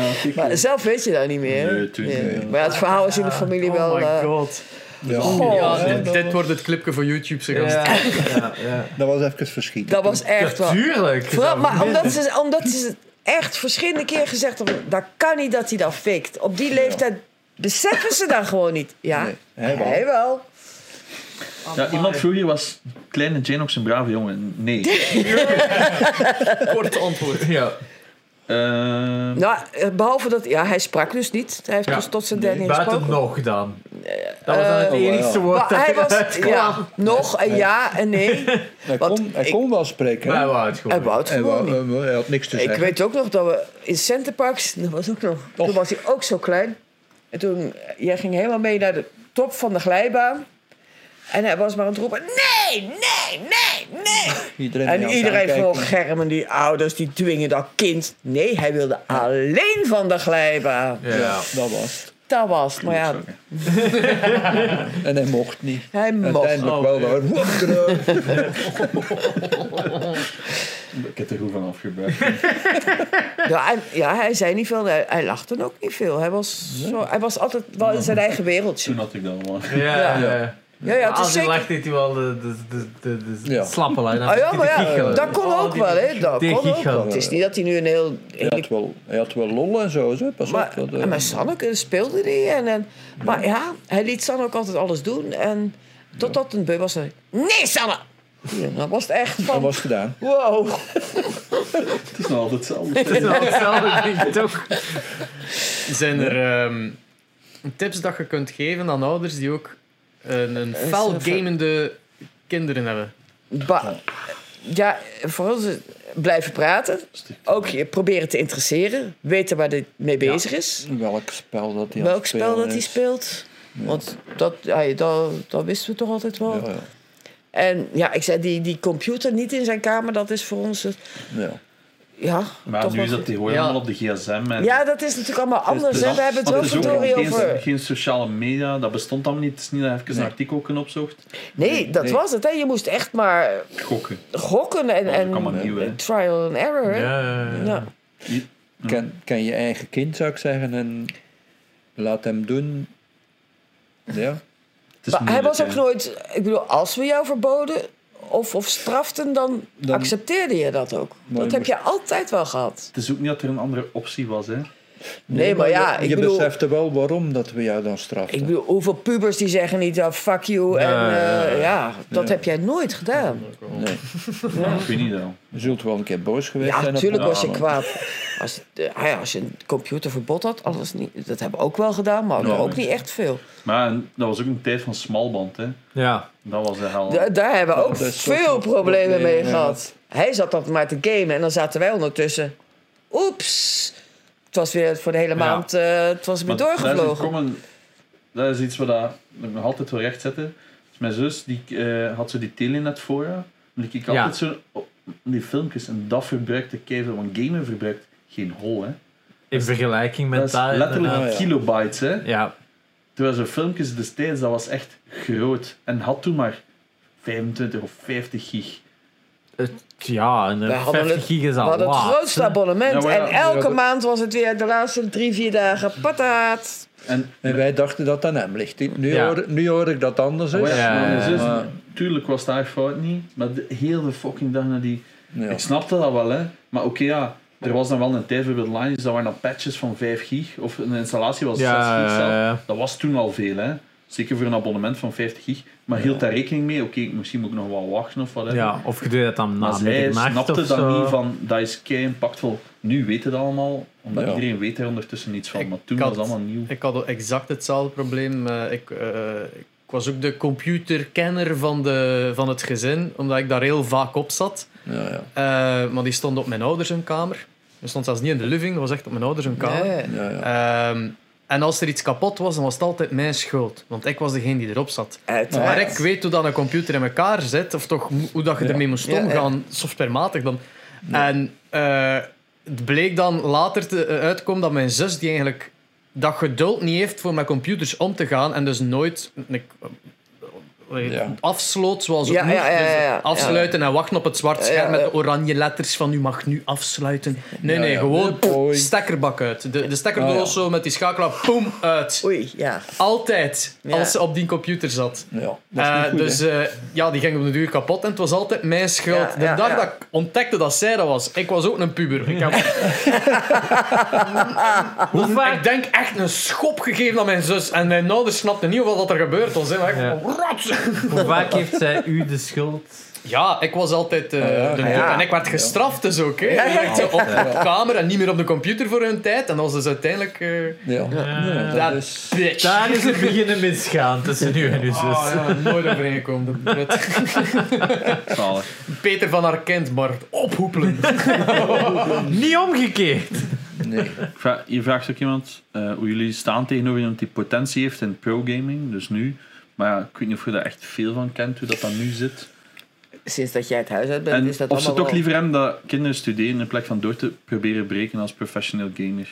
Speaker 3: Ja, kijk.
Speaker 5: Maar zelf weet je dat niet meer.
Speaker 3: Nee, tuurlijk niet.
Speaker 5: Maar het verhaal is in de familie wel...
Speaker 2: Oh my
Speaker 5: eh, Oh,
Speaker 2: god.
Speaker 4: Ja.
Speaker 5: Goh.
Speaker 2: Ja,
Speaker 4: Ja,
Speaker 2: dit,
Speaker 4: dat
Speaker 2: dit
Speaker 4: was-
Speaker 2: wordt het clipje van YouTube, zeg. gast.
Speaker 1: Ja, ja, ja.
Speaker 4: Dat was even verschieten.
Speaker 5: dat was echt wel...
Speaker 1: Tuurlijk.
Speaker 5: Vooral, maar omdat ze, omdat ze het echt verschillende keer gezegd hebben... Dat kan niet dat hij dat fikt. Op die leeftijd beseffen ze dat gewoon niet. Ja,
Speaker 4: Nee, hij wel.
Speaker 5: hij wel.
Speaker 3: Ja, iemand vroeg hier, was kleine Janox een brave jongen?
Speaker 5: [laughs]
Speaker 3: Nee.
Speaker 2: Kort antwoord.
Speaker 1: Ja.
Speaker 3: Eh,
Speaker 5: Nou, eh, behalve dat... Ja, hij sprak dus niet. Hij heeft
Speaker 1: Ja.
Speaker 5: dus tot zijn derde
Speaker 1: Buiten
Speaker 5: gesproken.
Speaker 1: nog dan. Dat was dan het
Speaker 4: eh,
Speaker 1: enigste
Speaker 4: oh,
Speaker 1: woord
Speaker 5: Maar
Speaker 1: dat
Speaker 5: hij was...
Speaker 1: eruit kwam.
Speaker 5: Ja, nog en ja en nee.
Speaker 4: Hij,
Speaker 5: Wat
Speaker 4: kon, hij
Speaker 5: ik-
Speaker 4: kon wel spreken.
Speaker 1: Maar
Speaker 4: hè.
Speaker 1: hij wou het
Speaker 5: Hij
Speaker 1: gewoon.
Speaker 5: wou het
Speaker 4: Hij,
Speaker 5: gewoon
Speaker 4: wou-
Speaker 5: niet.
Speaker 4: eh, hij had niks te
Speaker 5: Ik
Speaker 4: zeggen.
Speaker 5: weet ook nog dat we in Centerparks, dat was ook nog, toen was hij ook zo klein. En toen, eh, jij ging helemaal mee naar de top van de glijbaan. En hij was maar aan het roepen, nee, nee, nee, nee.
Speaker 4: Iedereen die aan
Speaker 5: En
Speaker 4: het
Speaker 5: iedereen
Speaker 4: aankijken.
Speaker 5: van Germen, die ouders, die dwingen dat kind. Nee, hij wilde alleen van de glijbaan.
Speaker 1: Ja.
Speaker 4: Dat was het.
Speaker 5: Dat was, het. maar ja,
Speaker 4: En hij mocht niet.
Speaker 5: hij mocht.
Speaker 4: Uiteindelijk wel. hoor. Woep, terug.
Speaker 3: ik heb er goed van afgebruikt.
Speaker 5: Ja, en- ja, hij zei niet veel, hij, hij lachte ook niet veel. Hij was, zo, hij was altijd wel in zijn eigen
Speaker 3: [laughs]
Speaker 5: wereldje.
Speaker 3: Toen had ik dat wel.
Speaker 1: Ja, ja.
Speaker 5: Ja, ja, het
Speaker 1: Als
Speaker 5: is
Speaker 1: hij
Speaker 5: zeker...
Speaker 1: lacht, deed hij wel de, de, de, de, de
Speaker 4: Ja.
Speaker 1: slappe lijn.
Speaker 5: Ah ja, maar ja,
Speaker 1: Giechelen. Oh,
Speaker 5: dat kon
Speaker 4: Oh,
Speaker 5: ook wel, hè? Dat
Speaker 1: Die
Speaker 5: kon ook
Speaker 1: giechelen.
Speaker 5: wel. Het is niet dat hij nu een heel.
Speaker 4: [laughs] Hij had, wel, hij had wel lol en zo. zo. Pas op.
Speaker 5: Maar,
Speaker 4: dat, eh,
Speaker 5: maar Sanneke speelde die. En, en, maar ja, hij liet Sanne ook altijd alles doen. En totdat een beu was, zei hij, Nee, Sanne! Ja, dan was het echt
Speaker 4: dat
Speaker 5: van.
Speaker 4: was gedaan.
Speaker 5: Wow.
Speaker 3: Het is nog altijd hetzelfde.
Speaker 1: Het is wel hetzelfde ding, toch?
Speaker 2: Zijn er ehm, tips dat je kunt geven aan ouders die ook een, een fel
Speaker 5: een fel-
Speaker 2: gamende kinderen hebben?
Speaker 5: Ba- ja, vooral ze blijven praten. Ook je proberen te interesseren. Weten waar dit mee bezig is.
Speaker 4: Welk spel dat hij aan
Speaker 5: Welk
Speaker 4: het
Speaker 5: spel dat
Speaker 4: spelen
Speaker 5: hij
Speaker 4: is.
Speaker 5: speelt. Want dat, ja, dat, dat wisten we toch altijd wel.
Speaker 4: Ja, ja.
Speaker 5: En ja, ik zei, die, die computer niet in zijn kamer, dat is voor ons... het-
Speaker 4: Ja.
Speaker 5: Ja,
Speaker 3: Maar
Speaker 5: toch
Speaker 3: nu
Speaker 5: wel
Speaker 3: is dat
Speaker 5: goed.
Speaker 3: tegenwoordig
Speaker 2: Ja.
Speaker 3: allemaal op de gsm. En
Speaker 5: Ja, dat is natuurlijk allemaal
Speaker 3: Het
Speaker 5: anders.
Speaker 3: is
Speaker 5: hè.
Speaker 3: dat-
Speaker 5: We hebben het
Speaker 3: want
Speaker 5: wel
Speaker 3: er is ook
Speaker 5: verdorie
Speaker 3: geen,
Speaker 5: over...
Speaker 3: geen sociale media, dat bestond allemaal niet. Het is niet dat je even een artikel kunnen opzocht.
Speaker 5: Nee, dat
Speaker 4: nee.
Speaker 5: was het. Hè. Je moest echt maar
Speaker 3: Gokken.
Speaker 5: gokken en,
Speaker 3: Oh, dat
Speaker 5: en,
Speaker 3: kan maar niet, hè.
Speaker 5: en trial and error. hè. Ja.
Speaker 4: Ken, ken je eigen kind, zou ik zeggen. En laat hem doen. Ja.
Speaker 3: Het is
Speaker 5: Maar hij
Speaker 3: moeilijk,
Speaker 5: was ook
Speaker 3: hè.
Speaker 5: nooit... Ik bedoel, als we jou verboden of, of straften, dan,
Speaker 4: Dan-
Speaker 5: accepteerde je dat ook.
Speaker 4: Maar
Speaker 5: dat
Speaker 4: je
Speaker 5: heb je altijd wel gehad.
Speaker 3: Het is ook niet dat er een andere optie was, hè.
Speaker 5: Nee, maar ja,
Speaker 4: je,
Speaker 5: ik
Speaker 4: je
Speaker 5: bedoel-
Speaker 4: besefte wel waarom dat we jou dan straften.
Speaker 5: Ik bedoel, hoeveel pubers die zeggen niet, ja, fuck you. en
Speaker 1: Ja, ja,
Speaker 5: eh,
Speaker 1: ja.
Speaker 5: ja, dat
Speaker 4: Ja.
Speaker 5: heb jij nooit gedaan.
Speaker 4: nee.
Speaker 3: Ik weet niet wel.
Speaker 4: Je zult wel een keer boos geweest
Speaker 5: Ja,
Speaker 4: zijn. op
Speaker 5: natuurlijk
Speaker 4: hem,
Speaker 5: was je
Speaker 4: maar-
Speaker 5: kwaad. Als, eh, ah ja, als je een computerverbod had, alles niet. Dat heb ik ook wel gedaan, maar
Speaker 3: Ja,
Speaker 5: ook
Speaker 3: maar-
Speaker 5: niet echt veel.
Speaker 3: Maar dat was ook een tijd van smalband, hè.
Speaker 1: Ja.
Speaker 3: Dat was de hel.
Speaker 5: Da- daar hebben we
Speaker 4: Ja,
Speaker 5: ook
Speaker 4: dat is ook
Speaker 5: veel
Speaker 4: een
Speaker 5: problemen
Speaker 4: probleem,
Speaker 5: mee
Speaker 4: ja.
Speaker 5: gehad. Hij zat dat maar te gamen en dan zaten wij ondertussen. Oeps! Het was weer voor de hele maand, eh, het was weer
Speaker 3: Maar Dat is,
Speaker 5: doorgevlogen.
Speaker 3: een common- dat is iets wat dat- dat ik nog altijd wil rechtzetten. Dus mijn zus die, eh, had zo die telenet voor haar. En ik keek
Speaker 1: Ja.
Speaker 3: altijd zo op die filmpjes en dat verbruikte keihard. Want gamen verbruikt geen hol, hè.
Speaker 1: In vergelijking met
Speaker 3: dat
Speaker 1: dat.
Speaker 3: is letterlijk
Speaker 1: inderdaad.
Speaker 4: ja.
Speaker 3: kilobytes, hè.
Speaker 1: Ja.
Speaker 3: Terwijl zo'n filmpjes destijds, dat was echt groot. En had toen maar 25 of 50 gig.
Speaker 1: Het- ja, en
Speaker 5: We
Speaker 1: eh,
Speaker 5: hadden
Speaker 1: 50
Speaker 5: het-
Speaker 1: gig is
Speaker 5: We
Speaker 1: al
Speaker 5: hadden het
Speaker 1: laat,
Speaker 5: grootste
Speaker 1: hè.
Speaker 5: abonnement.
Speaker 3: Ja, maar ja,
Speaker 5: en elke
Speaker 4: dat-
Speaker 5: maand was het weer de laatste drie, vier dagen pataat.
Speaker 3: En
Speaker 4: En wij dachten dat aan hem ligt. Nu,
Speaker 1: Ja.
Speaker 4: hoor, nu hoor ik dat anders is.
Speaker 3: Oh ja,
Speaker 1: Ja,
Speaker 3: maar mijn
Speaker 1: ja,
Speaker 3: zus,
Speaker 4: ja.
Speaker 3: tuurlijk was daar fout niet, maar de hele fucking dag naar die...
Speaker 4: Ja.
Speaker 3: Ik snapte dat wel, hè. Maar oké, ja, er was dan wel een tijd voor de lines, dat waren dan patches van 5 gig, of een installatie was 6
Speaker 1: Ja,
Speaker 3: gig
Speaker 1: ja,
Speaker 3: zelf.
Speaker 1: ja.
Speaker 3: Dat was toen al veel, hè. Zeker voor een abonnement van 50 gig. Maar hield daar rekening mee? Oké, misschien moet ik nog wel wachten of whatever.
Speaker 1: Ja, of je deed dat dan
Speaker 3: Maar
Speaker 1: na
Speaker 3: zij
Speaker 1: middernacht
Speaker 3: snapte
Speaker 1: of
Speaker 3: dat
Speaker 1: zo.
Speaker 3: niet van, dat is kei impactvol. Nu weet het allemaal, omdat
Speaker 4: Ja.
Speaker 3: iedereen weet er ondertussen iets van.
Speaker 2: Ik
Speaker 3: Maar toen
Speaker 2: had-
Speaker 3: was het allemaal nieuw.
Speaker 2: Ik had ook exact hetzelfde probleem. Eh, Ik, eh, ik was ook de computerkenner van, de, van het gezin, omdat ik daar heel vaak op zat.
Speaker 4: Ja, ja.
Speaker 2: Eh, maar die stond op mijn ouders hun kamer. Die stond zelfs niet in de living, dat was echt op mijn ouders hun kamer.
Speaker 5: Nee.
Speaker 4: Ja, ja.
Speaker 2: Ehm, en als er iets kapot was, dan was het altijd mijn schuld. Want ik was degene die erop zat.
Speaker 5: Uiteraard.
Speaker 2: Maar ik weet hoe dan een computer in elkaar zit, of toch mo- hoe dat je
Speaker 4: Ja.
Speaker 2: ermee moest
Speaker 5: Ja, ja.
Speaker 2: omgaan, softwarematig dan. En eh, het bleek dan later te eh, uitkomen dat mijn zus, die eigenlijk dat geduld niet heeft voor met computers om te gaan en dus nooit een- eh,
Speaker 4: Ja.
Speaker 2: afsloot zoals het
Speaker 5: Ja,
Speaker 2: moet.
Speaker 5: ja, ja,
Speaker 2: Dus
Speaker 5: ja, ja.
Speaker 2: afsluiten en wachten op het zwart
Speaker 5: Ja,
Speaker 2: scherm
Speaker 5: ja.
Speaker 2: met de oranje letters van u mag nu afsluiten. Nee,
Speaker 4: Ja,
Speaker 2: nee,
Speaker 4: ja.
Speaker 2: gewoon
Speaker 4: Oei.
Speaker 2: stekkerbak uit. De, de stekkerdoos
Speaker 4: Ah, ja.
Speaker 2: zo met die schakelaar, boem, uit.
Speaker 5: Oh, Oei, ja.
Speaker 2: Altijd,
Speaker 5: Ja.
Speaker 2: als ze op die computer zat.
Speaker 4: ja. Dat is
Speaker 2: Eh,
Speaker 4: niet goed,
Speaker 2: dus
Speaker 4: hè.
Speaker 2: eh, ja, die ging op de duur kapot en het was altijd mijn schuld.
Speaker 5: Ja,
Speaker 2: de
Speaker 5: ja,
Speaker 2: dag
Speaker 5: ja.
Speaker 2: dat ik ontdekte dat zij dat was, ik was ook een puber.
Speaker 5: [laughs]
Speaker 2: Ik, heb,
Speaker 1: Hoe
Speaker 2: ik
Speaker 1: vaak?
Speaker 2: denk echt een schop gegeven aan mijn zus en mijn ouders snapten niet wat er gebeurd was. Hè, maar ik
Speaker 1: Ja.
Speaker 2: vond, "Rot!"
Speaker 1: Hoe vaak heeft zij u de schuld?
Speaker 2: Ja, ik was altijd eh,
Speaker 4: ja.
Speaker 2: de
Speaker 4: Ah,
Speaker 5: ja.
Speaker 2: en ik werd gestraft dus ook. Hè. Ik werd Op de kamer en niet meer op de computer voor hun tijd. En dat was dus uiteindelijk... eh,
Speaker 4: ja. Ja,
Speaker 2: dat-
Speaker 4: dat is...
Speaker 2: bitch.
Speaker 1: Daar is het beginnen misgaan tussen u en uw zus.
Speaker 2: Ah, ja, nooit overeengekomen. de Brit.
Speaker 3: Zalig.
Speaker 2: [laughs] Peter van Arkent, maar ophoepelen.
Speaker 1: Niet omgekeerd.
Speaker 4: Nee.
Speaker 3: Ik vraag- Hier vraagt ook iemand eh, hoe jullie staan tegenover iemand die potentie heeft in pro-gaming, dus nu. Maar ja, ik weet niet of je daar echt veel van kent, hoe dat dan nu zit.
Speaker 5: Sinds dat jij het huis uit bent,
Speaker 3: En
Speaker 5: is dat
Speaker 3: of ze
Speaker 5: allemaal
Speaker 3: toch
Speaker 5: wel-
Speaker 3: liever hebben dat kinderen studeren in plaats van door te proberen breken als professioneel gamer.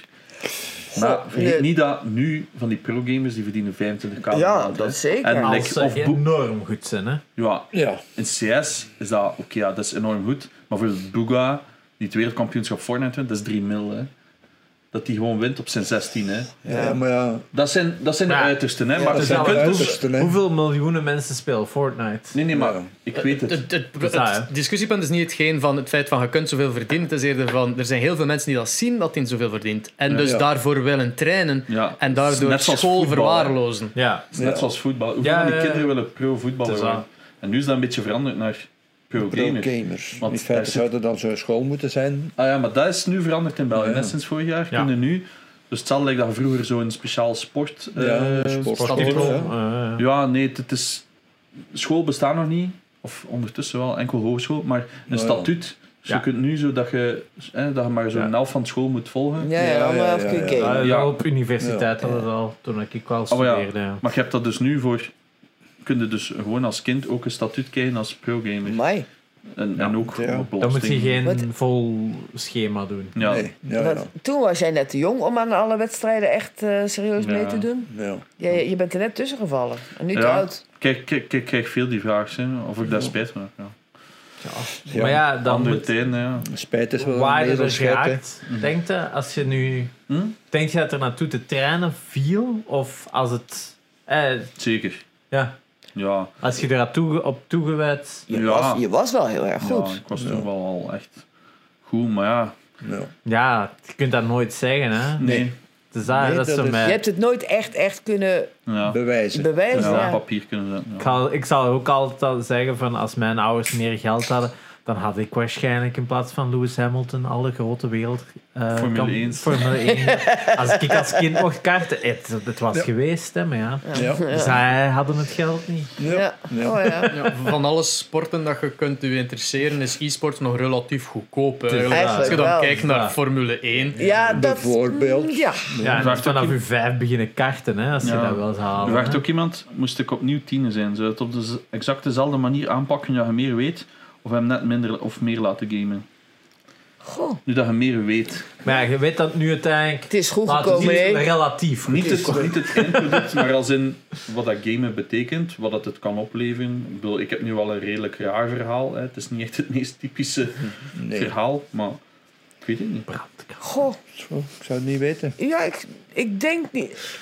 Speaker 3: Maar vergeet
Speaker 5: nee.
Speaker 3: niet dat nu van die pro-gamers die verdienen 25k per
Speaker 5: Ja,
Speaker 3: maand, hè.
Speaker 5: dat zeker.
Speaker 3: En-
Speaker 1: Als ze
Speaker 3: of boek-
Speaker 1: enorm goed zijn, hè.
Speaker 3: Ja,
Speaker 4: Ja.
Speaker 3: in CS is dat, oké, ja, dat is enorm goed. Maar voor Buga, die het wereldkampioenschap Fortnite wint, dat is 3 mil, hè. Dat die gewoon wint op zijn 16, hè.
Speaker 4: Ja, maar ja.
Speaker 3: Dat zijn, dat zijn
Speaker 1: Ja.
Speaker 3: de uitersten, hè.
Speaker 4: ja,
Speaker 3: maar
Speaker 4: dat
Speaker 3: je
Speaker 4: zijn
Speaker 1: wel
Speaker 4: de
Speaker 3: kunt ook-
Speaker 4: uitersten, hè.
Speaker 1: Hoeveel miljoenen mensen spelen Fortnite?
Speaker 3: Nee, nee, maar
Speaker 4: Ja.
Speaker 3: ik weet het.
Speaker 2: Het, het-
Speaker 1: is dat,
Speaker 2: het
Speaker 1: hè?
Speaker 2: discussiepunt is niet hetgeen van het feit van je kunt zoveel verdienen. Het is eerder van er zijn heel veel mensen die dat zien dat hij zoveel verdient. En dus
Speaker 4: Ja.
Speaker 2: daarvoor willen trainen
Speaker 3: Ja.
Speaker 2: en daardoor
Speaker 3: Net
Speaker 2: school
Speaker 3: zoals voetbal,
Speaker 2: verwaarlozen.
Speaker 1: Ja.
Speaker 3: Het is Net zoals voetbal. Hoeveel
Speaker 1: Ja,
Speaker 3: van die
Speaker 1: ja, ja.
Speaker 3: kinderen willen pro-voetballer
Speaker 1: Het is waar.
Speaker 3: worden? En nu is dat een beetje veranderd naar pro-gamer.
Speaker 4: Pro-gamers.
Speaker 3: Want
Speaker 4: In
Speaker 3: daar
Speaker 4: feite
Speaker 3: zit-
Speaker 4: zouden dan zo'n school moeten zijn.
Speaker 3: Ah ja, maar dat is nu veranderd in België.
Speaker 4: Ja.
Speaker 3: Net sinds vorig jaar
Speaker 1: Ja.
Speaker 3: kunnen nu... Dus hetzelfde lijkt dat je vroeger zo'n speciaal sport... eh,
Speaker 4: Ja, een
Speaker 1: Diploma,
Speaker 4: sportdiploma.
Speaker 1: eh, eh.
Speaker 3: Ja, nee, het is... School bestaat nog niet. Of ondertussen wel, enkel hogeschool. Maar een
Speaker 4: Nou ja.
Speaker 3: statuut. Dus
Speaker 1: Ja.
Speaker 3: je kunt nu zo dat je, hè, dat je maar zo'n
Speaker 1: Ja.
Speaker 3: elf van school moet volgen.
Speaker 5: Ja, ja,
Speaker 4: Ja,
Speaker 5: allemaal
Speaker 4: ja,
Speaker 5: even
Speaker 4: ja,
Speaker 5: kunnen
Speaker 4: ja.
Speaker 5: gamen.
Speaker 1: Ja,
Speaker 3: Ja.
Speaker 1: Op universiteit hadden we dat al, toen ik wel
Speaker 3: Oh, ja.
Speaker 1: studeerde. ja.
Speaker 3: Maar je hebt dat dus nu voor... Kun je dus gewoon als kind ook een statuut krijgen als pro-gamer.
Speaker 5: Amai.
Speaker 3: En, en ook
Speaker 4: Ja.
Speaker 3: op
Speaker 1: Dan moet je
Speaker 3: belasting.
Speaker 1: geen
Speaker 5: Wat?
Speaker 1: vol schema doen.
Speaker 3: Ja.
Speaker 4: Nee. Ja, ja.
Speaker 5: Want Toen was jij net te jong om aan alle wedstrijden echt eh, serieus
Speaker 3: Ja.
Speaker 5: mee te doen.
Speaker 4: Ja.
Speaker 5: Je, je bent er net tussen gevallen. En nu te
Speaker 3: Ja.
Speaker 5: oud.
Speaker 3: Kijk, kijk, kijk, kijk veel die vraag zijn, of ik daar spijt van heb. Ja.
Speaker 4: Ja.
Speaker 1: Maar ja, dan
Speaker 3: Andere
Speaker 1: moet
Speaker 3: tijden, ja.
Speaker 4: Spijt is wel
Speaker 1: waar
Speaker 4: een
Speaker 1: je er
Speaker 4: ezelscheit, hè.
Speaker 1: geraakt. Denk je, als je nu...
Speaker 3: Hm?
Speaker 1: Denk je dat er naartoe te trainen viel? Of als het... eh,
Speaker 3: Zeker.
Speaker 1: ja.
Speaker 3: Ja,
Speaker 1: Als je erop toege, op toegewijd...
Speaker 5: Je,
Speaker 3: Ja.
Speaker 5: was, je was wel heel erg goed.
Speaker 3: ja, ik was toen wel al echt goed, maar ja.
Speaker 4: Ja.
Speaker 1: Ja, je kunt dat nooit zeggen, hè.
Speaker 3: Nee.
Speaker 4: Nee.
Speaker 1: Dus dat,
Speaker 4: Nee,
Speaker 1: dat is
Speaker 4: dat
Speaker 1: zo
Speaker 4: is-
Speaker 1: met-
Speaker 5: Je hebt het nooit echt, echt kunnen
Speaker 3: Ja.
Speaker 4: Bewijzen.
Speaker 5: bewijzen.
Speaker 3: ja,
Speaker 5: Ja.
Speaker 3: op papier kunnen zetten.
Speaker 1: Ik,
Speaker 3: Ja.
Speaker 1: zal, ik zal ook altijd al zeggen van als mijn ouders meer geld hadden, dan had ik waarschijnlijk in plaats van Lewis Hamilton alle grote wereld. eh,
Speaker 3: Formule
Speaker 1: kamp-
Speaker 3: 1.
Speaker 1: Formule
Speaker 5: [laughs]
Speaker 1: 1. als ik als kind mocht karten, het, het was
Speaker 4: Ja.
Speaker 1: geweest, hè, maar ja. Dus
Speaker 4: Ja. Ja.
Speaker 1: Zij hadden het geld niet.
Speaker 5: Ja.
Speaker 4: Ja.
Speaker 5: Oh, ja.
Speaker 2: Ja, van alle sporten dat je kunt u interesseren, is e-sport nog relatief goedkoop. hè, Eigenlijk.
Speaker 5: Eigenlijk
Speaker 2: Als je dan
Speaker 5: wel.
Speaker 2: kijkt naar
Speaker 1: Ja.
Speaker 2: Formule 1.
Speaker 5: Ja, dat...
Speaker 4: Bijvoorbeeld.
Speaker 5: Ja.
Speaker 1: Ja, en dus
Speaker 3: Vraagt
Speaker 1: vanaf
Speaker 3: ook-
Speaker 1: uw vijf beginnen karten, hè, als je
Speaker 3: Ja.
Speaker 1: dat wel eens
Speaker 3: Er
Speaker 1: halen.
Speaker 3: werd ook iemand, moest ik opnieuw tiener zijn, zou je het op de z- exact dezelfde manier aanpakken dat je meer weet, of hem net minder of meer laten gamen?
Speaker 5: Goh,
Speaker 3: Nu dat je meer weet.
Speaker 1: Maar ja, je weet dat nu uiteindelijk...
Speaker 5: het is goed
Speaker 1: Laat het
Speaker 5: gekomen,
Speaker 1: niet
Speaker 5: hè?
Speaker 1: relatief. goed
Speaker 3: Niet
Speaker 1: is.
Speaker 3: het, niet het eindproduct, maar als in wat dat gamen betekent, wat dat het kan opleveren. Ik bedoel, ik heb nu wel een redelijk raar verhaal. Hè. Het is niet echt het meest typische
Speaker 4: Nee,
Speaker 3: verhaal, maar ik weet het niet.
Speaker 5: Goh.
Speaker 4: zo, ik zou het niet weten.
Speaker 5: Ja, ik, ik denk niet.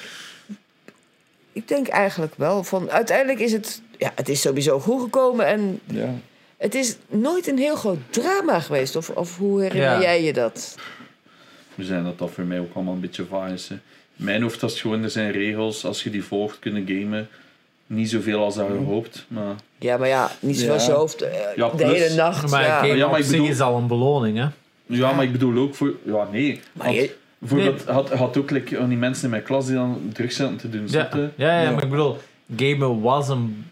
Speaker 5: Ik denk eigenlijk wel. Van, uiteindelijk is het. Ja, het is sowieso goed gekomen en
Speaker 4: Ja.
Speaker 5: het is nooit een heel groot drama geweest. Of, of hoe herinner
Speaker 1: Ja.
Speaker 5: jij je dat?
Speaker 3: Nu zijn dat, dat voor mij ook allemaal een beetje vaas. hè. In mijn hoofd was het gewoon, er zijn regels. Als je die volgt, kunnen gamen. Niet zoveel als dat je hoopt, maar...
Speaker 5: Ja, maar ja, niet zoals
Speaker 4: Ja.
Speaker 5: je hoofd eh,
Speaker 3: Ja,
Speaker 5: de
Speaker 3: plus-
Speaker 5: hele nacht.
Speaker 1: Maar
Speaker 5: ja.
Speaker 1: game
Speaker 3: Ja, maar
Speaker 1: op
Speaker 3: ik
Speaker 1: zich
Speaker 3: bedoel-
Speaker 1: is al een beloning, hè.
Speaker 3: Ja, maar ik bedoel ook voor... Ja, nee.
Speaker 5: Maar
Speaker 3: Want
Speaker 5: je-
Speaker 3: Bijvoorbeeld, had, had ook like, van die mensen in mijn klas die dan drugs zaten te doen
Speaker 1: Ja,
Speaker 3: zitten.
Speaker 1: ja, ja,
Speaker 4: Ja.
Speaker 1: maar ik bedoel, gamen was een...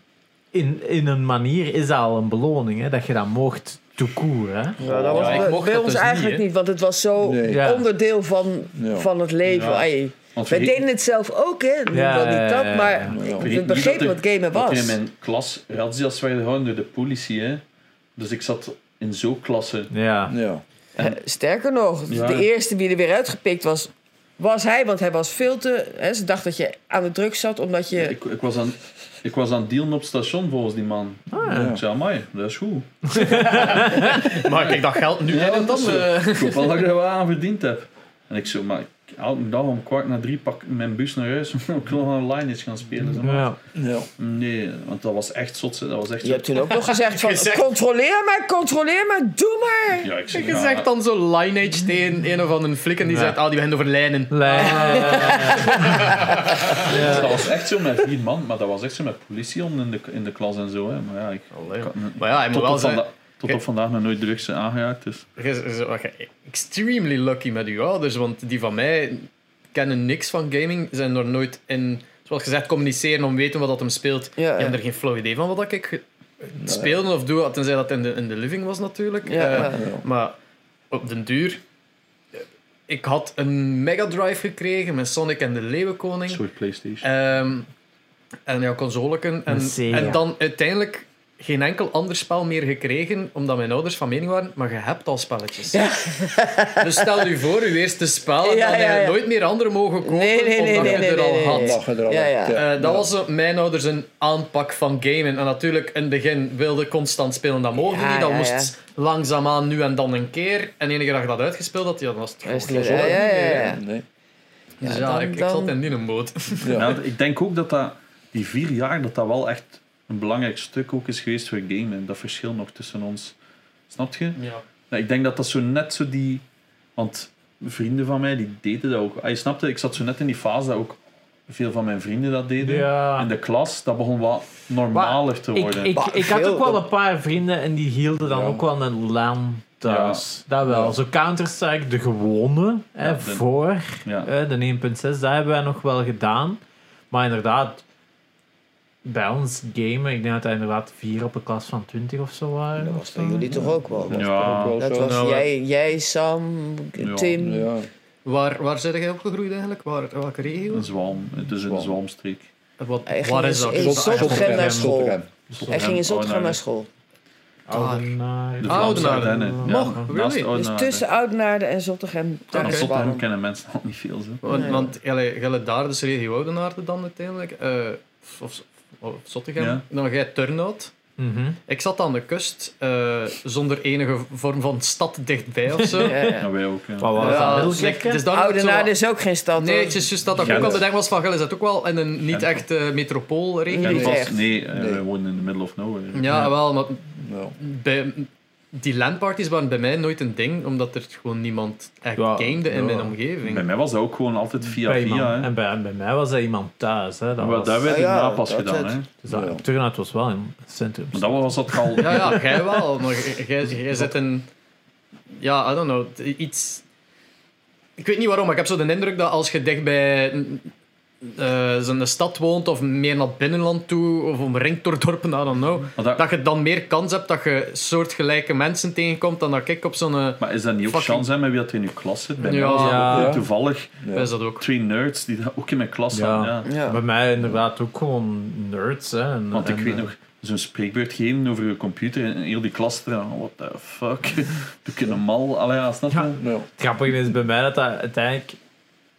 Speaker 1: In, in een manier is dat al een beloning, hè, dat je dat mocht toekoeren. hè.
Speaker 5: Ja, dat was
Speaker 2: ik
Speaker 5: bij-
Speaker 2: mocht
Speaker 5: bij
Speaker 2: dat
Speaker 5: ons
Speaker 2: dus niet,
Speaker 5: eigenlijk
Speaker 2: hè.
Speaker 5: niet, want het was zo
Speaker 4: Nee.
Speaker 1: Ja.
Speaker 5: onderdeel van,
Speaker 4: Ja.
Speaker 5: van het leven.
Speaker 3: Ja.
Speaker 5: Ai,
Speaker 3: Want
Speaker 5: wij
Speaker 3: vergeet-
Speaker 5: deden het zelf ook, hè? Nu
Speaker 1: Ja,
Speaker 5: wel niet
Speaker 1: ja,
Speaker 5: dat,
Speaker 1: ja, ja,
Speaker 5: maar
Speaker 1: ja.
Speaker 5: ik
Speaker 3: vergeet niet
Speaker 5: begreep
Speaker 3: dat er-
Speaker 5: wat gamen
Speaker 3: Dat er in
Speaker 5: was.
Speaker 3: mijn klas razzia's werden gehouden door de politie, hè. Dus ik zat in zo'n klasse.
Speaker 1: Ja.
Speaker 4: Ja.
Speaker 5: Eh, Sterker nog,
Speaker 3: Ja.
Speaker 5: de eerste die er weer uitgepikt was, was hij. Want hij was veel te... Hè, ze dacht dat je aan de drugs zat, omdat je...
Speaker 3: Ik, ik, was aan, ik was aan het dealen op het station volgens die man.
Speaker 5: Ah,
Speaker 4: ja.
Speaker 3: Ik zei, amai, dat is goed.
Speaker 2: Maar kijk, dat geldt nu in het
Speaker 3: dat eh? is
Speaker 2: andere.
Speaker 3: zo. Ik hoop wel dat ik er wel aan verdiend heb. En ik zo, maar ik haal me dag om kwart na drie pak ik mijn bus naar huis. [laughs] omdat ik nog online eens gaan spelen. zeg maar.
Speaker 1: Ja.
Speaker 4: Ja.
Speaker 3: Nee, want dat was echt zot. hè. Dat was echt
Speaker 5: Je hebt toen ook nog gezegd van,
Speaker 2: Gezegd.
Speaker 5: [laughs] controleer maar, controleer maar, doe maar.
Speaker 3: Ja, ik zeg,
Speaker 2: Je
Speaker 3: ja,
Speaker 2: zegt dan zo lineage tegen een of andere flik en die
Speaker 1: Ja.
Speaker 2: zegt, ah, die hebben over lijnen.
Speaker 3: Dat was echt zo met vier man, maar dat was echt zo met politie om in de, in de klas en zo. Hè. Maar ja, ik,
Speaker 2: Allee.
Speaker 3: ik-
Speaker 2: Maar ja, hij moet
Speaker 3: tot,
Speaker 2: wel
Speaker 3: op
Speaker 2: zijn...
Speaker 3: vanda- tot op vandaag nog nooit drugs zijn aangeraakt. Dus.
Speaker 2: Je is- is ook extremely lucky met uw ouders, want die van mij kennen niks van gaming, zijn er nooit in, zoals gezegd, communiceren om weten wat dat hem speelt.
Speaker 5: Ja, ja.
Speaker 2: Ik heb er geen flauw idee van wat dat ik ge- speelde of doe, tenzij dat in de, in de living was natuurlijk.
Speaker 5: Ja,
Speaker 2: Eh,
Speaker 5: ja.
Speaker 2: Maar op den duur, eh, ik had een Mega Drive gekregen met Sonic en de Leeuwenkoning.
Speaker 3: Een soort Playstation.
Speaker 2: Ehm, en ja, consoleken. En,
Speaker 1: Een Sega.
Speaker 2: en dan uiteindelijk geen enkel ander spel meer gekregen, omdat mijn ouders van mening waren, maar je hebt al spelletjes. [laughs] Dus stel u voor, uw eerste spel, en
Speaker 5: Ja,
Speaker 2: dan
Speaker 5: ja,
Speaker 2: heb je
Speaker 5: ja.
Speaker 2: nooit meer andere mogen kopen,
Speaker 5: Nee, nee, nee,
Speaker 2: omdat
Speaker 5: nee,
Speaker 2: je
Speaker 5: nee,
Speaker 2: er
Speaker 5: nee,
Speaker 2: al
Speaker 5: nee,
Speaker 2: had.
Speaker 5: nee.
Speaker 4: Lag je er al
Speaker 5: Ja,
Speaker 4: op,
Speaker 5: ja.
Speaker 2: Eh, dat was zo mijn ouders een aanpak van gamen. En natuurlijk, in het begin wilde constant spelen, dat mogen
Speaker 5: Ja,
Speaker 2: niet. Dat
Speaker 5: ja,
Speaker 2: moest
Speaker 5: ja.
Speaker 2: langzaamaan nu en dan een keer. En de enige dag dat uitgespeeld had, ja, dan was het
Speaker 5: Dat is
Speaker 2: gewoon
Speaker 5: het-
Speaker 2: zo.
Speaker 5: ja, ja, ja, ja.
Speaker 4: Nee.
Speaker 2: Dus
Speaker 5: Ja,
Speaker 2: ja,
Speaker 5: dan-
Speaker 2: ik, ik
Speaker 5: dan-
Speaker 2: zat in die boot.
Speaker 4: Ja.
Speaker 3: Ja, ik denk ook dat, dat die vier jaar dat dat wel echt een belangrijk stuk ook is geweest voor gamen. Dat verschil nog tussen ons. Snap je?
Speaker 2: Ja.
Speaker 3: Ja, ik denk dat dat zo net zo die... Want vrienden van mij, die deden dat ook. Ah, Je snapte, ik zat zo net in die fase dat ook veel van mijn vrienden dat deden.
Speaker 1: Ja.
Speaker 3: In de klas, dat begon wat normaler [laughs] te
Speaker 1: Ik,
Speaker 3: worden.
Speaker 1: ik, ik had ook wel een paar vrienden en die hielden dan
Speaker 4: Ja.
Speaker 1: ook wel een LAN thuis. Dat wel. Zo Counter-Strike, de gewone, hè,
Speaker 3: Ja, de-
Speaker 1: voor
Speaker 3: ja.
Speaker 1: hè, de 1.6, dat hebben wij nog wel gedaan. Maar inderdaad, bij ons gamen, ik denk dat er inderdaad vier op een klas van 20 of zo waren.
Speaker 5: Dat
Speaker 1: of
Speaker 5: was
Speaker 1: zo.
Speaker 5: bij jullie toch ook wel?
Speaker 3: Ja.
Speaker 4: Dat
Speaker 5: Ah. Dat
Speaker 4: was ook wel zo.
Speaker 5: was
Speaker 2: Nou,
Speaker 5: jij, jij, Sam,
Speaker 3: Ja.
Speaker 5: Tim.
Speaker 4: Ja.
Speaker 2: Waar, waar zijn jij opgegroeid eigenlijk? Waar, welke regio? Eh,
Speaker 3: Een zwalm. Het is een
Speaker 4: Zwalm.
Speaker 3: zwalmstreek.
Speaker 2: Wat,
Speaker 5: Hij ging
Speaker 2: waar is
Speaker 5: in-
Speaker 2: dat?
Speaker 5: in
Speaker 2: Wat-
Speaker 5: Zot-
Speaker 2: eigenlijk?
Speaker 5: Zottegem. naar school.
Speaker 4: Zottegem.
Speaker 1: Dus
Speaker 5: Hij ging in Zottegem naar school.
Speaker 1: Oudenaar.
Speaker 3: De
Speaker 2: Ah,
Speaker 3: Vlaamse
Speaker 2: Oudenaar.
Speaker 3: Ardennen. Ja,
Speaker 2: Mocht,
Speaker 3: naast
Speaker 2: really? Dus
Speaker 5: Dus
Speaker 3: Oudenaar.
Speaker 5: tussen Oudenaarde en Zottegem. daar
Speaker 2: Oké.
Speaker 5: is
Speaker 3: Aan
Speaker 5: het
Speaker 3: Zottegem
Speaker 5: warm.
Speaker 3: kennen mensen nog niet veel. Zo.
Speaker 2: Want,
Speaker 5: Nee.
Speaker 2: want jij jij daar dus regio Oudenaarde dan uiteindelijk, eh, of, of, of Zottegem,
Speaker 3: Ja.
Speaker 2: dan jij Turnhout.
Speaker 1: Mhm.
Speaker 2: Ik zat aan de kust eh, zonder enige vorm van stad dichtbij
Speaker 5: [laughs]
Speaker 2: of zo. Eh,
Speaker 5: Ja, ja.
Speaker 3: Ja, wij ook. Ja.
Speaker 1: Wat was
Speaker 2: Ja,
Speaker 1: dat?
Speaker 2: dus ik-
Speaker 1: Middelkerken?
Speaker 2: dus dan ook zo-
Speaker 5: Oudenaarde is ook geen stad.
Speaker 2: Nee,
Speaker 5: hoor.
Speaker 2: het is juist dat ik ook
Speaker 3: Gent.
Speaker 2: aan de denk was van, Gel is dat ook wel in een niet
Speaker 3: Gent.
Speaker 2: echt eh, metropoolregio.
Speaker 3: En
Speaker 5: Niet
Speaker 3: vast-
Speaker 5: echt. Mm.
Speaker 3: nee, eh,
Speaker 4: Nee.
Speaker 3: wij wonen in the middle of nowhere.
Speaker 2: Ja, wel, maar
Speaker 4: Ja.
Speaker 2: bij, die landparties waren bij mij nooit een ding, omdat er gewoon niemand echt
Speaker 1: Ja,
Speaker 2: gamede in
Speaker 1: ja.
Speaker 2: mijn omgeving.
Speaker 3: Bij mij was dat ook gewoon altijd via
Speaker 1: Bij
Speaker 3: via.
Speaker 1: iemand-
Speaker 3: Hè.
Speaker 1: en bij, bij mij was dat iemand thuis. Hè. Dat
Speaker 3: Maar
Speaker 1: was,
Speaker 3: dat werd
Speaker 5: Ah, ja,
Speaker 3: daarna pas
Speaker 5: dat
Speaker 3: gedaan.
Speaker 5: het.
Speaker 3: Hè.
Speaker 1: dus dat,
Speaker 4: Ja.
Speaker 1: Turnhout was wel in het centrum.
Speaker 3: Maar dat was dat al.
Speaker 2: Ja, ja, jij wel, maar jij- jij jij zit een... Ja, I don't know, t- iets... Ik weet niet waarom, maar ik heb zo de indruk dat als je dicht bij eh, zo'n stad woont, of meer naar het binnenland toe, of omringd door dorpen, I don't know,
Speaker 3: Maar, dat-
Speaker 2: dat je dan meer kans hebt dat je soortgelijke mensen tegenkomt dan dat ik op zo'n... eh,
Speaker 3: maar is dat niet ook
Speaker 2: Fucking-
Speaker 3: chance hè, met wie dat er in je klas zit? Bij mij
Speaker 2: Ja.
Speaker 3: was dat ook
Speaker 1: Ja.
Speaker 3: toevallig
Speaker 2: Is dat ook.
Speaker 3: twee nerds die dat ook in mijn klas
Speaker 1: Ja.
Speaker 3: zaten. Ja.
Speaker 5: Ja.
Speaker 1: Bij mij inderdaad ook gewoon nerds. Hè. En,
Speaker 3: Want ik
Speaker 1: en,
Speaker 3: weet
Speaker 1: eh,
Speaker 3: nog, zo'n spreekbeurt geven over je computer en heel die klas eraan. What the fuck? [laughs] Doe ik een mal? Allee, ja, snap je?
Speaker 1: Ja. Het grappige is bij mij dat dat uiteindelijk... Ik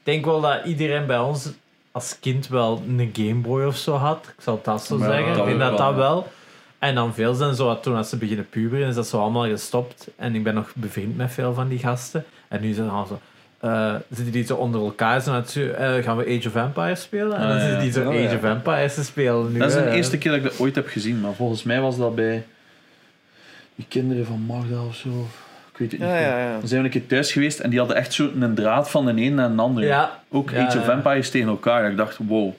Speaker 1: denk wel dat iedereen bij ons als kind wel een Gameboy of zo had. Ik zal dat zo
Speaker 3: Ja,
Speaker 1: zeggen.
Speaker 3: dat
Speaker 1: ik denk
Speaker 3: wel,
Speaker 1: dat dat
Speaker 3: ja.
Speaker 1: wel. En dan veel zijn zo, toen als ze beginnen puberen, is dat zo allemaal gestopt. En ik ben nog bevriend met veel van die gasten. En nu zijn ze allemaal zo... eh, zitten die zo onder elkaar? Zo natu- eh, gaan we Age of Empires spelen? En
Speaker 3: Ah,
Speaker 1: dan
Speaker 3: ja.
Speaker 1: zitten die zo
Speaker 4: Oh, ja.
Speaker 1: Age of Empires te spelen. Nu,
Speaker 3: Dat is de
Speaker 1: hè.
Speaker 3: eerste keer dat ik dat ooit heb gezien, maar volgens mij was dat bij die kinderen van Magda of zo. Ik weet het niet.
Speaker 5: Ja,
Speaker 3: meer.
Speaker 5: ja, ja.
Speaker 3: Dan zijn we een keer thuis geweest en die hadden echt zo een draad van de een naar de ander.
Speaker 1: Ja,
Speaker 3: Ook
Speaker 1: Ja,
Speaker 3: Age of
Speaker 1: ja.
Speaker 3: Empires tegen elkaar. Ik dacht, wow,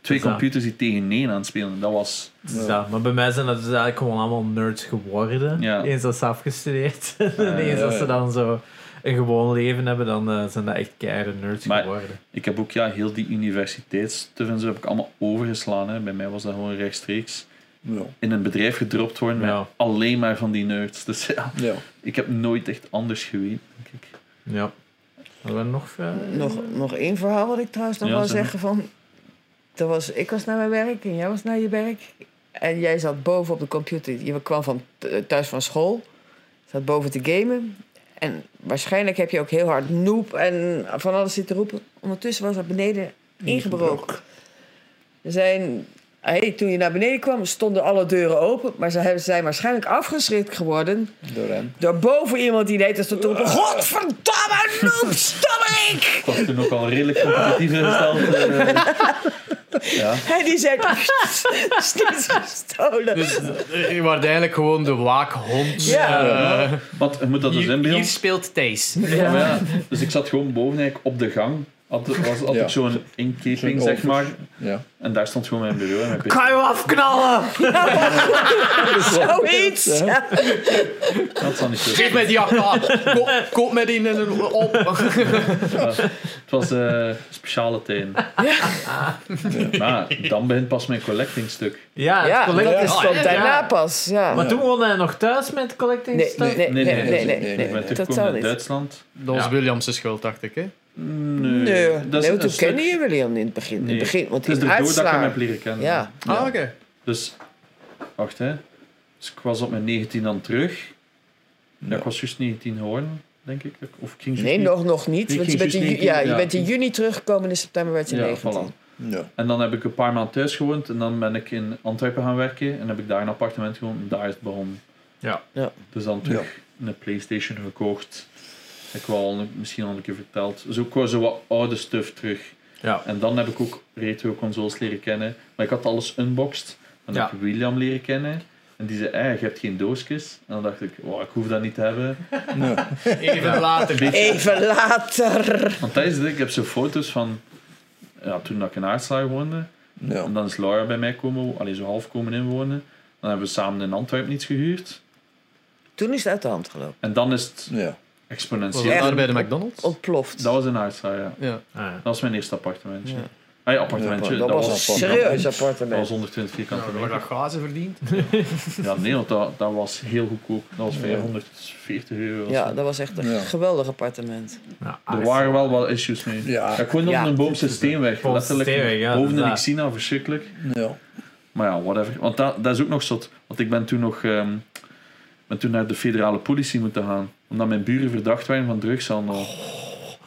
Speaker 3: twee
Speaker 1: Is dat-
Speaker 3: computers die tegen één aan het spelen. Dat was...
Speaker 1: het is dat. Maar bij mij zijn dat dus eigenlijk gewoon allemaal nerds geworden.
Speaker 3: Ja.
Speaker 1: Eens dat ze afgestudeerd [laughs] zijn. en
Speaker 3: Eh,
Speaker 1: eens dat ze
Speaker 4: ja.
Speaker 1: dan zo een gewoon leven hebben, dan eh, zijn dat echt keiharde nerds
Speaker 3: Maar-
Speaker 1: geworden.
Speaker 3: Ik heb ook ja, heel die universiteitsstuf en zo heb ik allemaal overgeslaan. Hè. Bij mij was dat gewoon rechtstreeks
Speaker 4: Ja.
Speaker 3: in een bedrijf gedropt worden
Speaker 1: Ja.
Speaker 3: met alleen maar van die nerds. Dus ja,
Speaker 4: Ja.
Speaker 3: ik heb nooit echt anders geweten, denk ik.
Speaker 1: Ja. Hadden we nog eh, vragen?
Speaker 5: Nog, nog één verhaal wat ik trouwens nog
Speaker 3: Ja,
Speaker 5: wel
Speaker 3: zeg maar.
Speaker 5: zeggen van... Dat was, ik was naar mijn werk en jij was naar je werk. En jij zat boven op de computer. Je kwam van, th- thuis van school. Zat boven te gamen. En waarschijnlijk heb je ook heel hard noep en van alles zitten roepen. Ondertussen was dat beneden ingebroken. Er zijn... Hey, toen je naar beneden kwam, stonden alle deuren open. Maar ze hebben- zijn waarschijnlijk afgeschrikt geworden
Speaker 4: Door hem.
Speaker 5: Daarboven iemand die deed als
Speaker 3: [laughs]
Speaker 5: dat roepen. Godverdamme noem, stommerik!
Speaker 3: Ik was toen ook
Speaker 1: [laughs]
Speaker 3: al redelijk competitief ingesteld. eh. ja.
Speaker 5: En die zei, [laughs] "Het is niet gestolen.
Speaker 2: Dus eh, je wordt eigenlijk gewoon de waakhond.
Speaker 5: Ja.
Speaker 2: Eh,
Speaker 3: Want je moet dat dus
Speaker 2: hier, hier
Speaker 3: inbeelden.
Speaker 2: speelt Thijs.
Speaker 3: Ja. maar ja, dus ik zat gewoon boven eigenlijk op de gang. Had, was, had
Speaker 4: Ja.
Speaker 3: ik zo'n inkeping,
Speaker 4: Zo'n
Speaker 3: zeg maar.
Speaker 4: Ja.
Speaker 3: En daar stond gewoon mijn bureau en mijn pc.
Speaker 1: Ga je afknallen!
Speaker 5: Zoiets. Ja.
Speaker 3: Dat zal niet zo
Speaker 2: Geef mij die AK. Ko- Koop mij die in een
Speaker 1: [laughs]
Speaker 2: op.
Speaker 3: Het was eh, speciale teen. Maar dan begint pas mijn collectingstuk.
Speaker 1: Ja, het
Speaker 5: Ja, dat
Speaker 1: collecting
Speaker 5: is van
Speaker 1: Ja.
Speaker 5: daarna pas. Ja.
Speaker 1: Maar toen woonde hij nog thuis met collecting
Speaker 5: Nee, nee, nee, nee, nee, nee,
Speaker 4: nee,
Speaker 5: nee,
Speaker 3: Ik ben
Speaker 5: totaal
Speaker 3: teruggekomen uit
Speaker 5: niet.
Speaker 3: Duitsland.
Speaker 2: Dat was
Speaker 1: Ja.
Speaker 2: Williams' schuld, dacht ik. Hè?
Speaker 3: Nee,
Speaker 5: Nee,
Speaker 3: dat is
Speaker 5: nee,
Speaker 3: een
Speaker 5: toen
Speaker 3: stuk-
Speaker 5: kende je William in het begin. In
Speaker 3: Nee.
Speaker 5: het begin want
Speaker 3: Het is
Speaker 5: die
Speaker 3: erdoor dat ik hem
Speaker 5: uitslaan.
Speaker 3: heb leren kennen.
Speaker 5: Ja.
Speaker 2: Ah, oké.
Speaker 3: Dus, wacht hè. Dus ik was op mijn 19 dan terug. Ja, ik was juist 19 geworden, denk ik. Of ik ging juist
Speaker 5: Nee,
Speaker 3: niet-
Speaker 5: nog, nog niet.
Speaker 3: Ik
Speaker 5: Want je
Speaker 3: ging
Speaker 5: bent, in,
Speaker 3: juist
Speaker 5: ju- ja,
Speaker 3: niet-
Speaker 5: je
Speaker 3: ja.
Speaker 5: bent in juni teruggekomen en in september werd je
Speaker 3: Ja,
Speaker 5: 19.
Speaker 3: voilà.
Speaker 4: Ja.
Speaker 3: En dan heb ik een paar maanden thuis gewoond en dan ben ik in Antwerpen gaan werken en heb ik daar een appartement gewoond en daar is het begonnen.
Speaker 1: Ja.
Speaker 5: Ja.
Speaker 3: Dus dan terug een Playstation gekocht. Ik wou al een- misschien al een keer verteld. Dus ook wel zo wat oude stuff terug.
Speaker 1: Ja.
Speaker 3: En dan heb ik ook retro consoles leren kennen. Maar ik had alles unboxed. Dan
Speaker 1: Ja.
Speaker 3: heb ik William leren kennen. En die zei, eh, je hebt geen doosjes. En dan dacht ik, wow, ik hoef dat niet te hebben.
Speaker 2: Even later.
Speaker 5: Even later.
Speaker 3: Want tijdens dit, ik heb zo foto's van ja, toen dat ik in Aartslaar woonde. En
Speaker 4: Ja.
Speaker 3: dan is dus Laura bij mij komen, alleen zo half komen inwonen. Dan hebben we samen in Antwerpen iets gehuurd.
Speaker 5: Toen is het uit de hand gelopen.
Speaker 3: En dan is het
Speaker 4: Ja.
Speaker 2: Was
Speaker 3: exponentieel.
Speaker 2: dat
Speaker 5: Echt?
Speaker 2: daar bij de McDonald's?
Speaker 5: Ontploft.
Speaker 3: Dat was in Aartselaar, ja.
Speaker 2: Ja.
Speaker 1: Ah, ja.
Speaker 3: Dat was mijn eerste appartementje.
Speaker 5: Ja.
Speaker 3: Ah ja, appartementje.
Speaker 4: Ja,
Speaker 5: dat was een
Speaker 4: apart.
Speaker 5: serieus
Speaker 3: dat was
Speaker 5: appartement.
Speaker 3: 120 vierkante
Speaker 2: Nou, wordt dat
Speaker 3: meter.
Speaker 2: gazen verdiend.
Speaker 3: Ja, nee, want dat, dat was heel goedkoop. Dat was 540 euro. of
Speaker 5: Ja,
Speaker 3: zo.
Speaker 5: dat was echt een
Speaker 4: Ja.
Speaker 5: geweldig appartement.
Speaker 1: Nou,
Speaker 3: er
Speaker 1: ah,
Speaker 3: waren wel wat issues mee.
Speaker 4: Ja.
Speaker 3: Ja, ik woonde
Speaker 5: Ja.
Speaker 3: op een boomse steenweg.
Speaker 1: Boomse
Speaker 3: Letterlijk.
Speaker 1: steenweg, ja,
Speaker 3: boven de
Speaker 1: inderdaad.
Speaker 3: Nixina, verschrikkelijk.
Speaker 4: Ja.
Speaker 3: Maar ja, whatever. Want dat, dat is ook nog zot. Want ik ben toen nog ehm, ben toen naar de federale politie moeten gaan. Omdat mijn buren verdacht waren van drugshandel.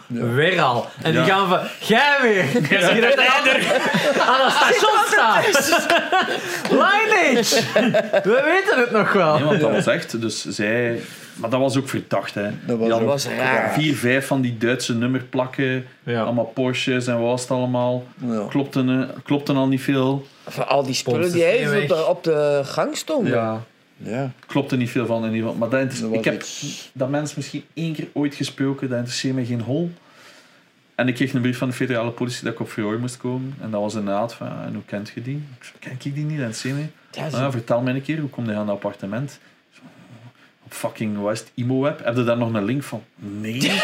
Speaker 1: weer al. En die
Speaker 3: Ja.
Speaker 1: gaan van, jij
Speaker 3: [laughs]
Speaker 1: weer. Zie je dat er [laughs] aan- aan het station staat? [laughs] Lineage! We weten het nog wel.
Speaker 3: Nee, want dat was echt. Dus zij... Maar dat was ook verdacht, hè. Die
Speaker 4: Dat was
Speaker 5: Dat
Speaker 3: hadden
Speaker 5: was raar.
Speaker 3: Vier, vijf van die Duitse nummerplakken.
Speaker 1: Ja.
Speaker 3: Allemaal Porsches en wat was het allemaal.
Speaker 4: Ja.
Speaker 3: Klopten, eh, klopten al niet veel.
Speaker 5: Van al die spullen die
Speaker 1: Pompensysteem
Speaker 5: even op
Speaker 1: weg.
Speaker 5: de, op de gang stonden.
Speaker 3: Ja.
Speaker 4: Ja,
Speaker 3: Klopte niet veel van in ieder geval. Maar dat
Speaker 4: dat
Speaker 3: inter-
Speaker 4: was
Speaker 3: ik heb
Speaker 4: iets.
Speaker 3: dat mens misschien één keer ooit gesproken. Dat interesseert mij geen hol. En ik kreeg een brief van de federale politie dat ik op verhoor moest komen. En dat was inderdaad van, en hoe kent je die? Ik zei, ken ik die niet? Dat interesseert mij.
Speaker 5: Ja,
Speaker 3: Nou, vertel mij een keer, hoe kom je aan dat appartement? Ik zo, Op fucking West Imo Web. Heb je daar nog een link van? Nee.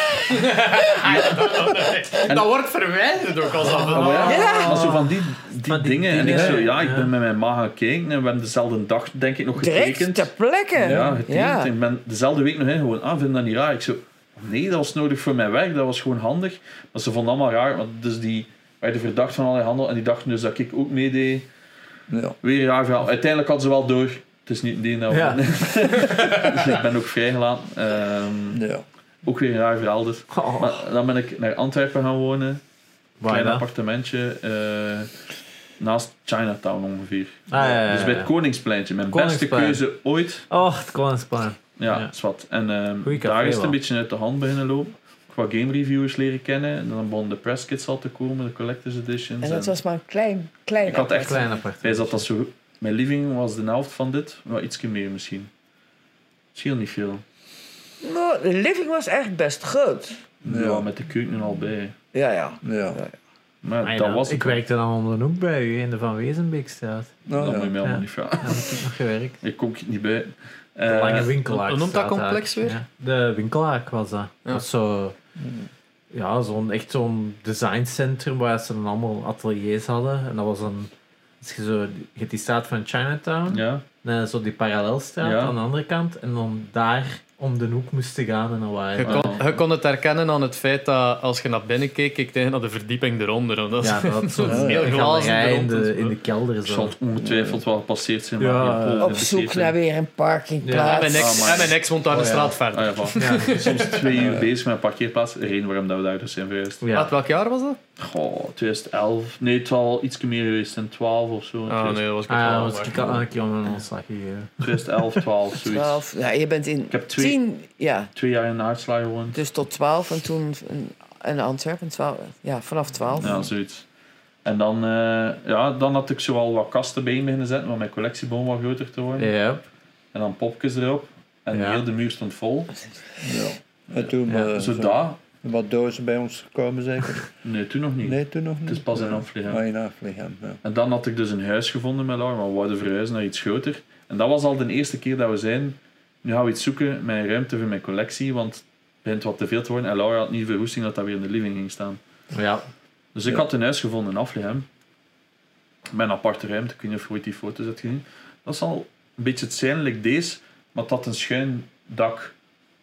Speaker 2: En dat wordt verwijderd ook als dat
Speaker 3: Maar Ah, ja,
Speaker 5: Ja.
Speaker 3: maar zo van die, die
Speaker 1: Van die
Speaker 3: dingen. En ik
Speaker 1: dingen,
Speaker 3: zo,
Speaker 1: ja.
Speaker 3: ja, ik ben met mijn ma gaan kijken. En we hebben dezelfde dag, denk ik, nog
Speaker 5: Direct
Speaker 3: getekend.
Speaker 5: ter plekke.
Speaker 3: Ja, getekend.
Speaker 5: Ja.
Speaker 3: En ik ben dezelfde week nog in. Gewoon, ah, vind dat niet raar? Ik zo, nee, dat was nodig voor mijn werk. Dat was gewoon handig. Maar ze vonden allemaal raar. Want dus die werden verdacht van allerlei handel. En die dachten dus dat ik ook meedeed.
Speaker 4: Ja.
Speaker 3: Weer een raar verhaal. Uiteindelijk hadden ze wel door. Het is niet die nou.
Speaker 1: Ja.
Speaker 3: Dus ik ben ook vrijgelaten. Ehm,
Speaker 4: Ja.
Speaker 3: ook weer een raar verhaal dus.
Speaker 1: Oh.
Speaker 3: Maar dan ben ik naar Antwerpen gaan wonen. Klein
Speaker 1: Bijna.
Speaker 3: appartementje. eh, naast Chinatown ongeveer.
Speaker 1: Ah, ja, ja, ja,
Speaker 3: Dus bij
Speaker 1: ja.
Speaker 3: het Koningspleintje. Mijn
Speaker 1: Koningsplein.
Speaker 3: beste keuze ooit.
Speaker 1: Och, het kwam spannend.
Speaker 3: Ja,
Speaker 1: Ja.
Speaker 3: is wat. En ehm,
Speaker 1: Goeie café
Speaker 3: daar is het
Speaker 1: wel.
Speaker 3: een beetje uit de hand beginnen lopen. Qua game reviewers leren kennen. En dan begonnen de press kits al te komen. De collector's editions.
Speaker 5: En dat was maar een klein, klein.
Speaker 3: Ik had echt...
Speaker 1: Klein
Speaker 3: Hij zat
Speaker 1: appartement.
Speaker 3: dat zo... Mijn living was de helft van dit. Maar ietsje meer misschien. Misschien niet veel.
Speaker 5: Nou, de living was echt best groot.
Speaker 3: Ja,
Speaker 4: Ja.
Speaker 3: met de keuken al bij.
Speaker 5: Ja, ja.
Speaker 3: Maar
Speaker 4: Ja.
Speaker 1: Maar
Speaker 3: dat
Speaker 1: Ah, ja,
Speaker 3: was
Speaker 1: ik
Speaker 3: het.
Speaker 1: werkte dan om de hoek bij u in de Van Wezenbeekstraat.
Speaker 3: Dat
Speaker 4: Nou,
Speaker 3: moet je
Speaker 4: ja.
Speaker 3: mij allemaal
Speaker 1: Ja.
Speaker 3: niet vragen. [laughs]
Speaker 1: Daar heb ik nog gewerkt.
Speaker 3: Ik kom er niet bij.
Speaker 1: De
Speaker 3: Eh,
Speaker 1: lange winkelaar.
Speaker 2: hoe noemt dat
Speaker 1: staat daar.
Speaker 2: complex weer?
Speaker 1: Ja, De winkelaar was dat.
Speaker 2: Ja.
Speaker 1: Dat is zo, ja, zo'n, echt zo'n designcentrum waar ze dan allemaal ateliers hadden. En dat was een. Als je, zo, je hebt die straat van Chinatown,
Speaker 3: ja.
Speaker 1: dan Eh, zo die parallelstraat
Speaker 3: Ja.
Speaker 1: aan de andere kant. En dan daar om de hoek moesten gaan en dan
Speaker 2: Je
Speaker 1: waren
Speaker 2: kon, je kon het herkennen aan het feit dat als je naar binnen keek, keek je naar de verdieping eronder. want Dat is
Speaker 1: Ja,
Speaker 2: [laughs]
Speaker 1: dat had zo'n
Speaker 2: Dat is heel dus,
Speaker 1: galerij
Speaker 2: glazen
Speaker 1: in
Speaker 2: erop en zo.
Speaker 1: de, in de kelder.
Speaker 3: Ik zal
Speaker 1: Zo.
Speaker 3: het ongetwijfeld wel gepasseerd zijn.
Speaker 1: Ja,
Speaker 3: maar geen
Speaker 1: eh,
Speaker 3: pol-
Speaker 5: Op zoek
Speaker 3: geïnteresseerd
Speaker 5: naar
Speaker 3: zijn.
Speaker 5: weer een
Speaker 2: en,
Speaker 5: parkingplaats.
Speaker 2: mijn ex,
Speaker 3: Ah, maar-
Speaker 2: en mijn ex woont daar
Speaker 1: Oh,
Speaker 2: een
Speaker 1: ja.
Speaker 2: straat verder.
Speaker 3: Ah, ja,
Speaker 5: [laughs]
Speaker 3: voilà.
Speaker 1: Ja. dus,
Speaker 2: [laughs]
Speaker 3: Soms twee uur bezig met een parkeerplaats. De Reden waarom dat we daar dus zijn verhuisd.
Speaker 1: Ja.
Speaker 2: Uit welk jaar was dat?
Speaker 3: Goh, 2011. Nee, het was iets meer geweest. In 12 of zo.
Speaker 2: Ah, nee, dat was ik
Speaker 1: Ah,
Speaker 2: wel
Speaker 1: ja,
Speaker 2: aan,
Speaker 1: want
Speaker 2: maar-
Speaker 1: ik had een keer aan een ontslag gegeven.
Speaker 3: 2011, 12, zoiets.
Speaker 5: 12. Ja, je bent in
Speaker 3: Ik heb twee,
Speaker 5: 10, ja.
Speaker 3: twee jaar in Aartselaar gewoond.
Speaker 5: Dus tot 12 en toen in- in Antwerpen. 12, ja, vanaf 12.
Speaker 3: Ja, zoiets. En dan, eh, ja, dan had ik zoal wat kasten bij beginnen zetten, want mijn collectieboom wat groter te worden.
Speaker 1: Ja.
Speaker 3: En dan popjes erop. En
Speaker 1: Ja.
Speaker 3: heel de muur stond vol.
Speaker 4: Ja. En toen
Speaker 1: Ja,
Speaker 4: eh,
Speaker 3: zo
Speaker 4: zo-
Speaker 3: daar?
Speaker 4: wat dozen bij ons gekomen zeker?
Speaker 3: [laughs] Nee, toen nog niet.
Speaker 4: Nee, toen nog niet.
Speaker 3: Het is pas in
Speaker 4: Ja.
Speaker 3: Afligem.
Speaker 4: Ah, in Afligem, ja.
Speaker 3: En dan had ik dus een huis gevonden met Laura, maar we wouden verhuizen naar iets groter. En dat was al de eerste keer dat we zijn. Nu gaan we iets zoeken met ruimte voor mijn collectie, want het begint wat te veel te worden. En Laura had niet de verhoesting dat dat weer in de living ging staan.
Speaker 1: Ja.
Speaker 3: Dus ik
Speaker 4: Ja.
Speaker 3: had een huis gevonden in Afligem. Met een aparte ruimte. Ik weet niet of je ooit die foto's hebt gezien. Dat is al een beetje het zijn, like deze. Maar het had een schuin dak.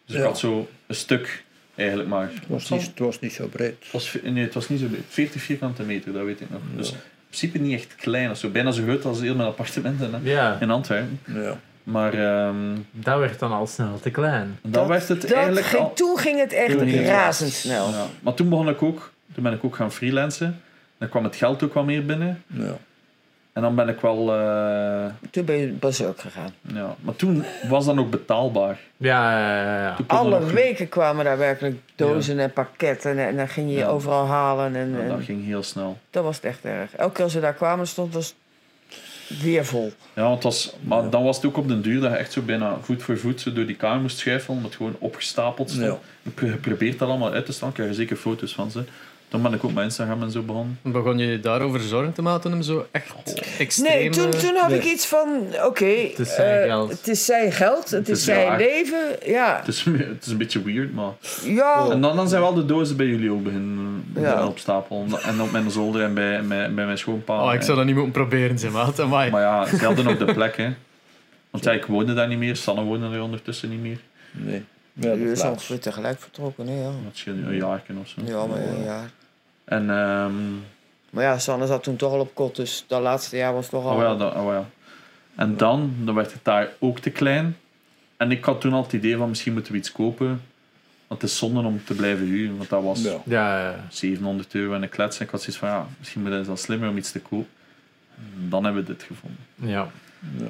Speaker 3: Dus ik
Speaker 4: Ja.
Speaker 3: had zo een stuk, eigenlijk maar.
Speaker 4: Het, was niet, het was niet zo breed.
Speaker 3: Het was, ve- nee, het was niet zo... breed. 40 vierkante meter, dat weet ik nog. Dus in principe niet echt klein. of Zo, bijna zo groot als heel mijn appartementen hè,
Speaker 1: ja,
Speaker 3: in Antwerpen.
Speaker 4: Ja.
Speaker 3: Maar ehm,
Speaker 1: dat werd dan al snel te klein.
Speaker 3: dan werd het
Speaker 5: Dat
Speaker 3: eigenlijk
Speaker 5: ging-
Speaker 3: al...
Speaker 5: Toen ging het echt
Speaker 3: Toen ging het-
Speaker 5: razendsnel.
Speaker 3: Ja. Maar toen begon ik ook... Toen ben ik ook gaan freelancen. Dan kwam het geld ook wat meer binnen.
Speaker 4: Ja.
Speaker 3: En dan ben ik wel... eh,
Speaker 5: Toen ben je berserk gegaan.
Speaker 3: Ja, maar toen was dat ook betaalbaar.
Speaker 1: Ja, ja, ja, ja.
Speaker 3: Toen kon dat
Speaker 5: Alle
Speaker 3: nog-
Speaker 5: weken kwamen daar werkelijk dozen en pakketten. En, en dan ging je
Speaker 3: Ja.
Speaker 5: overal halen. En,
Speaker 3: Ja,
Speaker 5: en
Speaker 3: dat ging heel snel.
Speaker 5: dat was het echt erg. Elke keer als we daar kwamen, stond het weer vol.
Speaker 3: Ja, want het was, maar dan was het ook op den duur dat je echt zo bijna voet voor voet zo door die kamer moest schuiven, omdat het gewoon opgestapeld stond.
Speaker 4: Ja.
Speaker 3: Ik pro- Je probeert dat allemaal uit te staan, krijg je zeker foto's van ze. Dan ben ik ook mijn Instagram en zo begonnen.
Speaker 2: Begon je daarover zorgen te maken toen hem zo echt extreem...
Speaker 5: Nee, toen,
Speaker 2: eh,
Speaker 5: toen had
Speaker 4: Nee.
Speaker 5: ik iets van: oké, het
Speaker 1: is zijn geld.
Speaker 5: Het is zijn geld, het is
Speaker 3: is
Speaker 5: zijn
Speaker 3: raar.
Speaker 5: leven. Ja,
Speaker 3: Het is, [laughs] het is een beetje weird, maar...
Speaker 5: ja.
Speaker 3: En dan, dan zijn wel de dozen bij jullie ook beginnen eh,
Speaker 5: Ja.
Speaker 3: beginnen opstapelen. En op mijn zolder en bij, bij, bij mijn schoonpa.
Speaker 2: Oh, ik zou dat niet moeten proberen, zeg maat. Amai.
Speaker 3: Maar ja, ze hadden op de plek, hè. Want ja, ik woonde daar niet meer, Sanne woonde er ondertussen niet meer.
Speaker 4: Nee. We
Speaker 5: U
Speaker 4: hebben
Speaker 5: is
Speaker 4: plaats.
Speaker 5: ongeveer tegelijk vertrokken, hè, ja.
Speaker 3: Dat is een jaar of zo.
Speaker 5: Ja, maar ja. ja.
Speaker 3: En... ehm
Speaker 5: Maar ja, Sanne zat toen toch al op kot, dus dat laatste jaar was toch al.
Speaker 3: Oh ja, dat, oh ja. En dan, dan werd het daar ook te klein. En ik had toen al het idee van misschien moeten we iets kopen. Want het is zonde om te blijven huren, want dat was
Speaker 4: Ja.
Speaker 1: Ja, ja, ja.
Speaker 3: 700 euro en een klets. En ik had zoiets van, ja, misschien moet het wel slimmer om iets te kopen. En Dan hebben we dit gevonden.
Speaker 1: ja.
Speaker 4: Ja.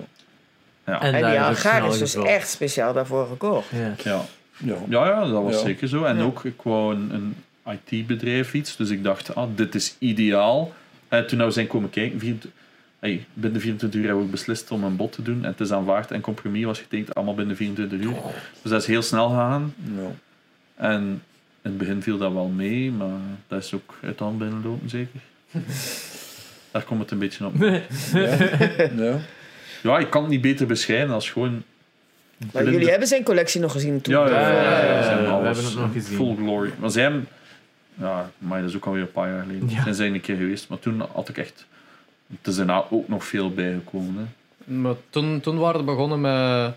Speaker 3: Ja,
Speaker 1: En,
Speaker 5: En
Speaker 1: daar
Speaker 5: die
Speaker 1: is ook
Speaker 5: hangar
Speaker 1: snel
Speaker 5: is dus
Speaker 1: gevuld.
Speaker 5: echt speciaal daarvoor gekocht.
Speaker 1: Ja.
Speaker 3: ja.
Speaker 4: Ja.
Speaker 3: ja, ja dat was
Speaker 4: Ja.
Speaker 3: zeker zo. En
Speaker 5: Ja.
Speaker 3: ook, ik wou een, een IT-bedrijf iets. Dus ik dacht, ah, dit is ideaal. En toen nou zijn komen kijken, vier, hey, binnen 24 uur hebben we ook beslist om een bod te doen. En het is aanvaard en compromis was getekend, allemaal binnen 24 uur. Dus dat is heel snel gegaan.
Speaker 4: Ja.
Speaker 3: En in het begin viel dat wel mee, maar dat is ook uit de hand binnenlopen, zeker. Daar komt het een beetje op.
Speaker 4: Ja. Ja.
Speaker 3: Ja, ik kan het niet beter beschrijven als gewoon.
Speaker 5: Maar
Speaker 3: blinde-
Speaker 5: jullie hebben zijn collectie nog gezien toen.
Speaker 3: Ja, ja, ja, ja, ja,
Speaker 1: Ja,
Speaker 3: ja,
Speaker 1: we
Speaker 3: ja,
Speaker 1: hebben
Speaker 3: alles
Speaker 1: het nog gezien.
Speaker 3: Full glory. Maar zij hebben. Ja, maar dat is ook alweer een paar jaar geleden.
Speaker 1: Ja.
Speaker 3: Zijn zij een keer geweest, maar toen had ik echt. Het is daarna ook nog veel bijgekomen. Hè.
Speaker 2: Maar toen, toen waren we begonnen met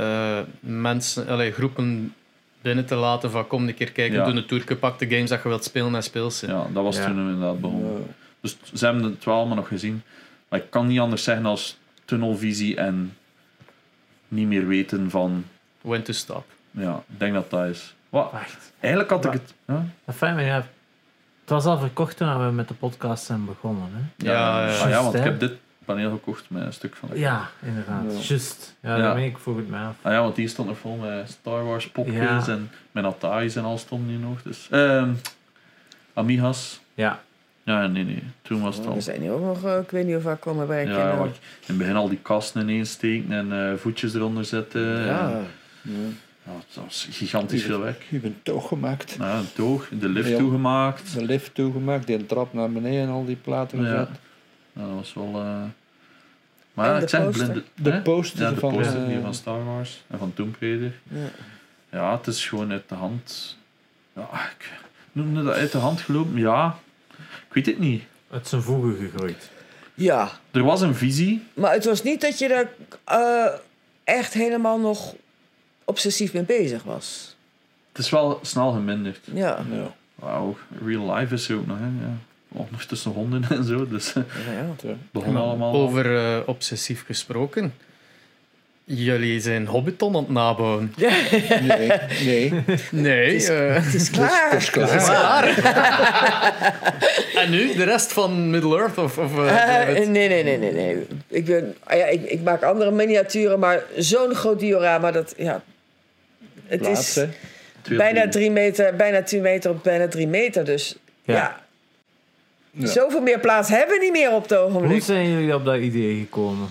Speaker 2: eh, mensen, allee, groepen binnen te laten van kom een keer kijken,
Speaker 3: Ja.
Speaker 2: doe een tour, pak de games dat je wilt spelen en speel ze.
Speaker 3: Ja, dat was
Speaker 1: Ja.
Speaker 3: toen inderdaad begonnen. Dus ze hebben het wel allemaal nog gezien. Maar ik kan niet anders zeggen als tunnelvisie en niet meer weten van.
Speaker 2: When to stop.
Speaker 3: Ja, ik denk dat dat is. Wat?
Speaker 1: Wacht.
Speaker 3: Eigenlijk had ik
Speaker 1: Maar-
Speaker 3: het. Ja,
Speaker 1: Enfin, maar ja, het was al verkocht toen we met de podcast zijn begonnen. Hè?
Speaker 2: Ja, ja.
Speaker 3: Ah, ja,
Speaker 1: Juist,
Speaker 3: want ik
Speaker 1: hè.
Speaker 3: heb dit paneel gekocht met een stuk van.
Speaker 1: Ja, inderdaad.
Speaker 4: Ja.
Speaker 1: Just. Ja,
Speaker 3: Ja.
Speaker 1: daar ben ik volgens mij af.
Speaker 3: Ah ja, want die stond nog vol met Star Wars popjes
Speaker 1: Ja.
Speaker 3: en mijn Atari's en al stond hier nog. Dus, ehm, Amigas.
Speaker 1: Ja.
Speaker 3: Ja, nee, nee. Toen was het al.
Speaker 5: Er zijn hier ook nog, eh, ik weet niet hoe vaak komen
Speaker 3: Ja,
Speaker 5: werken.
Speaker 3: ja, waar ik in het begin al die kasten ineens steken en eh, voetjes eronder zetten.
Speaker 5: Ja.
Speaker 3: En,
Speaker 4: Ja.
Speaker 3: ja, dat was gigantisch veel werk.
Speaker 4: Je bent toch gemaakt.
Speaker 3: Nou, ja, een toog, de lift
Speaker 4: Ja.
Speaker 3: toegemaakt.
Speaker 4: De lift toegemaakt, die trap naar beneden en al die platen
Speaker 3: Ja.
Speaker 4: gezet.
Speaker 3: Nou, dat was wel. eh,
Speaker 5: En
Speaker 3: Maar ja,
Speaker 5: de
Speaker 3: ik zeg,
Speaker 5: poster.
Speaker 3: blinde.
Speaker 4: De
Speaker 3: hè?
Speaker 4: posters
Speaker 3: Ja, de
Speaker 4: van...
Speaker 3: poster
Speaker 4: eh,
Speaker 3: hier van Star Wars en van Tomb Raider.
Speaker 5: Ja.
Speaker 3: Ja, het is gewoon uit de hand. Ja, ik noemde dat uit de hand gelopen. Ja, ik weet het niet.
Speaker 1: Het zijn voegen gegroeid.
Speaker 5: Ja,
Speaker 3: Er was een visie.
Speaker 5: maar het was niet dat je daar eh, echt helemaal nog obsessief mee bezig was.
Speaker 3: Het is wel snel geminderd.
Speaker 5: Ja,
Speaker 4: ja.
Speaker 3: Wauw, real life is er ook nog. Hè? Ja. Ondertussen honden en zo. Dus eh,
Speaker 5: ja, ja.
Speaker 4: ja.
Speaker 3: het begon allemaal.
Speaker 2: Over eh, obsessief gesproken. Jullie zijn Hobbiton aan het nabouwen.
Speaker 4: [laughs] Nee, nee.
Speaker 2: Nee, eh,
Speaker 5: [laughs] het is klaar.
Speaker 4: Dat is
Speaker 2: dat is
Speaker 4: klaar.
Speaker 2: klaar. en nu de rest van Middle-earth? Of, of, eh,
Speaker 5: Eh,
Speaker 2: het-
Speaker 5: [laughs] nee, nee, nee, nee, nee. Ik, ben, ah ja, ik, ik maak andere miniaturen, maar zo'n groot diorama, dat, ja. Het
Speaker 4: Plaats,
Speaker 5: is
Speaker 4: hè.
Speaker 3: twee of
Speaker 5: bijna drie meter, bijna 10 meter op bijna drie meter, dus ja.
Speaker 4: Ja.
Speaker 5: Zoveel meer plaats hebben we niet meer op het
Speaker 1: Hoe
Speaker 5: ogenblik.
Speaker 1: zijn jullie op dat idee gekomen?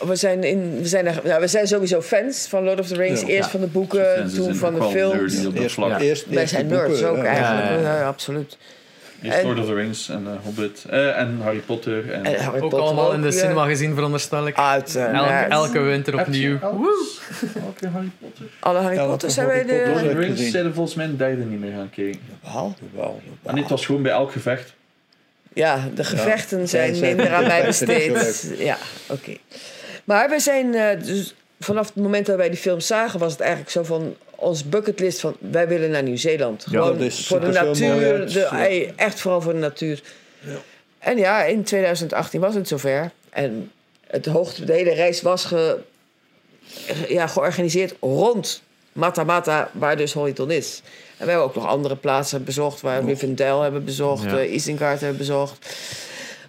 Speaker 5: We zijn, in, we, zijn er, nou, we zijn sowieso fans van Lord of the Rings.
Speaker 4: Ja.
Speaker 5: Eerst
Speaker 1: Ja.
Speaker 5: van de
Speaker 3: En
Speaker 5: boeken,
Speaker 3: ze
Speaker 5: toen
Speaker 3: zijn
Speaker 5: van
Speaker 3: ook
Speaker 5: de
Speaker 3: wel
Speaker 5: films.
Speaker 3: nerdy op dat
Speaker 4: Eerst,
Speaker 3: vlak.
Speaker 4: eerst,
Speaker 5: Wij
Speaker 4: eerst
Speaker 5: zijn
Speaker 4: de boeken,
Speaker 5: nerds ook
Speaker 4: ja.
Speaker 5: eigenlijk.
Speaker 1: Ja,
Speaker 5: Ja,
Speaker 1: ja, ja.
Speaker 5: absoluut.
Speaker 3: Eerst Lord of the Rings en eh, Hobbit. eh, en Harry Potter. En...
Speaker 5: En Eh, Harry
Speaker 2: ook
Speaker 5: Potter
Speaker 2: allemaal in de
Speaker 5: ook,
Speaker 3: eh.
Speaker 5: ja. eh,
Speaker 2: cinema gezien, veronderstel ik. Elke,
Speaker 5: Uiteraard.
Speaker 2: elke winter
Speaker 3: Ah, Heb je
Speaker 2: opnieuw.
Speaker 5: Oh,
Speaker 3: alles? Elke Harry Potter.
Speaker 5: Alle Harry
Speaker 4: elke
Speaker 5: Potter zijn wij
Speaker 4: Harry
Speaker 5: de...
Speaker 3: Lord of
Speaker 4: Potter.
Speaker 3: the Rings
Speaker 4: gezien.
Speaker 3: zijn er volgens mij een derde niet meer gaan kijken.
Speaker 4: Jawel, jawel,
Speaker 3: En dit was gewoon bij elk gevecht.
Speaker 5: Ja, de gevechten
Speaker 4: Ja,
Speaker 5: zijn
Speaker 4: zij zijn
Speaker 5: minder aan mij
Speaker 4: gevechten niet zo
Speaker 5: besteed. Ja, oké. Maar we zijn eh, dus vanaf het moment dat wij die film zagen, was het eigenlijk zo van ons bucketlist van wij willen naar Nieuw-Zeeland. Gewoon
Speaker 4: dat is
Speaker 5: voor de
Speaker 4: super zo mooi
Speaker 5: natuur,
Speaker 4: uit.
Speaker 5: de,
Speaker 4: Ja.
Speaker 5: ei- echt vooral voor de natuur. En ja, in 2018 was het zover. En het hoogte, de hele reis was ge, ge- ja, georganiseerd rond Mata Mata, waar dus Holiton is. En we hebben ook nog andere plaatsen bezocht, waar we Rivendell hebben bezocht,
Speaker 1: Ja.
Speaker 5: eh, Isengard hebben bezocht.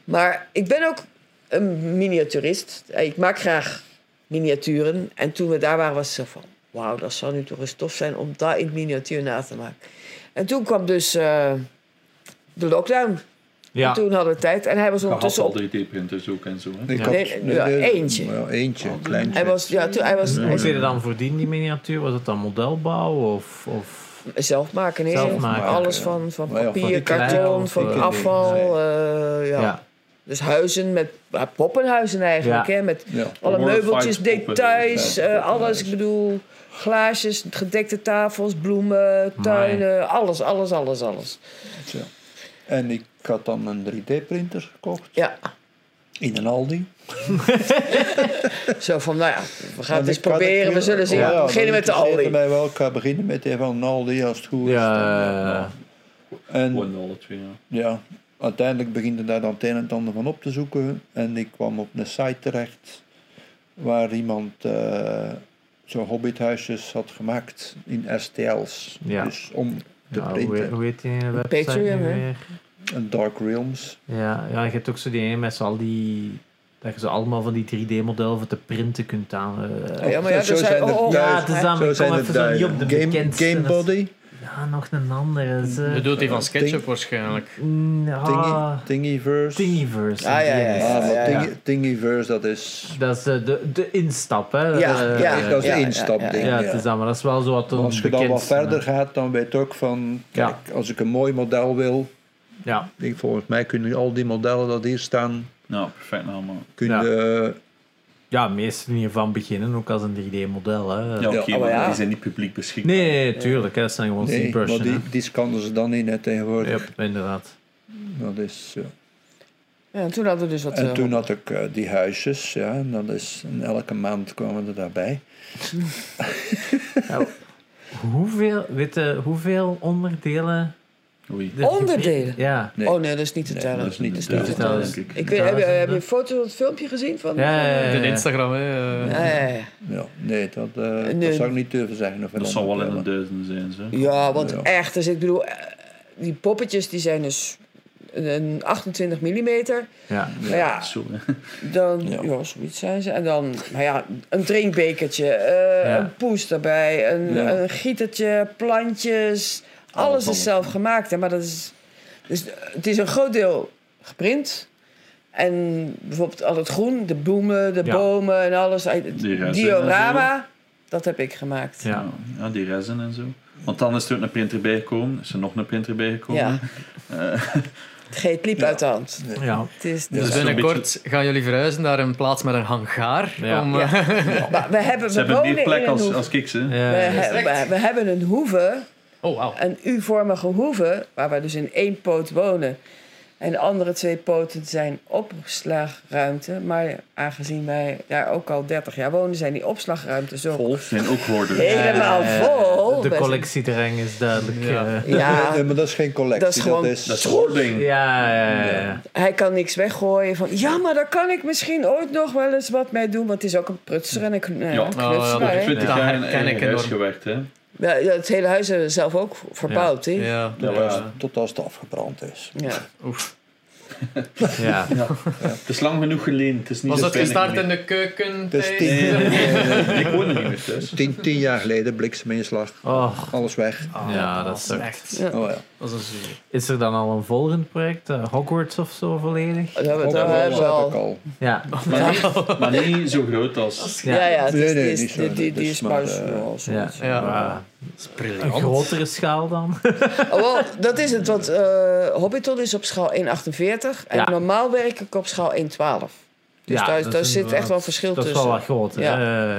Speaker 5: Maar ik ben ook een miniaturist. Eh, Ik maak graag miniaturen. En toen we daar waren, was het zo van... Wauw, dat zou nu toch eens tof zijn om dat in miniatuur na te maken. En toen kwam dus eh, de lockdown.
Speaker 1: Ja.
Speaker 5: En toen hadden we tijd. En hij was
Speaker 3: Gehad
Speaker 5: ondertussen
Speaker 3: al
Speaker 5: op
Speaker 3: 3D-printers ook en zo. Hè.
Speaker 4: Ik
Speaker 1: Ja.
Speaker 4: had-
Speaker 5: Nee, ja, eentje.
Speaker 4: Ja, eentje, een kleintje.
Speaker 5: Hij was, ja, toen, hij was
Speaker 1: Hoe deed je dan voordien, die miniatuur? Was het dan modelbouw of... of...
Speaker 5: zelf maken, nee.
Speaker 1: Zelf maken,
Speaker 5: alles
Speaker 4: ja.
Speaker 5: van, van
Speaker 4: Maar ja, van
Speaker 5: papier,
Speaker 4: die
Speaker 1: kleine
Speaker 5: karton,
Speaker 1: of
Speaker 5: van
Speaker 1: die
Speaker 4: dingen.
Speaker 5: afval.
Speaker 4: Nee.
Speaker 5: eh, ja.
Speaker 1: Ja.
Speaker 5: Dus huizen met ja, poppenhuizen eigenlijk,
Speaker 1: Ja.
Speaker 5: hè, met
Speaker 4: Ja.
Speaker 5: alle
Speaker 3: Horrified
Speaker 5: meubeltjes,
Speaker 3: poppen.
Speaker 5: details,
Speaker 4: Ja,
Speaker 5: eh,
Speaker 4: poppenhuizen.
Speaker 5: alles. Ik bedoel, glaasjes, gedekte tafels, bloemen, tuinen, alles, alles, alles, alles.
Speaker 4: Ja. En ik had dan een 3D-printer gekocht
Speaker 5: Ja,
Speaker 4: in een Aldi.
Speaker 5: zo van, nou ja, we gaan
Speaker 4: En
Speaker 5: het eens
Speaker 4: ik had
Speaker 5: proberen,
Speaker 4: het-
Speaker 5: we zullen zien.
Speaker 4: Ja,
Speaker 5: We
Speaker 4: dat
Speaker 5: beginnen met de
Speaker 4: interesseerde
Speaker 5: Aldi.
Speaker 4: mij wel. Ik ga beginnen met die van Aldi als het goed
Speaker 1: Ja.
Speaker 4: is. En
Speaker 3: Gewoon alle twee. Ja.
Speaker 4: ja, uiteindelijk begint daar dan het een en het ander van op te zoeken. En ik kwam op een site terecht waar iemand eh, zo'n hobbithuisjes had gemaakt in STL's.
Speaker 1: Ja.
Speaker 4: Dus om te
Speaker 1: Ja, hoe, heet-
Speaker 4: printen.
Speaker 1: hoe heet die website
Speaker 5: Patreon,
Speaker 1: nu
Speaker 5: hè?
Speaker 1: weer?
Speaker 4: En Dark Realms.
Speaker 1: Ja, ja, je hebt ook zo die ene met z'n al die... Dat je zo allemaal van die 3D-modellen voor te printen kunt aan... eh,
Speaker 5: Ja, maar ja,
Speaker 4: zo
Speaker 5: er zijn-
Speaker 4: zijn er
Speaker 5: oh, oh.
Speaker 1: ja,
Speaker 4: duizend.
Speaker 1: het is aan, maar
Speaker 4: Zo
Speaker 1: ik kom
Speaker 4: zijn er
Speaker 1: even zo niet op de
Speaker 4: duizend. Game,
Speaker 1: bekendste.
Speaker 4: Game Body,
Speaker 1: Ja, nog een andere. Ze,
Speaker 2: Je doet die van
Speaker 4: eh,
Speaker 2: SketchUp
Speaker 4: ding-
Speaker 2: waarschijnlijk.
Speaker 1: Mm, ah,
Speaker 4: Thingy, Thingiverse.
Speaker 1: Thingiverse.
Speaker 5: Ah, ja, ja,
Speaker 1: yes.
Speaker 5: ja.
Speaker 4: Ah, maar Thingy- Thingiverse, dat is...
Speaker 1: Dat is de, de, de instap, hè.
Speaker 5: Ja,
Speaker 1: Eh,
Speaker 5: ja,
Speaker 4: echt als
Speaker 5: ja,
Speaker 4: een
Speaker 5: ja,
Speaker 4: instapding.
Speaker 1: ja, het is dat, maar dat is wel zo wat
Speaker 4: Maar
Speaker 1: een
Speaker 4: als je dan wat
Speaker 1: bekendste, hè.
Speaker 4: verder gaat, dan weet je ook van... Kijk,
Speaker 1: Ja.
Speaker 4: als ik een mooi model wil...
Speaker 1: Ja,
Speaker 4: Ik, denk, volgens mij kunnen al die modellen dat hier staan...
Speaker 3: Nou, perfect nou, man.
Speaker 4: Kunnen,
Speaker 1: ja meestal in ieder geval beginnen, ook als een 3D-model, hè.
Speaker 3: Ja, oké,
Speaker 4: Ja,
Speaker 5: maar
Speaker 3: maar
Speaker 5: ja.
Speaker 3: die zijn niet publiek beschikbaar.
Speaker 1: Nee, nee, tuurlijk, hè, dat zijn gewoon
Speaker 4: nee, maar
Speaker 1: ZBrush,
Speaker 4: die, die scannen ze dan in hè,
Speaker 1: hè.
Speaker 4: tegenwoordig.
Speaker 1: Yep, inderdaad.
Speaker 4: Dat is, ja.
Speaker 5: Ja, en toen hadden we dus wat...
Speaker 4: En
Speaker 5: eh,
Speaker 4: toen had ik eh, die huisjes, ja, en dat is, en elke maand kwamen er daarbij.
Speaker 1: Ja, hoeveel, weet je, hoeveel onderdelen...
Speaker 3: Oei.
Speaker 1: er-
Speaker 5: Onderdelen?
Speaker 1: Ja.
Speaker 4: Nee.
Speaker 5: Oh nee, dat is niet te tellen.
Speaker 4: dat is niet te
Speaker 5: Dat
Speaker 1: tellen.
Speaker 5: is niet te tellen.
Speaker 1: Dat is-
Speaker 3: denk ik.
Speaker 5: Ik weet, heb, je,
Speaker 1: Duizenden.
Speaker 5: heb je een foto van het filmpje gezien? Van,
Speaker 1: Ja, ja, ja.
Speaker 2: De Instagram, hè. eh.
Speaker 5: Ja, ja, ja.
Speaker 4: Ja, nee, dat, eh,
Speaker 5: Nee.
Speaker 4: dat zou ik niet durven zeggen. Of
Speaker 3: Dat zal wel in de duizenden zijn, zo.
Speaker 5: Ja, want
Speaker 4: Ja.
Speaker 5: echt, dus ik bedoel, eh, die poppetjes die zijn dus een- een 28 mm.
Speaker 1: Ja.
Speaker 5: Ja. ja,
Speaker 3: Zo, hè.
Speaker 5: dan, ja.
Speaker 4: Ja.
Speaker 5: zoiets zijn ze. En dan, nou ja, een drinkbekertje, eh,
Speaker 1: Ja.
Speaker 5: een poes erbij, een,
Speaker 4: Ja.
Speaker 5: een gietertje, plantjes. Alles,
Speaker 3: Alles,
Speaker 5: is
Speaker 3: alles.
Speaker 5: zelf gemaakt, hè, maar dat is... Dus het is een groot deel geprint. En bijvoorbeeld al het groen, de bloemen, de
Speaker 1: Ja.
Speaker 5: bomen en alles. eh, het
Speaker 3: Die resten en
Speaker 5: Diorama, dat heb ik gemaakt.
Speaker 1: Ja.
Speaker 3: Ja. ja, die resin en zo. Want dan is er ook een printer bijgekomen. Is er nog een printer bijgekomen. [laughs]
Speaker 5: Ja.
Speaker 3: Eh,
Speaker 5: Het liep uit de hand.
Speaker 1: Ja.
Speaker 5: Het is,
Speaker 3: Ja.
Speaker 2: Dus
Speaker 3: Zo'n
Speaker 2: binnenkort gaan jullie verhuizen naar een plaats met een hangaar.
Speaker 1: Ja.
Speaker 2: Om, eh, [laughs]
Speaker 5: Maar we hebben,
Speaker 3: ze
Speaker 5: we
Speaker 3: hebben
Speaker 5: wonen
Speaker 3: meer plek
Speaker 5: in een
Speaker 3: als,
Speaker 5: hoeve.
Speaker 3: als kiks, hè.
Speaker 5: we,
Speaker 1: Ja.
Speaker 5: he- we, we hebben een hoeve,
Speaker 2: Oh, wauw.
Speaker 5: een U-vormige hoeve, waar we dus in één poot wonen. En de andere twee poten zijn opslagruimte. Maar aangezien wij daar ook al 30 jaar wonen, zijn die opslagruimtes
Speaker 3: Ze
Speaker 5: zo
Speaker 3: zijn ook hoorders.
Speaker 5: helemaal
Speaker 1: Eh,
Speaker 5: vol.
Speaker 1: De
Speaker 5: Wij zijn-
Speaker 1: collectiedrang is duidelijk.
Speaker 2: Ja.
Speaker 1: eh,
Speaker 5: Ja,
Speaker 4: Nee, maar dat is geen collectie.
Speaker 5: Dat is gewoon-
Speaker 4: dat is,
Speaker 3: Dat is hoording.
Speaker 1: Ja, ja, ja, ja.
Speaker 5: hij kan niks weggooien. Van, ja, maar daar kan ik misschien ooit nog wel eens wat mee doen. Want het is ook een prutser en een kn- eh,
Speaker 3: Ja.
Speaker 5: een
Speaker 2: Nou,
Speaker 5: knutselaar,
Speaker 2: dat
Speaker 5: hè.
Speaker 3: Ik vind
Speaker 2: Ja,
Speaker 3: jaar in
Speaker 2: herken ik
Speaker 3: eigen huis
Speaker 2: enorm.
Speaker 3: gewerkt, hè.
Speaker 5: Ja, ja, het hele huis hebben we zelf ook verbouwd. hè?
Speaker 2: Ja.
Speaker 3: Ja,
Speaker 4: tot als-
Speaker 3: ja.
Speaker 4: Tot als het afgebrand is.
Speaker 5: Ja.
Speaker 2: Oef.
Speaker 1: ja.
Speaker 3: Het is lang genoeg geleend. Het is niet
Speaker 2: Was
Speaker 3: zo
Speaker 2: dat
Speaker 3: pijnlijk
Speaker 2: gestart
Speaker 3: meer.
Speaker 2: in de keuken?
Speaker 4: Dus
Speaker 2: tijd?
Speaker 4: tien,
Speaker 3: Ik woon er niet meer thuis.
Speaker 4: tien, tien jaar geleden, blikseminslag,
Speaker 1: Oh,
Speaker 4: alles weg.
Speaker 2: Ah,
Speaker 1: Ja, dat
Speaker 2: is
Speaker 1: sukt.
Speaker 2: echt.
Speaker 5: Ja.
Speaker 4: Oh ja.
Speaker 2: Dat is een zuur.
Speaker 1: is er dan al een volgend project? eh, Hogwarts of zo volledig?
Speaker 5: Dat hebben we-
Speaker 4: Ook
Speaker 5: dat
Speaker 4: alles
Speaker 5: hebben we
Speaker 4: Oh, heb ik
Speaker 5: al.
Speaker 4: al.
Speaker 1: Ja.
Speaker 3: Maar niet, maar niet zo groot als...
Speaker 1: Ja.
Speaker 5: Ja, ja, het
Speaker 4: Nee,
Speaker 5: is-
Speaker 4: nee,
Speaker 5: het is-
Speaker 4: niet zo,
Speaker 5: die- die-
Speaker 4: dat
Speaker 5: die
Speaker 4: is
Speaker 5: is
Speaker 4: maar, eh,
Speaker 5: marginal,
Speaker 1: ja.
Speaker 5: zoiets.
Speaker 2: Ja.
Speaker 1: Maar
Speaker 2: Dat is
Speaker 1: Een
Speaker 2: briljant.
Speaker 1: grotere schaal dan?
Speaker 5: Oh, wel, dat is het, want eh, Hobbiton is op schaal 1,48 en
Speaker 1: Ja.
Speaker 5: normaal werk ik op schaal 1,12. Dus
Speaker 1: Ja,
Speaker 5: daar,
Speaker 1: dat
Speaker 5: daar
Speaker 1: is
Speaker 5: zit echt wel
Speaker 1: inderdaad-
Speaker 5: verschil
Speaker 1: Dat is
Speaker 5: tussen.
Speaker 1: wel wat groot. hè.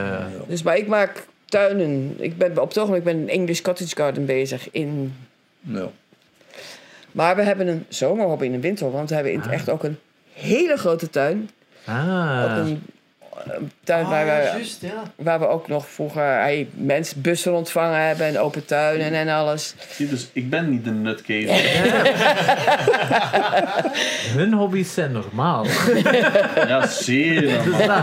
Speaker 1: Eh,
Speaker 5: Dus, maar ik maak tuinen. Ik ben, op het ogenblik ben ik een English cottage garden bezig. In,
Speaker 4: Ja.
Speaker 5: maar we hebben een zomerhobby en een winterhobby, want we hebben in het
Speaker 1: Ah.
Speaker 5: echt ook een hele grote tuin. Ook
Speaker 1: ah,
Speaker 5: een, een tuin
Speaker 2: Ah,
Speaker 5: waar,
Speaker 2: ja,
Speaker 5: we,
Speaker 2: juist, ja.
Speaker 5: waar we ook nog vroeger hey, mensen bussen ontvangen hebben en open tuinen en alles.
Speaker 3: Zie, dus ik ben niet een nutcase.
Speaker 1: hun hobby's zijn normaal. [laughs]
Speaker 3: Ja, zeer normaal.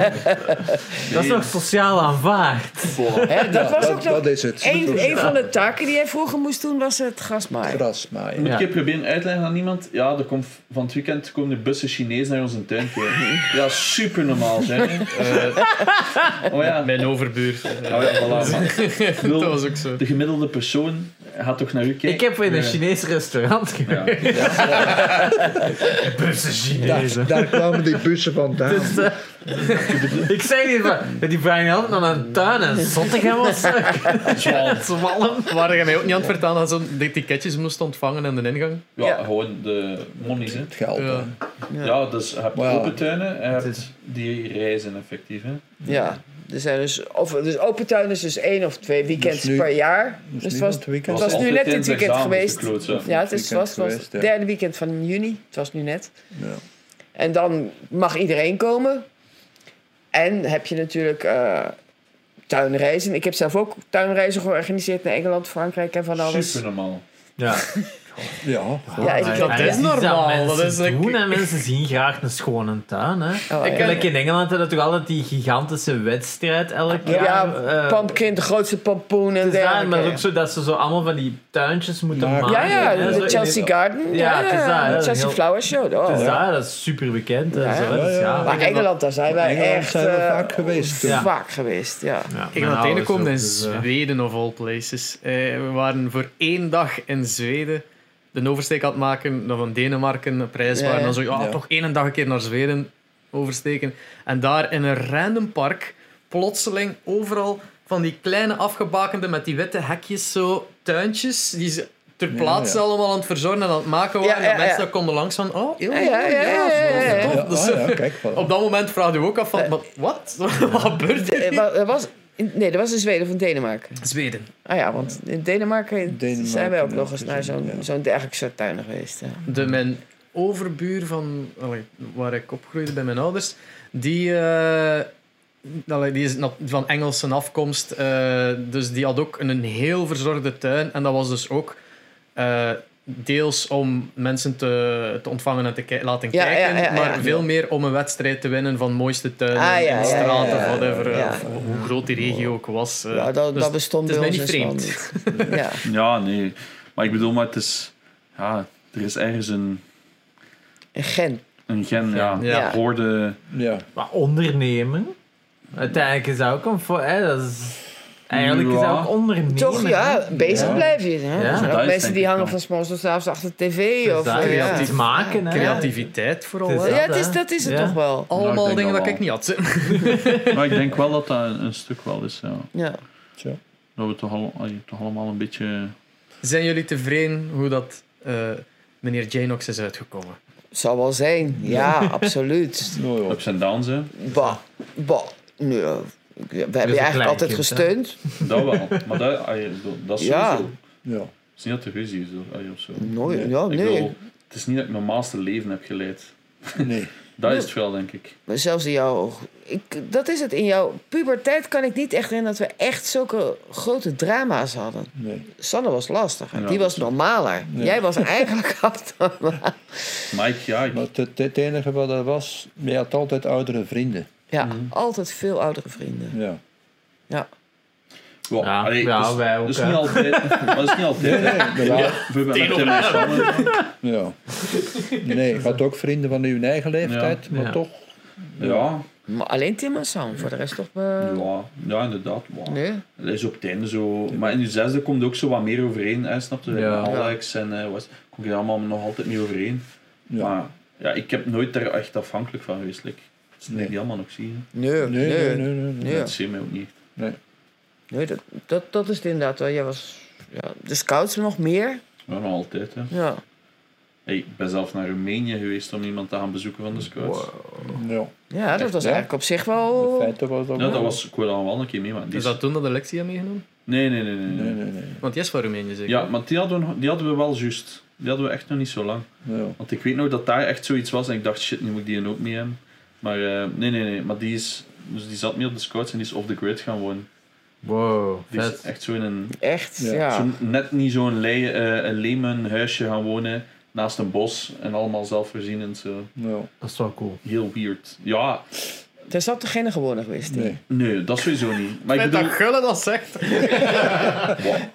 Speaker 1: Dat is toch sociaal aanvaard?
Speaker 3: Voilà.
Speaker 5: Hè, dat
Speaker 4: Ja,
Speaker 5: was
Speaker 4: dat,
Speaker 5: ook nog
Speaker 4: dat is het.
Speaker 5: Een, een van de taken die hij vroeger moest doen was het grasmaaien.
Speaker 4: Grasmaaien.
Speaker 3: Moet
Speaker 1: Ja.
Speaker 3: ik je proberen uitleggen aan iemand? Ja, er komt, van het weekend komen de bussen Chinees naar onze tuin keren. Ja, super normaal,
Speaker 5: [laughs]
Speaker 3: zeg.
Speaker 2: Eh,
Speaker 3: Oh ja, oh
Speaker 2: mijn overbuur. eh,
Speaker 3: ja voilà, maar
Speaker 2: [laughs] dat was ook zo.
Speaker 3: de gemiddelde persoon gaat toch naar u kijken?
Speaker 1: Ik heb in een
Speaker 3: Ja.
Speaker 1: Chinees restaurant
Speaker 3: Ja.
Speaker 1: gewerkt. Bussen Chinezen.
Speaker 4: Daar, daar kwamen die bussen
Speaker 5: [laughs]
Speaker 4: vandaan.
Speaker 1: [laughs] Dus, eh, [laughs] ik zeg niet van, die vragen altijd naar een tuin en Zottegem of zo. Zwalm.
Speaker 2: Waar je mij ook niet aan het vertellen dat ze de ticketjes moest ontvangen aan de ingang?
Speaker 3: Ja,
Speaker 5: Ja.
Speaker 3: gewoon de monies, hè.
Speaker 4: Het geld.
Speaker 2: Ja.
Speaker 4: hè.
Speaker 3: Ja, dus je hebt
Speaker 4: Maar ja.
Speaker 3: open tuinen en je
Speaker 1: Het is-
Speaker 3: hebt die reizen effectief, hè.
Speaker 5: Ja, er zijn dus, of, dus open tuin is dus één of twee weekends
Speaker 4: Dus nu-
Speaker 5: per jaar.
Speaker 4: Dus
Speaker 5: Dus het
Speaker 4: nu
Speaker 5: was,
Speaker 4: van het weekend.
Speaker 5: het was nu
Speaker 3: Altijd
Speaker 5: net
Speaker 3: in
Speaker 5: dit
Speaker 3: het
Speaker 5: weekend
Speaker 3: examen is
Speaker 5: geweest.
Speaker 3: de klootzak.
Speaker 5: Ja, het is,
Speaker 4: Weekend
Speaker 5: was, was
Speaker 4: geweest,
Speaker 5: het
Speaker 4: ja.
Speaker 5: derde weekend van juni. Het was nu net.
Speaker 4: Ja.
Speaker 5: En dan mag iedereen komen. En heb je natuurlijk eh, tuinreizen. Ik heb zelf ook tuinreizen georganiseerd naar Engeland, Frankrijk en van alles.
Speaker 3: Super normaal.
Speaker 1: Ja.
Speaker 4: Ja.
Speaker 5: Ja, ik-
Speaker 2: dat is normaal,
Speaker 1: mensen
Speaker 2: dat is een-
Speaker 1: doen en mensen zien graag een schone tuin. Hè.
Speaker 5: Oh, ja.
Speaker 1: ik Gelijk in Engeland hadden we toch altijd die gigantische wedstrijd elk
Speaker 5: Ja,
Speaker 1: jaar. eh,
Speaker 5: pumpkin, de grootste pompoen en
Speaker 1: te zijn, maar
Speaker 5: dergelijke.
Speaker 1: ook zo dat ze zo allemaal van die tuintjes moeten
Speaker 4: Ja,
Speaker 1: maken.
Speaker 5: ja, ja,
Speaker 1: hè, zo
Speaker 5: de
Speaker 1: in-
Speaker 5: Chelsea Garden.
Speaker 1: Ja,
Speaker 5: Ja,
Speaker 1: het is dat, hè,
Speaker 5: de
Speaker 1: dat is
Speaker 5: Chelsea
Speaker 1: heel-
Speaker 5: Flower Show. Oh,
Speaker 1: Dus
Speaker 5: ja.
Speaker 1: daar, dat is super bekend.
Speaker 5: Ja,
Speaker 1: zo, hè,
Speaker 4: ja,
Speaker 1: dus ja.
Speaker 4: ja.
Speaker 5: Maar Engeland, daar zijn wij
Speaker 4: Engeland
Speaker 5: echt
Speaker 4: zijn we
Speaker 5: eh,
Speaker 4: vaak geweest toen.
Speaker 1: Ja.
Speaker 5: vaak geweest, ja.
Speaker 1: Ja,
Speaker 2: Ik
Speaker 1: mijn
Speaker 2: ben
Speaker 1: ouders
Speaker 2: uiteengekomen
Speaker 1: ook,
Speaker 2: in
Speaker 1: dus, eh,
Speaker 2: Zweden of all places. Eh, we waren voor één dag in Zweden de oversteek aan het maken, dan van Denemarken op reis
Speaker 5: Ja,
Speaker 2: waren.
Speaker 5: ja.
Speaker 2: Dan zo, ja,
Speaker 4: Ja.
Speaker 2: toch één dag een keer naar Zweden oversteken. En daar in een random park, plotseling overal van die kleine afgebakende met die witte hekjes zo, tuintjes, die ze ter
Speaker 4: Ja,
Speaker 2: plaatse
Speaker 4: ja.
Speaker 2: allemaal aan het verzorgen en aan het maken
Speaker 5: Ja,
Speaker 2: waren.
Speaker 5: ja,
Speaker 2: dat mensen
Speaker 5: ja.
Speaker 2: daar konden langs van, oh, heel
Speaker 5: Ja, ja, ja, ja, ja, ja.
Speaker 2: tof.
Speaker 4: Ja,
Speaker 2: Dat is
Speaker 4: ah,
Speaker 2: zo-
Speaker 4: ja, kijk, voilà.
Speaker 2: Op dat moment vraagde we ook af van,
Speaker 5: Eh.
Speaker 2: maar wat? [laughs] wat gebeurt
Speaker 5: De-
Speaker 2: er?
Speaker 5: eh, wa- er was, nee, dat was in Zweden of in Denemarken.
Speaker 2: Zweden.
Speaker 5: Ah ja, want in Denemarken,
Speaker 4: Denemarken
Speaker 5: zijn wij ook nog
Speaker 4: ook
Speaker 5: eens
Speaker 4: gezien,
Speaker 5: naar zo'n
Speaker 4: ja.
Speaker 5: zo'n dergelijk soort tuin geweest. Ja.
Speaker 2: De, mijn overbuur van allee, waar ik opgroeide bij mijn ouders, die, eh, allee, die is nat- van Engelse afkomst. eh, dus die had ook een, een heel verzorgde tuin. En dat was dus ook eh, deels om mensen te, te ontvangen en te ki- laten
Speaker 5: Ja,
Speaker 2: kijken.
Speaker 5: ja, ja, ja.
Speaker 2: maar
Speaker 5: Ja.
Speaker 2: veel meer om een wedstrijd te winnen van mooiste tuinen
Speaker 5: Ah, ja, ja, ja,
Speaker 2: en straten,
Speaker 5: ja, ja.
Speaker 2: whatever. eh,
Speaker 5: Ja.
Speaker 2: of hoe groot die regio ook was. eh.
Speaker 5: Ja, dat,
Speaker 2: Dus
Speaker 5: dat bestond
Speaker 2: het is
Speaker 5: bij ons
Speaker 2: mij niet
Speaker 5: in Schotland niet. Ja.
Speaker 3: Ja, nee. Maar ik bedoel, maar het is... Ja, er is ergens een,
Speaker 5: En Gent.
Speaker 3: een gen, ja.
Speaker 2: Ja.
Speaker 5: Ja.
Speaker 3: Hoorde...
Speaker 4: Ja.
Speaker 1: Maar ondernemen, uiteindelijk is dat ook een... vo- Hè, dat is, eigenlijk is dat
Speaker 3: Ja.
Speaker 1: ook ondernemen.
Speaker 5: Toch, ja, bezig
Speaker 4: Ja.
Speaker 5: blijven je. Hè?
Speaker 1: Ja.
Speaker 5: Er zijn ook
Speaker 3: Dat is
Speaker 5: mensen
Speaker 3: denk
Speaker 5: die
Speaker 3: ik
Speaker 5: hangen
Speaker 3: wel.
Speaker 5: van 's morgens tot 's avonds achter de tv.
Speaker 1: Dus
Speaker 5: of,
Speaker 1: dat,
Speaker 5: eh, ja.
Speaker 2: creatief
Speaker 1: creatief maken. Hè.
Speaker 2: Creativiteit vooral.
Speaker 1: Het is
Speaker 2: hè.
Speaker 5: Ja, het
Speaker 1: dat,
Speaker 5: is,
Speaker 1: hè.
Speaker 5: dat is het
Speaker 1: Ja.
Speaker 5: toch wel.
Speaker 3: Nou, ik
Speaker 2: Allemaal
Speaker 3: denk
Speaker 2: dingen
Speaker 3: dat
Speaker 2: dat ik
Speaker 3: wel.
Speaker 2: niet had.
Speaker 3: Maar ik denk wel dat dat een, een stuk wel is, ja.
Speaker 5: Ja.
Speaker 3: Dat we toch, al, allee, toch allemaal een beetje...
Speaker 2: Zijn jullie tevreden hoe dat eh, meneer Janox is uitgekomen?
Speaker 5: Zal wel zijn. Ja, absoluut.
Speaker 4: Nou, ja.
Speaker 3: Ups en downs, hè.
Speaker 5: Bah, bah. Nee, eh, we hebben je
Speaker 1: klein
Speaker 5: eigenlijk altijd
Speaker 1: kind, hè?
Speaker 5: gesteund.
Speaker 3: Dat wel. Maar dat, allee, dat- dat is
Speaker 5: Ja.
Speaker 3: sowieso...
Speaker 4: Ja.
Speaker 3: Het is niet dat de ruzie is, hoor. Allee, of zo.
Speaker 5: Nooit,
Speaker 4: Nee.
Speaker 5: ja,
Speaker 3: Ik
Speaker 5: nee.
Speaker 3: bedoel, het is niet dat ik mijn master leven heb geleid.
Speaker 4: Nee.
Speaker 3: Dat is het wel, denk ik.
Speaker 5: Maar zelfs in jouw... Ik, dat is het. In jouw puberteit kan ik niet echt herinneren dat we echt zulke grote drama's hadden.
Speaker 4: Nee.
Speaker 5: Sanne was lastiger.
Speaker 3: Ja,
Speaker 5: Die
Speaker 3: dat
Speaker 5: was normaler. Jij was eigenlijk abnormaal.
Speaker 3: Maar ik, ja, ik,
Speaker 4: Maar het, het enige wat er was, je had altijd oudere vrienden.
Speaker 5: Ja, altijd veel oudere vrienden.
Speaker 4: Ja.
Speaker 3: Wel,
Speaker 1: Ja,
Speaker 3: allee,
Speaker 1: ja,
Speaker 3: dus-
Speaker 1: wij ook,
Speaker 3: dus
Speaker 1: hè.
Speaker 3: niet altijd.
Speaker 1: [laughs]
Speaker 3: Maar dat is niet altijd. hè.
Speaker 4: Nee,
Speaker 3: Ja,
Speaker 4: ja.
Speaker 3: voor met Tim en Sanne.
Speaker 4: ja. Nee, ik had ook vrienden van uw eigen leeftijd, maar
Speaker 1: Ja.
Speaker 4: toch.
Speaker 3: Ja,
Speaker 5: Maar alleen Tim en Sam. Voor de rest toch... eh,
Speaker 3: ja, ja, inderdaad. wow.
Speaker 5: Nee.
Speaker 3: Dat is op het einde zo. Maar in je zesde komt er ook zo wat meer overeen, hè, snap je?
Speaker 1: Ja.
Speaker 3: Met Alex en eh Wes. Kom je er allemaal nog altijd mee overeen.
Speaker 4: Ja.
Speaker 3: Maar ja, ik heb nooit daar echt afhankelijk van geweest. like. Dat is
Speaker 4: Nee.
Speaker 3: die allemaal nog zien.
Speaker 5: Nee,
Speaker 4: Nee, nee, nee. nee, nee.
Speaker 5: Ja.
Speaker 3: Dat zie je mij ook niet.
Speaker 5: Nee, dat, dat, dat is het inderdaad wel. Jij was ja, de scouts nog meer.
Speaker 3: Maar nog altijd, hè.
Speaker 5: Ja.
Speaker 3: Hey, ik ben zelf naar Roemenië geweest om iemand te gaan bezoeken van de scouts.
Speaker 4: Ja.
Speaker 5: Ja, dat was
Speaker 4: ja?
Speaker 5: eigenlijk op zich
Speaker 4: In
Speaker 5: wel...
Speaker 4: feite was dat
Speaker 3: Ja,
Speaker 4: wel.
Speaker 3: dat was, ik wil dan wel een keer mee, maar die
Speaker 2: Is
Speaker 3: is-
Speaker 2: dat toen dat Alexia meegenomen?
Speaker 3: Nee, nee, nee, nee. nee.
Speaker 4: Nee, nee, nee.
Speaker 2: Want die is van Roemenië zeker?
Speaker 3: Ja, maar die hadden, we, nog- die hadden we wel juist. Die hadden we echt nog niet zo lang.
Speaker 4: Ja.
Speaker 3: Want ik weet nog dat daar echt zoiets was en ik dacht, shit, nu moet ik die ook mee hebben. Maar eh, nee, nee, nee. Maar die, is, dus die zat mee op de scouts en die is off the grid gaan wonen.
Speaker 1: Wow,
Speaker 3: Die is
Speaker 1: vet.
Speaker 3: Dus echt zo in een...
Speaker 5: Echt,
Speaker 4: Ja.
Speaker 5: ja.
Speaker 3: Zo net niet zo'n le- eh, een lemen huisje gaan wonen naast een bos en allemaal zelfvoorzienend. Zo.
Speaker 4: Ja.
Speaker 1: Dat is wel cool.
Speaker 3: Heel weird. Ja,
Speaker 5: Er zat toch geen gewone geweest in?
Speaker 4: Nee.
Speaker 3: nee, dat sowieso niet. Maar ik
Speaker 2: Met
Speaker 3: bedoel,
Speaker 2: dat gullen dat zegt.
Speaker 3: Wow. Ik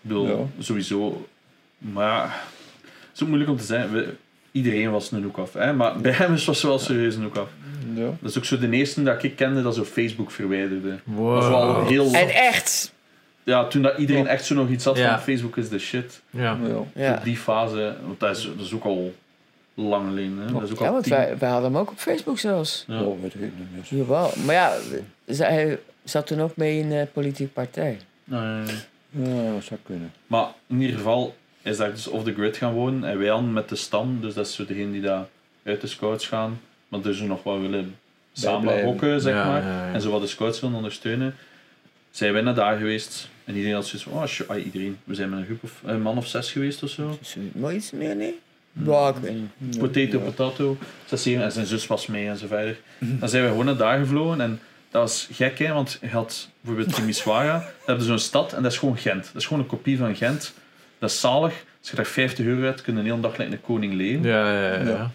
Speaker 3: bedoel,
Speaker 4: Ja.
Speaker 3: sowieso. Maar ja, het is ook moeilijk om te zeggen. We- iedereen was een hoek af. Hè? Maar bij hem was het wel serieus een hoek af.
Speaker 4: Ja.
Speaker 3: Dat is ook zo de eerste dat ik kende dat zo Facebook verwijderde. Dat was wel
Speaker 1: Wow.
Speaker 3: heel...
Speaker 5: En echt.
Speaker 3: Ja, toen dat iedereen echt zo nog iets had
Speaker 1: Ja.
Speaker 3: van Facebook is de shit.
Speaker 1: Ja.
Speaker 4: Ja.
Speaker 5: Ja,
Speaker 3: Die fase, want dat is, dat is ook al lang alleen. Hè? Dat is ook
Speaker 5: ja
Speaker 3: al
Speaker 5: want
Speaker 3: tien.
Speaker 5: wij, wij hadden hem ook op Facebook zelfs.
Speaker 3: Ja.
Speaker 4: Oh, weet ik niet meer.
Speaker 5: Jawel. Maar ja, zij- hij zat toen ook mee in de politieke partij.
Speaker 3: Nee, nee, nee.
Speaker 4: Ja, dat zou kunnen.
Speaker 3: Maar in ieder geval is daar dus off the grid gaan wonen. En wij dan met de stam, dus dat is zo degene die daar uit de scouts gaan. Maar dus nog wel willen samen
Speaker 4: blijven.
Speaker 3: hokken, zeg
Speaker 1: Ja,
Speaker 3: maar.
Speaker 1: ja, ja.
Speaker 3: En zo wat de scouts willen ondersteunen. Zijn wij naar daar geweest. En iedereen had zoiets van, oh, sjo- ah, iedereen. We zijn met een groep of een man of zes geweest of zo.
Speaker 5: Mooi iets meer, nee? Ja, ik weet niet.
Speaker 3: Potato, potato. Zes, zeven. En zijn zus was mee en zo verder.
Speaker 1: Mhm.
Speaker 3: Dan zijn we gewoon naar daar gevlogen. En dat was gek,
Speaker 1: [laughs]
Speaker 3: hè. Want je had bijvoorbeeld Timisoara. Daar hebben ze zo'n stad. En dat is gewoon Gent. Dat is gewoon een kopie van Gent. Dat is zalig. Als je daar 50 euro uit, kun je een hele dag lijken een koning leven.
Speaker 1: Ja, ja, ja. ja.
Speaker 4: Ja.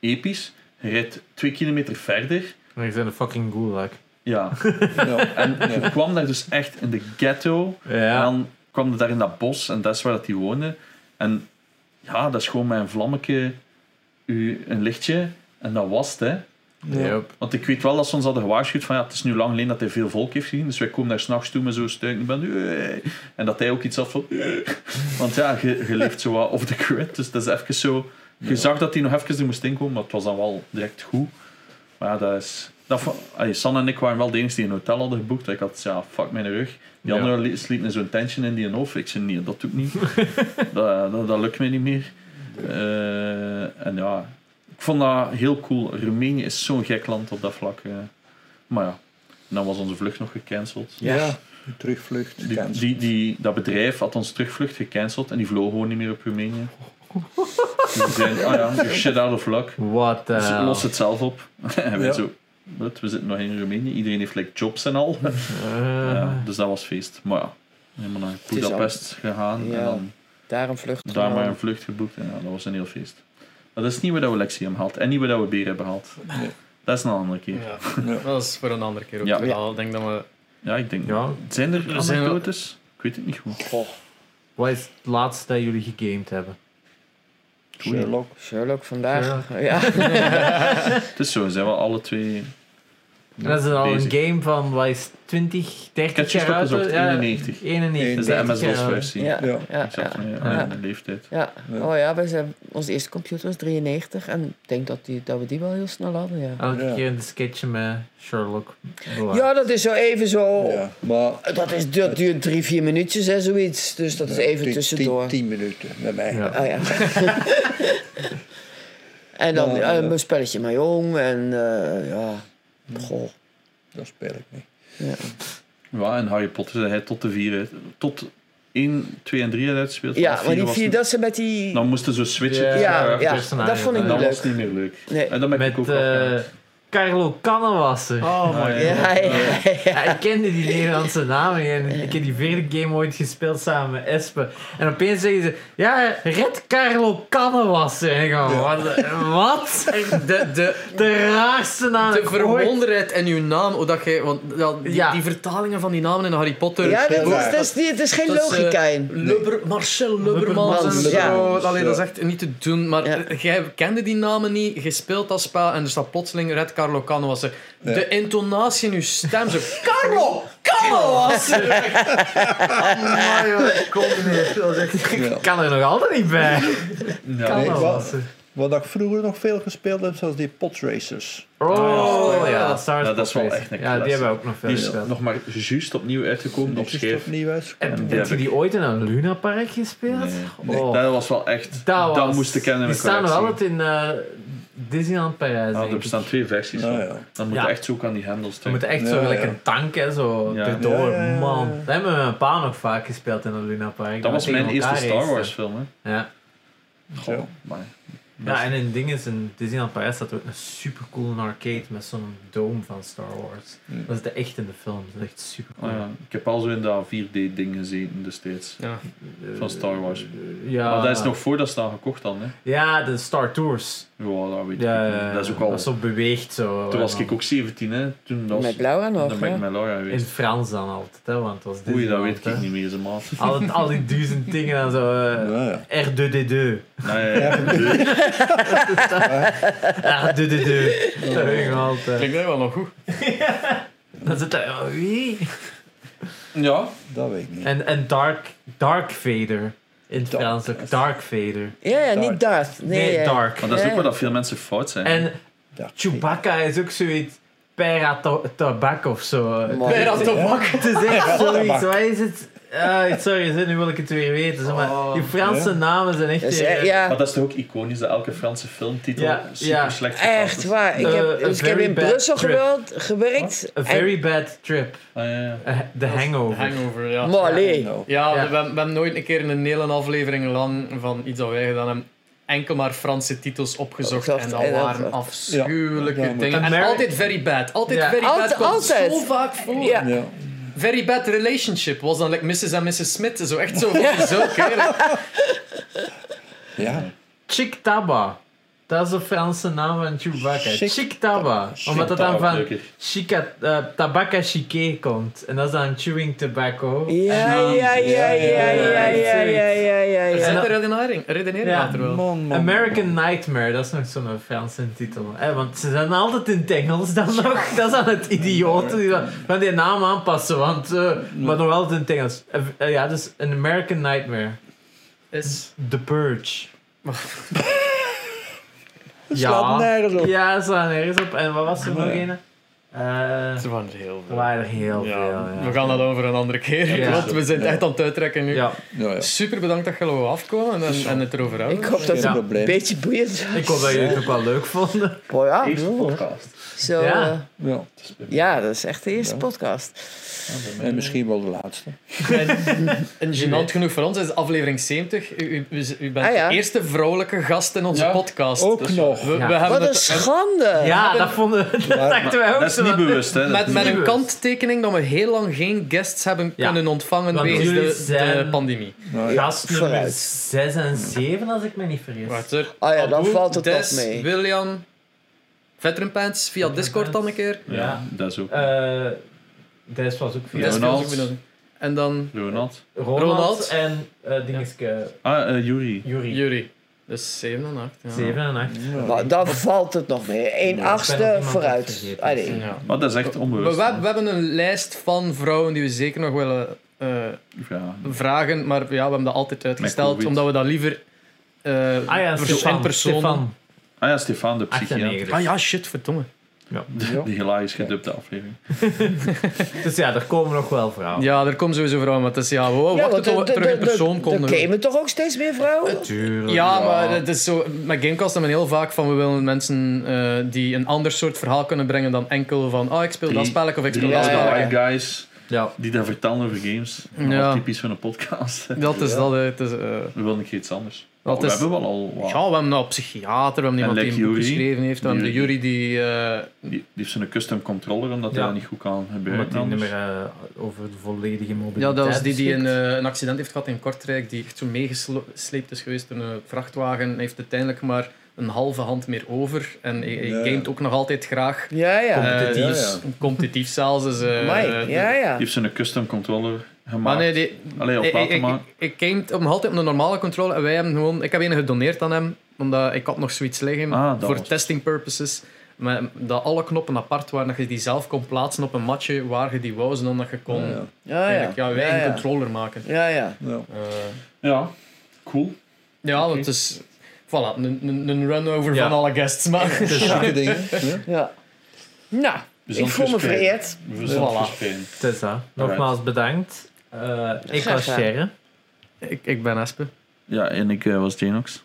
Speaker 3: Episch. Je rijdt twee kilometer verder.
Speaker 1: En ik ben een fucking gulag.
Speaker 3: Ja.
Speaker 4: Ja.
Speaker 3: En
Speaker 1: [laughs]
Speaker 3: je kwam daar dus echt in de ghetto. En
Speaker 1: Ja.
Speaker 3: dan kwam hij daar in dat bos en dat is waar dat hij woonde. En ja, dat is gewoon mijn vlammetje, u, een lichtje. En dat was het, hè.
Speaker 1: Yep.
Speaker 3: Want ik weet wel dat ze ons hadden gewaarschuwd van ja, het is nu lang geleden dat hij veel volk heeft gezien. Dus wij komen daar s'nachts toe met zo'n stuik. En dat hij ook iets had van... "Eh." Want ja, je, je leeft zo wat off the grid. Dus dat is even zo... Je zag dat hij nog even er moest inkomen, maar het was dan wel direct goed. Maar ja, dat is... Dat, vo- allee, San en ik waren wel de enige die een hotel hadden geboekt. Ik had, ja, fuck mijn rug. Die
Speaker 1: Ja.
Speaker 3: andere li- sliep in zo'n tentje in die een hoofd. Ik zei, nee, dat doe ik niet. dat, dat, dat lukt mij niet meer. Eh, en ja, ik vond dat heel cool. Roemenië is zo'n gek land op dat vlak. eh. Maar ja, en dan was onze vlucht nog gecanceld.
Speaker 4: Ja, de terugvlucht.
Speaker 3: Die, die, die, dat bedrijf had ons terugvlucht gecanceld en die vloog gewoon niet meer op Roemenië.
Speaker 5: [laughs]
Speaker 3: Die zijn, ah ja, you're shit out of luck.
Speaker 1: What the
Speaker 3: Dus
Speaker 1: hell.
Speaker 3: los het zelf op. [laughs] en wij
Speaker 4: Ja.
Speaker 3: zo, wat, we zitten nog in Roemenië. Iedereen heeft like, jobs en al.
Speaker 1: Eh,
Speaker 3: ja, dus dat was feest. Maar ja, helemaal naar
Speaker 5: is al-
Speaker 3: Budapest gegaan
Speaker 5: Ja.
Speaker 3: en dan
Speaker 5: Daar een vlucht
Speaker 3: daar maar
Speaker 5: genomen.
Speaker 3: een vlucht geboekt. En ja, dat was een heel feest. Maar dat is niet waar dat we Lexi hebben gehad en niet waar dat we bier hebben gehad.
Speaker 4: Nee.
Speaker 3: Dat is een andere keer.
Speaker 2: Ja.
Speaker 4: Ja.
Speaker 2: Dat is voor een andere keer ook.
Speaker 3: Ja.
Speaker 2: Ja. Ik denk dat we...
Speaker 3: Ja, ik denk.
Speaker 1: Ja.
Speaker 3: Zijn er
Speaker 2: Er zijn wel-
Speaker 3: anekdotes? Ik weet het niet goed.
Speaker 5: Goh,
Speaker 1: Wat is het laatste dat jullie gegamed hebben?
Speaker 4: Sherlock.
Speaker 5: Sherlock vandaag. [laughs] Ja.
Speaker 3: Het is zo, we zijn wel alle twee.
Speaker 1: dat is al
Speaker 3: bezig.
Speaker 1: een game van, wat is het, 20, 30
Speaker 3: Catch is
Speaker 1: jaar
Speaker 3: ook
Speaker 1: oud?
Speaker 3: gezocht,
Speaker 1: Ja,
Speaker 3: 91.
Speaker 1: 91.
Speaker 3: Dat is
Speaker 1: 90
Speaker 3: de
Speaker 1: jaar
Speaker 3: MS-DOS
Speaker 1: oud.
Speaker 3: versie.
Speaker 5: Ja.
Speaker 4: Ja.
Speaker 5: Ja,
Speaker 3: Exact,
Speaker 5: ja.
Speaker 3: nee,
Speaker 1: Ja.
Speaker 3: aan de leeftijd.
Speaker 5: Ja,
Speaker 4: Ja.
Speaker 5: oh ja, wij zijn, onze eerste computer was 93 en ik denk dat, die, dat we die wel heel snel hadden, ja.
Speaker 1: Elke
Speaker 4: Ja.
Speaker 1: keer een sketchje met Sherlock. Bewaard.
Speaker 5: Ja, dat is zo even zo.
Speaker 4: Ja. Maar
Speaker 5: Dat, is, dat duurt drie, vier minuutjes en zoiets, dus dat is even
Speaker 4: tien-
Speaker 5: tussendoor.
Speaker 4: Tien, tien minuten bij mij.
Speaker 1: Ja.
Speaker 5: Oh ja. en dan
Speaker 4: Nou, ja.
Speaker 5: eh, een spelletje maar jong en eh, ja, goh.
Speaker 4: Dat speel ik niet.
Speaker 5: Ja.
Speaker 3: Ja, en Harry Potter zei hij tot de vier, uit- tot 1, 2 en 3 had uitgespeeld.
Speaker 5: ja,
Speaker 3: Vanaf
Speaker 5: maar die
Speaker 3: was Nou,
Speaker 5: vier,
Speaker 3: het-
Speaker 5: dat ze met die...
Speaker 3: Dan moesten ze switchen.
Speaker 1: Ja,
Speaker 5: ja,
Speaker 3: tussen
Speaker 5: ja,
Speaker 3: karakters.
Speaker 1: personage,
Speaker 5: dat vond ik
Speaker 1: ja.
Speaker 5: niet
Speaker 3: Dan was
Speaker 5: leuk.
Speaker 3: het niet meer leuk.
Speaker 5: Nee.
Speaker 3: En dan ben ik
Speaker 1: Met
Speaker 3: ook afgegaan.
Speaker 1: eh, Carlo Kannewasser.
Speaker 2: Oh
Speaker 3: Ah,
Speaker 2: my
Speaker 3: ja.
Speaker 5: Ja, ja,
Speaker 1: Ja, ik kende die Nederlandse namen niet en ik heb die vierde game ooit gespeeld samen met Espe. En opeens zeggen ze, ja, red Carlo Kannewasser. En ik ga, wat? wat?
Speaker 2: De, de,
Speaker 1: De raarste naam.
Speaker 2: de
Speaker 1: ooit.
Speaker 2: verwonderheid en uw naam, hoe dat jij... Want ja, die,
Speaker 1: Ah, Ja.
Speaker 2: die vertalingen van die namen in Harry Potter...
Speaker 5: ja dat, is,
Speaker 2: Lubber-
Speaker 5: dat, is, niet- het is geen
Speaker 2: dat is, eh,
Speaker 5: logica in.
Speaker 2: Lubber, Marcel Lubbermans en zo.
Speaker 5: Lubbermans, ja.
Speaker 2: Allee, dat is echt niet te doen. Maar
Speaker 5: Ja.
Speaker 2: eh, jij kende die namen niet, je speelt dat spel en er staat plotseling Red Carlo Canoasse. De intonatie in uw stem, zo... Carlo Canoasse! Amai, hoor. kom niet. Dat is echt...
Speaker 4: Ja.
Speaker 1: Ik kan er nog altijd niet bij.
Speaker 3: Ja.
Speaker 4: Nee, wat-
Speaker 1: Kannewasser.
Speaker 4: Wat ik vroeger nog veel gespeeld heb, zoals die potracers.
Speaker 1: Oh, ja, Star
Speaker 3: Ja, dat is wel
Speaker 1: Wars.
Speaker 3: echt een
Speaker 1: Ja, die
Speaker 3: klasse.
Speaker 1: hebben we ook nog veel
Speaker 3: Die is
Speaker 1: gespeeld.
Speaker 3: nog maar juist opnieuw uitgekomen op
Speaker 4: Die is
Speaker 3: schijf.
Speaker 4: opnieuw uit.
Speaker 1: En
Speaker 3: die
Speaker 1: heb je
Speaker 3: heb
Speaker 1: die ooit in een lunapark gespeeld?
Speaker 3: Nee.
Speaker 1: Oh.
Speaker 3: Dat was wel echt...
Speaker 1: Dat,
Speaker 3: Dat,
Speaker 1: was,
Speaker 3: moest ik kennen in
Speaker 1: Die
Speaker 3: mijn
Speaker 1: staan nog
Speaker 3: collectie.
Speaker 1: altijd in eh, Disneyland Parijs,
Speaker 3: Ja,
Speaker 1: denk
Speaker 3: er
Speaker 1: ik.
Speaker 3: bestaan twee versies.
Speaker 4: Ah,
Speaker 3: van.
Speaker 4: ja.
Speaker 3: Dan moet
Speaker 1: Ja.
Speaker 3: je echt zoeken aan die hendels.
Speaker 1: We
Speaker 3: terug.
Speaker 1: moeten echt zo
Speaker 4: Ja,
Speaker 1: gelijk
Speaker 4: ja.
Speaker 1: een tank hè, zo
Speaker 3: Ja.
Speaker 1: erdoor.
Speaker 4: Ja, ja, ja, ja.
Speaker 1: Man, dat hebben we met mijn pa nog vaak gespeeld in een Luna Park.
Speaker 3: Dat was
Speaker 1: we tegen
Speaker 3: mijn eerste
Speaker 1: elkaar
Speaker 3: Star
Speaker 1: raceten.
Speaker 3: Wars film. Hè.
Speaker 1: Ja.
Speaker 4: Zo.
Speaker 3: Maar
Speaker 1: ja, en in dingen in Disneyland Parijs staat ook een supercool arcade met zo'n dome van Star Wars.
Speaker 4: Hmm.
Speaker 1: Dat is de echt in de film. Dat is echt super cool.
Speaker 3: Oh ja, ik heb al zo in dat 4D-ding gezeten destijds. eh,
Speaker 2: Ja.
Speaker 3: Van Star Wars.
Speaker 1: Ja,
Speaker 3: Maar dat is nog voordat ze dat gekocht hadden. Hè.
Speaker 1: ja, de Star Tours.
Speaker 3: Ja, dat weet
Speaker 1: Ja,
Speaker 3: ik niet.
Speaker 1: ja,
Speaker 3: Dat is ook al...
Speaker 1: zo beweegt zo.
Speaker 3: Toen was
Speaker 1: En
Speaker 3: ik
Speaker 1: dan-
Speaker 3: ook 17, hè. Toen was...
Speaker 5: Met Laura nog,
Speaker 3: Dan ben
Speaker 5: ja.
Speaker 3: ik met Laura
Speaker 1: In
Speaker 3: geweest.
Speaker 1: Frans dan altijd, hè, want het was
Speaker 3: Oei, dat
Speaker 1: Disneyland,
Speaker 3: weet
Speaker 1: hè.
Speaker 3: ik niet meer,
Speaker 1: [laughs]
Speaker 3: ze maat.
Speaker 1: Al, het- al die
Speaker 3: [laughs]
Speaker 1: duizend dingen en zo. eh,
Speaker 4: Nou Ja, ja.
Speaker 1: R2D2.
Speaker 3: Ja, ja, ja.
Speaker 1: R2D2. Dat weet ik nog altijd.
Speaker 2: Klinkt wel nog goed.
Speaker 1: Dan zit hij, oh, wie?
Speaker 3: Ja.
Speaker 4: Dat weet ik niet.
Speaker 1: En, en Dark, Dark Vader. In het
Speaker 4: Dark-
Speaker 1: Frans ook. Dark Vader.
Speaker 5: Ja, ja,
Speaker 4: Darth.
Speaker 5: niet Darth.
Speaker 1: Nee,
Speaker 5: Nee, eh,
Speaker 1: Dark.
Speaker 3: Maar dat is ook
Speaker 5: Ja.
Speaker 3: waar dat veel mensen fout zijn.
Speaker 1: En
Speaker 4: Dat-
Speaker 1: Chewbacca is ook zoiets. Pera to- tabak of zo.
Speaker 5: Man.
Speaker 2: Bij dat tabak.
Speaker 1: Het is echt zoiets.
Speaker 4: Tabak.
Speaker 1: Wat is het? Ah, sorry, zeg, nu wil ik het weer weten. zeg maar
Speaker 2: Oh,
Speaker 1: die Franse namen zijn echt...
Speaker 5: dat is,
Speaker 1: weer,
Speaker 5: eh,
Speaker 1: eh,
Speaker 5: ja.
Speaker 3: Maar dat is toch ook iconisch, dat elke Franse filmtitel
Speaker 1: Ja,
Speaker 3: super
Speaker 1: ja.
Speaker 3: slecht vertaald
Speaker 5: Echt
Speaker 3: is.
Speaker 5: waar. Ik
Speaker 1: Eh,
Speaker 5: heb,
Speaker 1: a
Speaker 5: dus ik heb
Speaker 1: very
Speaker 5: in
Speaker 1: bad
Speaker 5: Brussel
Speaker 1: trip.
Speaker 5: geweld, gewerkt.
Speaker 1: A
Speaker 5: en-
Speaker 1: very bad trip.
Speaker 3: Ah, ja, ja.
Speaker 1: Eh, The Hangover.
Speaker 2: Hangover, ja.
Speaker 5: Maar allee.
Speaker 4: Nou,
Speaker 2: Ja,
Speaker 1: Ja.
Speaker 2: We, we hebben nooit een keer een hele aflevering lang van iets dat wij gedaan hebben. Enkel maar Franse titels opgezocht.
Speaker 5: Opgezocht,
Speaker 2: en dat
Speaker 5: en dat-
Speaker 2: waren afschuwelijke
Speaker 4: Ja, maar-
Speaker 2: dingen. En
Speaker 1: Ameri-
Speaker 2: altijd very bad. Altijd
Speaker 1: Ja.
Speaker 2: very bad.
Speaker 5: Alt-
Speaker 2: komt
Speaker 5: altijd.
Speaker 2: zo vaak voor.
Speaker 5: Ja.
Speaker 4: Ja.
Speaker 2: Very Bad Relationship was dan like Mrs. en Mrs. Smith. Zo echt zo van zulke. hè. Like,
Speaker 4: Ja.
Speaker 1: Chick Taba. Dat is de Franse naam van Chewbacca.
Speaker 4: Chic-
Speaker 1: Chick Taba. Omdat dat dan
Speaker 3: Taba,
Speaker 1: van
Speaker 3: leuk.
Speaker 1: chica, eh, Tabacca Chique komt. En dat is dan chewing tobacco.
Speaker 5: Ja,
Speaker 1: En dan-
Speaker 5: ja, ja, ja, ja, ja, ja, ja, ja,
Speaker 2: Er zit
Speaker 5: ja.
Speaker 2: een redenering, redenering
Speaker 1: Ja.
Speaker 2: achter wel.
Speaker 4: Man, man.
Speaker 1: American Nightmare, dat is nog zo'n Franse titel. Eh, want ze zijn altijd in het Engels dan nog. Dat is aan het idioten die dan- van die naam aanpassen, want, eh, maar nog altijd in het Engels. Eh, eh, ja, dus een American Nightmare.
Speaker 2: Is
Speaker 1: The Purge.
Speaker 4: slaat nergens op.
Speaker 1: Ja, het slaat nergens op. En wat was er nog
Speaker 4: Ja.
Speaker 1: een? Eh,
Speaker 2: Ze waren er heel
Speaker 1: er
Speaker 2: veel.
Speaker 1: waren er heel
Speaker 2: Ja,
Speaker 1: veel.
Speaker 2: We
Speaker 1: Ja.
Speaker 2: gaan dat over een andere keer,
Speaker 1: Ja.
Speaker 2: want we zijn echt aan het uittrekken nu.
Speaker 1: Ja,
Speaker 4: Nou ja,
Speaker 2: Super bedankt dat je er wou afkomen en, en het erover
Speaker 5: Ik
Speaker 2: hebben.
Speaker 5: hoop dat het
Speaker 1: Ja.
Speaker 4: geen
Speaker 5: een
Speaker 4: probleem.
Speaker 5: beetje boeiend was.
Speaker 1: ik hoop dat jullie het ook wel leuk vonden.
Speaker 5: Oh ja,
Speaker 3: Eerste
Speaker 5: bedoel.
Speaker 3: podcast.
Speaker 5: Zo,
Speaker 1: Ja.
Speaker 5: eh,
Speaker 4: Ja.
Speaker 5: ja, dat is echt de eerste
Speaker 4: Ja.
Speaker 5: podcast.
Speaker 4: En misschien wel de laatste.
Speaker 1: [laughs]
Speaker 2: En gênant genoeg voor ons is aflevering 70. U, u- u- u bent
Speaker 5: Ah, ja.
Speaker 2: de eerste vrouwelijke gast in onze
Speaker 3: Ja.
Speaker 2: podcast.
Speaker 4: Ook
Speaker 3: is-
Speaker 4: nog.
Speaker 2: We, eh, we
Speaker 1: Oh. Ja.
Speaker 2: hebben
Speaker 5: Wat een
Speaker 2: het
Speaker 5: schande!
Speaker 1: Ja, dat vonden we. [laughs] Dat
Speaker 4: Maar-
Speaker 1: dachten wij ook
Speaker 3: Dat is
Speaker 1: zo.
Speaker 3: niet bewust, hè? dat
Speaker 2: met,
Speaker 3: is
Speaker 2: met
Speaker 3: niet
Speaker 2: een
Speaker 1: bewust.
Speaker 2: kanttekening dat we heel lang geen guests hebben
Speaker 1: Ja.
Speaker 2: kunnen ontvangen
Speaker 1: Want
Speaker 2: wegens
Speaker 1: jullie
Speaker 2: de,
Speaker 1: zijn-
Speaker 2: de pandemie.
Speaker 4: Nou ja.
Speaker 1: Gast nummer
Speaker 5: vooruit.
Speaker 1: 6 en 7, als ik me niet vergis.
Speaker 2: Wacht er.
Speaker 5: Oh ja, dan valt het
Speaker 2: Des,
Speaker 5: toch mee.
Speaker 2: William, Veteran Pants, via Discord dan een keer.
Speaker 3: Ja, dat is ook.
Speaker 1: Eh, Des was ook via
Speaker 2: Des
Speaker 1: Ronald,
Speaker 3: Ronald.
Speaker 2: via zoek bedoeld. En dan
Speaker 3: Ronald.
Speaker 2: Ronald.
Speaker 1: en eh dingetje
Speaker 3: Ah, eh Yuri.
Speaker 1: Jury.
Speaker 2: Jury. Dus 7 en 8. Ja.
Speaker 1: 7 en 8.
Speaker 4: Nou
Speaker 5: Maar dan valt het nog mee. 1 achtste vooruit. Ah,
Speaker 1: vergeten.
Speaker 5: Allee.
Speaker 2: Ja.
Speaker 3: Maar Oh, dat is echt
Speaker 2: We,
Speaker 3: onbewust.
Speaker 2: we, we hebben een lijst van vrouwen die we zeker nog willen eh,
Speaker 3: Ja.
Speaker 2: vragen, maar ja, we hebben dat altijd uitgesteld,
Speaker 3: COVID.
Speaker 2: omdat we dat liever eh
Speaker 1: Ah ja,
Speaker 2: pers-
Speaker 1: Stefan.
Speaker 2: in persoon...
Speaker 1: Stefan,
Speaker 3: Ah ja, Stefan, de psychiater.
Speaker 1: 98.
Speaker 2: Ah ja, shit, verdomme.
Speaker 4: Ja.
Speaker 3: [laughs] Die hilarisch gedubte aflevering.
Speaker 1: Dus ja, er komen nog wel vrouwen.
Speaker 2: Ja, er komt sowieso vrouwen, maar het is ja, wow, wachten tot we terug in persoon
Speaker 5: Er
Speaker 2: konden.
Speaker 5: kwamen toch ook steeds meer vrouwen?
Speaker 1: Tuurlijk.
Speaker 2: Ja, maar het is zo, met Gamecast hebben we heel vaak van we willen mensen eh, die een ander soort verhaal kunnen brengen dan enkel van oh, ik speel dat
Speaker 3: Drie-
Speaker 2: spelletje of ik speel
Speaker 3: Drie
Speaker 2: dat
Speaker 5: ja,
Speaker 2: spelletje.
Speaker 3: white guys
Speaker 1: Ja.
Speaker 3: die dat vertellen over games.
Speaker 2: Ja.
Speaker 3: Ja. Typisch van een podcast. We [laughs]
Speaker 2: Dat is dat, hè. het is... eh,
Speaker 3: willen een keer iets anders. Oh,
Speaker 2: Dat
Speaker 3: we
Speaker 2: is-
Speaker 3: hebben wel al wat.
Speaker 2: Ja, we hebben nou een psychiater, we hebben iemand die
Speaker 3: like
Speaker 2: een boek
Speaker 3: Yuri.
Speaker 2: geschreven heeft, we hebben de Jury die... eh,
Speaker 3: Die, die heeft zo'n custom controller omdat
Speaker 1: Ja.
Speaker 3: hij dat niet goed kan
Speaker 1: Omdat
Speaker 3: gebruiken.
Speaker 1: die
Speaker 3: anders.
Speaker 1: nummer eh, over de volledige
Speaker 2: ja,
Speaker 1: mobiliteit
Speaker 2: dat was die die een,
Speaker 1: beschikt.
Speaker 2: eh, een accident heeft gehad in Kortrijk, die echt zo meegesleept is geweest door een eh, vrachtwagen. Hij heeft uiteindelijk maar een halve hand meer over en hij, hij
Speaker 4: Ja.
Speaker 2: gamet ook nog altijd graag.
Speaker 5: Ja, ja.
Speaker 2: Eh,
Speaker 4: Competitief. Ja,
Speaker 2: Competitief zelfs. Dus, eh,
Speaker 5: Amai,
Speaker 2: eh,
Speaker 5: ja,
Speaker 3: Die
Speaker 5: ja.
Speaker 3: heeft zo'n custom controller gemaakt.
Speaker 2: Maar nee, die,
Speaker 3: Allee, op
Speaker 2: ik, ik,
Speaker 3: laten
Speaker 2: ik,
Speaker 3: maken.
Speaker 2: ik gamet om altijd op de normale controle en wij hebben gewoon... Ik heb een gedoneerd aan hem, omdat ik had nog zoiets liggen
Speaker 3: Ah, dat
Speaker 2: voor
Speaker 3: was-
Speaker 2: testing purposes. Maar dat alle knoppen apart waren, dat je die zelf kon plaatsen op een matje waar je die wou, zodat dat je kon...
Speaker 4: Ja.
Speaker 5: Ja, ja.
Speaker 2: eigenlijk, ja, je eigen
Speaker 5: Ja, ja.
Speaker 2: controller maken.
Speaker 5: Ja, ja.
Speaker 4: Ja.
Speaker 2: Eh,
Speaker 3: Ja, cool.
Speaker 2: ja, want het is... Voilà, een, een, een run-over
Speaker 1: Ja.
Speaker 2: van alle guests, maar... [laughs]
Speaker 4: Zieke dingen. Ja.
Speaker 5: ja. Nou, ik
Speaker 3: Bijzonder
Speaker 5: voel me
Speaker 3: gesprek.
Speaker 5: vereerd.
Speaker 3: We zullen
Speaker 2: Voilà.
Speaker 3: het spelen.
Speaker 1: Het is dat. Nogmaals bedankt. Eh, ik
Speaker 5: Graag
Speaker 1: was
Speaker 5: gedaan.
Speaker 1: Sharon.
Speaker 2: ik, ik ben Espe.
Speaker 3: Ja, en ik eh, was Genox.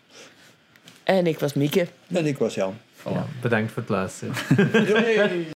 Speaker 5: En ik was Mieke.
Speaker 4: En ik was Jan.
Speaker 1: Ja, bedankt voor het luisteren.